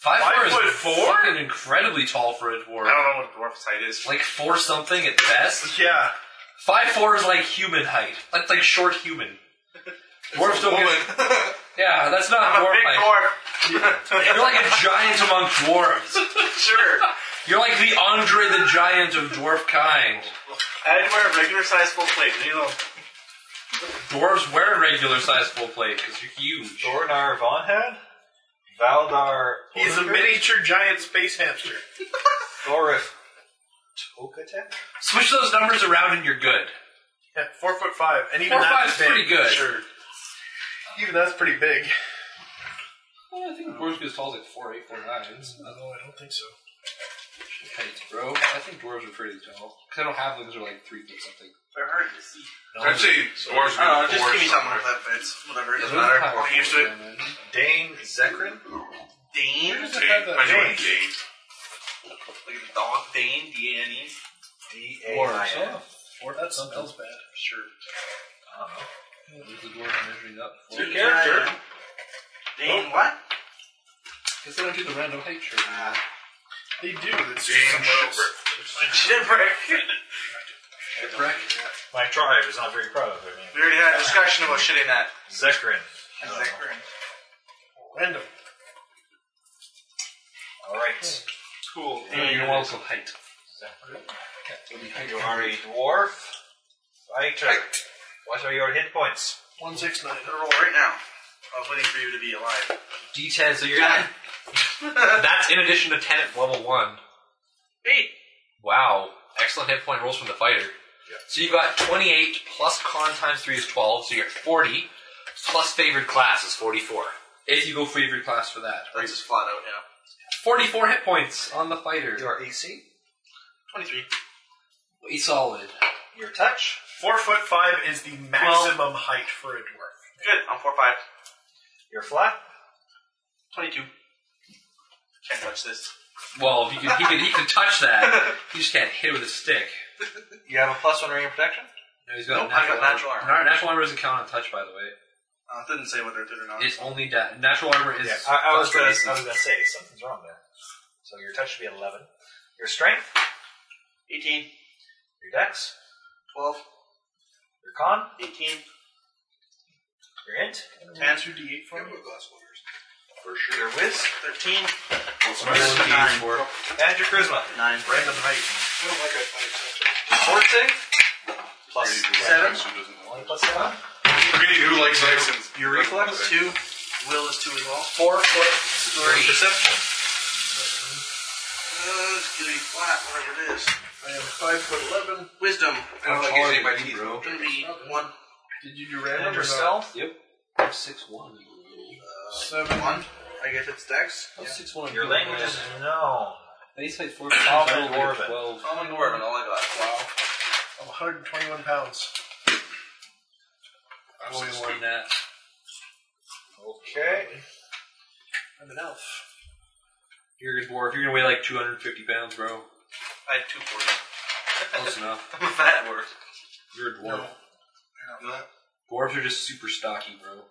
Speaker 4: Five,
Speaker 11: Five
Speaker 4: foot
Speaker 11: foot
Speaker 4: is
Speaker 11: four? Oh.
Speaker 4: fucking incredibly tall for a
Speaker 11: I
Speaker 4: dwarf.
Speaker 11: don't know what a dwarf's height is.
Speaker 4: Like four something at best.
Speaker 11: Yeah.
Speaker 4: Five four is like human height. That's like short human. Dwarfs don't
Speaker 3: Woman.
Speaker 4: get. Yeah, that's not
Speaker 11: I'm a
Speaker 4: dwarf
Speaker 11: big
Speaker 4: height.
Speaker 11: dwarf.
Speaker 4: You're like a giant among dwarves.
Speaker 11: Sure.
Speaker 4: You're like the Andre the Giant of dwarf kind.
Speaker 11: I had to wear a regular size full plate. You know,
Speaker 4: Dwarves wear regular sized full plate because you're huge.
Speaker 10: Dornar Vonhead? Valdar.
Speaker 11: he's a
Speaker 10: Orker?
Speaker 11: miniature giant space hamster.
Speaker 10: Thorif Tokatek?
Speaker 4: Switch those numbers around and you're good.
Speaker 11: Yeah, four foot five, and even
Speaker 4: Four
Speaker 11: that's
Speaker 4: five's
Speaker 11: big.
Speaker 4: pretty good.
Speaker 11: Sure. Even that's pretty big.
Speaker 4: I think dwarves get as tall as like four eight, four nines.
Speaker 11: No, I don't think so.
Speaker 4: Heights, bro. I think dwarves are pretty tall. Cause I don't have them. Those are like three feet something.
Speaker 23: They're hard to see.
Speaker 3: I'd say dwarves would be
Speaker 8: Uh,
Speaker 3: uh,
Speaker 8: just give me something like that fits. Whatever, it doesn't matter. I'll get used to it.
Speaker 10: Dane Zekrin?
Speaker 8: Dane? Like
Speaker 3: I know a game.
Speaker 8: the dog, Dane, D-A-N-E.
Speaker 10: D A
Speaker 4: Dwarves.
Speaker 10: I N.
Speaker 4: huh? Four that smells bad.
Speaker 8: Sure.
Speaker 4: There's the dwarf measuring up. for
Speaker 10: Your
Speaker 4: it.
Speaker 10: character?
Speaker 8: Dane what?
Speaker 4: Cause they don't do the random height shirt. anymore.
Speaker 11: They do. It's
Speaker 3: Game over.
Speaker 10: My tribe is not very proud of their name.
Speaker 8: We already had a discussion about shitting that.
Speaker 10: Zekrin.
Speaker 11: random.
Speaker 10: Alright.
Speaker 8: Cool.
Speaker 4: You're welcome. Height.
Speaker 10: You are a dwarf fighter. What are your hit points?
Speaker 8: One six nine. Roll right now. I was waiting for you to be alive.
Speaker 4: D10. So you're gonna. That's in addition to 10 at level one.
Speaker 8: Eight.
Speaker 4: Wow. Excellent hit point rolls from the fighter. So you've got 28 plus con times 3 is 12, so you're at 40, plus favored class is 44. If you go favored class for that.
Speaker 8: That's just flat out. Yeah.
Speaker 4: 44 hit points on the fighter.
Speaker 10: Your AC?
Speaker 8: Twenty three.
Speaker 4: He's solid.
Speaker 10: Your touch?
Speaker 11: Four foot five is the maximum height for a dwarf.
Speaker 8: Good. I'm four five.
Speaker 10: Your flat?
Speaker 8: Twenty two. Can't touch this.
Speaker 4: Well, if you can, he, can, he can touch that. He just can't hit it with a stick.
Speaker 10: You have a plus one ring of protection?
Speaker 4: No, he's got
Speaker 8: Nope, I got natural armor.
Speaker 4: Nat- Natural armor doesn't count on touch, by the way.
Speaker 8: Uh, it didn't say whether it did or not.
Speaker 4: It's only da- natural armor is.
Speaker 10: Yeah, I, I was
Speaker 4: plus
Speaker 10: gonna, I was
Speaker 4: AC.
Speaker 10: gonna say something's wrong there. So your touch should be an eleven. Your strength,
Speaker 8: Eighteen.
Speaker 10: your dex,
Speaker 8: Twelve.
Speaker 10: your con,
Speaker 8: Eighteen.
Speaker 10: your int,
Speaker 8: Ten.
Speaker 11: Two D eight for me.
Speaker 10: your whiz,
Speaker 8: Thirteen.
Speaker 4: Nine.
Speaker 10: and your charisma.
Speaker 8: Nine.
Speaker 10: Random height. Fort save. Plus seven. One plus seven.
Speaker 3: Really, who likes license?
Speaker 10: Your reflex.
Speaker 8: Two. Will is two as well.
Speaker 10: Four foot. Perception.
Speaker 8: Uh, it's gonna be flat, whatever it is.
Speaker 3: I am five foot eleven.
Speaker 8: Wisdom.
Speaker 3: I don't
Speaker 4: How
Speaker 3: like
Speaker 4: tall
Speaker 3: using
Speaker 4: are
Speaker 3: my
Speaker 4: you,
Speaker 3: teeth.
Speaker 4: bro?
Speaker 8: Gonna be one.
Speaker 3: Did you do random or not?
Speaker 10: yourself?
Speaker 4: Yep. I'm six one.
Speaker 3: Seven.
Speaker 8: One. I guess it's Dex.
Speaker 4: I'm six one.
Speaker 10: Your language is known.
Speaker 4: Base height four.
Speaker 10: Common Dwarven.
Speaker 4: Twelve.
Speaker 8: Common Dwarven, all I got. Wow.
Speaker 3: I'm 121 pounds.
Speaker 5: I'm six
Speaker 4: One that.
Speaker 10: Okay.
Speaker 3: I'm an elf.
Speaker 4: You're a dwarf. You're gonna weigh like 250 pounds, bro.
Speaker 8: I had two forty.
Speaker 4: Close enough.
Speaker 8: I'm a fat dwarf.
Speaker 4: You're a dwarf.
Speaker 3: I know that.
Speaker 4: Dwarves are just super stocky, bro.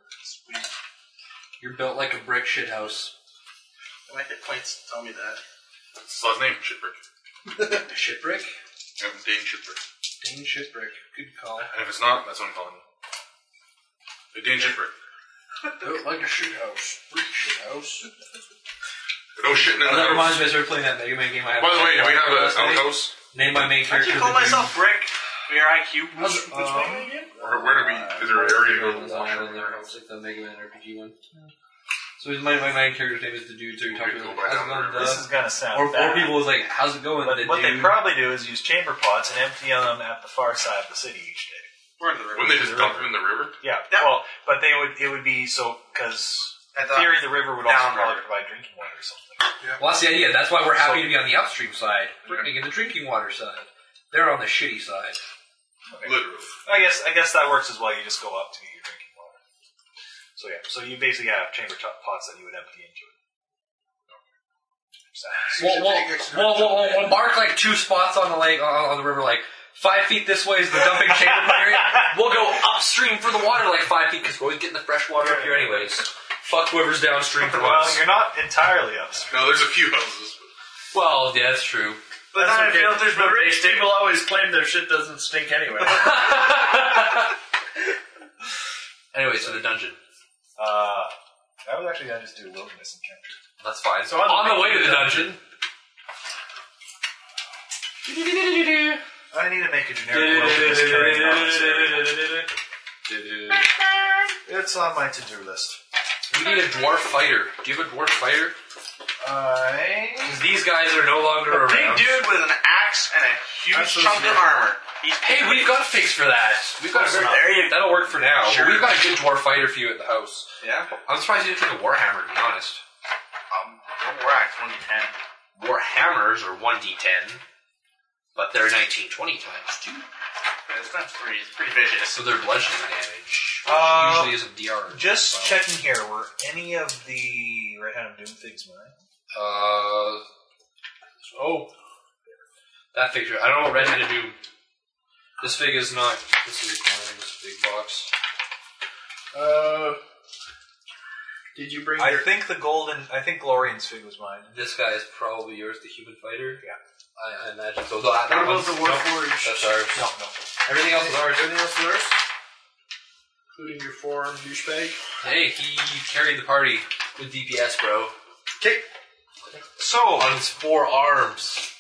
Speaker 4: You're built like a brick shit house.
Speaker 8: I might get points to tell me that.
Speaker 5: His last name Chipper.
Speaker 4: Shit brick?
Speaker 5: Yeah, Dane Chipper.
Speaker 4: Dane shit brick. Good call.
Speaker 5: And if it's not, that's what I'm calling him. Hey, Dane Chipper.
Speaker 4: Built like a shit house. Brick shit house.
Speaker 5: No shit in the
Speaker 4: Oh, that reminds
Speaker 5: house.
Speaker 4: me, I started playing that Mega Man game I had.
Speaker 5: By the way, do we have
Speaker 4: last
Speaker 5: an
Speaker 4: night.
Speaker 5: outhouse?
Speaker 4: Name my main
Speaker 8: I
Speaker 4: character.
Speaker 8: should call
Speaker 4: the dude.
Speaker 8: myself Brick. Beer IQ.
Speaker 4: How's- um,
Speaker 5: Or where do we? Is there an area where we
Speaker 4: It's
Speaker 5: can wash our
Speaker 4: on there, it's like the Mega Man RPG one. So my, my main character's name is the dude, so you talk to
Speaker 5: could
Speaker 4: him
Speaker 5: go
Speaker 4: like,
Speaker 5: right
Speaker 4: how's it
Speaker 5: down
Speaker 4: going,
Speaker 5: there.
Speaker 10: This is
Speaker 4: duh?
Speaker 10: gonna sound
Speaker 4: Or, or
Speaker 10: bad.
Speaker 4: people was like, how's it going, the
Speaker 10: But what they
Speaker 4: dude?
Speaker 10: probably do is use chamber pots and empty them at the far side of the city each day.
Speaker 8: We're in the river.
Speaker 5: Wouldn't they just dump him in the river?
Speaker 10: Yeah. Well, but they would. It would be so because in
Speaker 8: At the-
Speaker 10: theory the river would also
Speaker 8: down
Speaker 10: probably
Speaker 8: river.
Speaker 10: provide drinking water or something.
Speaker 4: Well, that's the idea. That's why we're happy to be on the upstream side. We're going to get the drinking water side. They're on the shitty side.
Speaker 5: Literally.
Speaker 10: I guess. I guess that works as well. You just go up to get your drinking water. So yeah. So you basically have chamber to- pots that you would empty into it. Sounds-
Speaker 4: We'll, we'll, we'll, we'll, we'll mark like two spots on the lake on, on the river, like five feet this way is the dumping chamber area. We'll go upstream for the water like five feet because we're always getting the fresh water up here anyways. Fuck whoever's downstream from
Speaker 10: Well,
Speaker 4: us.
Speaker 10: you're not entirely up.
Speaker 5: No, there's a few houses.
Speaker 4: Well, yeah, that's true.
Speaker 11: But
Speaker 10: That's
Speaker 11: then
Speaker 10: okay.
Speaker 11: I feel there's no
Speaker 10: The rich
Speaker 11: tasting. People always claim their shit doesn't stink anyway.
Speaker 4: Anyway, so the dungeon.
Speaker 10: Uh, I was actually gonna just do wilderness encounter.
Speaker 4: That's fine. So
Speaker 10: on
Speaker 4: on,
Speaker 10: the
Speaker 4: the way to the dungeon.
Speaker 10: I need to make a generic wilderness terrain commentary. It's on my to-do list.
Speaker 4: We need a dwarf fighter. Do you have a dwarf fighter?
Speaker 10: I
Speaker 4: 'Cause These guys are no longer
Speaker 8: Big
Speaker 4: around.
Speaker 8: dude with an axe and a huge
Speaker 10: That's so
Speaker 8: chunk
Speaker 10: scary.
Speaker 8: of armor. He's
Speaker 4: Hey, we've got a fix for that. We've got a
Speaker 8: Close enough. There you-
Speaker 4: That'll work for now. but
Speaker 8: Sure.
Speaker 4: We've got a good dwarf fighter for you at the house.
Speaker 8: yeah.
Speaker 4: I'm surprised you didn't take a warhammer. To be honest,
Speaker 8: Um, don't worry, it's one to ten.
Speaker 4: warhammers are one d10, but they're 1920 times two,
Speaker 8: Yeah, It's times three. It's pretty vicious.
Speaker 4: so they're bludgeoning damage. Which
Speaker 10: Uh,
Speaker 4: usually isn't DR.
Speaker 10: just
Speaker 4: Well,
Speaker 10: checking here. Were any of the right hand of doom things mine?
Speaker 4: Uh, oh, that figure. I don't know what Red had to do. This fig is not. This is requiring this big box.
Speaker 3: Uh, did you bring
Speaker 10: I
Speaker 3: your
Speaker 10: think the golden. I think Glorian's fig was mine.
Speaker 4: This guy is probably yours, the human fighter.
Speaker 10: Yeah.
Speaker 4: I, I imagine so. That, that
Speaker 3: What about
Speaker 4: one's-
Speaker 3: the
Speaker 4: nope,
Speaker 3: Warforged?
Speaker 4: that's ours.
Speaker 10: No, no.
Speaker 4: Everything else is ours.
Speaker 3: Everything else is yours? Including your forearm douchebag?
Speaker 4: Hey, he carried the party with DPS, bro.
Speaker 3: Okay.
Speaker 4: So on his four arms.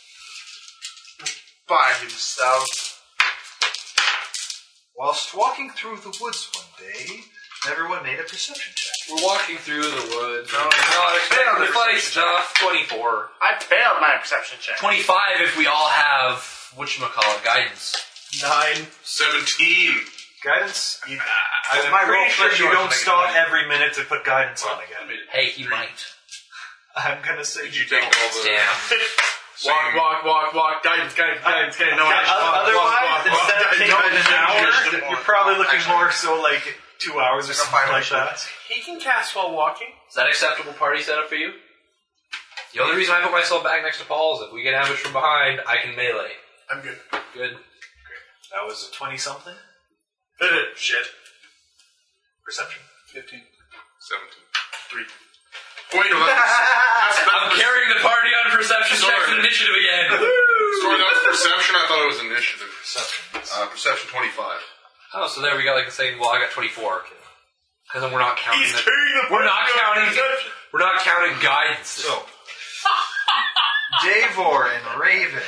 Speaker 3: By himself.
Speaker 10: Whilst walking through the woods one day, everyone made a perception check.
Speaker 4: We're walking through the woods.
Speaker 8: No,
Speaker 4: No,
Speaker 8: no,
Speaker 4: expecting to
Speaker 8: no,
Speaker 4: fight
Speaker 8: no.
Speaker 4: stuff. Twenty-four.
Speaker 8: I failed my perception check.
Speaker 4: Twenty-five if we all have whatchamacallit guidance.
Speaker 10: Nine.
Speaker 5: Seventeen.
Speaker 10: Guidance. You, I'm
Speaker 8: my roll
Speaker 10: pretty sure
Speaker 8: plus
Speaker 10: you
Speaker 8: yours
Speaker 10: don't
Speaker 8: make it
Speaker 10: stop
Speaker 8: nine.
Speaker 10: every minute to put guidance on again.
Speaker 4: Hey, he might.
Speaker 10: I'm gonna say
Speaker 5: Did you take all the?
Speaker 4: Damn.
Speaker 5: Same,
Speaker 3: walk, walk, walk. Guidance, guidance, guidance, guidance.
Speaker 10: Yeah,
Speaker 3: guidance, walk,
Speaker 10: otherwise,
Speaker 3: walk, walk, walk,
Speaker 10: instead of
Speaker 3: guidance,
Speaker 10: taking
Speaker 3: guidance, guidance, guidance.
Speaker 10: an hour, you're probably looking
Speaker 3: Actually,
Speaker 10: more so like two hours or something like that.
Speaker 11: he can cast while walking.
Speaker 4: Is that acceptable party setup for you? The only reason I put myself back next to Paul is if we get ambushed from behind, I can melee.
Speaker 3: I'm good.
Speaker 4: Good.
Speaker 10: That was a twenty something
Speaker 11: Shit.
Speaker 10: perception.
Speaker 3: 15.
Speaker 5: Seventeen. Three. Wait, no, that's, that's,
Speaker 4: I'm carrying the party on perception checks and initiative again.
Speaker 5: Sorry, that was perception. I thought it was initiative.
Speaker 10: Perception.
Speaker 5: Uh, perception 25.
Speaker 4: Oh, so there we got like the same. Well, I got 24. Because then we're not counting.
Speaker 11: He's
Speaker 4: the-
Speaker 11: carrying the
Speaker 4: we're not
Speaker 11: party on
Speaker 4: counting.
Speaker 11: perception.
Speaker 4: We're not counting guidance.
Speaker 10: So, Davor and Raven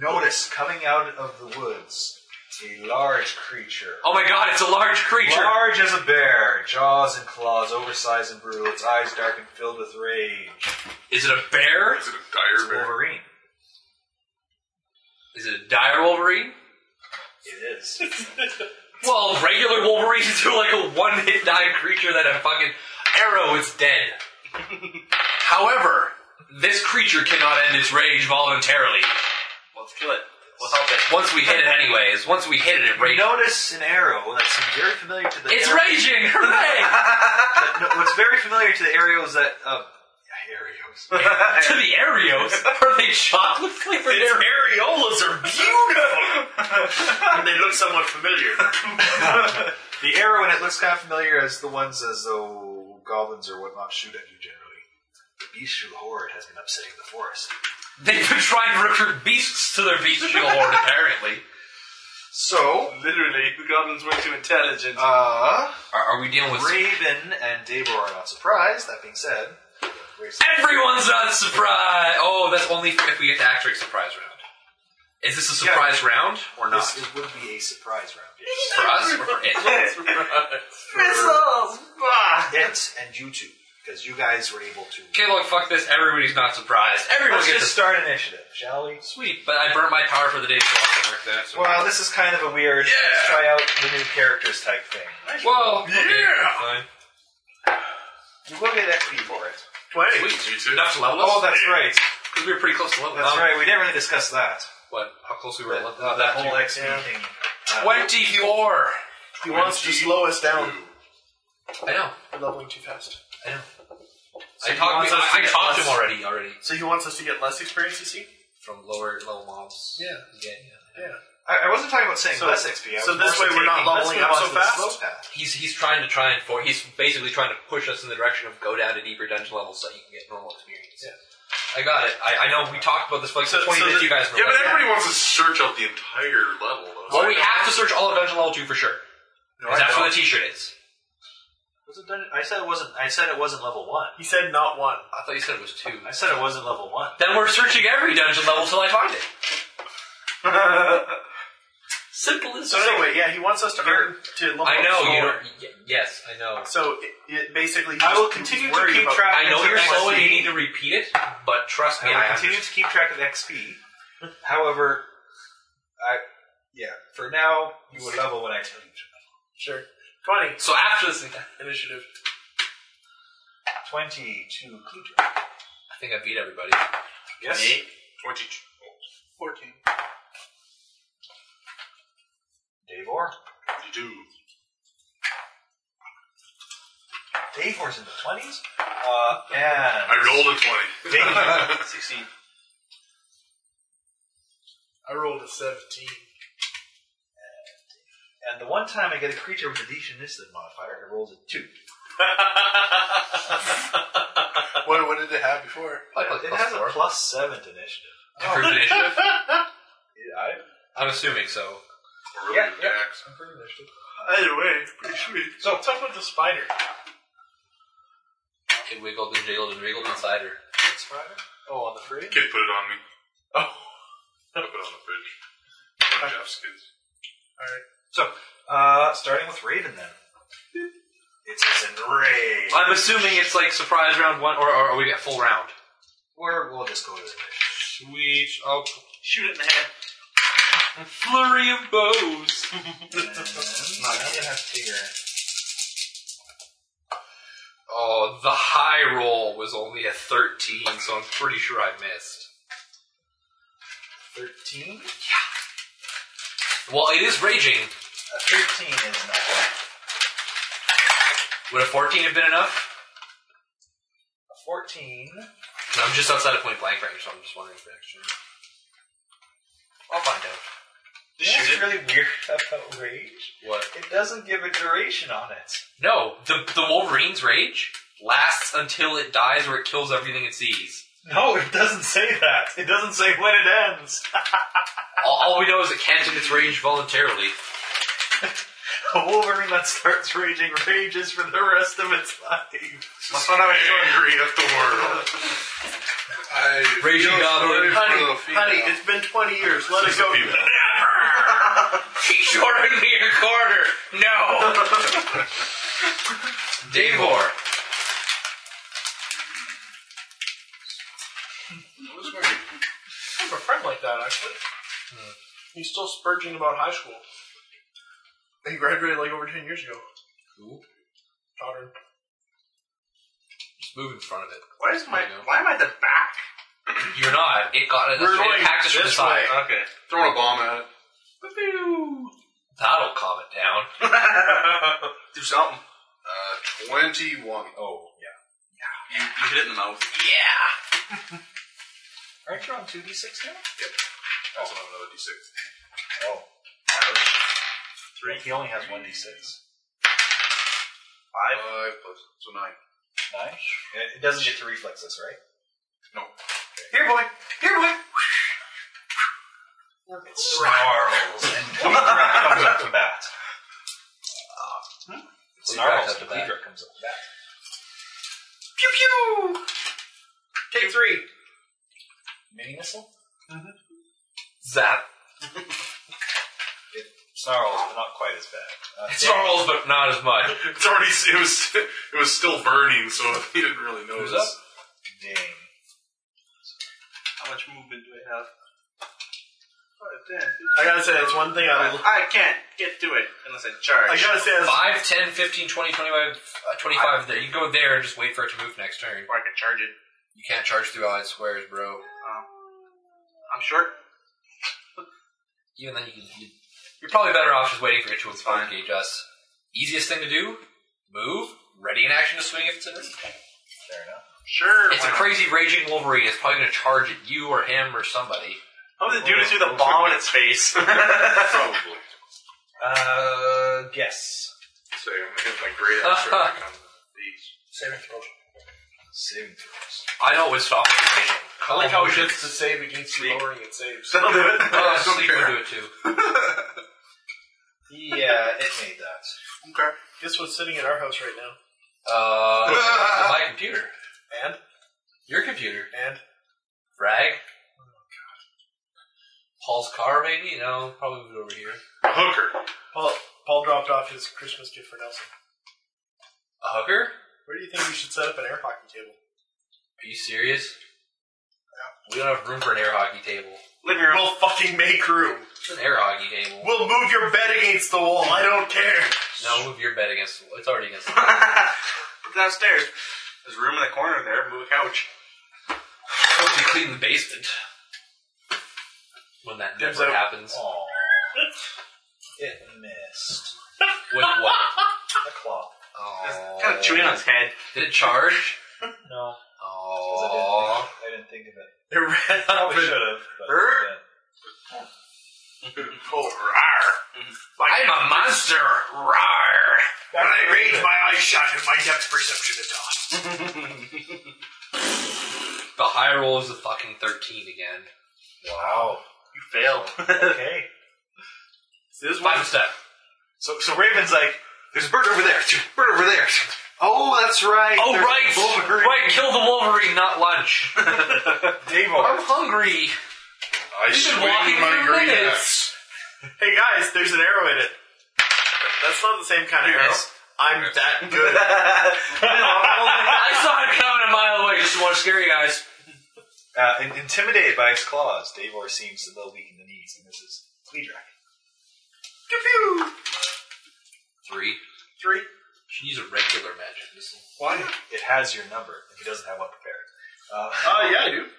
Speaker 10: notice coming out of the woods a large creature.
Speaker 4: oh my god, it's a large creature.
Speaker 10: Large as a bear, jaws and claws oversized and brutal, its eyes dark and filled with rage.
Speaker 4: Is it a bear?
Speaker 5: Is it a dire bear?
Speaker 10: Wolverine.
Speaker 4: Is it a dire Wolverine?
Speaker 10: It is.
Speaker 4: Well, regular Wolverines are like a one hit die creature that a fucking arrow is dead. However, this creature cannot end its rage voluntarily.
Speaker 8: Let's kill it.
Speaker 4: We'll help it. Once we hit it, anyways, once we hit it, it rages.
Speaker 24: Notice an arrow that seems very familiar to the.
Speaker 4: It's
Speaker 24: arrow-
Speaker 4: raging! Hooray!
Speaker 24: that- no, what's very familiar to the arrows that. Uh, arrows.
Speaker 4: to the Arios. Are they chocolate flavored
Speaker 11: Its
Speaker 4: Arios?
Speaker 11: areolas are beautiful, and they look somewhat familiar.
Speaker 10: The arrow in it looks kind of familiar as the ones as though goblins or whatnot shoot at you generally. The Bishu horde has been upsetting the forest.
Speaker 4: They've been trying to recruit beasts to their bestial horde, apparently.
Speaker 10: So,
Speaker 11: Literally, the goblins were too intelligent.
Speaker 10: uh,
Speaker 4: Are, are we dealing with.
Speaker 10: Raven and Dabo are not surprised. That being said,
Speaker 4: Everyone's not surprised! Oh, that's only if we get to actually surprise round. Is this a surprise round or not?
Speaker 10: this it would be a surprise round. Yes.
Speaker 4: For us or for it?
Speaker 10: It and you two, because you guys were able to.
Speaker 4: Okay, look, fuck this. Everybody's not surprised. Everyone
Speaker 10: Let's
Speaker 4: gets
Speaker 10: just
Speaker 4: a
Speaker 10: start initiative, shall we?
Speaker 4: sweep, but I burnt my power for the day, so I can work that. So
Speaker 10: Well, this is kind of a weird. Let's try out the new characters type thing.
Speaker 4: Well, yeah.
Speaker 10: You will get XP for it.
Speaker 11: Twenty.
Speaker 4: Sweet. Enough to level us.
Speaker 10: Oh, that's right.
Speaker 4: because we were pretty close to level.
Speaker 10: That's
Speaker 4: um,
Speaker 10: right. We didn't really discuss that.
Speaker 4: What? How close we were to
Speaker 10: That,
Speaker 4: level? Uh,
Speaker 10: that
Speaker 4: that
Speaker 10: whole
Speaker 4: too.
Speaker 10: XP thing.
Speaker 4: Twenty-four.
Speaker 11: He wants to slow us down.
Speaker 4: I know.
Speaker 11: We're leveling too fast.
Speaker 4: I know.
Speaker 11: So
Speaker 4: I
Speaker 11: he
Speaker 4: talked.
Speaker 11: wants
Speaker 4: to-
Speaker 11: us to
Speaker 4: I, I
Speaker 11: get
Speaker 4: talked to
Speaker 11: less-
Speaker 4: him already. Already
Speaker 11: So he wants us to get less experience, you see?
Speaker 4: from lower level mobs.
Speaker 11: Yeah.
Speaker 4: Yeah.
Speaker 11: Yeah.
Speaker 10: I, I wasn't talking about saying
Speaker 11: So-
Speaker 10: less XP. I
Speaker 11: so
Speaker 10: was
Speaker 11: this
Speaker 10: mostly
Speaker 11: way we're not
Speaker 10: taking- let's
Speaker 11: leveling
Speaker 10: move
Speaker 11: up
Speaker 10: on
Speaker 11: so
Speaker 10: to the
Speaker 11: fast?
Speaker 10: slow path.
Speaker 4: He's he's trying to try and for he's basically trying to push us in the direction of go down to deeper dungeon levels so you can get normal experience.
Speaker 11: Yeah.
Speaker 4: I got it. I, I know we talked about this for like
Speaker 11: So-
Speaker 4: twenty
Speaker 11: so
Speaker 4: minutes. you
Speaker 11: the-
Speaker 4: guys were
Speaker 5: Yeah, but
Speaker 4: like-
Speaker 5: everybody wants to search out the entire level. though.
Speaker 4: Well, we have to search all of Dungeon Level 2 for sure.
Speaker 10: I
Speaker 4: Because that's where the t-shirt is.
Speaker 10: Was it done? I said it wasn't. I said it wasn't level one.
Speaker 11: He said not one.
Speaker 4: I thought you said it was 2.
Speaker 10: I said it wasn't level one.
Speaker 4: Then we're searching every dungeon level till I find it. Simple as
Speaker 11: So anyway, yeah, he wants us to earn to
Speaker 10: Oh,
Speaker 11: level
Speaker 4: I
Speaker 11: up
Speaker 4: know, you
Speaker 11: slower.
Speaker 4: don't... y- Yes, I know.
Speaker 11: So it, it basically,
Speaker 10: I will
Speaker 11: he's
Speaker 10: continue to
Speaker 11: worried
Speaker 10: keep
Speaker 11: about-
Speaker 10: track.
Speaker 4: I know you're
Speaker 10: Next
Speaker 4: slow and you
Speaker 10: week.
Speaker 4: need to repeat it, but trust me,
Speaker 10: I will
Speaker 4: I
Speaker 10: continue
Speaker 4: understand.
Speaker 10: to keep track of XP. However, I yeah. For now, you will level when I tell you to.
Speaker 11: Sure, twenty
Speaker 4: So after this... I
Speaker 11: initiative.
Speaker 10: Twenty-two. Cluedo.
Speaker 4: think I beat everybody.
Speaker 10: Yes.
Speaker 5: Twenty-two.
Speaker 25: Fourteen.
Speaker 10: Davor.
Speaker 5: Twenty-two.
Speaker 10: Davor's in the twenties. Uh, and
Speaker 5: I rolled a twenty.
Speaker 10: Davor succeed.
Speaker 11: I rolled a seventeen.
Speaker 10: And the one time I get a creature with a decent initiative modifier, it rolls a two.
Speaker 25: What, what did they have before?
Speaker 4: Like,
Speaker 10: It
Speaker 4: plus
Speaker 10: has
Speaker 4: four.
Speaker 10: a plus seven to initiative.
Speaker 4: Improved initiative?
Speaker 10: Yeah, I,
Speaker 4: I'm assuming so.
Speaker 5: Or
Speaker 10: Yeah,
Speaker 5: really
Speaker 10: yeah.
Speaker 5: Dax.
Speaker 11: Either way, pretty sweet. So what's up with the spider?
Speaker 4: It wiggled and jiggled and wriggled inside her.
Speaker 11: Oh, on the free.
Speaker 5: Kid put it on me. Oh. I put it on the fridge. One of Jeff's kids.
Speaker 10: So, uh, starting with Raven then. It says enraged.
Speaker 4: I'm assuming it's like surprise round one, or, or, or we get full round.
Speaker 10: Or we'll just go to the
Speaker 4: Sweet. Oh,
Speaker 8: Shoot it in the head.
Speaker 4: flurry of bows.
Speaker 8: Oh,
Speaker 10: And I'm gonna have to figure.
Speaker 4: Oh, the high roll was only a 13, so I'm pretty sure I missed.
Speaker 10: Thirteen.
Speaker 4: Well, it is raging.
Speaker 10: A thirteen is enough.
Speaker 4: Would a 14 have been enough?
Speaker 10: A fourteen.
Speaker 4: No, I'm just outside of point blank range, so I'm just wondering if it actually. I'll find out.
Speaker 10: That's really weird about rage.
Speaker 4: What?
Speaker 10: It doesn't give a duration on it.
Speaker 4: No, the, the Wolverine's rage lasts until it dies or it kills everything it sees.
Speaker 10: No, it doesn't say that. It doesn't say when it ends.
Speaker 4: All, all we know is it can't end its rage voluntarily.
Speaker 10: A Wolverine that starts raging rages for the rest of its life.
Speaker 5: That's not how angry at the world.
Speaker 25: I
Speaker 4: Raging Goblin.
Speaker 25: Honey,
Speaker 11: Honey, it's been twenty years. Let it go.
Speaker 4: He's shorting me a quarter. No. Davor.
Speaker 11: I have a friend like that actually. He's still spurging about high school. He graduated like over 10 years ago.
Speaker 4: Cool.
Speaker 11: Daughter.
Speaker 4: Just move in front of it.
Speaker 8: Why is my
Speaker 4: You know.
Speaker 8: why am I at the back?
Speaker 4: You're not. It got it.
Speaker 11: We're
Speaker 4: it
Speaker 11: going
Speaker 4: attacked us from the
Speaker 11: this
Speaker 4: side.
Speaker 11: way.
Speaker 26: Okay.
Speaker 5: Throwing a bomb at it.
Speaker 4: That'll calm it down.
Speaker 26: Do something.
Speaker 5: Uh, 21.
Speaker 4: Oh, yeah.
Speaker 26: You, you hit it in the mouth.
Speaker 10: Aren't you on 2d6 now?
Speaker 5: Also have another d6.
Speaker 10: Oh. Three. He only has 1d6.
Speaker 5: Five. Five plus, so nine.
Speaker 10: Nine? It it doesn't get to reflexes, right?
Speaker 5: No.
Speaker 10: Here, boy. Here, boy. It snarls and Cleedra comes up to bat. It Hmm? snarls and Cleedra comes up to bat.
Speaker 11: Take three.
Speaker 10: Mini missile? Mm-hmm.
Speaker 4: Zap.
Speaker 10: It snarls, but not quite as bad. Uh,
Speaker 4: It snarls, but not as much.
Speaker 5: It's already, it was, it was still burning, so he didn't really notice.
Speaker 4: up?
Speaker 10: dang.
Speaker 8: How much movement do I have? Five, ten,
Speaker 11: I gotta say, that's one thing I.
Speaker 8: fifteen. I can't get to it unless I charge.
Speaker 11: I gotta say, that's,
Speaker 4: 5, 10, 15, 20, 25, uh, 25 there. You go there and just wait for it to move next turn.
Speaker 8: or I can charge it.
Speaker 4: You can't charge through allied squares, bro.
Speaker 8: I'm short.
Speaker 4: Even then, you can. You, you're probably better off just waiting for it to engage us. Easiest thing to do: move, ready in action to swing if it's in range.
Speaker 10: Fair enough.
Speaker 8: Sure.
Speaker 4: It's a crazy raging Wolverine. It's probably going to charge at you or him or somebody.
Speaker 27: How was the dude who threw the bomb in its face?
Speaker 5: Probably.
Speaker 10: Uh, guess.
Speaker 5: So I'm gonna hit my great axe right now.
Speaker 10: Saving throws. Saving throws.
Speaker 4: I know it would stop it from raging.
Speaker 11: I like how it gets to save against lowering and saves.
Speaker 8: That'll do
Speaker 3: Oh,
Speaker 8: it.
Speaker 4: Uh, sleep would do it too.
Speaker 10: Yeah, it made that.
Speaker 5: Okay.
Speaker 11: Guess what's sitting at our house right now?
Speaker 4: Uh, my computer,
Speaker 11: And?
Speaker 4: your computer,
Speaker 11: And?
Speaker 4: Frag. Paul's car, maybe? No, probably moved over here.
Speaker 5: A hooker.
Speaker 11: Paul, Paul dropped off his Christmas gift for Nelson.
Speaker 4: A hooker?
Speaker 11: Where do you think we should set up an air hockey table?
Speaker 4: Are you serious? We don't have room for an air hockey table.
Speaker 27: Living room.
Speaker 11: We'll fucking make room.
Speaker 4: It's an air hockey table.
Speaker 11: We'll move your bed against the wall. I don't care.
Speaker 4: No, move your bed against the wall. It's already against the wall.
Speaker 27: Put it downstairs. There's room in the corner there. Move a couch.
Speaker 4: Hope you clean the basement. When that
Speaker 11: Dims
Speaker 4: never
Speaker 11: out.
Speaker 4: happens.
Speaker 10: Aw. It missed.
Speaker 4: With what?
Speaker 10: The claw.
Speaker 4: Aw.
Speaker 27: Kind of chewing on his head.
Speaker 4: Did it charge?
Speaker 10: No.
Speaker 4: Aww.
Speaker 10: I didn't think of it.
Speaker 11: It ran up
Speaker 10: Probably
Speaker 11: and
Speaker 10: should have. but, yeah.
Speaker 4: I'm a monster! Rawr!
Speaker 11: When I rage, my eyes shut and my depth perception is off.
Speaker 4: The high roll is a fucking 13 again.
Speaker 10: Wow.
Speaker 27: You failed.
Speaker 10: Okay.
Speaker 4: This is my step.
Speaker 10: So, so Raven's like, there's a bird over there. Bird over there. Oh, that's right.
Speaker 4: Oh,
Speaker 10: There's a
Speaker 4: right!
Speaker 10: Wolverine.
Speaker 4: Right, kill the Wolverine, not lunch.
Speaker 10: Namor.
Speaker 4: I'm hungry.
Speaker 5: I
Speaker 4: You've been
Speaker 5: swing
Speaker 4: walking
Speaker 5: my
Speaker 4: for
Speaker 5: great axe.
Speaker 4: minutes.
Speaker 11: Hey guys, there's an arrow in it. That's not the same kind of arrow. I'm that good.
Speaker 4: I saw it coming a mile away just to watch Scary Guys.
Speaker 10: Uh, in- intimidated by his claws, Davor seems a little weak in the knees and misses. Cleedrak.
Speaker 4: Three.
Speaker 11: Three.
Speaker 4: She needs a regular magic missile.
Speaker 10: Why? It has your number if he doesn't have one prepared. Uh,
Speaker 11: Oh, yeah, I do.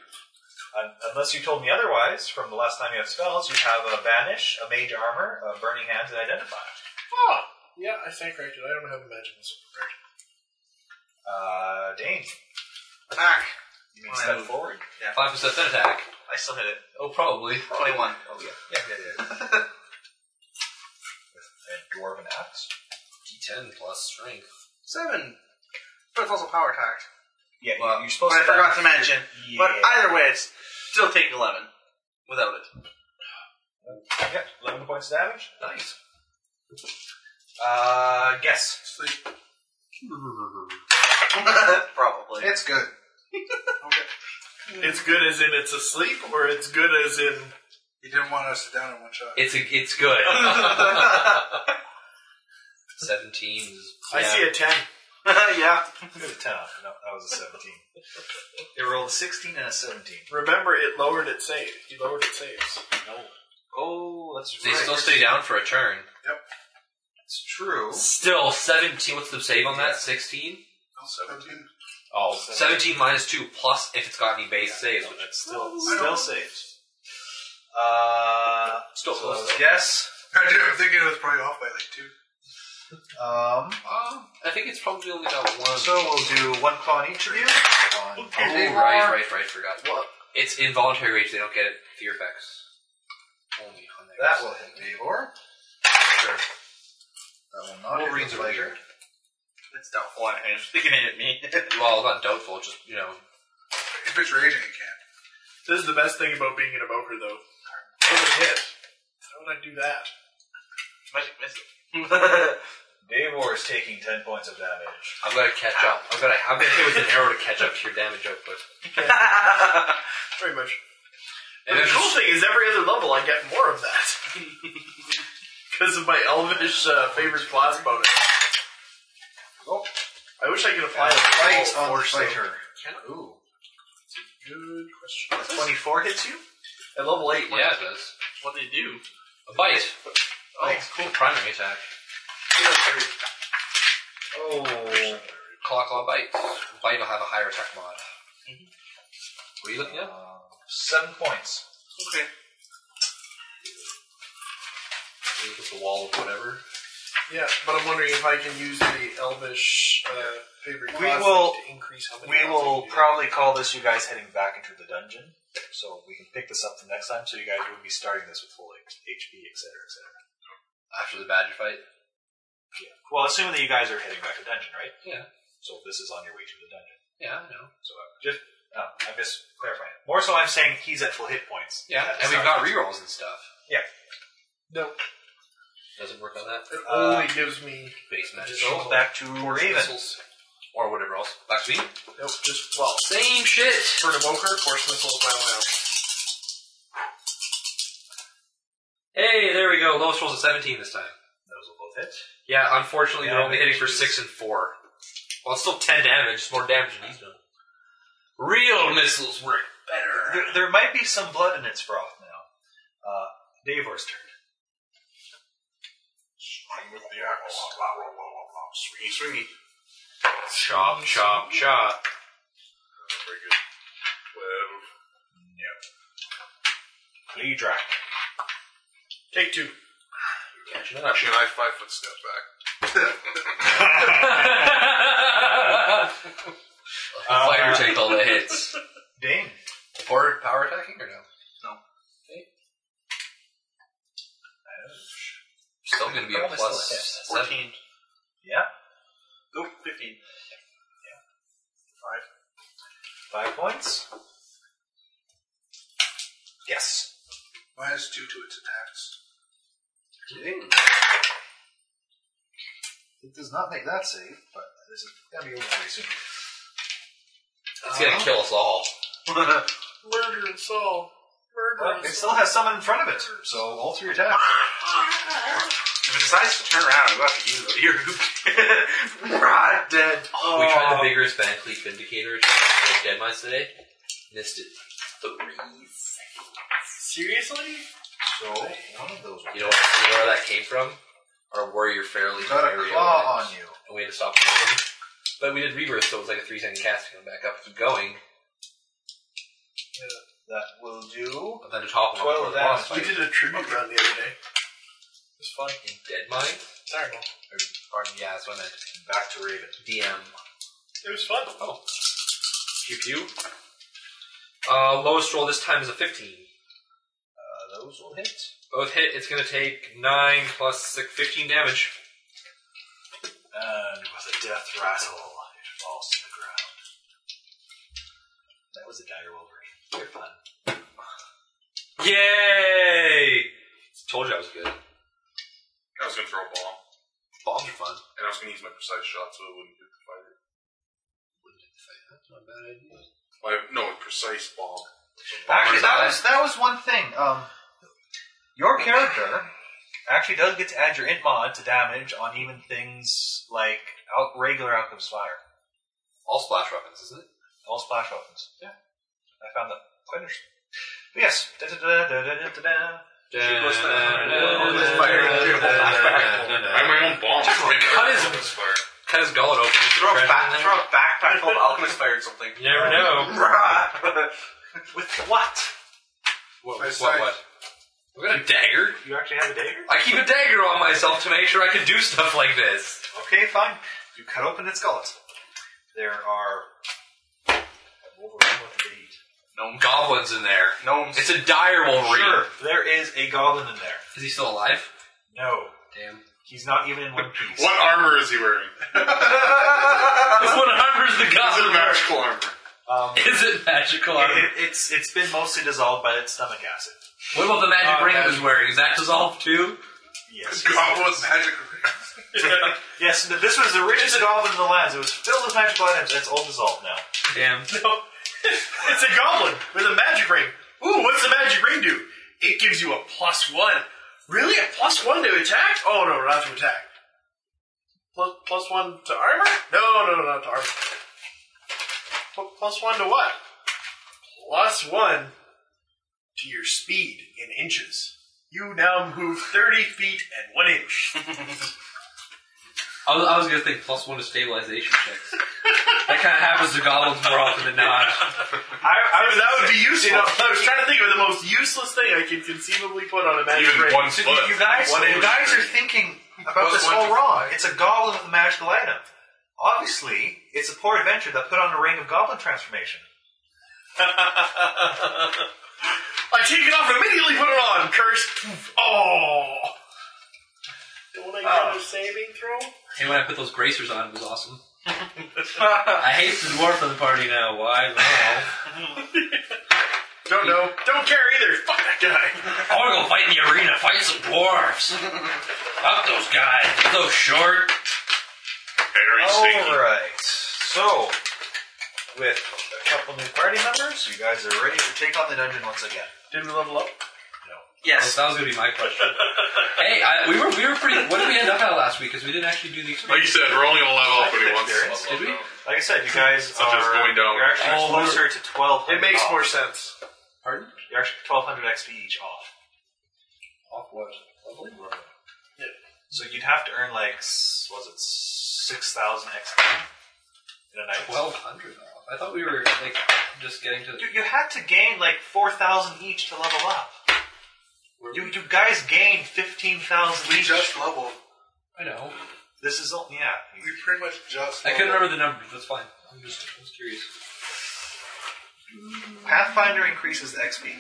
Speaker 10: un- unless you told me otherwise, from the last time you have spells, you have a Banish, a Mage Armor, a Burning Hands, and Identify.
Speaker 11: Oh, yeah, I stand corrected. I don't have a magic missile prepared.
Speaker 10: Uh, Dane,
Speaker 8: Back.
Speaker 10: you mean step forward?
Speaker 4: Five percent attack.
Speaker 10: I still hit it.
Speaker 4: Oh, probably.
Speaker 8: Twenty-one.
Speaker 10: Oh, yeah. Yeah, yeah, yeah. With a Dwarven Axe?
Speaker 4: D10 plus strength.
Speaker 8: Seven. But it's also power attack.
Speaker 10: Yeah, you-
Speaker 4: Well,
Speaker 10: you're
Speaker 8: But
Speaker 10: supposed
Speaker 8: I
Speaker 10: to.
Speaker 8: forgot to mention.
Speaker 10: Yeah.
Speaker 8: But either way, it's still taking eleven without it.
Speaker 10: yeah, 11 points of damage.
Speaker 4: Nice.
Speaker 10: Uh, guess.
Speaker 8: Probably.
Speaker 5: It's good.
Speaker 11: It's good as in it's asleep, or it's good as in.
Speaker 3: He didn't want us to down in one shot.
Speaker 4: It's a, it's good. Seventeen. Is,
Speaker 11: I see a 10.
Speaker 8: yeah.
Speaker 10: Good at 10. No, that was a 17. It rolled a 16 and a 17.
Speaker 11: Remember, it lowered its save. He lowered its saves.
Speaker 28: Oh, that's
Speaker 4: They
Speaker 28: right.
Speaker 4: still stay down for a turn.
Speaker 28: That's true.
Speaker 4: Still 17. What's the save on that? 16?
Speaker 5: Seventeen.
Speaker 4: Oh, 17 minus 2 plus if it's got any base saves. Which
Speaker 10: That's still still saves. Uh,
Speaker 4: Still
Speaker 10: so
Speaker 4: close, though.
Speaker 10: Yes.
Speaker 3: I'm thinking it was probably off by like two.
Speaker 10: Um,
Speaker 4: Um, I think it's probably only got one.
Speaker 10: so we'll do one claw on each of you.
Speaker 4: oh, right, right, right. Forgot. Well, it's involuntary rage. They don't get it. Fear effects. Only on there.
Speaker 10: That will hit Davor.
Speaker 4: Sure.
Speaker 10: That will not
Speaker 4: Wolverines
Speaker 10: hit
Speaker 4: are
Speaker 10: the
Speaker 4: weird.
Speaker 10: player.
Speaker 6: That's doubtful. I mean, it's thinking at me.
Speaker 4: Well, not doubtful. Just you know,
Speaker 3: If it's raging, it can.
Speaker 11: This is the best thing about being an evoker, though. That was a hit. How would I do that?
Speaker 6: Magic missile.
Speaker 10: Davor is taking ten points of damage.
Speaker 4: I'm gonna catch up. I'm gonna I'm gonna hit with an arrow to catch up to your damage output.
Speaker 11: Very much.
Speaker 4: And
Speaker 11: the
Speaker 4: if
Speaker 11: cool
Speaker 4: it's-
Speaker 11: thing is, every other level I get more of that. Because of my elvish uh, favorite class bonus.
Speaker 10: Oh.
Speaker 11: I wish I could apply
Speaker 10: Fight,
Speaker 11: it to
Speaker 3: Oh.
Speaker 10: fight
Speaker 11: all
Speaker 10: on the
Speaker 11: four stuff.
Speaker 10: fighter. Ooh.
Speaker 11: Good question.
Speaker 10: Twenty-four hits you.
Speaker 11: At level 8,
Speaker 4: Yeah, it does.
Speaker 6: What they do?
Speaker 4: A bite.
Speaker 11: Oh,
Speaker 4: cool. Primary attack.
Speaker 10: Oh.
Speaker 4: Claw claw bite. Bite will have a higher attack mod. Mm-hmm. What are you looking at?
Speaker 10: Uh, seven points.
Speaker 6: Okay.
Speaker 4: Look at the wall of whatever.
Speaker 11: Yeah, but I'm wondering if I can use the elvish uh, favorite
Speaker 10: We
Speaker 11: class
Speaker 10: will-
Speaker 11: to increase how many.
Speaker 10: We
Speaker 11: rounds I
Speaker 10: will
Speaker 11: can do.
Speaker 10: probably call this you guys heading back into the dungeon, so we can pick this up for next time. So you guys would be starting this with full HP, etc., etc.
Speaker 4: After the badger fight.
Speaker 10: Yeah. Well, assuming that you guys are heading back to dungeon, right?
Speaker 4: Yeah.
Speaker 10: So this is on your way to the dungeon.
Speaker 4: Yeah, I know.
Speaker 10: So uh, just no, I'm just clarifying. it. More so, I'm saying he's at full hit points.
Speaker 4: Yeah, and
Speaker 10: At the
Speaker 4: we've got
Speaker 10: start.
Speaker 4: rerolls and stuff.
Speaker 10: Yeah.
Speaker 11: No.
Speaker 4: Doesn't work on that.
Speaker 11: It
Speaker 10: Uh,
Speaker 11: only gives me.
Speaker 4: Base match.
Speaker 10: Just goes back to Raven.
Speaker 4: missiles. Or whatever else. Back to me.
Speaker 11: Nope, just. Well,
Speaker 4: Same shit.
Speaker 11: for an evoker, force missile is my only option.
Speaker 4: Hey, there we go. Lowest rolls a 17 this time.
Speaker 10: Those will both hit.
Speaker 4: Yeah, unfortunately, they're only hitting for
Speaker 10: Damages.
Speaker 4: 6 and 4. Well, it's still 10 damage. It's more damage than he's done. Real missiles work better.
Speaker 10: There, there might be some blood in its froth now. Uh, Davor's turn.
Speaker 5: Swing with the axe. Blah, blah, blah, blah, blah. Swingy, swingy.
Speaker 4: Chop, chop, chop.
Speaker 5: Very good. Twelve.
Speaker 10: Gleedrak.
Speaker 11: Take two.
Speaker 5: Actually, and I five foot step back.
Speaker 4: Fire take all the hits.
Speaker 10: Dane.
Speaker 4: Uh, Or power attacking or no?
Speaker 3: No.
Speaker 4: Okay. Still going to be
Speaker 10: How
Speaker 4: a
Speaker 10: am I still ahead?
Speaker 4: plus 7.
Speaker 10: Yeah.
Speaker 6: Go 15.
Speaker 10: Five points. Yes.
Speaker 3: Minus two to its attacks.
Speaker 10: It does not make that save, but this is going to be over pretty soon.
Speaker 4: It's going to kill us all.
Speaker 11: Murder and Saul. Murder
Speaker 10: But it still has someone in front of it, so all three attacks.
Speaker 6: If it decides to turn around, we'll have to use it. You're Rod dead. Oh.
Speaker 4: We tried the vigorous Van Cleef Vindicator attack on Dead Mines today. Missed it.
Speaker 11: Seriously?
Speaker 10: So one of those.
Speaker 4: You know, what- you know where that came from? Our warrior fairly
Speaker 10: Got a
Speaker 4: area
Speaker 10: claw
Speaker 4: went,
Speaker 10: on you.
Speaker 4: and we had to stop him. moving. But we did rebirth, so it was like a three second cast to come back up, keep going,
Speaker 10: That will do.
Speaker 4: but then to top him
Speaker 10: Twelve
Speaker 4: up for the boss
Speaker 10: damage.
Speaker 4: fight.
Speaker 11: We did a tribute run the other day. It was fun.
Speaker 4: In Dead Mine?
Speaker 11: Terrible.
Speaker 4: Pardon, yeah, that's what I meant.
Speaker 10: Back to Raven.
Speaker 4: DM.
Speaker 11: It was fun.
Speaker 4: Oh. Pew pew. Uh, lowest roll this time is a 15.
Speaker 10: Uh, those will hit.
Speaker 4: Both hit, it's gonna take 9 plus six, 15 damage.
Speaker 10: And with a death rattle, it falls to the ground. That was a dire wolverine. You're fun.
Speaker 4: Yay! Told you I was good.
Speaker 5: I was going to throw a bomb,
Speaker 4: Bombs are fun.
Speaker 5: and I was going to use my precise shot so it wouldn't hit the fighter.
Speaker 4: That's not a bad idea.
Speaker 5: My, no, a precise bomb.
Speaker 10: Actually,
Speaker 4: Bomber's
Speaker 10: that
Speaker 4: eye.
Speaker 10: was that was one thing. Um, your character actually does get to add your int mod to damage on even things like out, regular Alchemist Fire,
Speaker 4: All splash weapons, isn't it?
Speaker 10: all splash weapons. Yeah, I found that quite interesting. But yes, da da da da da da da.
Speaker 4: Uh,
Speaker 29: I have my own bomb.
Speaker 4: Cut his, cut his gullet open.
Speaker 30: Throw a, ba- throw a backpack full of alchemist fire or something.
Speaker 4: You never know.
Speaker 10: With what?
Speaker 4: What, what, what? We got a dagger?
Speaker 10: You actually have a dagger?
Speaker 4: I keep a dagger on myself to make sure I can do stuff like this.
Speaker 10: Okay, fine. You cut open its gullet. There are. Wolverine, what did they eat?
Speaker 4: Goblins in there.
Speaker 30: Gnomes.
Speaker 4: It's a dire Wolverine.
Speaker 10: Sure, there is a goblin in there.
Speaker 4: Is he still alive?
Speaker 10: No,
Speaker 4: Damn.
Speaker 10: he's not even in one piece.
Speaker 5: What armor is he wearing?
Speaker 4: What armor's the
Speaker 5: Is it
Speaker 4: goblin?
Speaker 5: magical armor?
Speaker 10: Um,
Speaker 4: Is it magical
Speaker 10: it,
Speaker 4: armor?
Speaker 10: it- it's it's been mostly dissolved by its stomach acid.
Speaker 4: What about the magic
Speaker 10: Uh,
Speaker 4: ring
Speaker 10: magic-
Speaker 4: he's wearing? Is that dissolved too?
Speaker 10: Yes.
Speaker 5: Goblin's magic ring.
Speaker 10: Yes, th- this was the richest goblin in the lands. It was filled with magical items. It's all dissolved now.
Speaker 4: Damn.
Speaker 11: It's a goblin with a magic ring. Ooh, what's the magic ring do? It gives you a plus one. Really? A plus one to attack? Oh no, not to attack. Plus plus one to armor? No, no, no, not to armor. Pl- Plus one to what? Plus one to your speed in inches. You now move thirty feet and one inch.
Speaker 4: I was, I was gonna think plus one to stabilization checks. that kind of happens to goblins more often than not.
Speaker 11: I was, that would be useful. I was trying to think of the most useless thing I could conceivably put on a magic
Speaker 5: Even
Speaker 11: ring.
Speaker 5: one foot.
Speaker 10: You guys,
Speaker 11: One
Speaker 10: you
Speaker 11: inch.
Speaker 10: guys are thinking about this all wrong. It's a goblin with a magical item. Obviously, it's a poor adventure that put on a ring of goblin transformation.
Speaker 11: I take it off and immediately put it on. Cursed. Oh. Don't I get a saving throw?
Speaker 4: Hey, when I put those bracers on, it was awesome. I hate the dwarf of the party now. Why? I
Speaker 11: Don't know. Don't care either. Fuck that guy.
Speaker 4: want to go fight in the arena. Fight some dwarves. Fuck those guys. They're so short.
Speaker 10: Oh,
Speaker 5: Very stinky.
Speaker 10: Alright, so, with a couple new party members, you guys are ready to take on the dungeon once again.
Speaker 11: Didn't we level up?
Speaker 30: Yes.
Speaker 4: Oh, That was gonna be my question. hey, I, we were we were pretty. What did we end up at last week? Because we didn't actually do the
Speaker 5: Like you
Speaker 4: experience.
Speaker 5: said, we're only gonna level up when he
Speaker 10: Experience.
Speaker 5: wants.
Speaker 4: Did we?
Speaker 10: Like I said, you guys
Speaker 5: I'm
Speaker 10: are
Speaker 5: just going down.
Speaker 10: you're actually
Speaker 4: Oh, we're-
Speaker 10: closer to
Speaker 30: It
Speaker 10: 1200
Speaker 30: makes
Speaker 10: off.
Speaker 30: more sense.
Speaker 4: Pardon?
Speaker 10: You're actually 1200 XP each off.
Speaker 4: Off what? Lovely.
Speaker 10: So you'd have to earn like, s- was it 6,000 XP in a night?
Speaker 4: Twelve hundred off. I thought we were like just getting to.
Speaker 10: You, you had to gain like 4,000 each to level up. You, you guys gained 15,000
Speaker 3: We
Speaker 10: each.
Speaker 3: just leveled.
Speaker 4: I know.
Speaker 10: This is all, yeah.
Speaker 3: We pretty much just.
Speaker 4: I
Speaker 3: leveled.
Speaker 4: couldn't remember the numbers. That's fine. I'm just I was curious.
Speaker 10: Pathfinder increases XP.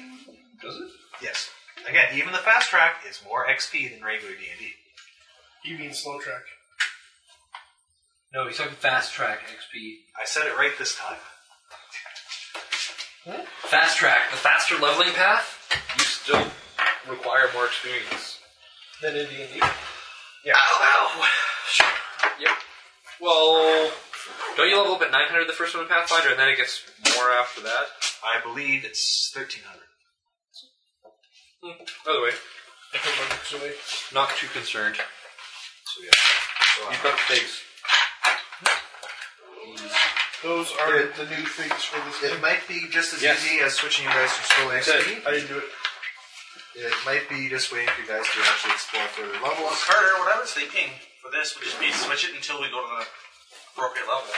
Speaker 4: Does it?
Speaker 10: Yes. Again, even the fast track is more XP than regular D and D.
Speaker 11: You mean slow track.
Speaker 4: No, he's talking fast track XP.
Speaker 10: I said it right this time.
Speaker 4: Fast track, the faster leveling path. You still require more experience. Oh,
Speaker 11: Then in D&D.
Speaker 4: Yep. Well, don't you level up at 900 the first one in Pathfinder, and then it gets more after that?
Speaker 10: I believe it's thirteen hundred.
Speaker 4: Hmm. By the way, not too concerned.
Speaker 10: So uh, yeah.
Speaker 4: You've got things.
Speaker 11: Those are the new things for this
Speaker 3: It might be just as
Speaker 4: Yes.
Speaker 3: easy as switching you guys to slow XP.
Speaker 11: I didn't do it.
Speaker 3: It might be just waiting for you guys to actually explore further levels.
Speaker 8: Carter, what I was thinking for this would just be switch it until we go to the appropriate level.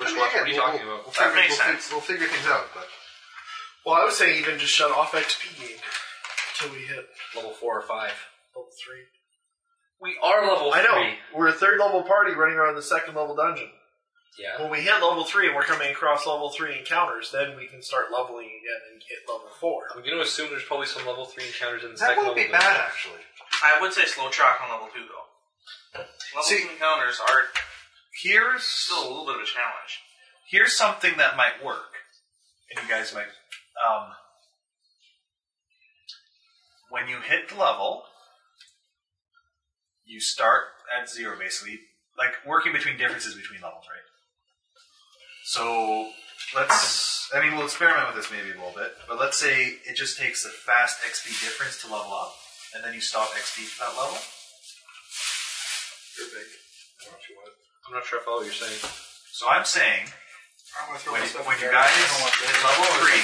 Speaker 3: Which
Speaker 4: what are you talking about?
Speaker 3: We'll,
Speaker 8: That makes
Speaker 3: we'll,
Speaker 8: sense.
Speaker 3: We'll figure things out, but
Speaker 11: Well, I was saying even just shut off XP gain until we hit
Speaker 4: Level 4 or 5.
Speaker 11: level 3.
Speaker 4: We are level 3.
Speaker 11: I know. We're a third level party running around the second level dungeon.
Speaker 4: Yeah.
Speaker 11: When we hit level 3 and we're coming across level 3 encounters, then we can start leveling again and hit level 4.
Speaker 4: I'm going to assume there's probably some level 3 encounters in the
Speaker 10: That
Speaker 4: second
Speaker 10: won't be
Speaker 4: level.
Speaker 10: bad actually.
Speaker 8: I would say slow track on level two though. Level
Speaker 10: See-
Speaker 8: two encounters are
Speaker 10: Here's
Speaker 8: still a little bit of a challenge.
Speaker 10: here's something that might work, and you guys might. Um, when you hit the level, you start at zero, basically, like working between differences between levels, right? So let's. I mean, we'll experiment with this maybe a little bit, but let's say it just takes the fast XP difference to level up, and then you stop XP for that level.
Speaker 4: I'm not sure if I follow what you're saying.
Speaker 10: So I'm saying
Speaker 3: I'm gonna throw
Speaker 10: when,
Speaker 3: myself
Speaker 10: when
Speaker 3: in
Speaker 10: you
Speaker 3: there.
Speaker 10: guys hit level three,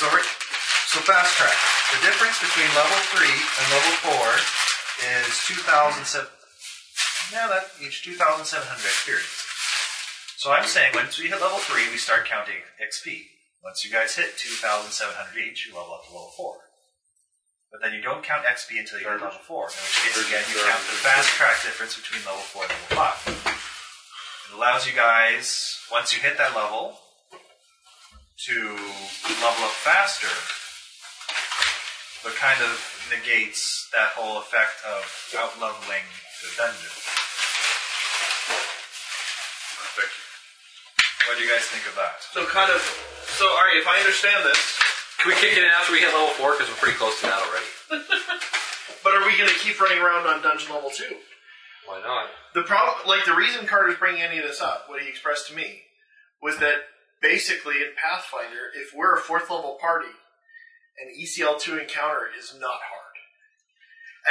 Speaker 10: so we're, so So fast track. The difference between level three and level four is two thousand seven. Now that each two thousand seven hundred experience. So I'm saying once we hit level three, we start counting XP. Once you guys hit two thousand seven hundred each, you level up to level four. But then you don't count XP until you hit level four. In which case, again, you count the fast track difference between level four and level five. It allows you guys once you hit that level to level up faster, but kind of negates that whole effect of out leveling the dungeon. What do you guys think of that?
Speaker 4: So kind of. So all right, if I understand this, can we kick it in after we hit level four because we're pretty close to that already?
Speaker 11: But are we going to keep running around on dungeon level two?
Speaker 4: Why not?
Speaker 11: The problem, like the reason Carter's bringing any of this up, what he expressed to me, was that basically in Pathfinder, if we're a fourth level party, an ECL two encounter is not hard,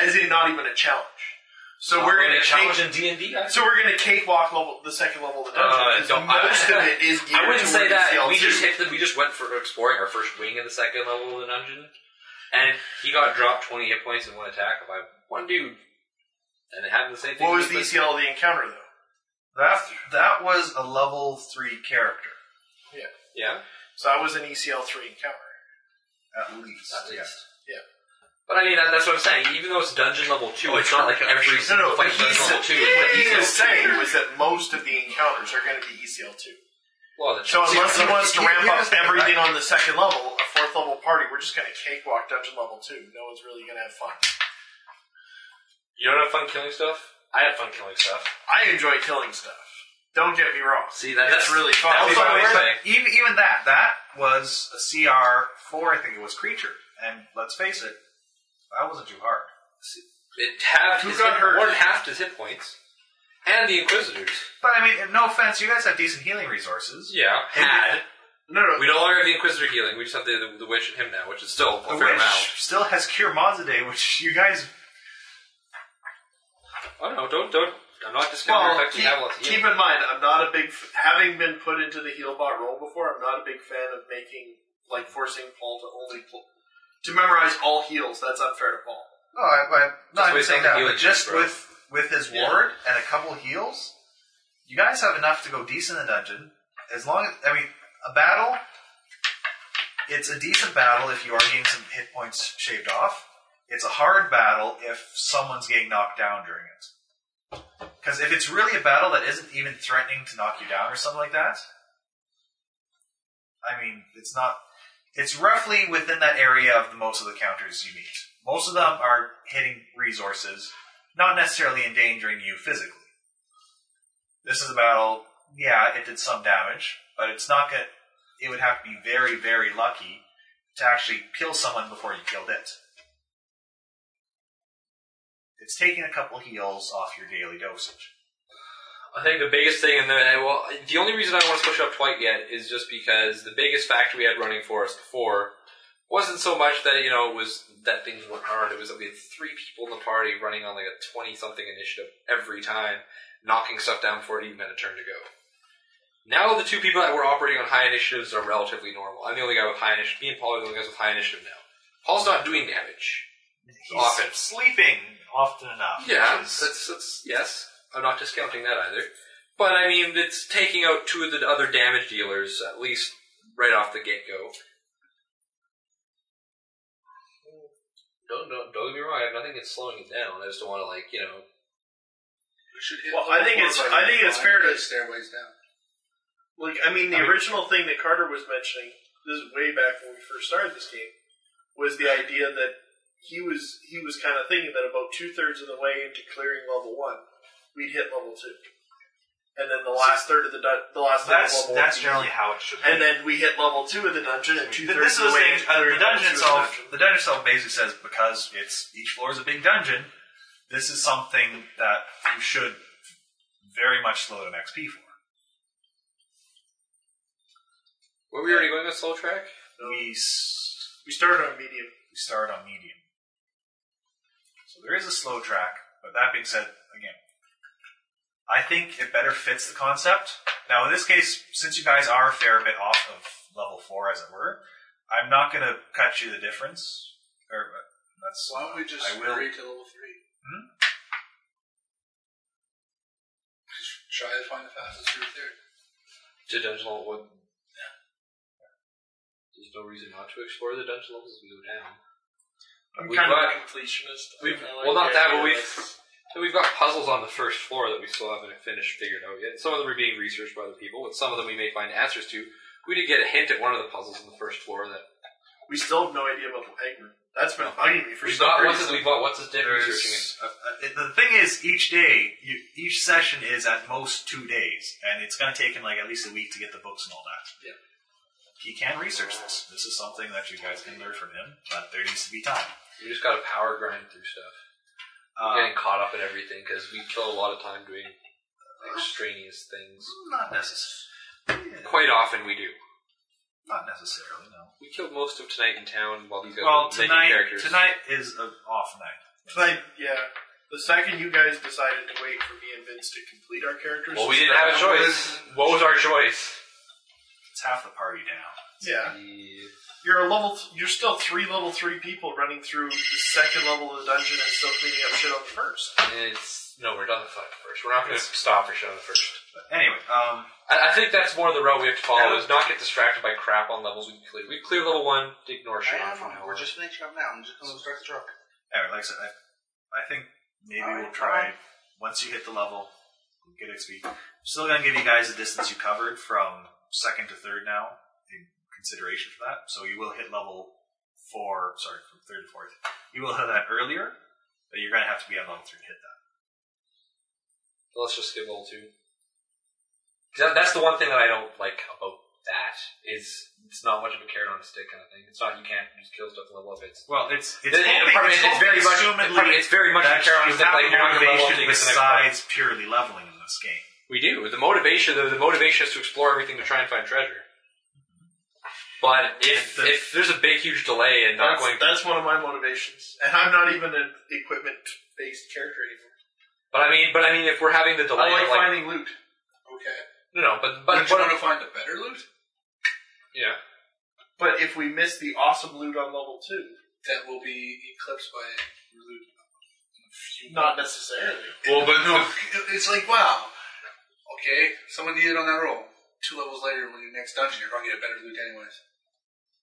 Speaker 11: as in not even a challenge. So we're going to
Speaker 4: challenge
Speaker 11: change.
Speaker 4: in D and D.
Speaker 11: So we're going to cakewalk level the second level of the dungeon.
Speaker 4: Uh,
Speaker 11: 'cause
Speaker 4: don't-
Speaker 11: most of it is.
Speaker 4: I
Speaker 11: geared
Speaker 4: wouldn't say
Speaker 11: toward
Speaker 4: that.
Speaker 11: ECL
Speaker 4: We
Speaker 11: two.
Speaker 4: just hit the, we just went for exploring our first wing in the second level of the dungeon, and he got dropped twenty hit points in one attack by one dude, and it happened the same thing.
Speaker 11: What was the E
Speaker 4: with-
Speaker 11: ECL of the encounter though?
Speaker 10: That that was a level three character,
Speaker 11: Yeah.
Speaker 4: Yeah,
Speaker 11: So that was an ECL three encounter.
Speaker 10: at least.
Speaker 4: at least.
Speaker 11: Yeah.
Speaker 4: But I mean, that, that's what I'm saying. Even though it's dungeon level two, Oh, it's not like every
Speaker 11: No,
Speaker 4: single
Speaker 11: no. What
Speaker 4: fight is
Speaker 11: he,
Speaker 4: dungeon
Speaker 11: said,
Speaker 4: level two.
Speaker 11: what he was
Speaker 4: It's like
Speaker 11: saying was that most of the encounters are going to be ECL two.
Speaker 4: Well, the
Speaker 11: So unless he wants to
Speaker 10: He-
Speaker 11: ramp
Speaker 10: he
Speaker 11: up
Speaker 10: doesn't-
Speaker 11: everything on the second level, a fourth level party, we're just going to cakewalk dungeon level two. No one's really going to have fun.
Speaker 4: you don't have fun killing stuff. I have fun killing stuff.
Speaker 11: I enjoy killing stuff. Don't get me wrong.
Speaker 4: See, that-
Speaker 11: it's
Speaker 4: that's-
Speaker 11: really fun.
Speaker 4: that's
Speaker 11: Also,
Speaker 4: what I'm
Speaker 11: we're-
Speaker 4: saying.
Speaker 10: Even even that that was a CR four, I think it was creature. And let's face it, that wasn't too hard.
Speaker 4: It halved
Speaker 10: Who
Speaker 4: his
Speaker 10: got
Speaker 4: hit,
Speaker 10: hurt?
Speaker 4: one halved his hit points, and the Inquisitors.
Speaker 10: But I mean, no offense, you guys have decent healing resources.
Speaker 4: Yeah, had.
Speaker 11: no, no,
Speaker 4: We no longer have the Inquisitor healing. We just have the, the, the witch and him now, which is still a
Speaker 10: The
Speaker 4: fair
Speaker 10: witch
Speaker 4: amount.
Speaker 10: still has cure Mazade, which you guys.
Speaker 4: Oh no, don't don't. I'm not discounting
Speaker 11: Well,
Speaker 4: the fact that you have lots of
Speaker 11: keep
Speaker 4: healing.
Speaker 11: in mind, I'm not a big. F- having been put into the healbot role before, I'm not a big fan of making like forcing Paul to only pl- to memorize all heals. That's unfair to Paul.
Speaker 10: No, Oh, I, I, no
Speaker 4: That's why
Speaker 10: I'm
Speaker 4: it's not
Speaker 10: saying
Speaker 4: the
Speaker 10: that,
Speaker 4: healing
Speaker 10: but just
Speaker 4: bro.
Speaker 10: with with his ward and a couple heals, you guys have enough to go decent in the dungeon. As long as I mean, a battle, it's a decent battle if you are getting some hit points shaved off. It's a hard battle if someone's getting knocked down during it. Because if it's really a battle that isn't even threatening to knock you down or something like that, I mean, it's not. It's roughly within that area of the most of the counters you meet. Most of them are hitting resources, not necessarily endangering you physically. This is a battle. Yeah, it did some damage, but it's not gonna. It would have to be very, very lucky to actually kill someone before you killed it. It's taking a couple heals off your daily dosage.
Speaker 4: I think the biggest thing, and then well, the only reason I don't want to push it up twice yet is just because the biggest factor we had running for us before wasn't so much that you know it was that things weren't hard. It was that we had three people in the party running on like a twenty-something initiative every time, knocking stuff down before it even had a turn to go. Now the two people that were operating on high initiatives are relatively normal. I'm the only guy with high initiative. Me and Paul are the only guys with high initiative now. Paul's not doing damage.
Speaker 10: He's
Speaker 4: Often.
Speaker 10: sleeping often enough.
Speaker 4: Yeah,
Speaker 10: which is-
Speaker 4: that's, that's yes. I'm not discounting that either. But I mean, it's taking out two of the other damage dealers at least right off the get go. Don't, don't don't get me wrong. I have nothing that's slowing it down. I just don't want to like you know.
Speaker 3: We should hit
Speaker 11: Well,
Speaker 3: level
Speaker 11: I think
Speaker 3: four
Speaker 11: it's-
Speaker 3: by
Speaker 11: I think it's fair to-
Speaker 3: stairways down.
Speaker 11: Like, I mean, the original thing that Carter was mentioning, this is way back when we first started this game, was the idea that he was he was kind of thinking that about two thirds of the way into clearing level one, we'd hit level two, and then the last third of the dun- the last third
Speaker 10: that's
Speaker 11: of level
Speaker 10: that's
Speaker 11: one,
Speaker 10: generally how it should be.
Speaker 11: and then we hit level two of the dungeon, and two
Speaker 10: Th-
Speaker 11: thirds
Speaker 10: This
Speaker 11: of
Speaker 10: is the
Speaker 11: the way
Speaker 10: thing.
Speaker 11: into
Speaker 10: Uh,
Speaker 11: clearing
Speaker 10: the dungeon
Speaker 11: level two of
Speaker 10: itself,
Speaker 11: dungeon.
Speaker 10: the dungeon itself basically says because it's each floor is a big dungeon. This is something that you should very much load an XP for.
Speaker 4: Were we already going on slow track?
Speaker 10: We s-
Speaker 11: We started on medium.
Speaker 10: we start on medium, so there is a slow track. But that being said, again, I think it better fits the concept. Now, in this case, since you guys are a fair bit off of level four, as it were,
Speaker 6: I'm not going to cut you the difference. Or uh, that's
Speaker 3: Why don't we just
Speaker 6: I will.
Speaker 3: upgrade to level three?
Speaker 6: Hmm?
Speaker 3: Just try to find the fastest route there.
Speaker 4: To dungeon level one. There's no reason not to explore the dungeon levels as we go down.
Speaker 31: I'm
Speaker 4: We've
Speaker 31: kind of
Speaker 4: got-
Speaker 31: a completionist.
Speaker 4: We've,
Speaker 31: I like
Speaker 4: well, not
Speaker 31: the
Speaker 4: that, but
Speaker 31: idea
Speaker 4: we've
Speaker 31: that-
Speaker 4: so we've got puzzles on the first floor that we still haven't finished figured out yet. Some of them are being researched by other people, but some of them we may find answers to. We did get a hint at one of the puzzles on the first floor that
Speaker 11: We still have no idea about the peg room. That's been bugging me for
Speaker 4: we
Speaker 11: some
Speaker 4: got. What's his,
Speaker 11: reason.
Speaker 4: we got what's his dick researching it.
Speaker 6: There's- uh, uh, the thing is, each day, you, each session is at most two days, and it's going to take him like at least a week to get the books and all that.
Speaker 4: Yeah.
Speaker 6: He can research this. This is something that you guys can learn from him, but there needs to be time.
Speaker 4: We just got to power grind through stuff,
Speaker 6: Um,
Speaker 4: getting caught up in everything because we kill a lot of time doing extraneous things.
Speaker 6: not necessarily.
Speaker 4: Quite often we do.
Speaker 6: Not necessarily. No.
Speaker 4: We killed most of tonight in town while these guys
Speaker 6: Well,
Speaker 4: were making
Speaker 6: tonight
Speaker 4: characters.
Speaker 6: tonight is an off night.
Speaker 11: Tonight, yeah. The second you guys decided to wait for me and Vince to complete our characters,
Speaker 4: well, we didn't have a choice. What was our choice?
Speaker 6: It's half the party down.
Speaker 11: Yeah, you're a level. Th- you're still three level three people running through the second level of the dungeon and still cleaning up shit on the first.
Speaker 4: It's no, we're done the fucking first. We're not going to stop for shit on the first.
Speaker 6: But anyway, um,
Speaker 4: I, I think that's more the route we have to follow is not get distracted by crap on levels we clear. We clear level one, ignore
Speaker 3: I
Speaker 4: shit on
Speaker 3: am.
Speaker 4: from now
Speaker 3: We're
Speaker 4: on.
Speaker 3: just finishing up now. I'm just going to start the truck.
Speaker 6: anyway, like I said, I, I think maybe
Speaker 3: All
Speaker 6: we'll
Speaker 3: right,
Speaker 6: try once you hit the level, we'll get XP. I'm still gonna give you guys the distance you covered from second to third now in consideration for that. So you will hit level four. Sorry, from third to fourth. You will hit that earlier, but you're gonna have to be on level three to hit that.
Speaker 4: Let's just skip level two. 'Cause That, that's the one thing that I don't like about that is it's not much of a carrot on a stick kind of thing. It's not you can't just kill stuff level up. It's
Speaker 6: Well, it's it's,
Speaker 4: It- it-
Speaker 6: hoping-
Speaker 4: probably- it's very much-
Speaker 6: assumedly
Speaker 4: probably- it's very much
Speaker 6: that
Speaker 4: the character
Speaker 6: you
Speaker 4: that,
Speaker 6: have
Speaker 4: like,
Speaker 6: a
Speaker 4: you're not gonna level up
Speaker 6: motivation
Speaker 4: to get to the next level.
Speaker 6: besides purely leveling in this game.
Speaker 4: We do. The motivation, the, the motivation is to explore everything to try and find treasure. But if,
Speaker 6: And the-
Speaker 4: if there's a big, huge delay and not
Speaker 11: That's,
Speaker 4: going,
Speaker 11: that's one of my motivations, and I'm not even an equipment based character anymore.
Speaker 4: but I mean, but I mean, if we're having the delay,
Speaker 11: Oh, I like,
Speaker 4: of, like,
Speaker 11: finding loot.
Speaker 3: Okay.
Speaker 4: no, no, but but,
Speaker 3: Don't you
Speaker 4: but
Speaker 3: want to find the better loot?
Speaker 4: yeah,
Speaker 11: But if we miss the awesome loot on level two,
Speaker 3: That will be eclipsed by your loot.
Speaker 11: not necessarily.
Speaker 4: well, but
Speaker 3: No, it's like wow. Okay, someone needed on that roll. Two levels later, when you're next dungeon, you're gonna get a better loot anyways.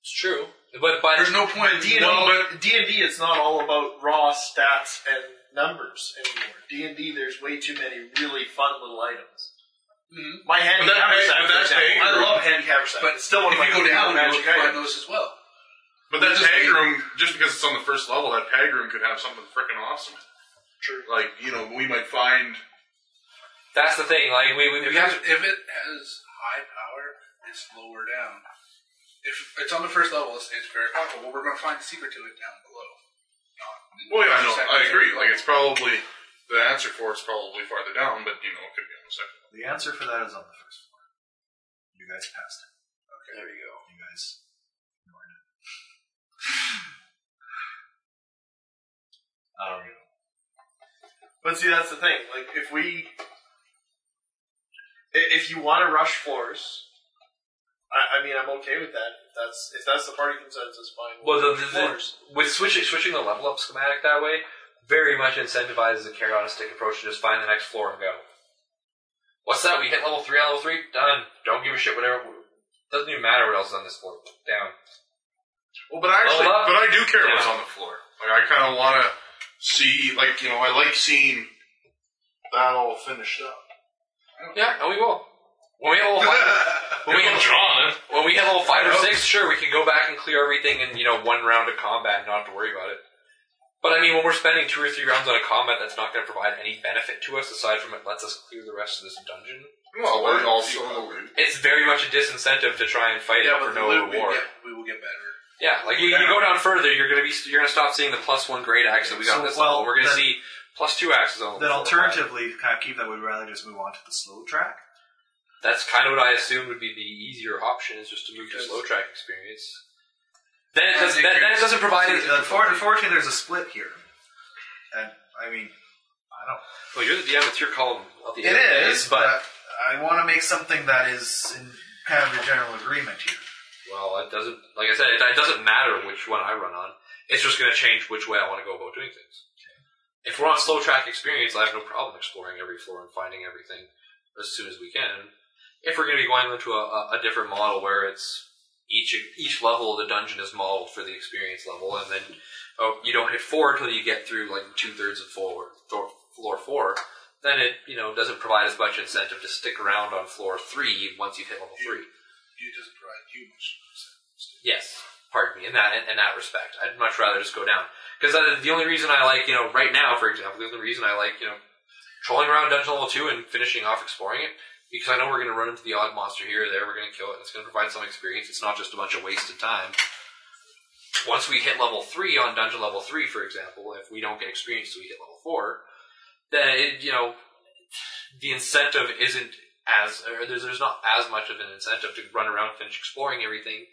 Speaker 4: it's true. But but
Speaker 3: There's no point. in
Speaker 11: D and E,
Speaker 3: no,
Speaker 11: D, D and D, it's not all about raw stats and numbers anymore. D and D, there's way too many really fun little items.
Speaker 3: Mhm.
Speaker 11: My handicapper
Speaker 5: may-
Speaker 11: set,
Speaker 5: but
Speaker 11: for
Speaker 5: that's
Speaker 11: example.
Speaker 5: may-
Speaker 11: I love handicapper set,
Speaker 3: but
Speaker 11: it's still one
Speaker 3: if
Speaker 11: of my
Speaker 3: you go
Speaker 11: favorite
Speaker 3: down,
Speaker 11: magic
Speaker 3: you'll find
Speaker 11: items.
Speaker 3: those as well.
Speaker 5: But that
Speaker 3: Just
Speaker 5: tag
Speaker 3: like-
Speaker 5: room, just because it's on the first level, that tag room could have something freaking awesome. True. Like you know, we might find
Speaker 4: that's the thing. Like we we,
Speaker 3: If
Speaker 4: we
Speaker 3: it,
Speaker 4: have to,
Speaker 3: if it has high power, it's lower down. If it's on the first level, it's, it's very powerful. Well, we're gonna find the secret to it down below. Not in
Speaker 5: Well, yeah,
Speaker 3: the
Speaker 5: no,
Speaker 3: second,
Speaker 5: I
Speaker 3: third
Speaker 5: agree. Like,
Speaker 3: level.
Speaker 5: it's probably the answer for it's probably farther down, but you know, it could be on the second.
Speaker 6: The answer for that is on the first floor. You guys passed it. Okay, there you go. You guys ignored it. um,
Speaker 11: But see, that's the thing. Like, if we, i- if you want to rush floors, I, I mean, I'm okay with that. If that's if that's the party consensus, fine.
Speaker 4: well, the, the, the,
Speaker 11: floors.
Speaker 4: with switching switching the level up schematic that way very much incentivizes the carrot on a stick approach to just find the next floor and go. What's that? We hit level three. Level three done. Don't give a shit. Whatever. Doesn't even matter what else is on this floor. Down.
Speaker 5: Well, but I actually,
Speaker 4: Well, uh,
Speaker 5: but I do care what's
Speaker 4: yeah.
Speaker 5: on the floor. Like, I kind of want to see, like, you know, I like seeing that all finished up.
Speaker 4: Yeah, and we will. When we have level five, when, we have, when we have level five or six, sure, we can go back and clear everything in you know one round of combat and not have to worry about it. But I mean, when we're spending two or three rounds on a combat that's not going to provide any benefit to us aside from it lets us clear the rest of this dungeon,
Speaker 5: Well, and also,
Speaker 4: it's very much a disincentive to try and fight it
Speaker 3: Yeah, but
Speaker 4: for
Speaker 3: the
Speaker 4: no
Speaker 3: loot we
Speaker 4: reward.
Speaker 3: get, we will get better.
Speaker 4: Yeah, like you, you go down further, you're going to be you're going to stop seeing the plus one grade axe that we got
Speaker 6: So,
Speaker 4: this
Speaker 6: well,
Speaker 4: level. We're going to
Speaker 6: then-
Speaker 4: see plus two axes on.
Speaker 6: then
Speaker 4: level four or five.
Speaker 6: alternatively, to kind of keep that, we'd rather just move on to the slow track.
Speaker 4: That's kind of what I assumed would be the easier option is just to move to slow track experience. Then it
Speaker 3: And
Speaker 4: doesn't.
Speaker 3: it
Speaker 4: Then, then it doesn't provide
Speaker 6: See,
Speaker 4: it.
Speaker 6: uh, for- Unfortunately, there's a split here, and I mean, I don't.
Speaker 4: Well, you're the DM. It's your call. Of the
Speaker 6: It
Speaker 4: end of the
Speaker 6: is,
Speaker 4: day,
Speaker 6: but I want to make something that is in kind of the general agreement here.
Speaker 4: Well, it doesn't. Like I said, it, it doesn't matter which one I run on. It's just going to change which way I want to go about doing things. If we're on slow track experience, I have no problem exploring every floor and finding everything as soon as we can. If we're going to be going into a, a, a different model where it's each each level of the dungeon is modeled for the experience level, and then oh, you don't hit four until you get through like two thirds of floor floor- floor four, then it you know doesn't provide as much incentive to stick around on floor three once you've hit level three.
Speaker 5: You just provide you much.
Speaker 4: Yes, pardon me. In that in that respect, I'd much rather just go down because the only reason I like you know right now, for example, the only reason I like you know trolling around dungeon level two and finishing off exploring it because I know we're going to run into the odd monster here or there. We're going to kill it. and It's going to provide some experience. It's not just a bunch of wasted time. Once we hit level three on dungeon level three, for example, if we don't get experience till we hit level four, then it, you know the incentive isn't as or there's, there's not as much of an incentive to run around, finish exploring everything,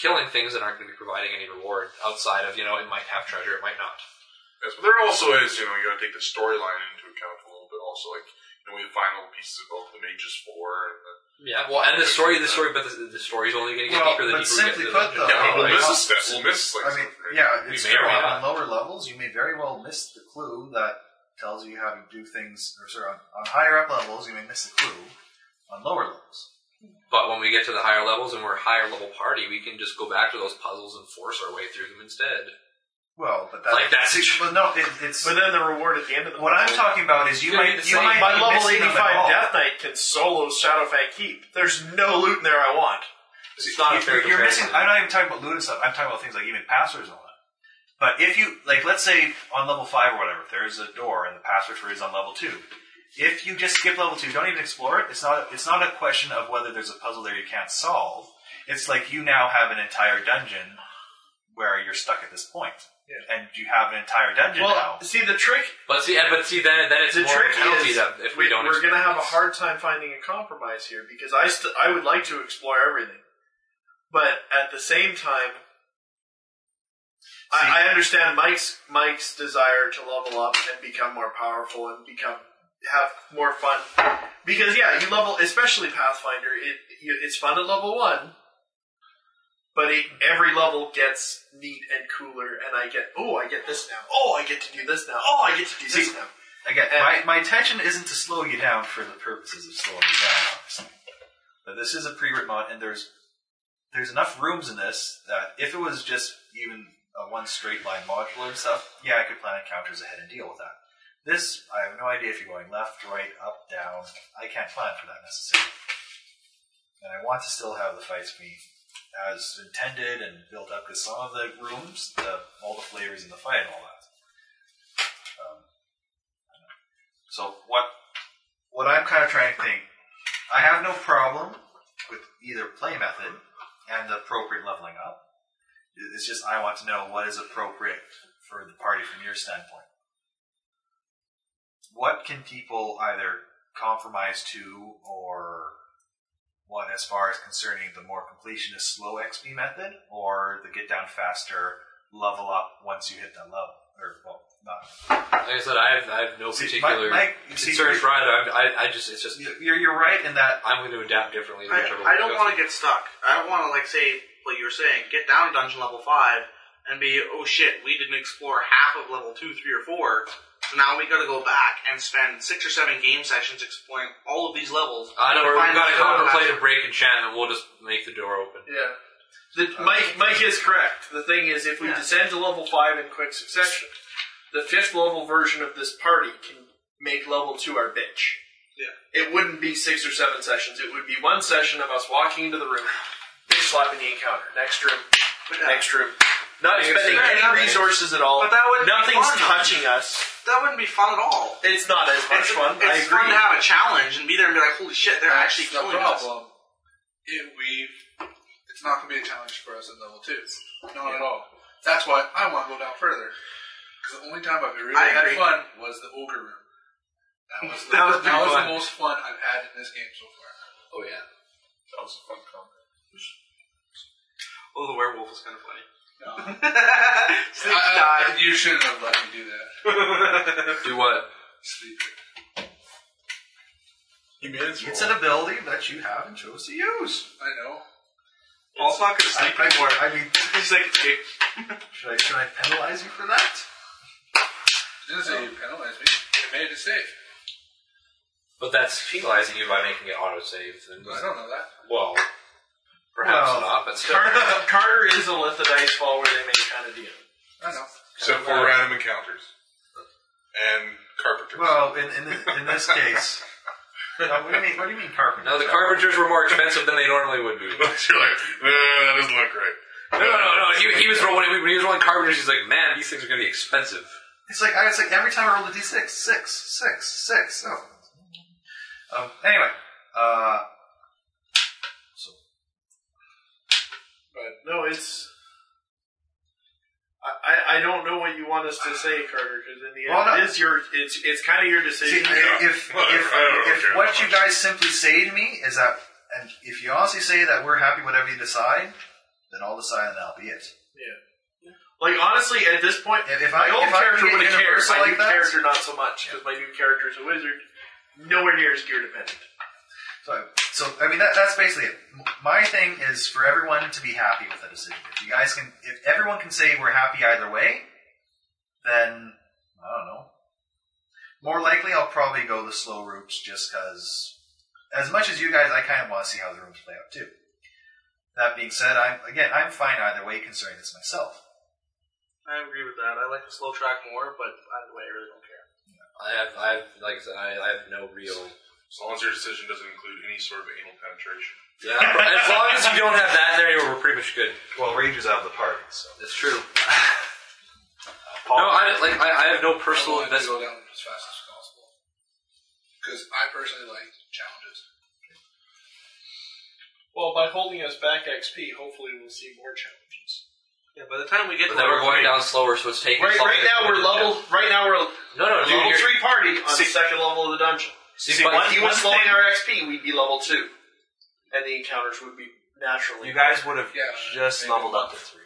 Speaker 4: killing things that aren't going to be providing any reward outside of you know it might have treasure, it might not.
Speaker 32: Yes, but there also is, you know, you gotta take the storyline into account a little bit also. Like, you know, we have final pieces of both the Mages 4 and the.
Speaker 4: Yeah, well, and the story, the story, but the, the story's only going to get
Speaker 10: Well,
Speaker 4: deeper the
Speaker 10: but
Speaker 4: deeper
Speaker 10: simply
Speaker 4: we get.
Speaker 10: put,
Speaker 4: into the
Speaker 10: though,
Speaker 4: dungeon.
Speaker 32: Yeah,
Speaker 10: Oh,
Speaker 32: we'll
Speaker 10: like-
Speaker 32: miss a step. We'll miss, like,
Speaker 10: I mean,
Speaker 32: something.
Speaker 10: yeah,
Speaker 4: We
Speaker 10: it's
Speaker 4: may or
Speaker 10: true.
Speaker 4: may
Speaker 10: On
Speaker 4: not.
Speaker 10: lower levels, you may very well miss the clue that tells you how to do things, or sorry, on, on higher up levels, you may miss the clue on lower levels.
Speaker 4: But when we get to the higher levels and we're a higher level party, we can just go back to those puzzles and force our way through them instead.
Speaker 10: Well, but that,
Speaker 4: Like that's-
Speaker 10: See, Well, no, it, it's
Speaker 11: But then the reward at the end of the
Speaker 10: what I'm talking about is you
Speaker 4: You're
Speaker 10: might
Speaker 4: the
Speaker 10: you
Speaker 4: same.
Speaker 10: might
Speaker 11: My
Speaker 10: be
Speaker 11: level
Speaker 10: missing them at
Speaker 11: 85
Speaker 10: all.
Speaker 11: Death Knight can solo Shadowfang Keep. There's no loot in there I want.
Speaker 4: It's not a fair
Speaker 10: You're, you're missing.
Speaker 4: comparison.
Speaker 10: I'm not even talking about loot and stuff. I'm talking about things like even passwords and all that. But if you like, let's say on level five or whatever, there's a door and the password for it is on level two. If you just skip level two, don't even explore it. It's not. It's not a question of whether there's a puzzle there you can't solve. It's like you now have an entire dungeon where you're stuck at this point, and you have an entire dungeon now.
Speaker 11: Well, see, the trick
Speaker 4: But see, and- but see, then then it's
Speaker 11: the
Speaker 4: more of a
Speaker 11: trick
Speaker 4: penalty
Speaker 11: is
Speaker 4: that if
Speaker 11: we,
Speaker 4: we don't.
Speaker 11: are going to have a
Speaker 4: experience.
Speaker 11: hard time finding a compromise here because I st- I would like to explore everything, but at the same time, I, I understand Mike's Mike's desire to level up and become more powerful and become have more fun because yeah, you level especially Pathfinder. It you, it's fun at level one. But it, every level gets neat and cooler, and I get oh, I get this now. Oh, I get to do this now. Oh, I get to do this now.
Speaker 10: Again, my, my intention isn't to slow you down for the purposes of slowing you down, obviously. But this is a pre-writ mod, and there's there's enough rooms in this that if it was just even a one straight line modular and stuff, yeah, I could plan encounters ahead and deal with that. This, I have no idea if you're going left, right, up, down. I can't plan for that necessarily. And I want to still have the fights be as intended and built up because some of the rooms, the all the flavors in the fight and all that. Um, so what what I'm kind of trying to think, I have no problem with either play method and the appropriate leveling up. It- It's just I want to know what is appropriate for the party from your standpoint. What can people either compromise to or what as far as concerning the more completionist slow XP method or the get down faster level up once you hit that level? Or well not
Speaker 4: Like I said, I have, I have no
Speaker 10: See,
Speaker 4: particular
Speaker 10: Mike- Mike, you see,
Speaker 4: concern
Speaker 10: you-
Speaker 4: for either. I'm- I, I just it's just
Speaker 10: you're you're right in that
Speaker 4: I'm going to adapt differently.
Speaker 8: I, I don't want to get stuck. I don't want to like say what you were saying. Get down to dungeon level five and be oh shit, we didn't explore half of level two, three, or four. So now we got to go back and spend six or seven game sessions exploring all of these levels.
Speaker 4: I know
Speaker 8: to
Speaker 4: we've
Speaker 8: find
Speaker 4: got to
Speaker 8: the
Speaker 4: contemplate a break enchantment. We'll just make the door open.
Speaker 11: Yeah. The, Mike, Mike is correct. The thing is, if we descend to level 5 in quick succession, the fifth level version of this party can make level 2 our bitch. Yeah. It wouldn't be six or seven sessions. It would be one session of us walking into the room, bitch slapping the encounter. Next room, next room. Not spending any resources at all.
Speaker 8: But that wouldn't be
Speaker 11: Nothing's
Speaker 8: fun, though.
Speaker 11: touching us.
Speaker 8: That wouldn't be fun at all.
Speaker 11: It's not as
Speaker 8: It's,
Speaker 11: much fun. I
Speaker 8: it's
Speaker 11: agree.
Speaker 8: fun to have a challenge and be there and be like, holy shit, they're actually
Speaker 5: the
Speaker 8: killing us.
Speaker 5: problem. It we, it's not going to be a challenge for us in level two. Not at all. That's why I want to go down further. Because the only time I've really
Speaker 8: I
Speaker 5: had
Speaker 8: agree.
Speaker 5: fun was the ogre room. That was the,
Speaker 8: That was pretty
Speaker 5: the
Speaker 8: fun.
Speaker 5: most fun I've had in this game so far.
Speaker 4: Oh yeah.
Speaker 32: That was a fun comment.
Speaker 8: Oh, the werewolf was kind of funny.
Speaker 5: I, I- you shouldn't have let me do that.
Speaker 4: Do what?
Speaker 5: Sleep.
Speaker 32: He made his
Speaker 10: It's an ability that you have and chose to use.
Speaker 5: I know.
Speaker 33: Ball pocket is
Speaker 3: I,
Speaker 33: sleeping more.
Speaker 3: I, I mean,
Speaker 11: He's like, okay,
Speaker 3: should I, should I penalize you for that? Um,
Speaker 6: Didn't say you penalized me. I made it a save.
Speaker 4: But that's penalizing you by making it auto save. And,
Speaker 6: I don't know that.
Speaker 4: well, perhaps
Speaker 3: Well,
Speaker 4: not, but still.
Speaker 11: Carter, Carter is a let the dice fall where they may kind of deal.
Speaker 6: I know.
Speaker 5: Except for random encounters and carpenters.
Speaker 3: Well, in in, thi- in this case, no, what do you mean? What do you mean carpenter?
Speaker 4: No, the carpenters were more expensive than they normally would be.
Speaker 5: You're like, no, that doesn't look right.
Speaker 4: No, no, no, no. He, he was rolling. When he was rolling carpenters, he's like, man, these things are going to be expensive.
Speaker 3: It's like I, it's like every time I roll a d6, six, six, six. Oh. Um, anyway, uh,
Speaker 11: But no, it's. I, I- I don't know what you want us to say, Carter, because in the end,
Speaker 3: Well, no.
Speaker 11: it is your it's it's kind of your
Speaker 3: see,
Speaker 11: decision.
Speaker 3: i- if
Speaker 5: Well,
Speaker 3: if,
Speaker 5: I don't
Speaker 3: if
Speaker 5: care
Speaker 3: what
Speaker 5: that
Speaker 3: you guys simply say to me is that, and if you honestly say that we're happy whatever you decide, then I'll decide and that'll be it.
Speaker 11: like honestly, at this point,
Speaker 3: If- if
Speaker 11: my
Speaker 3: I-
Speaker 11: old
Speaker 3: if I
Speaker 11: character
Speaker 3: read
Speaker 11: would have cared.
Speaker 3: Universal
Speaker 11: My
Speaker 3: like
Speaker 11: new
Speaker 3: that-
Speaker 11: character not so much because my new character is a wizard. Nowhere near as gear dependent.
Speaker 3: So, so I mean, that, that's basically it. M- My thing is for everyone to be happy with the decision. If you guys can, if everyone can say we're happy either way, then I don't know. More likely, I'll probably go the slow routes just because, as much as you guys, I kind of want to see how the rooms play out too. That being said, I'm again, I'm fine either way concerning this myself.
Speaker 8: I agree with that. I like the slow track more, but either way, I really don't care.
Speaker 4: I have, I have, like I said, I, I have no real.
Speaker 5: As long as your decision doesn't include any sort of anal penetration.
Speaker 4: Yeah, as long as you don't have that in there, we're pretty much good.
Speaker 3: Well, Rage is out of the party, so
Speaker 4: That's true. No, I like, I, I have no personal
Speaker 6: I want to
Speaker 4: investment.
Speaker 6: go down as fast as possible. Because I personally like challenges.
Speaker 11: Well, by holding us back XP, hopefully we'll see more challenges.
Speaker 8: Yeah, by the time we get
Speaker 4: But then
Speaker 8: to
Speaker 4: we're
Speaker 8: level
Speaker 4: going
Speaker 8: three-
Speaker 4: down slower, so it's taking.
Speaker 11: Right,
Speaker 4: something
Speaker 11: right now we're
Speaker 4: to go down.
Speaker 11: level. Right now we're
Speaker 4: No, no,
Speaker 11: a
Speaker 4: dude.
Speaker 11: level
Speaker 4: you're-
Speaker 11: three party on the second level of the dungeon.
Speaker 4: See,
Speaker 11: See,
Speaker 4: but
Speaker 11: if he was
Speaker 4: one
Speaker 11: slowing
Speaker 4: thing-
Speaker 11: our XP, we'd be level two, and the encounters would be naturally.
Speaker 3: you guys would have just leveled up to three.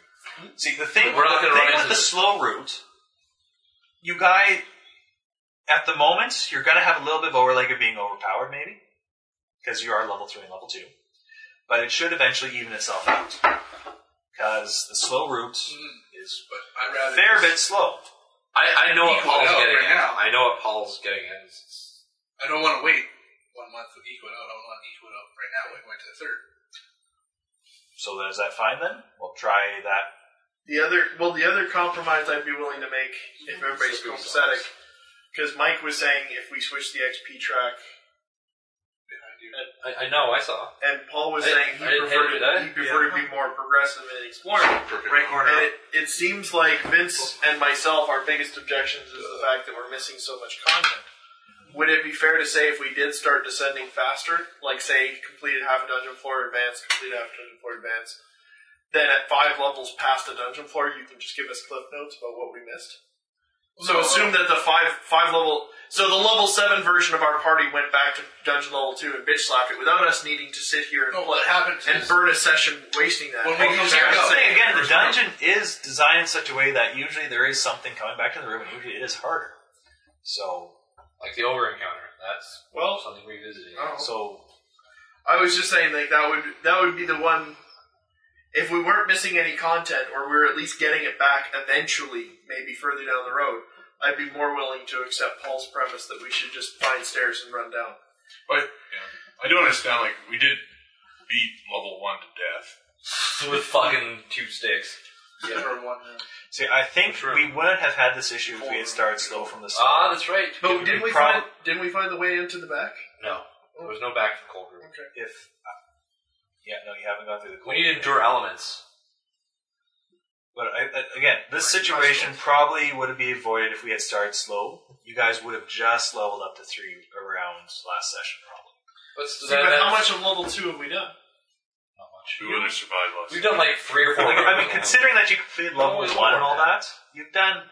Speaker 3: See, the thing,
Speaker 4: We're not
Speaker 3: the
Speaker 4: gonna run
Speaker 3: thing
Speaker 4: into
Speaker 3: with the
Speaker 4: this.
Speaker 3: slow route, you guys, at the moment, you're going to have a little bit of overleg of being overpowered, maybe, because you are level three and level two. But it should eventually even itself out, because the slow route is
Speaker 6: But I'd rather.
Speaker 3: a fair bit slow.
Speaker 4: I, I know what
Speaker 6: Equal
Speaker 4: Paul's
Speaker 6: it out
Speaker 4: getting
Speaker 6: right
Speaker 4: at.
Speaker 6: now.
Speaker 4: I know what Paul's getting at. It's- it's-
Speaker 6: I don't want to wait one month to equal it out. I want to equal it out right now. We went to the third.
Speaker 3: So is that fine then? We'll try that.
Speaker 11: The other, well, the other compromise I'd be willing to make if everybody's copacetic, because Mike was saying if we switch the XP track,
Speaker 4: I, I know. I saw.
Speaker 11: and Paul was
Speaker 4: I-
Speaker 11: saying he
Speaker 4: I didn't
Speaker 11: preferred
Speaker 4: hate
Speaker 11: it,
Speaker 4: that.
Speaker 11: he preferred to be more progressive and exploring.
Speaker 5: Right
Speaker 11: corner. And it, it seems like Vince and myself, our biggest objections is the fact that we're missing so much content. Would it be fair to say if we did start descending faster, like say completed half a dungeon floor advance, completed half a dungeon floor advance, then at five levels past the dungeon floor, you can just give us cliff notes about what we missed? So assume that the five five level so the level seven version of our party went back to dungeon level two and bitch slapped it without us needing to sit here and,
Speaker 6: No, what happened
Speaker 11: and
Speaker 6: is-
Speaker 11: burn a session wasting that.
Speaker 6: When we come back
Speaker 11: I'm
Speaker 6: up-
Speaker 11: saying again,
Speaker 3: the dungeon is designed in such a way that usually there is something coming back to the room, and usually it is harder. So,
Speaker 4: Like the over encounter. That's
Speaker 11: Well,
Speaker 4: something revisiting.
Speaker 10: oh.
Speaker 3: so
Speaker 11: I was just saying like that would that would be the one if we weren't missing any content or we were at least getting it back eventually, maybe further down the road, I'd be more willing to accept Paul's premise that we should just find stairs and run down.
Speaker 5: But yeah. I don't understand. Like we did beat level one to death.
Speaker 4: with fucking two sticks.
Speaker 3: See, I think we wouldn't have had this issue if we had started slow from the start.
Speaker 4: Ah, that's right.
Speaker 11: But didn't we
Speaker 3: prob-
Speaker 11: find didn't we find the way into the back?
Speaker 4: No, there was no back to the cold room.
Speaker 3: If yeah, no, you haven't gone through the.
Speaker 4: We need endure elements.
Speaker 3: But I, I- again, this situation probably would have been avoided if we had started slow. You guys would have just leveled up to three around last session, probably.
Speaker 4: What's
Speaker 11: See, but how much of level two have we done?
Speaker 5: Who would have survived last?
Speaker 4: We've done like three or four.
Speaker 3: Like, I mean,
Speaker 4: games.
Speaker 3: considering that you completed
Speaker 6: Oh,
Speaker 3: level
Speaker 4: Ah. Always
Speaker 3: one and
Speaker 4: more.
Speaker 3: all that, you've done.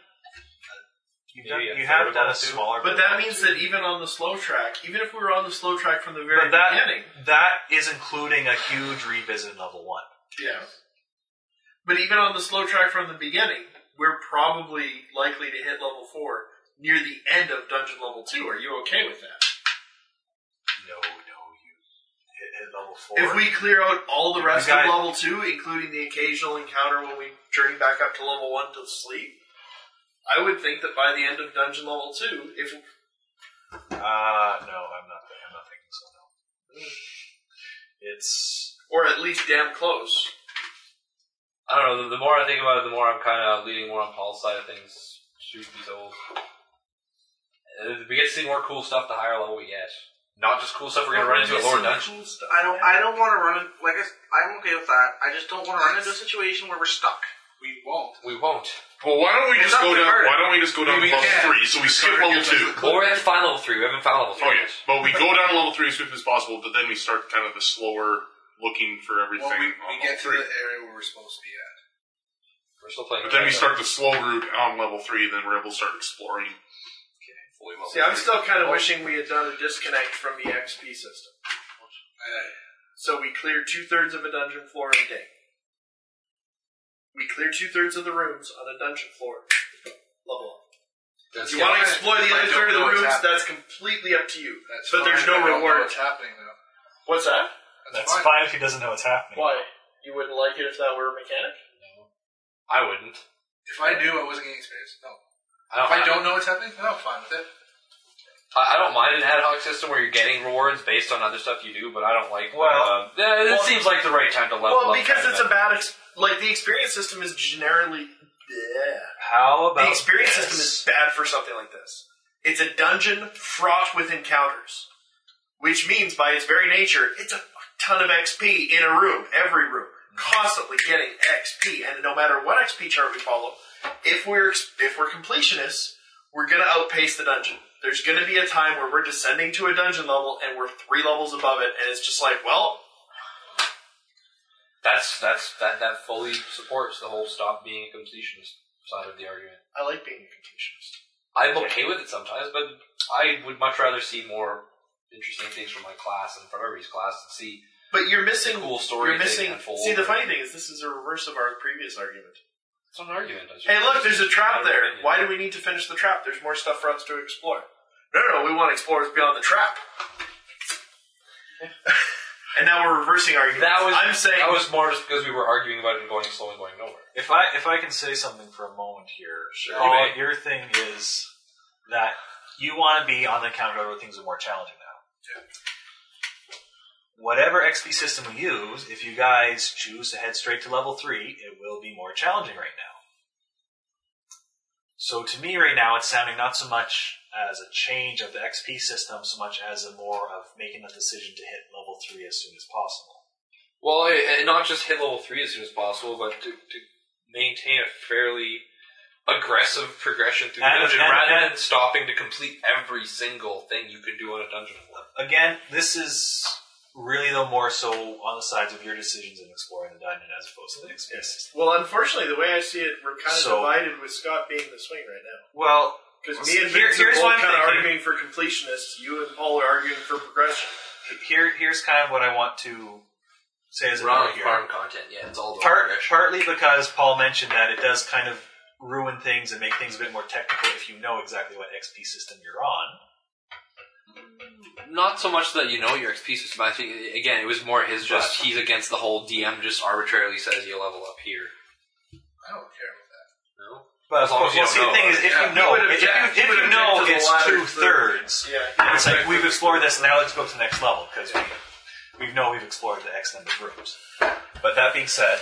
Speaker 3: You've done,
Speaker 4: Maybe a
Speaker 3: you
Speaker 4: third
Speaker 3: have
Speaker 4: of
Speaker 3: done
Speaker 4: level
Speaker 3: a
Speaker 4: two.
Speaker 3: smaller.
Speaker 11: But that means that even on the slow track, even if we were on the slow track from the very
Speaker 3: but that
Speaker 11: beginning,
Speaker 3: that is including a huge revisit in level one.
Speaker 11: Yeah. But even on the slow track from the beginning, we're probably likely to hit level four near the end of dungeon level two. Are you okay with that?
Speaker 3: No, no, you hit, hit
Speaker 6: level four.
Speaker 11: If we clear out all the rest
Speaker 6: guys-
Speaker 11: of level two, including the occasional encounter when we journey back up to level one to sleep, I would think that by the end of dungeon level two, if
Speaker 10: Uh, no, I'm not. I'm not thinking so. No. It's
Speaker 11: Hmm. or at least damn close,
Speaker 4: I don't know. The, the more I think about it, the more I'm kind of leaning more on Paul's side of things. Shoot these old. Uh, We get to see more cool stuff the higher level we get. Not just cool stuff we're gonna run into at lower dungeons.
Speaker 8: I don't. I don't want to run. in- Like I, s- I'm okay with that. I just don't want to run into a situation where we're stuck.
Speaker 3: We won't.
Speaker 4: We won't.
Speaker 5: Well, why don't we
Speaker 8: It's
Speaker 5: just
Speaker 8: not
Speaker 5: go
Speaker 8: the
Speaker 5: down?
Speaker 8: murder.
Speaker 5: Why don't we just go down to
Speaker 3: We
Speaker 5: level
Speaker 3: can.
Speaker 5: three? So we skip
Speaker 3: Sure,
Speaker 5: level
Speaker 3: yes,
Speaker 5: two.
Speaker 3: that's
Speaker 4: Well, we haven't found level three. We haven't found level
Speaker 5: Oh
Speaker 4: three.
Speaker 5: yes, but we go down to level three as quick as possible. But then we start kind of the slower looking for everything
Speaker 3: Well, we,
Speaker 5: on
Speaker 3: we
Speaker 5: level
Speaker 3: get to
Speaker 5: three.
Speaker 3: the area where we're supposed to be at.
Speaker 4: We're still playing.
Speaker 5: But then we
Speaker 4: catch up.
Speaker 5: start the slow route on level three, and then we're able to start exploring.
Speaker 4: Fully level
Speaker 11: See, I'm
Speaker 4: three.
Speaker 11: still kind of wishing we had done a disconnect from the XP system. So we cleared two thirds of a dungeon floor in a day. We cleared two thirds of the rooms on a dungeon floor. Level up.
Speaker 14: That's
Speaker 11: You want to
Speaker 14: yeah.
Speaker 11: explore the
Speaker 3: I
Speaker 11: other
Speaker 3: don't
Speaker 11: third of
Speaker 3: know
Speaker 11: the
Speaker 3: what's
Speaker 11: rooms?
Speaker 3: happening.
Speaker 11: That's completely up to you.
Speaker 3: That's
Speaker 11: but there's
Speaker 3: fine.
Speaker 11: no
Speaker 3: I don't know
Speaker 11: reward.
Speaker 3: what's happening though?
Speaker 11: What's that?
Speaker 10: that's
Speaker 3: fine.
Speaker 10: fine if he doesn't know what's happening.
Speaker 11: Why? You wouldn't like it if that were a mechanic?
Speaker 4: I wouldn't.
Speaker 3: If I knew I wasn't getting experience, no.
Speaker 4: I don't.
Speaker 3: If I don't know what's happening, then I'm fine with it.
Speaker 4: I, I don't mind an ad hoc system where you're getting rewards based on other stuff you do, but I don't like. the,
Speaker 10: Well-
Speaker 4: uh, yeah, it
Speaker 11: well-
Speaker 4: seems like the right time to level
Speaker 11: Well,
Speaker 4: up.
Speaker 11: because
Speaker 4: kind of
Speaker 11: it's a bad. Ex- like, the experience system is generally. Yeah.
Speaker 14: How about
Speaker 11: The experience
Speaker 14: this?
Speaker 11: system is bad for something like this. It's a dungeon fraught with encounters, which means by its very nature, it's a fuck ton of XP in a room, every room, constantly getting XP, and no matter what XP chart we follow, if we're ex- if we're completionists, we're gonna outpace the dungeon. There's gonna be a time where we're descending to a dungeon level and we're three levels above it, and it's just like, well,
Speaker 4: That's that's that that fully supports the whole stop being a completionist side of the argument.
Speaker 11: I like being a completionist.
Speaker 4: I'm okay with it sometimes, but I would much rather see more interesting things from my class and from everybody's class and see
Speaker 11: But you're
Speaker 4: the
Speaker 11: missing.
Speaker 4: cool story
Speaker 11: You're missing.
Speaker 4: thing unfold.
Speaker 11: See, the funny thing is, this is a reverse of our previous argument.
Speaker 4: It's not an argument. it's
Speaker 11: Hey,
Speaker 4: just-
Speaker 11: look, there's a
Speaker 4: Matter
Speaker 11: trap
Speaker 4: of
Speaker 11: there.
Speaker 4: opinion.
Speaker 11: Why do we need to finish the trap? There's more stuff for us to explore. No, no, we want to explore what's beyond the trap. and now we're reversing arguments.
Speaker 4: That was
Speaker 11: I'm saying
Speaker 4: that was more just because we were arguing about it and going slow and going nowhere.
Speaker 10: If I if I can say something for a moment here,
Speaker 4: Sure.
Speaker 10: Paul,
Speaker 4: You may.
Speaker 10: your thing is that you want to be on the counter where things are more challenging now. Whatever XP system we use, if you guys choose to head straight to level three, it will be more challenging right now. So to me, right now, it's sounding not so much as a change of the XP system, so much as a more of making a decision to hit level three as soon as possible.
Speaker 4: Well, and not just hit level three as soon as possible, but to, to maintain a fairly aggressive progression through the
Speaker 10: And-
Speaker 4: dungeon,
Speaker 10: and-
Speaker 4: rather
Speaker 10: and-
Speaker 4: than stopping to complete every single thing you can do on a dungeon floor.
Speaker 10: again, this is really though more so on the sides of your decisions in exploring the dungeon as opposed to the XP system.
Speaker 11: well, unfortunately, the way I see it, we're kind of
Speaker 10: So-
Speaker 11: divided with Scott being the swing right now.
Speaker 10: Well,
Speaker 11: Because me and
Speaker 10: Here-
Speaker 11: Vince
Speaker 10: here's
Speaker 11: are
Speaker 10: what I'm
Speaker 11: both kind of
Speaker 10: thinking.
Speaker 11: arguing for completionists. You and Paul are arguing for progression.
Speaker 10: here here's kind of what I want to say as a note here.
Speaker 4: farm content, yeah, it's all about
Speaker 10: Part,
Speaker 4: progression.
Speaker 10: partly because Paul mentioned that it does kind of ruin things and make things a bit more technical if you know exactly what XP system you're on.
Speaker 4: Not so much that you know your XP system. I think again, it was more his just he's against the whole DM just arbitrarily says you level up here.
Speaker 3: I don't care about that.
Speaker 4: No,
Speaker 10: But
Speaker 4: As long as you
Speaker 10: well,
Speaker 4: don't
Speaker 10: see, the
Speaker 4: know
Speaker 10: thing
Speaker 4: about
Speaker 10: is,
Speaker 4: it.
Speaker 10: if
Speaker 3: Yeah,
Speaker 10: you
Speaker 3: he
Speaker 10: know,
Speaker 3: would
Speaker 10: if you,
Speaker 3: object-
Speaker 10: if
Speaker 3: he would
Speaker 10: you
Speaker 3: object
Speaker 10: know
Speaker 3: to the
Speaker 10: it's
Speaker 3: latter
Speaker 10: two thirds,
Speaker 11: Yeah.
Speaker 10: And it's like we've explored this, now let's go to the next level because we we know we've explored the X number of rooms. But that being said,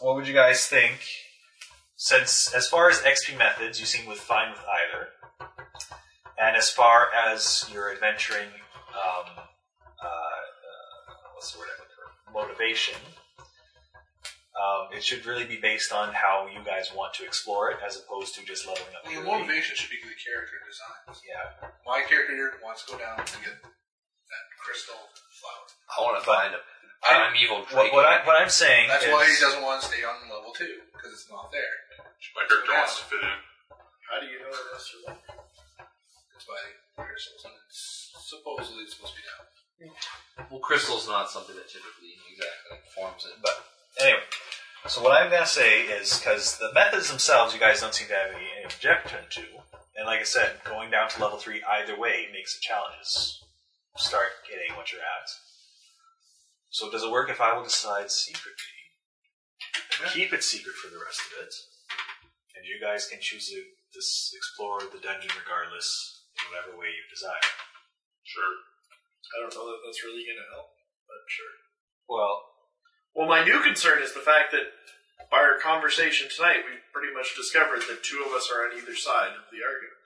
Speaker 10: what would you guys think? Since as far as XP methods, you seem with fine with either, and as far as your adventuring, um, uh, uh, what's the word I'm looking for? Motivation. Um, it should really be based on how you guys want to explore it, as opposed to just leveling up.
Speaker 3: Well, your
Speaker 10: purely.
Speaker 3: motivation should be the character design.
Speaker 10: Yeah.
Speaker 3: My character here wants to go down and get that crystal flower.
Speaker 4: I want to find a
Speaker 10: I-
Speaker 4: I'm evil.
Speaker 10: What, what, I, what I'm saying
Speaker 3: That's
Speaker 10: is,
Speaker 3: why he doesn't want to stay on level two because it's not there.
Speaker 5: My character wants to fit in.
Speaker 11: How do you know the rest of that?
Speaker 3: That's why the crystal's in it. supposedly it's supposed to be down.
Speaker 4: well, crystal's not something that typically exactly forms it.
Speaker 10: but anyway. So what I'm gonna say is because the methods themselves, you guys don't seem to have any, any objection to, and like I said, going down to level three either way makes the challenges start getting what you're at.
Speaker 6: So does it work if I will decide secretly?
Speaker 10: And keep it secret for the rest of it. And you guys can choose to just explore the dungeon regardless in whatever way you desire.
Speaker 5: Sure.
Speaker 11: I don't know that that's really going to help, but sure.
Speaker 6: Well,
Speaker 11: Well, my new concern is the fact that by our conversation tonight, we've pretty much discovered that two of us are on either side of the argument.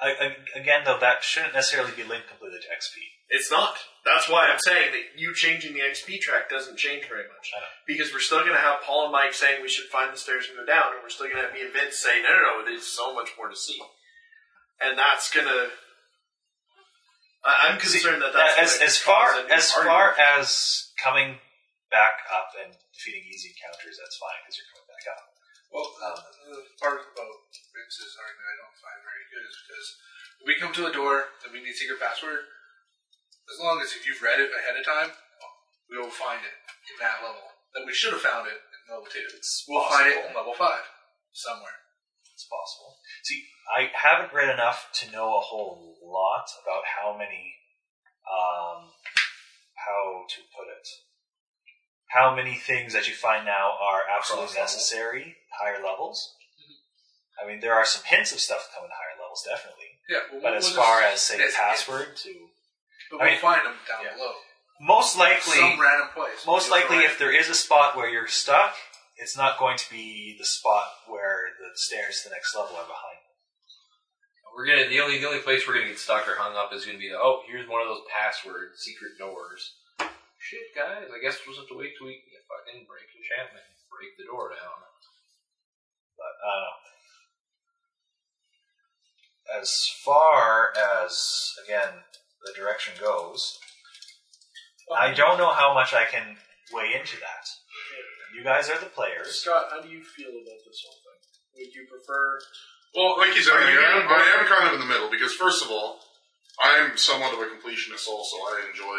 Speaker 6: I, I, again, though, that shouldn't necessarily be linked completely to XP.
Speaker 11: It's not. That's why I'm saying that you changing the XP track doesn't change very much.
Speaker 6: I know.
Speaker 11: Because we're still going to have Paul and Mike saying we should find the stairs and go down, and we're still going to have me and Vince saying, no, no, no, there's so much more to see. And that's going to. I'm concerned that that's
Speaker 6: as,
Speaker 11: gonna
Speaker 6: as
Speaker 11: cause
Speaker 6: far
Speaker 11: a new
Speaker 6: as far
Speaker 11: argument.
Speaker 6: as coming back up and defeating easy encounters, that's fine because you're coming back up.
Speaker 3: Well, uh, the part about Vince's argument I don't find very good is because we come to a door and we need secret password. As long as if you've read it ahead of time, we will find it in that level. Then we should have found it in level two. we'll find it in level five somewhere.
Speaker 6: It's possible. See, I haven't read enough to know a whole lot about how many, um, how to put it, how many things that you find now are absolutely necessary higher levels. I mean, there are some hints of stuff coming higher levels, definitely.
Speaker 3: Mm-hmm. Yeah, well,
Speaker 6: But
Speaker 3: we'll
Speaker 6: as
Speaker 3: just-
Speaker 6: far as say
Speaker 3: yes,
Speaker 6: password to
Speaker 3: but
Speaker 6: I
Speaker 3: we'll
Speaker 6: mean-
Speaker 3: find them down
Speaker 6: yeah.
Speaker 3: below,
Speaker 6: most likely
Speaker 3: some random place.
Speaker 6: most
Speaker 3: We'll
Speaker 6: likely,
Speaker 3: find
Speaker 6: if
Speaker 3: it.
Speaker 6: there is a spot where you're stuck, it's not going to be the spot where the stairs to the next level are behind.
Speaker 4: We're gonna the only the only place we're gonna get stuck or hung up is gonna be the oh here's one of those password secret doors. Shit, guys, I guess we'll just have to wait till we can fucking break enchantment, and break the door down.
Speaker 6: But uh, I don't know. As far as again the direction goes, I don't know how much I can weigh into that. You guys are the players.
Speaker 11: Scott, how do you feel about this whole thing? Would you prefer
Speaker 5: Well, like you said,
Speaker 11: Are
Speaker 5: I,
Speaker 11: you
Speaker 5: am,
Speaker 11: getting-
Speaker 5: I am kind of in the middle because first of all, I am somewhat of a completionist. Also, I enjoy,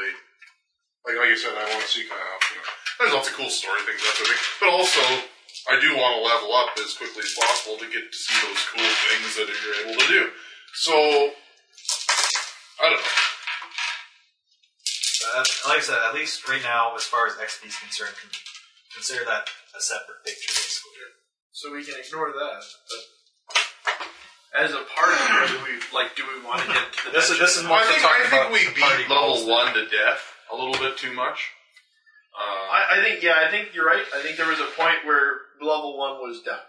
Speaker 5: like like you said, I want to see kind of you know, there's lots of cool story things that sort of thing, but also I do want to level up as quickly as possible to get to see those cool things that you're able to do. So I don't know.
Speaker 10: Uh, like I said, at least right now, as far as XP is concerned, con- consider that a separate picture, basically.
Speaker 11: so we can ignore that. But as a party, do we like? Do we want to get to the?
Speaker 10: This is- this is
Speaker 11: dungeon?
Speaker 10: more-
Speaker 5: I think I
Speaker 10: talking
Speaker 5: think
Speaker 10: about
Speaker 5: we
Speaker 10: the party
Speaker 5: beat level
Speaker 10: goals then.
Speaker 5: one to death a little bit too much. Uh,
Speaker 11: I, I think yeah, I think you're right. I think there was a point where level one was done,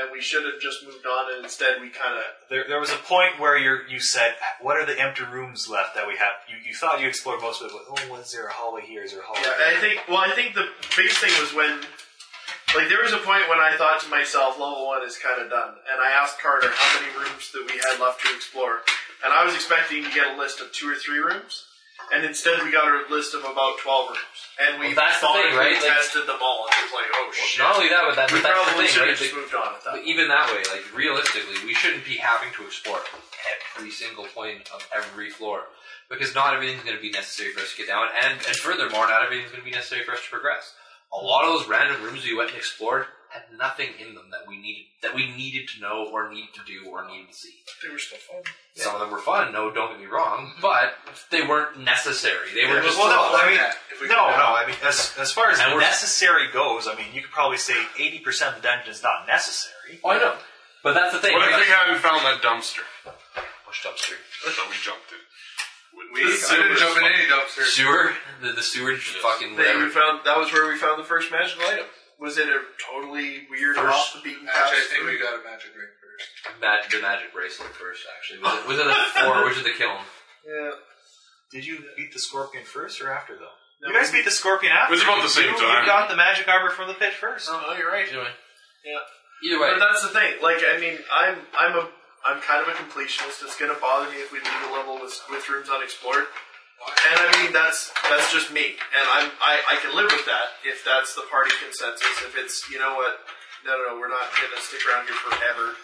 Speaker 11: and we should have just moved on, and instead we kind of
Speaker 6: There, there was a point where you you said, "What are the empty rooms left that we have?" You, you thought you explored most of it. But, oh, is there a hallway here? Is there a hallway?
Speaker 11: Yeah,
Speaker 6: there?"
Speaker 11: I think. Well, I think the biggest thing was when, like, there was a point when I thought to myself, level one is kind of done, and I asked Carter how many rooms that we had left to explore, and I was expecting to get a list of two or three rooms, and instead we got a list of about twelve rooms, and we
Speaker 4: Well, that's the thing,
Speaker 11: methodically
Speaker 4: right? Like-
Speaker 11: tested them all, and it was like, oh shit,
Speaker 4: Not only that, but that,
Speaker 11: we
Speaker 4: but that's the
Speaker 11: probably
Speaker 4: thing,
Speaker 11: should
Speaker 4: right?
Speaker 11: have just
Speaker 4: Like,
Speaker 11: moved on at that.
Speaker 4: but even that way, like realistically, we shouldn't be having to explore every single point of every floor because not everything's going to be necessary for us to get down, and and furthermore, not everything's going to be necessary for us to progress. A lot of those random rooms we went and explored had nothing in them that we needed that we needed to know or needed to do or needed to see.
Speaker 11: They were still fun.
Speaker 4: Some of them were fun, no, don't get me wrong, but they weren't necessary. They were just
Speaker 6: Well, no, I mean,
Speaker 3: that if we
Speaker 6: no,
Speaker 3: go down.
Speaker 6: no. I mean, as, as far as
Speaker 4: And we're-
Speaker 6: necessary goes, I mean, you could probably say 80% of the dungeon is not necessary.
Speaker 4: Oh, I know. But that's the thing.
Speaker 5: what if we hadn't found that dumpster
Speaker 4: Push dumpster.
Speaker 5: that we jumped in? Wouldn't
Speaker 3: we I didn't jump in any dumpster.
Speaker 4: Sewer? The, the sewer fucking
Speaker 11: They, we
Speaker 4: whatever.
Speaker 11: found that was where we found the first magical item. Was it a totally weird off the beaten path?
Speaker 3: Actually, I think we got a magic ring first.
Speaker 4: Mag- the magic bracelet first, actually. Was it, was it a four? Was it the kiln?
Speaker 11: Yeah.
Speaker 6: Did you beat the scorpion first or after, though?
Speaker 11: No.
Speaker 6: You guys beat the scorpion after.
Speaker 5: It was about the same
Speaker 6: you,
Speaker 5: time.
Speaker 6: You got the magic armor from the pit first.
Speaker 11: Oh, you're right.
Speaker 4: Anyway.
Speaker 11: Yeah.
Speaker 4: Either way.
Speaker 11: But that's the thing. Like, I mean, I'm I'm a I'm kind of a completionist. It's gonna bother me if we leave a level with with rooms unexplored. And I mean, that's that's just me, and I'm I, I can live with that if that's the party consensus. If it's you know what, no no no, we're not gonna stick around here forever.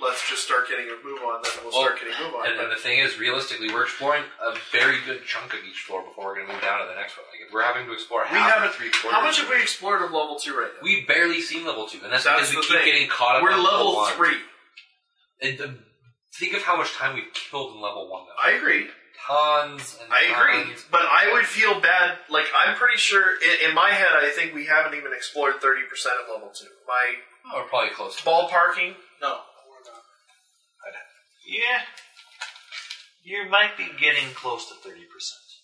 Speaker 11: Let's just start getting a move on. Then we'll start getting a move on.
Speaker 4: And, and the thing is, realistically, we're exploring a very good chunk of each floor before we're going to move down to the next one. Like, if we're having to explore
Speaker 11: we
Speaker 4: half
Speaker 11: haven't.
Speaker 4: or three quarters.
Speaker 11: How much
Speaker 4: of
Speaker 11: have we explored of level two right now?
Speaker 4: We've barely seen level two, and that's,
Speaker 11: That's
Speaker 4: because we keep
Speaker 11: the thing.
Speaker 4: getting caught up
Speaker 11: We're
Speaker 4: on
Speaker 11: level
Speaker 4: one.
Speaker 11: three.
Speaker 4: And, um, think of how much time we've killed in level one, though.
Speaker 11: I agree.
Speaker 14: tons and
Speaker 11: I agree,
Speaker 14: tons.
Speaker 4: Um,
Speaker 11: but I would feel bad. Like I'm pretty sure in, in my head, I think we haven't even explored thirty percent of level two. My
Speaker 14: Oh, we're probably close. To
Speaker 11: ballparking, no.
Speaker 6: Yeah. You might be getting close to 30%.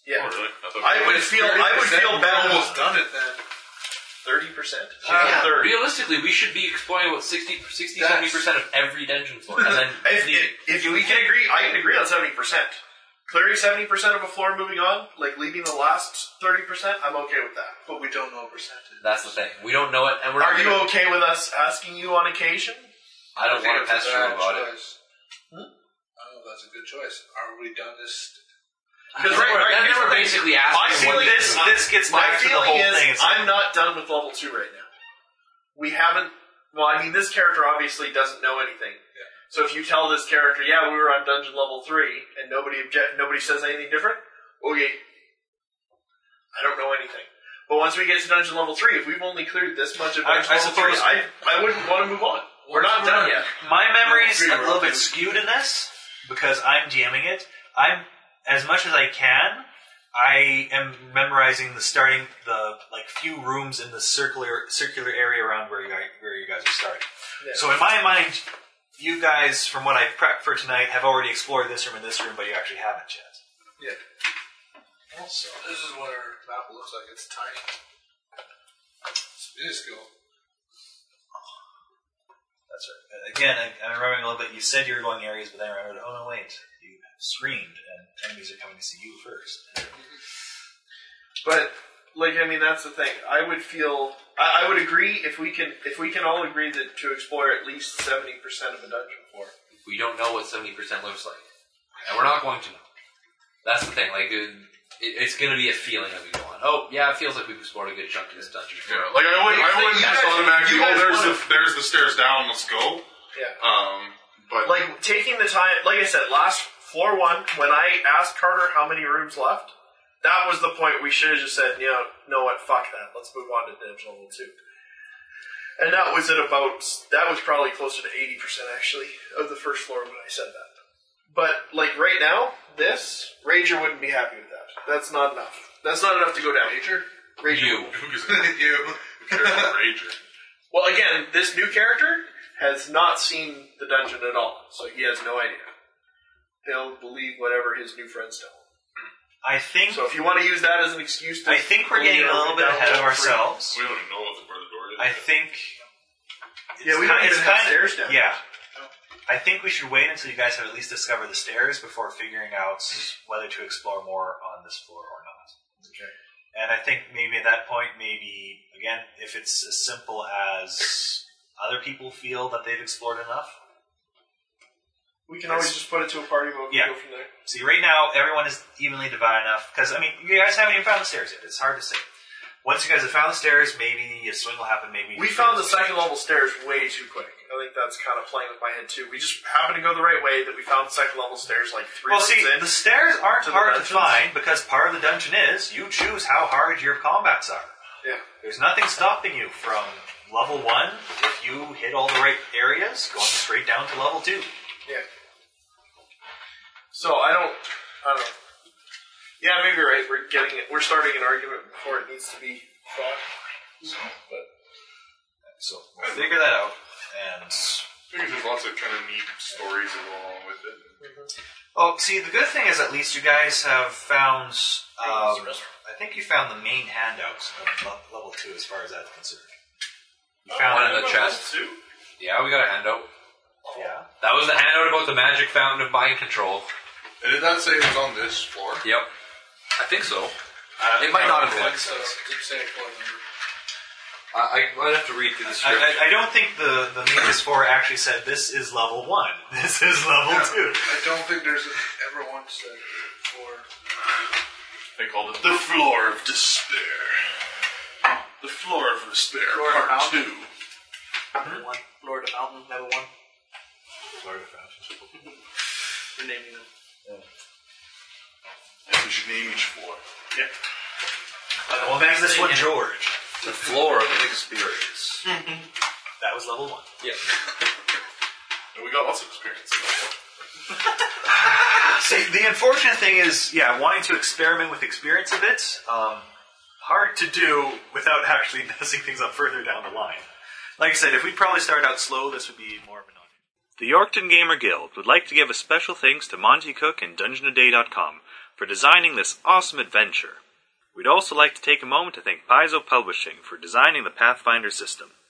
Speaker 11: Yeah,
Speaker 4: really?
Speaker 11: I would feel. I would feel bad.
Speaker 3: done it then.
Speaker 11: thirty percent.
Speaker 3: Yeah.
Speaker 14: Realistically, we should be exploring about 60, 60
Speaker 3: That's-
Speaker 14: 70 percent of every dungeon floor, and then
Speaker 11: If, if, if you, we can agree, I can agree on seventy percent. Clearing seventy percent of a floor, and moving on, like leaving the last thirty percent, I'm okay with that.
Speaker 3: But we don't know percentage.
Speaker 14: that's the thing. We don't know it, and we're not
Speaker 11: Are you
Speaker 14: gonna-
Speaker 11: okay with us asking you on occasion?
Speaker 14: I don't want to pester you about it.
Speaker 3: choice. Oh, that's a good choice. Are we done this?
Speaker 11: Because
Speaker 14: Then we're- then we're basically
Speaker 11: My
Speaker 14: asking what
Speaker 11: feeling
Speaker 14: they
Speaker 11: is
Speaker 14: do.
Speaker 11: this gets my
Speaker 6: back to the
Speaker 11: feeling
Speaker 6: whole
Speaker 11: is
Speaker 6: thing. It's
Speaker 11: I'm not done with level two right now. We haven't. Well, I mean, this character obviously doesn't know anything. So if you tell this character, yeah, we were on dungeon level three, and nobody object, nobody says anything different. Okay, I don't know anything. But once we get to dungeon level three, if we've only cleared this much of
Speaker 6: I-
Speaker 11: dungeon
Speaker 6: I
Speaker 11: level
Speaker 6: suppose-
Speaker 11: three, I, I wouldn't want to move on. We're not done yet.
Speaker 6: My memory's
Speaker 11: Agree,
Speaker 6: a
Speaker 11: we're
Speaker 6: little
Speaker 11: okay.
Speaker 6: bit skewed in this because I'm DMing it. I'm as much as I can. I am memorizing the starting the like few rooms in the circular circular area around where you guys, where you guys are starting. So in my mind, you guys, from what I prepped for tonight, have already explored this room and this room, but you actually haven't yet.
Speaker 3: Also, this is what our map looks like. It's tiny. It's minuscule.
Speaker 6: That's right. Again, I, I'm remembering a little bit. You said you were going areas, but then I remembered. Oh no, wait! You screamed, and enemies are coming to see you first.
Speaker 11: But like, I mean, that's the thing. I would feel. I, I would agree if we can if we can all agree that to explore at least seventy percent of a dungeon floor.
Speaker 14: we don't know what seventy percent looks like, and we're not going to know. That's the thing. Like, it, it- it's going to be a feeling that we go on. Oh, yeah, it feels like we've explored a good chunk of this dungeon.
Speaker 5: Yeah, like I wouldn't, I wouldn't
Speaker 14: You
Speaker 5: just
Speaker 14: guys-
Speaker 5: automatically.
Speaker 14: you
Speaker 5: Oh,
Speaker 14: guys
Speaker 5: there's
Speaker 14: wanna-
Speaker 5: the, there's the stairs down. Let's go.
Speaker 11: Yeah.
Speaker 5: Um, but
Speaker 11: Like taking the time. Like I said, last floor one, when I asked Carter how many rooms left, that was the point we should have just said, you know, know what, fuck that. Let's move on to dungeon level two. And that was at about. That was probably closer to eighty percent actually of the first floor when I said that. But like right now, this Ranger wouldn't be happy with that. That's not enough. That's not enough to go down. Ranger. Ranger.
Speaker 14: You.
Speaker 5: who gives a-
Speaker 3: you.
Speaker 5: who cares about Ranger?
Speaker 11: Well, again, this new character has not seen the dungeon at all, so he has no idea. He'll believe whatever his new friends tell him.
Speaker 6: I think
Speaker 11: So if Oh, you want to use that as an excuse, to
Speaker 6: I think we're getting a little bit ahead of ourselves.
Speaker 5: We don't even know what the- where the door
Speaker 6: I
Speaker 5: is.
Speaker 6: think.
Speaker 11: Yeah, we
Speaker 6: it's
Speaker 11: don't
Speaker 6: kind-
Speaker 11: even
Speaker 6: it's
Speaker 11: have
Speaker 6: kind-
Speaker 11: stairs down.
Speaker 6: Yeah. I think we should wait until you guys have at least discovered the stairs before figuring out whether to explore more on this floor or not.
Speaker 11: Okay.
Speaker 6: And I think maybe at that point, maybe, again, if it's as simple as other people feel that they've explored enough.
Speaker 11: We can always just put it to a party mode and
Speaker 6: Yeah.
Speaker 11: go from there.
Speaker 6: See, right now, everyone is evenly divided enough, because, I mean, you guys haven't even found the stairs yet. It's hard to say. Once you guys have found the stairs, maybe a swing will happen, maybe.
Speaker 11: We found the second level stairs way too quick. I think that's kind of playing with my head too. We just happened to go the right way that we found the second level stairs like three
Speaker 6: Well,
Speaker 11: rooms
Speaker 6: see,
Speaker 11: in.
Speaker 6: the stairs aren't
Speaker 11: to the
Speaker 6: hard to
Speaker 11: dungeons.
Speaker 6: find because part of the dungeon is you choose how hard your combats are.
Speaker 11: Yeah.
Speaker 6: There's nothing stopping you from level one, if you hit all the right areas, going straight down to level two.
Speaker 11: Yeah. So I don't. I don't. know. Yeah, maybe you're right. We're getting it. We're starting an argument before it needs to be fought.
Speaker 6: So we'll figure that out. And
Speaker 5: I think there's lots of kind of neat stories that go along with it.
Speaker 6: well, see, the good thing is at least you guys have found. Um, I think you found the main handouts of le- level two, as far as that's concerned. You found
Speaker 14: One in the chest. Yeah, we got a handout.
Speaker 6: Yeah.
Speaker 14: That was the handout about the magic fountain of mind control.
Speaker 5: And did that say it was on this floor?
Speaker 14: Yep. I think so. it might not have been.
Speaker 3: So, did say a floor number.
Speaker 14: I, I, I'd have to read through the
Speaker 6: I,
Speaker 14: script.
Speaker 6: I, I don't think the the Magus Four actually said this is level one. This is level two.
Speaker 3: I don't think there's ever one said for.
Speaker 5: They called it the floor of despair. The floor of despair,
Speaker 3: Floor of
Speaker 5: part
Speaker 3: out.
Speaker 5: two.
Speaker 3: One. Lord Album, level one.
Speaker 11: You're naming them.
Speaker 5: Yes, we should name each floor.
Speaker 6: Well, there's this one, George.
Speaker 14: the floor of the experience.
Speaker 6: That was level one.
Speaker 14: Yep.
Speaker 5: And we got lots of experience. in that.
Speaker 6: See, the unfortunate thing is, yeah, wanting to experiment with experience a bit, um, hard to do without actually messing things up further down the line. Like I said, if we probably start out slow, this would be more of an
Speaker 2: The Yorkton Gamer Guild would like to give a special thanks to Monty Cook and DungeonAday.com for designing this awesome adventure. We'd also like to take a moment to thank Paizo Publishing for designing the Pathfinder system.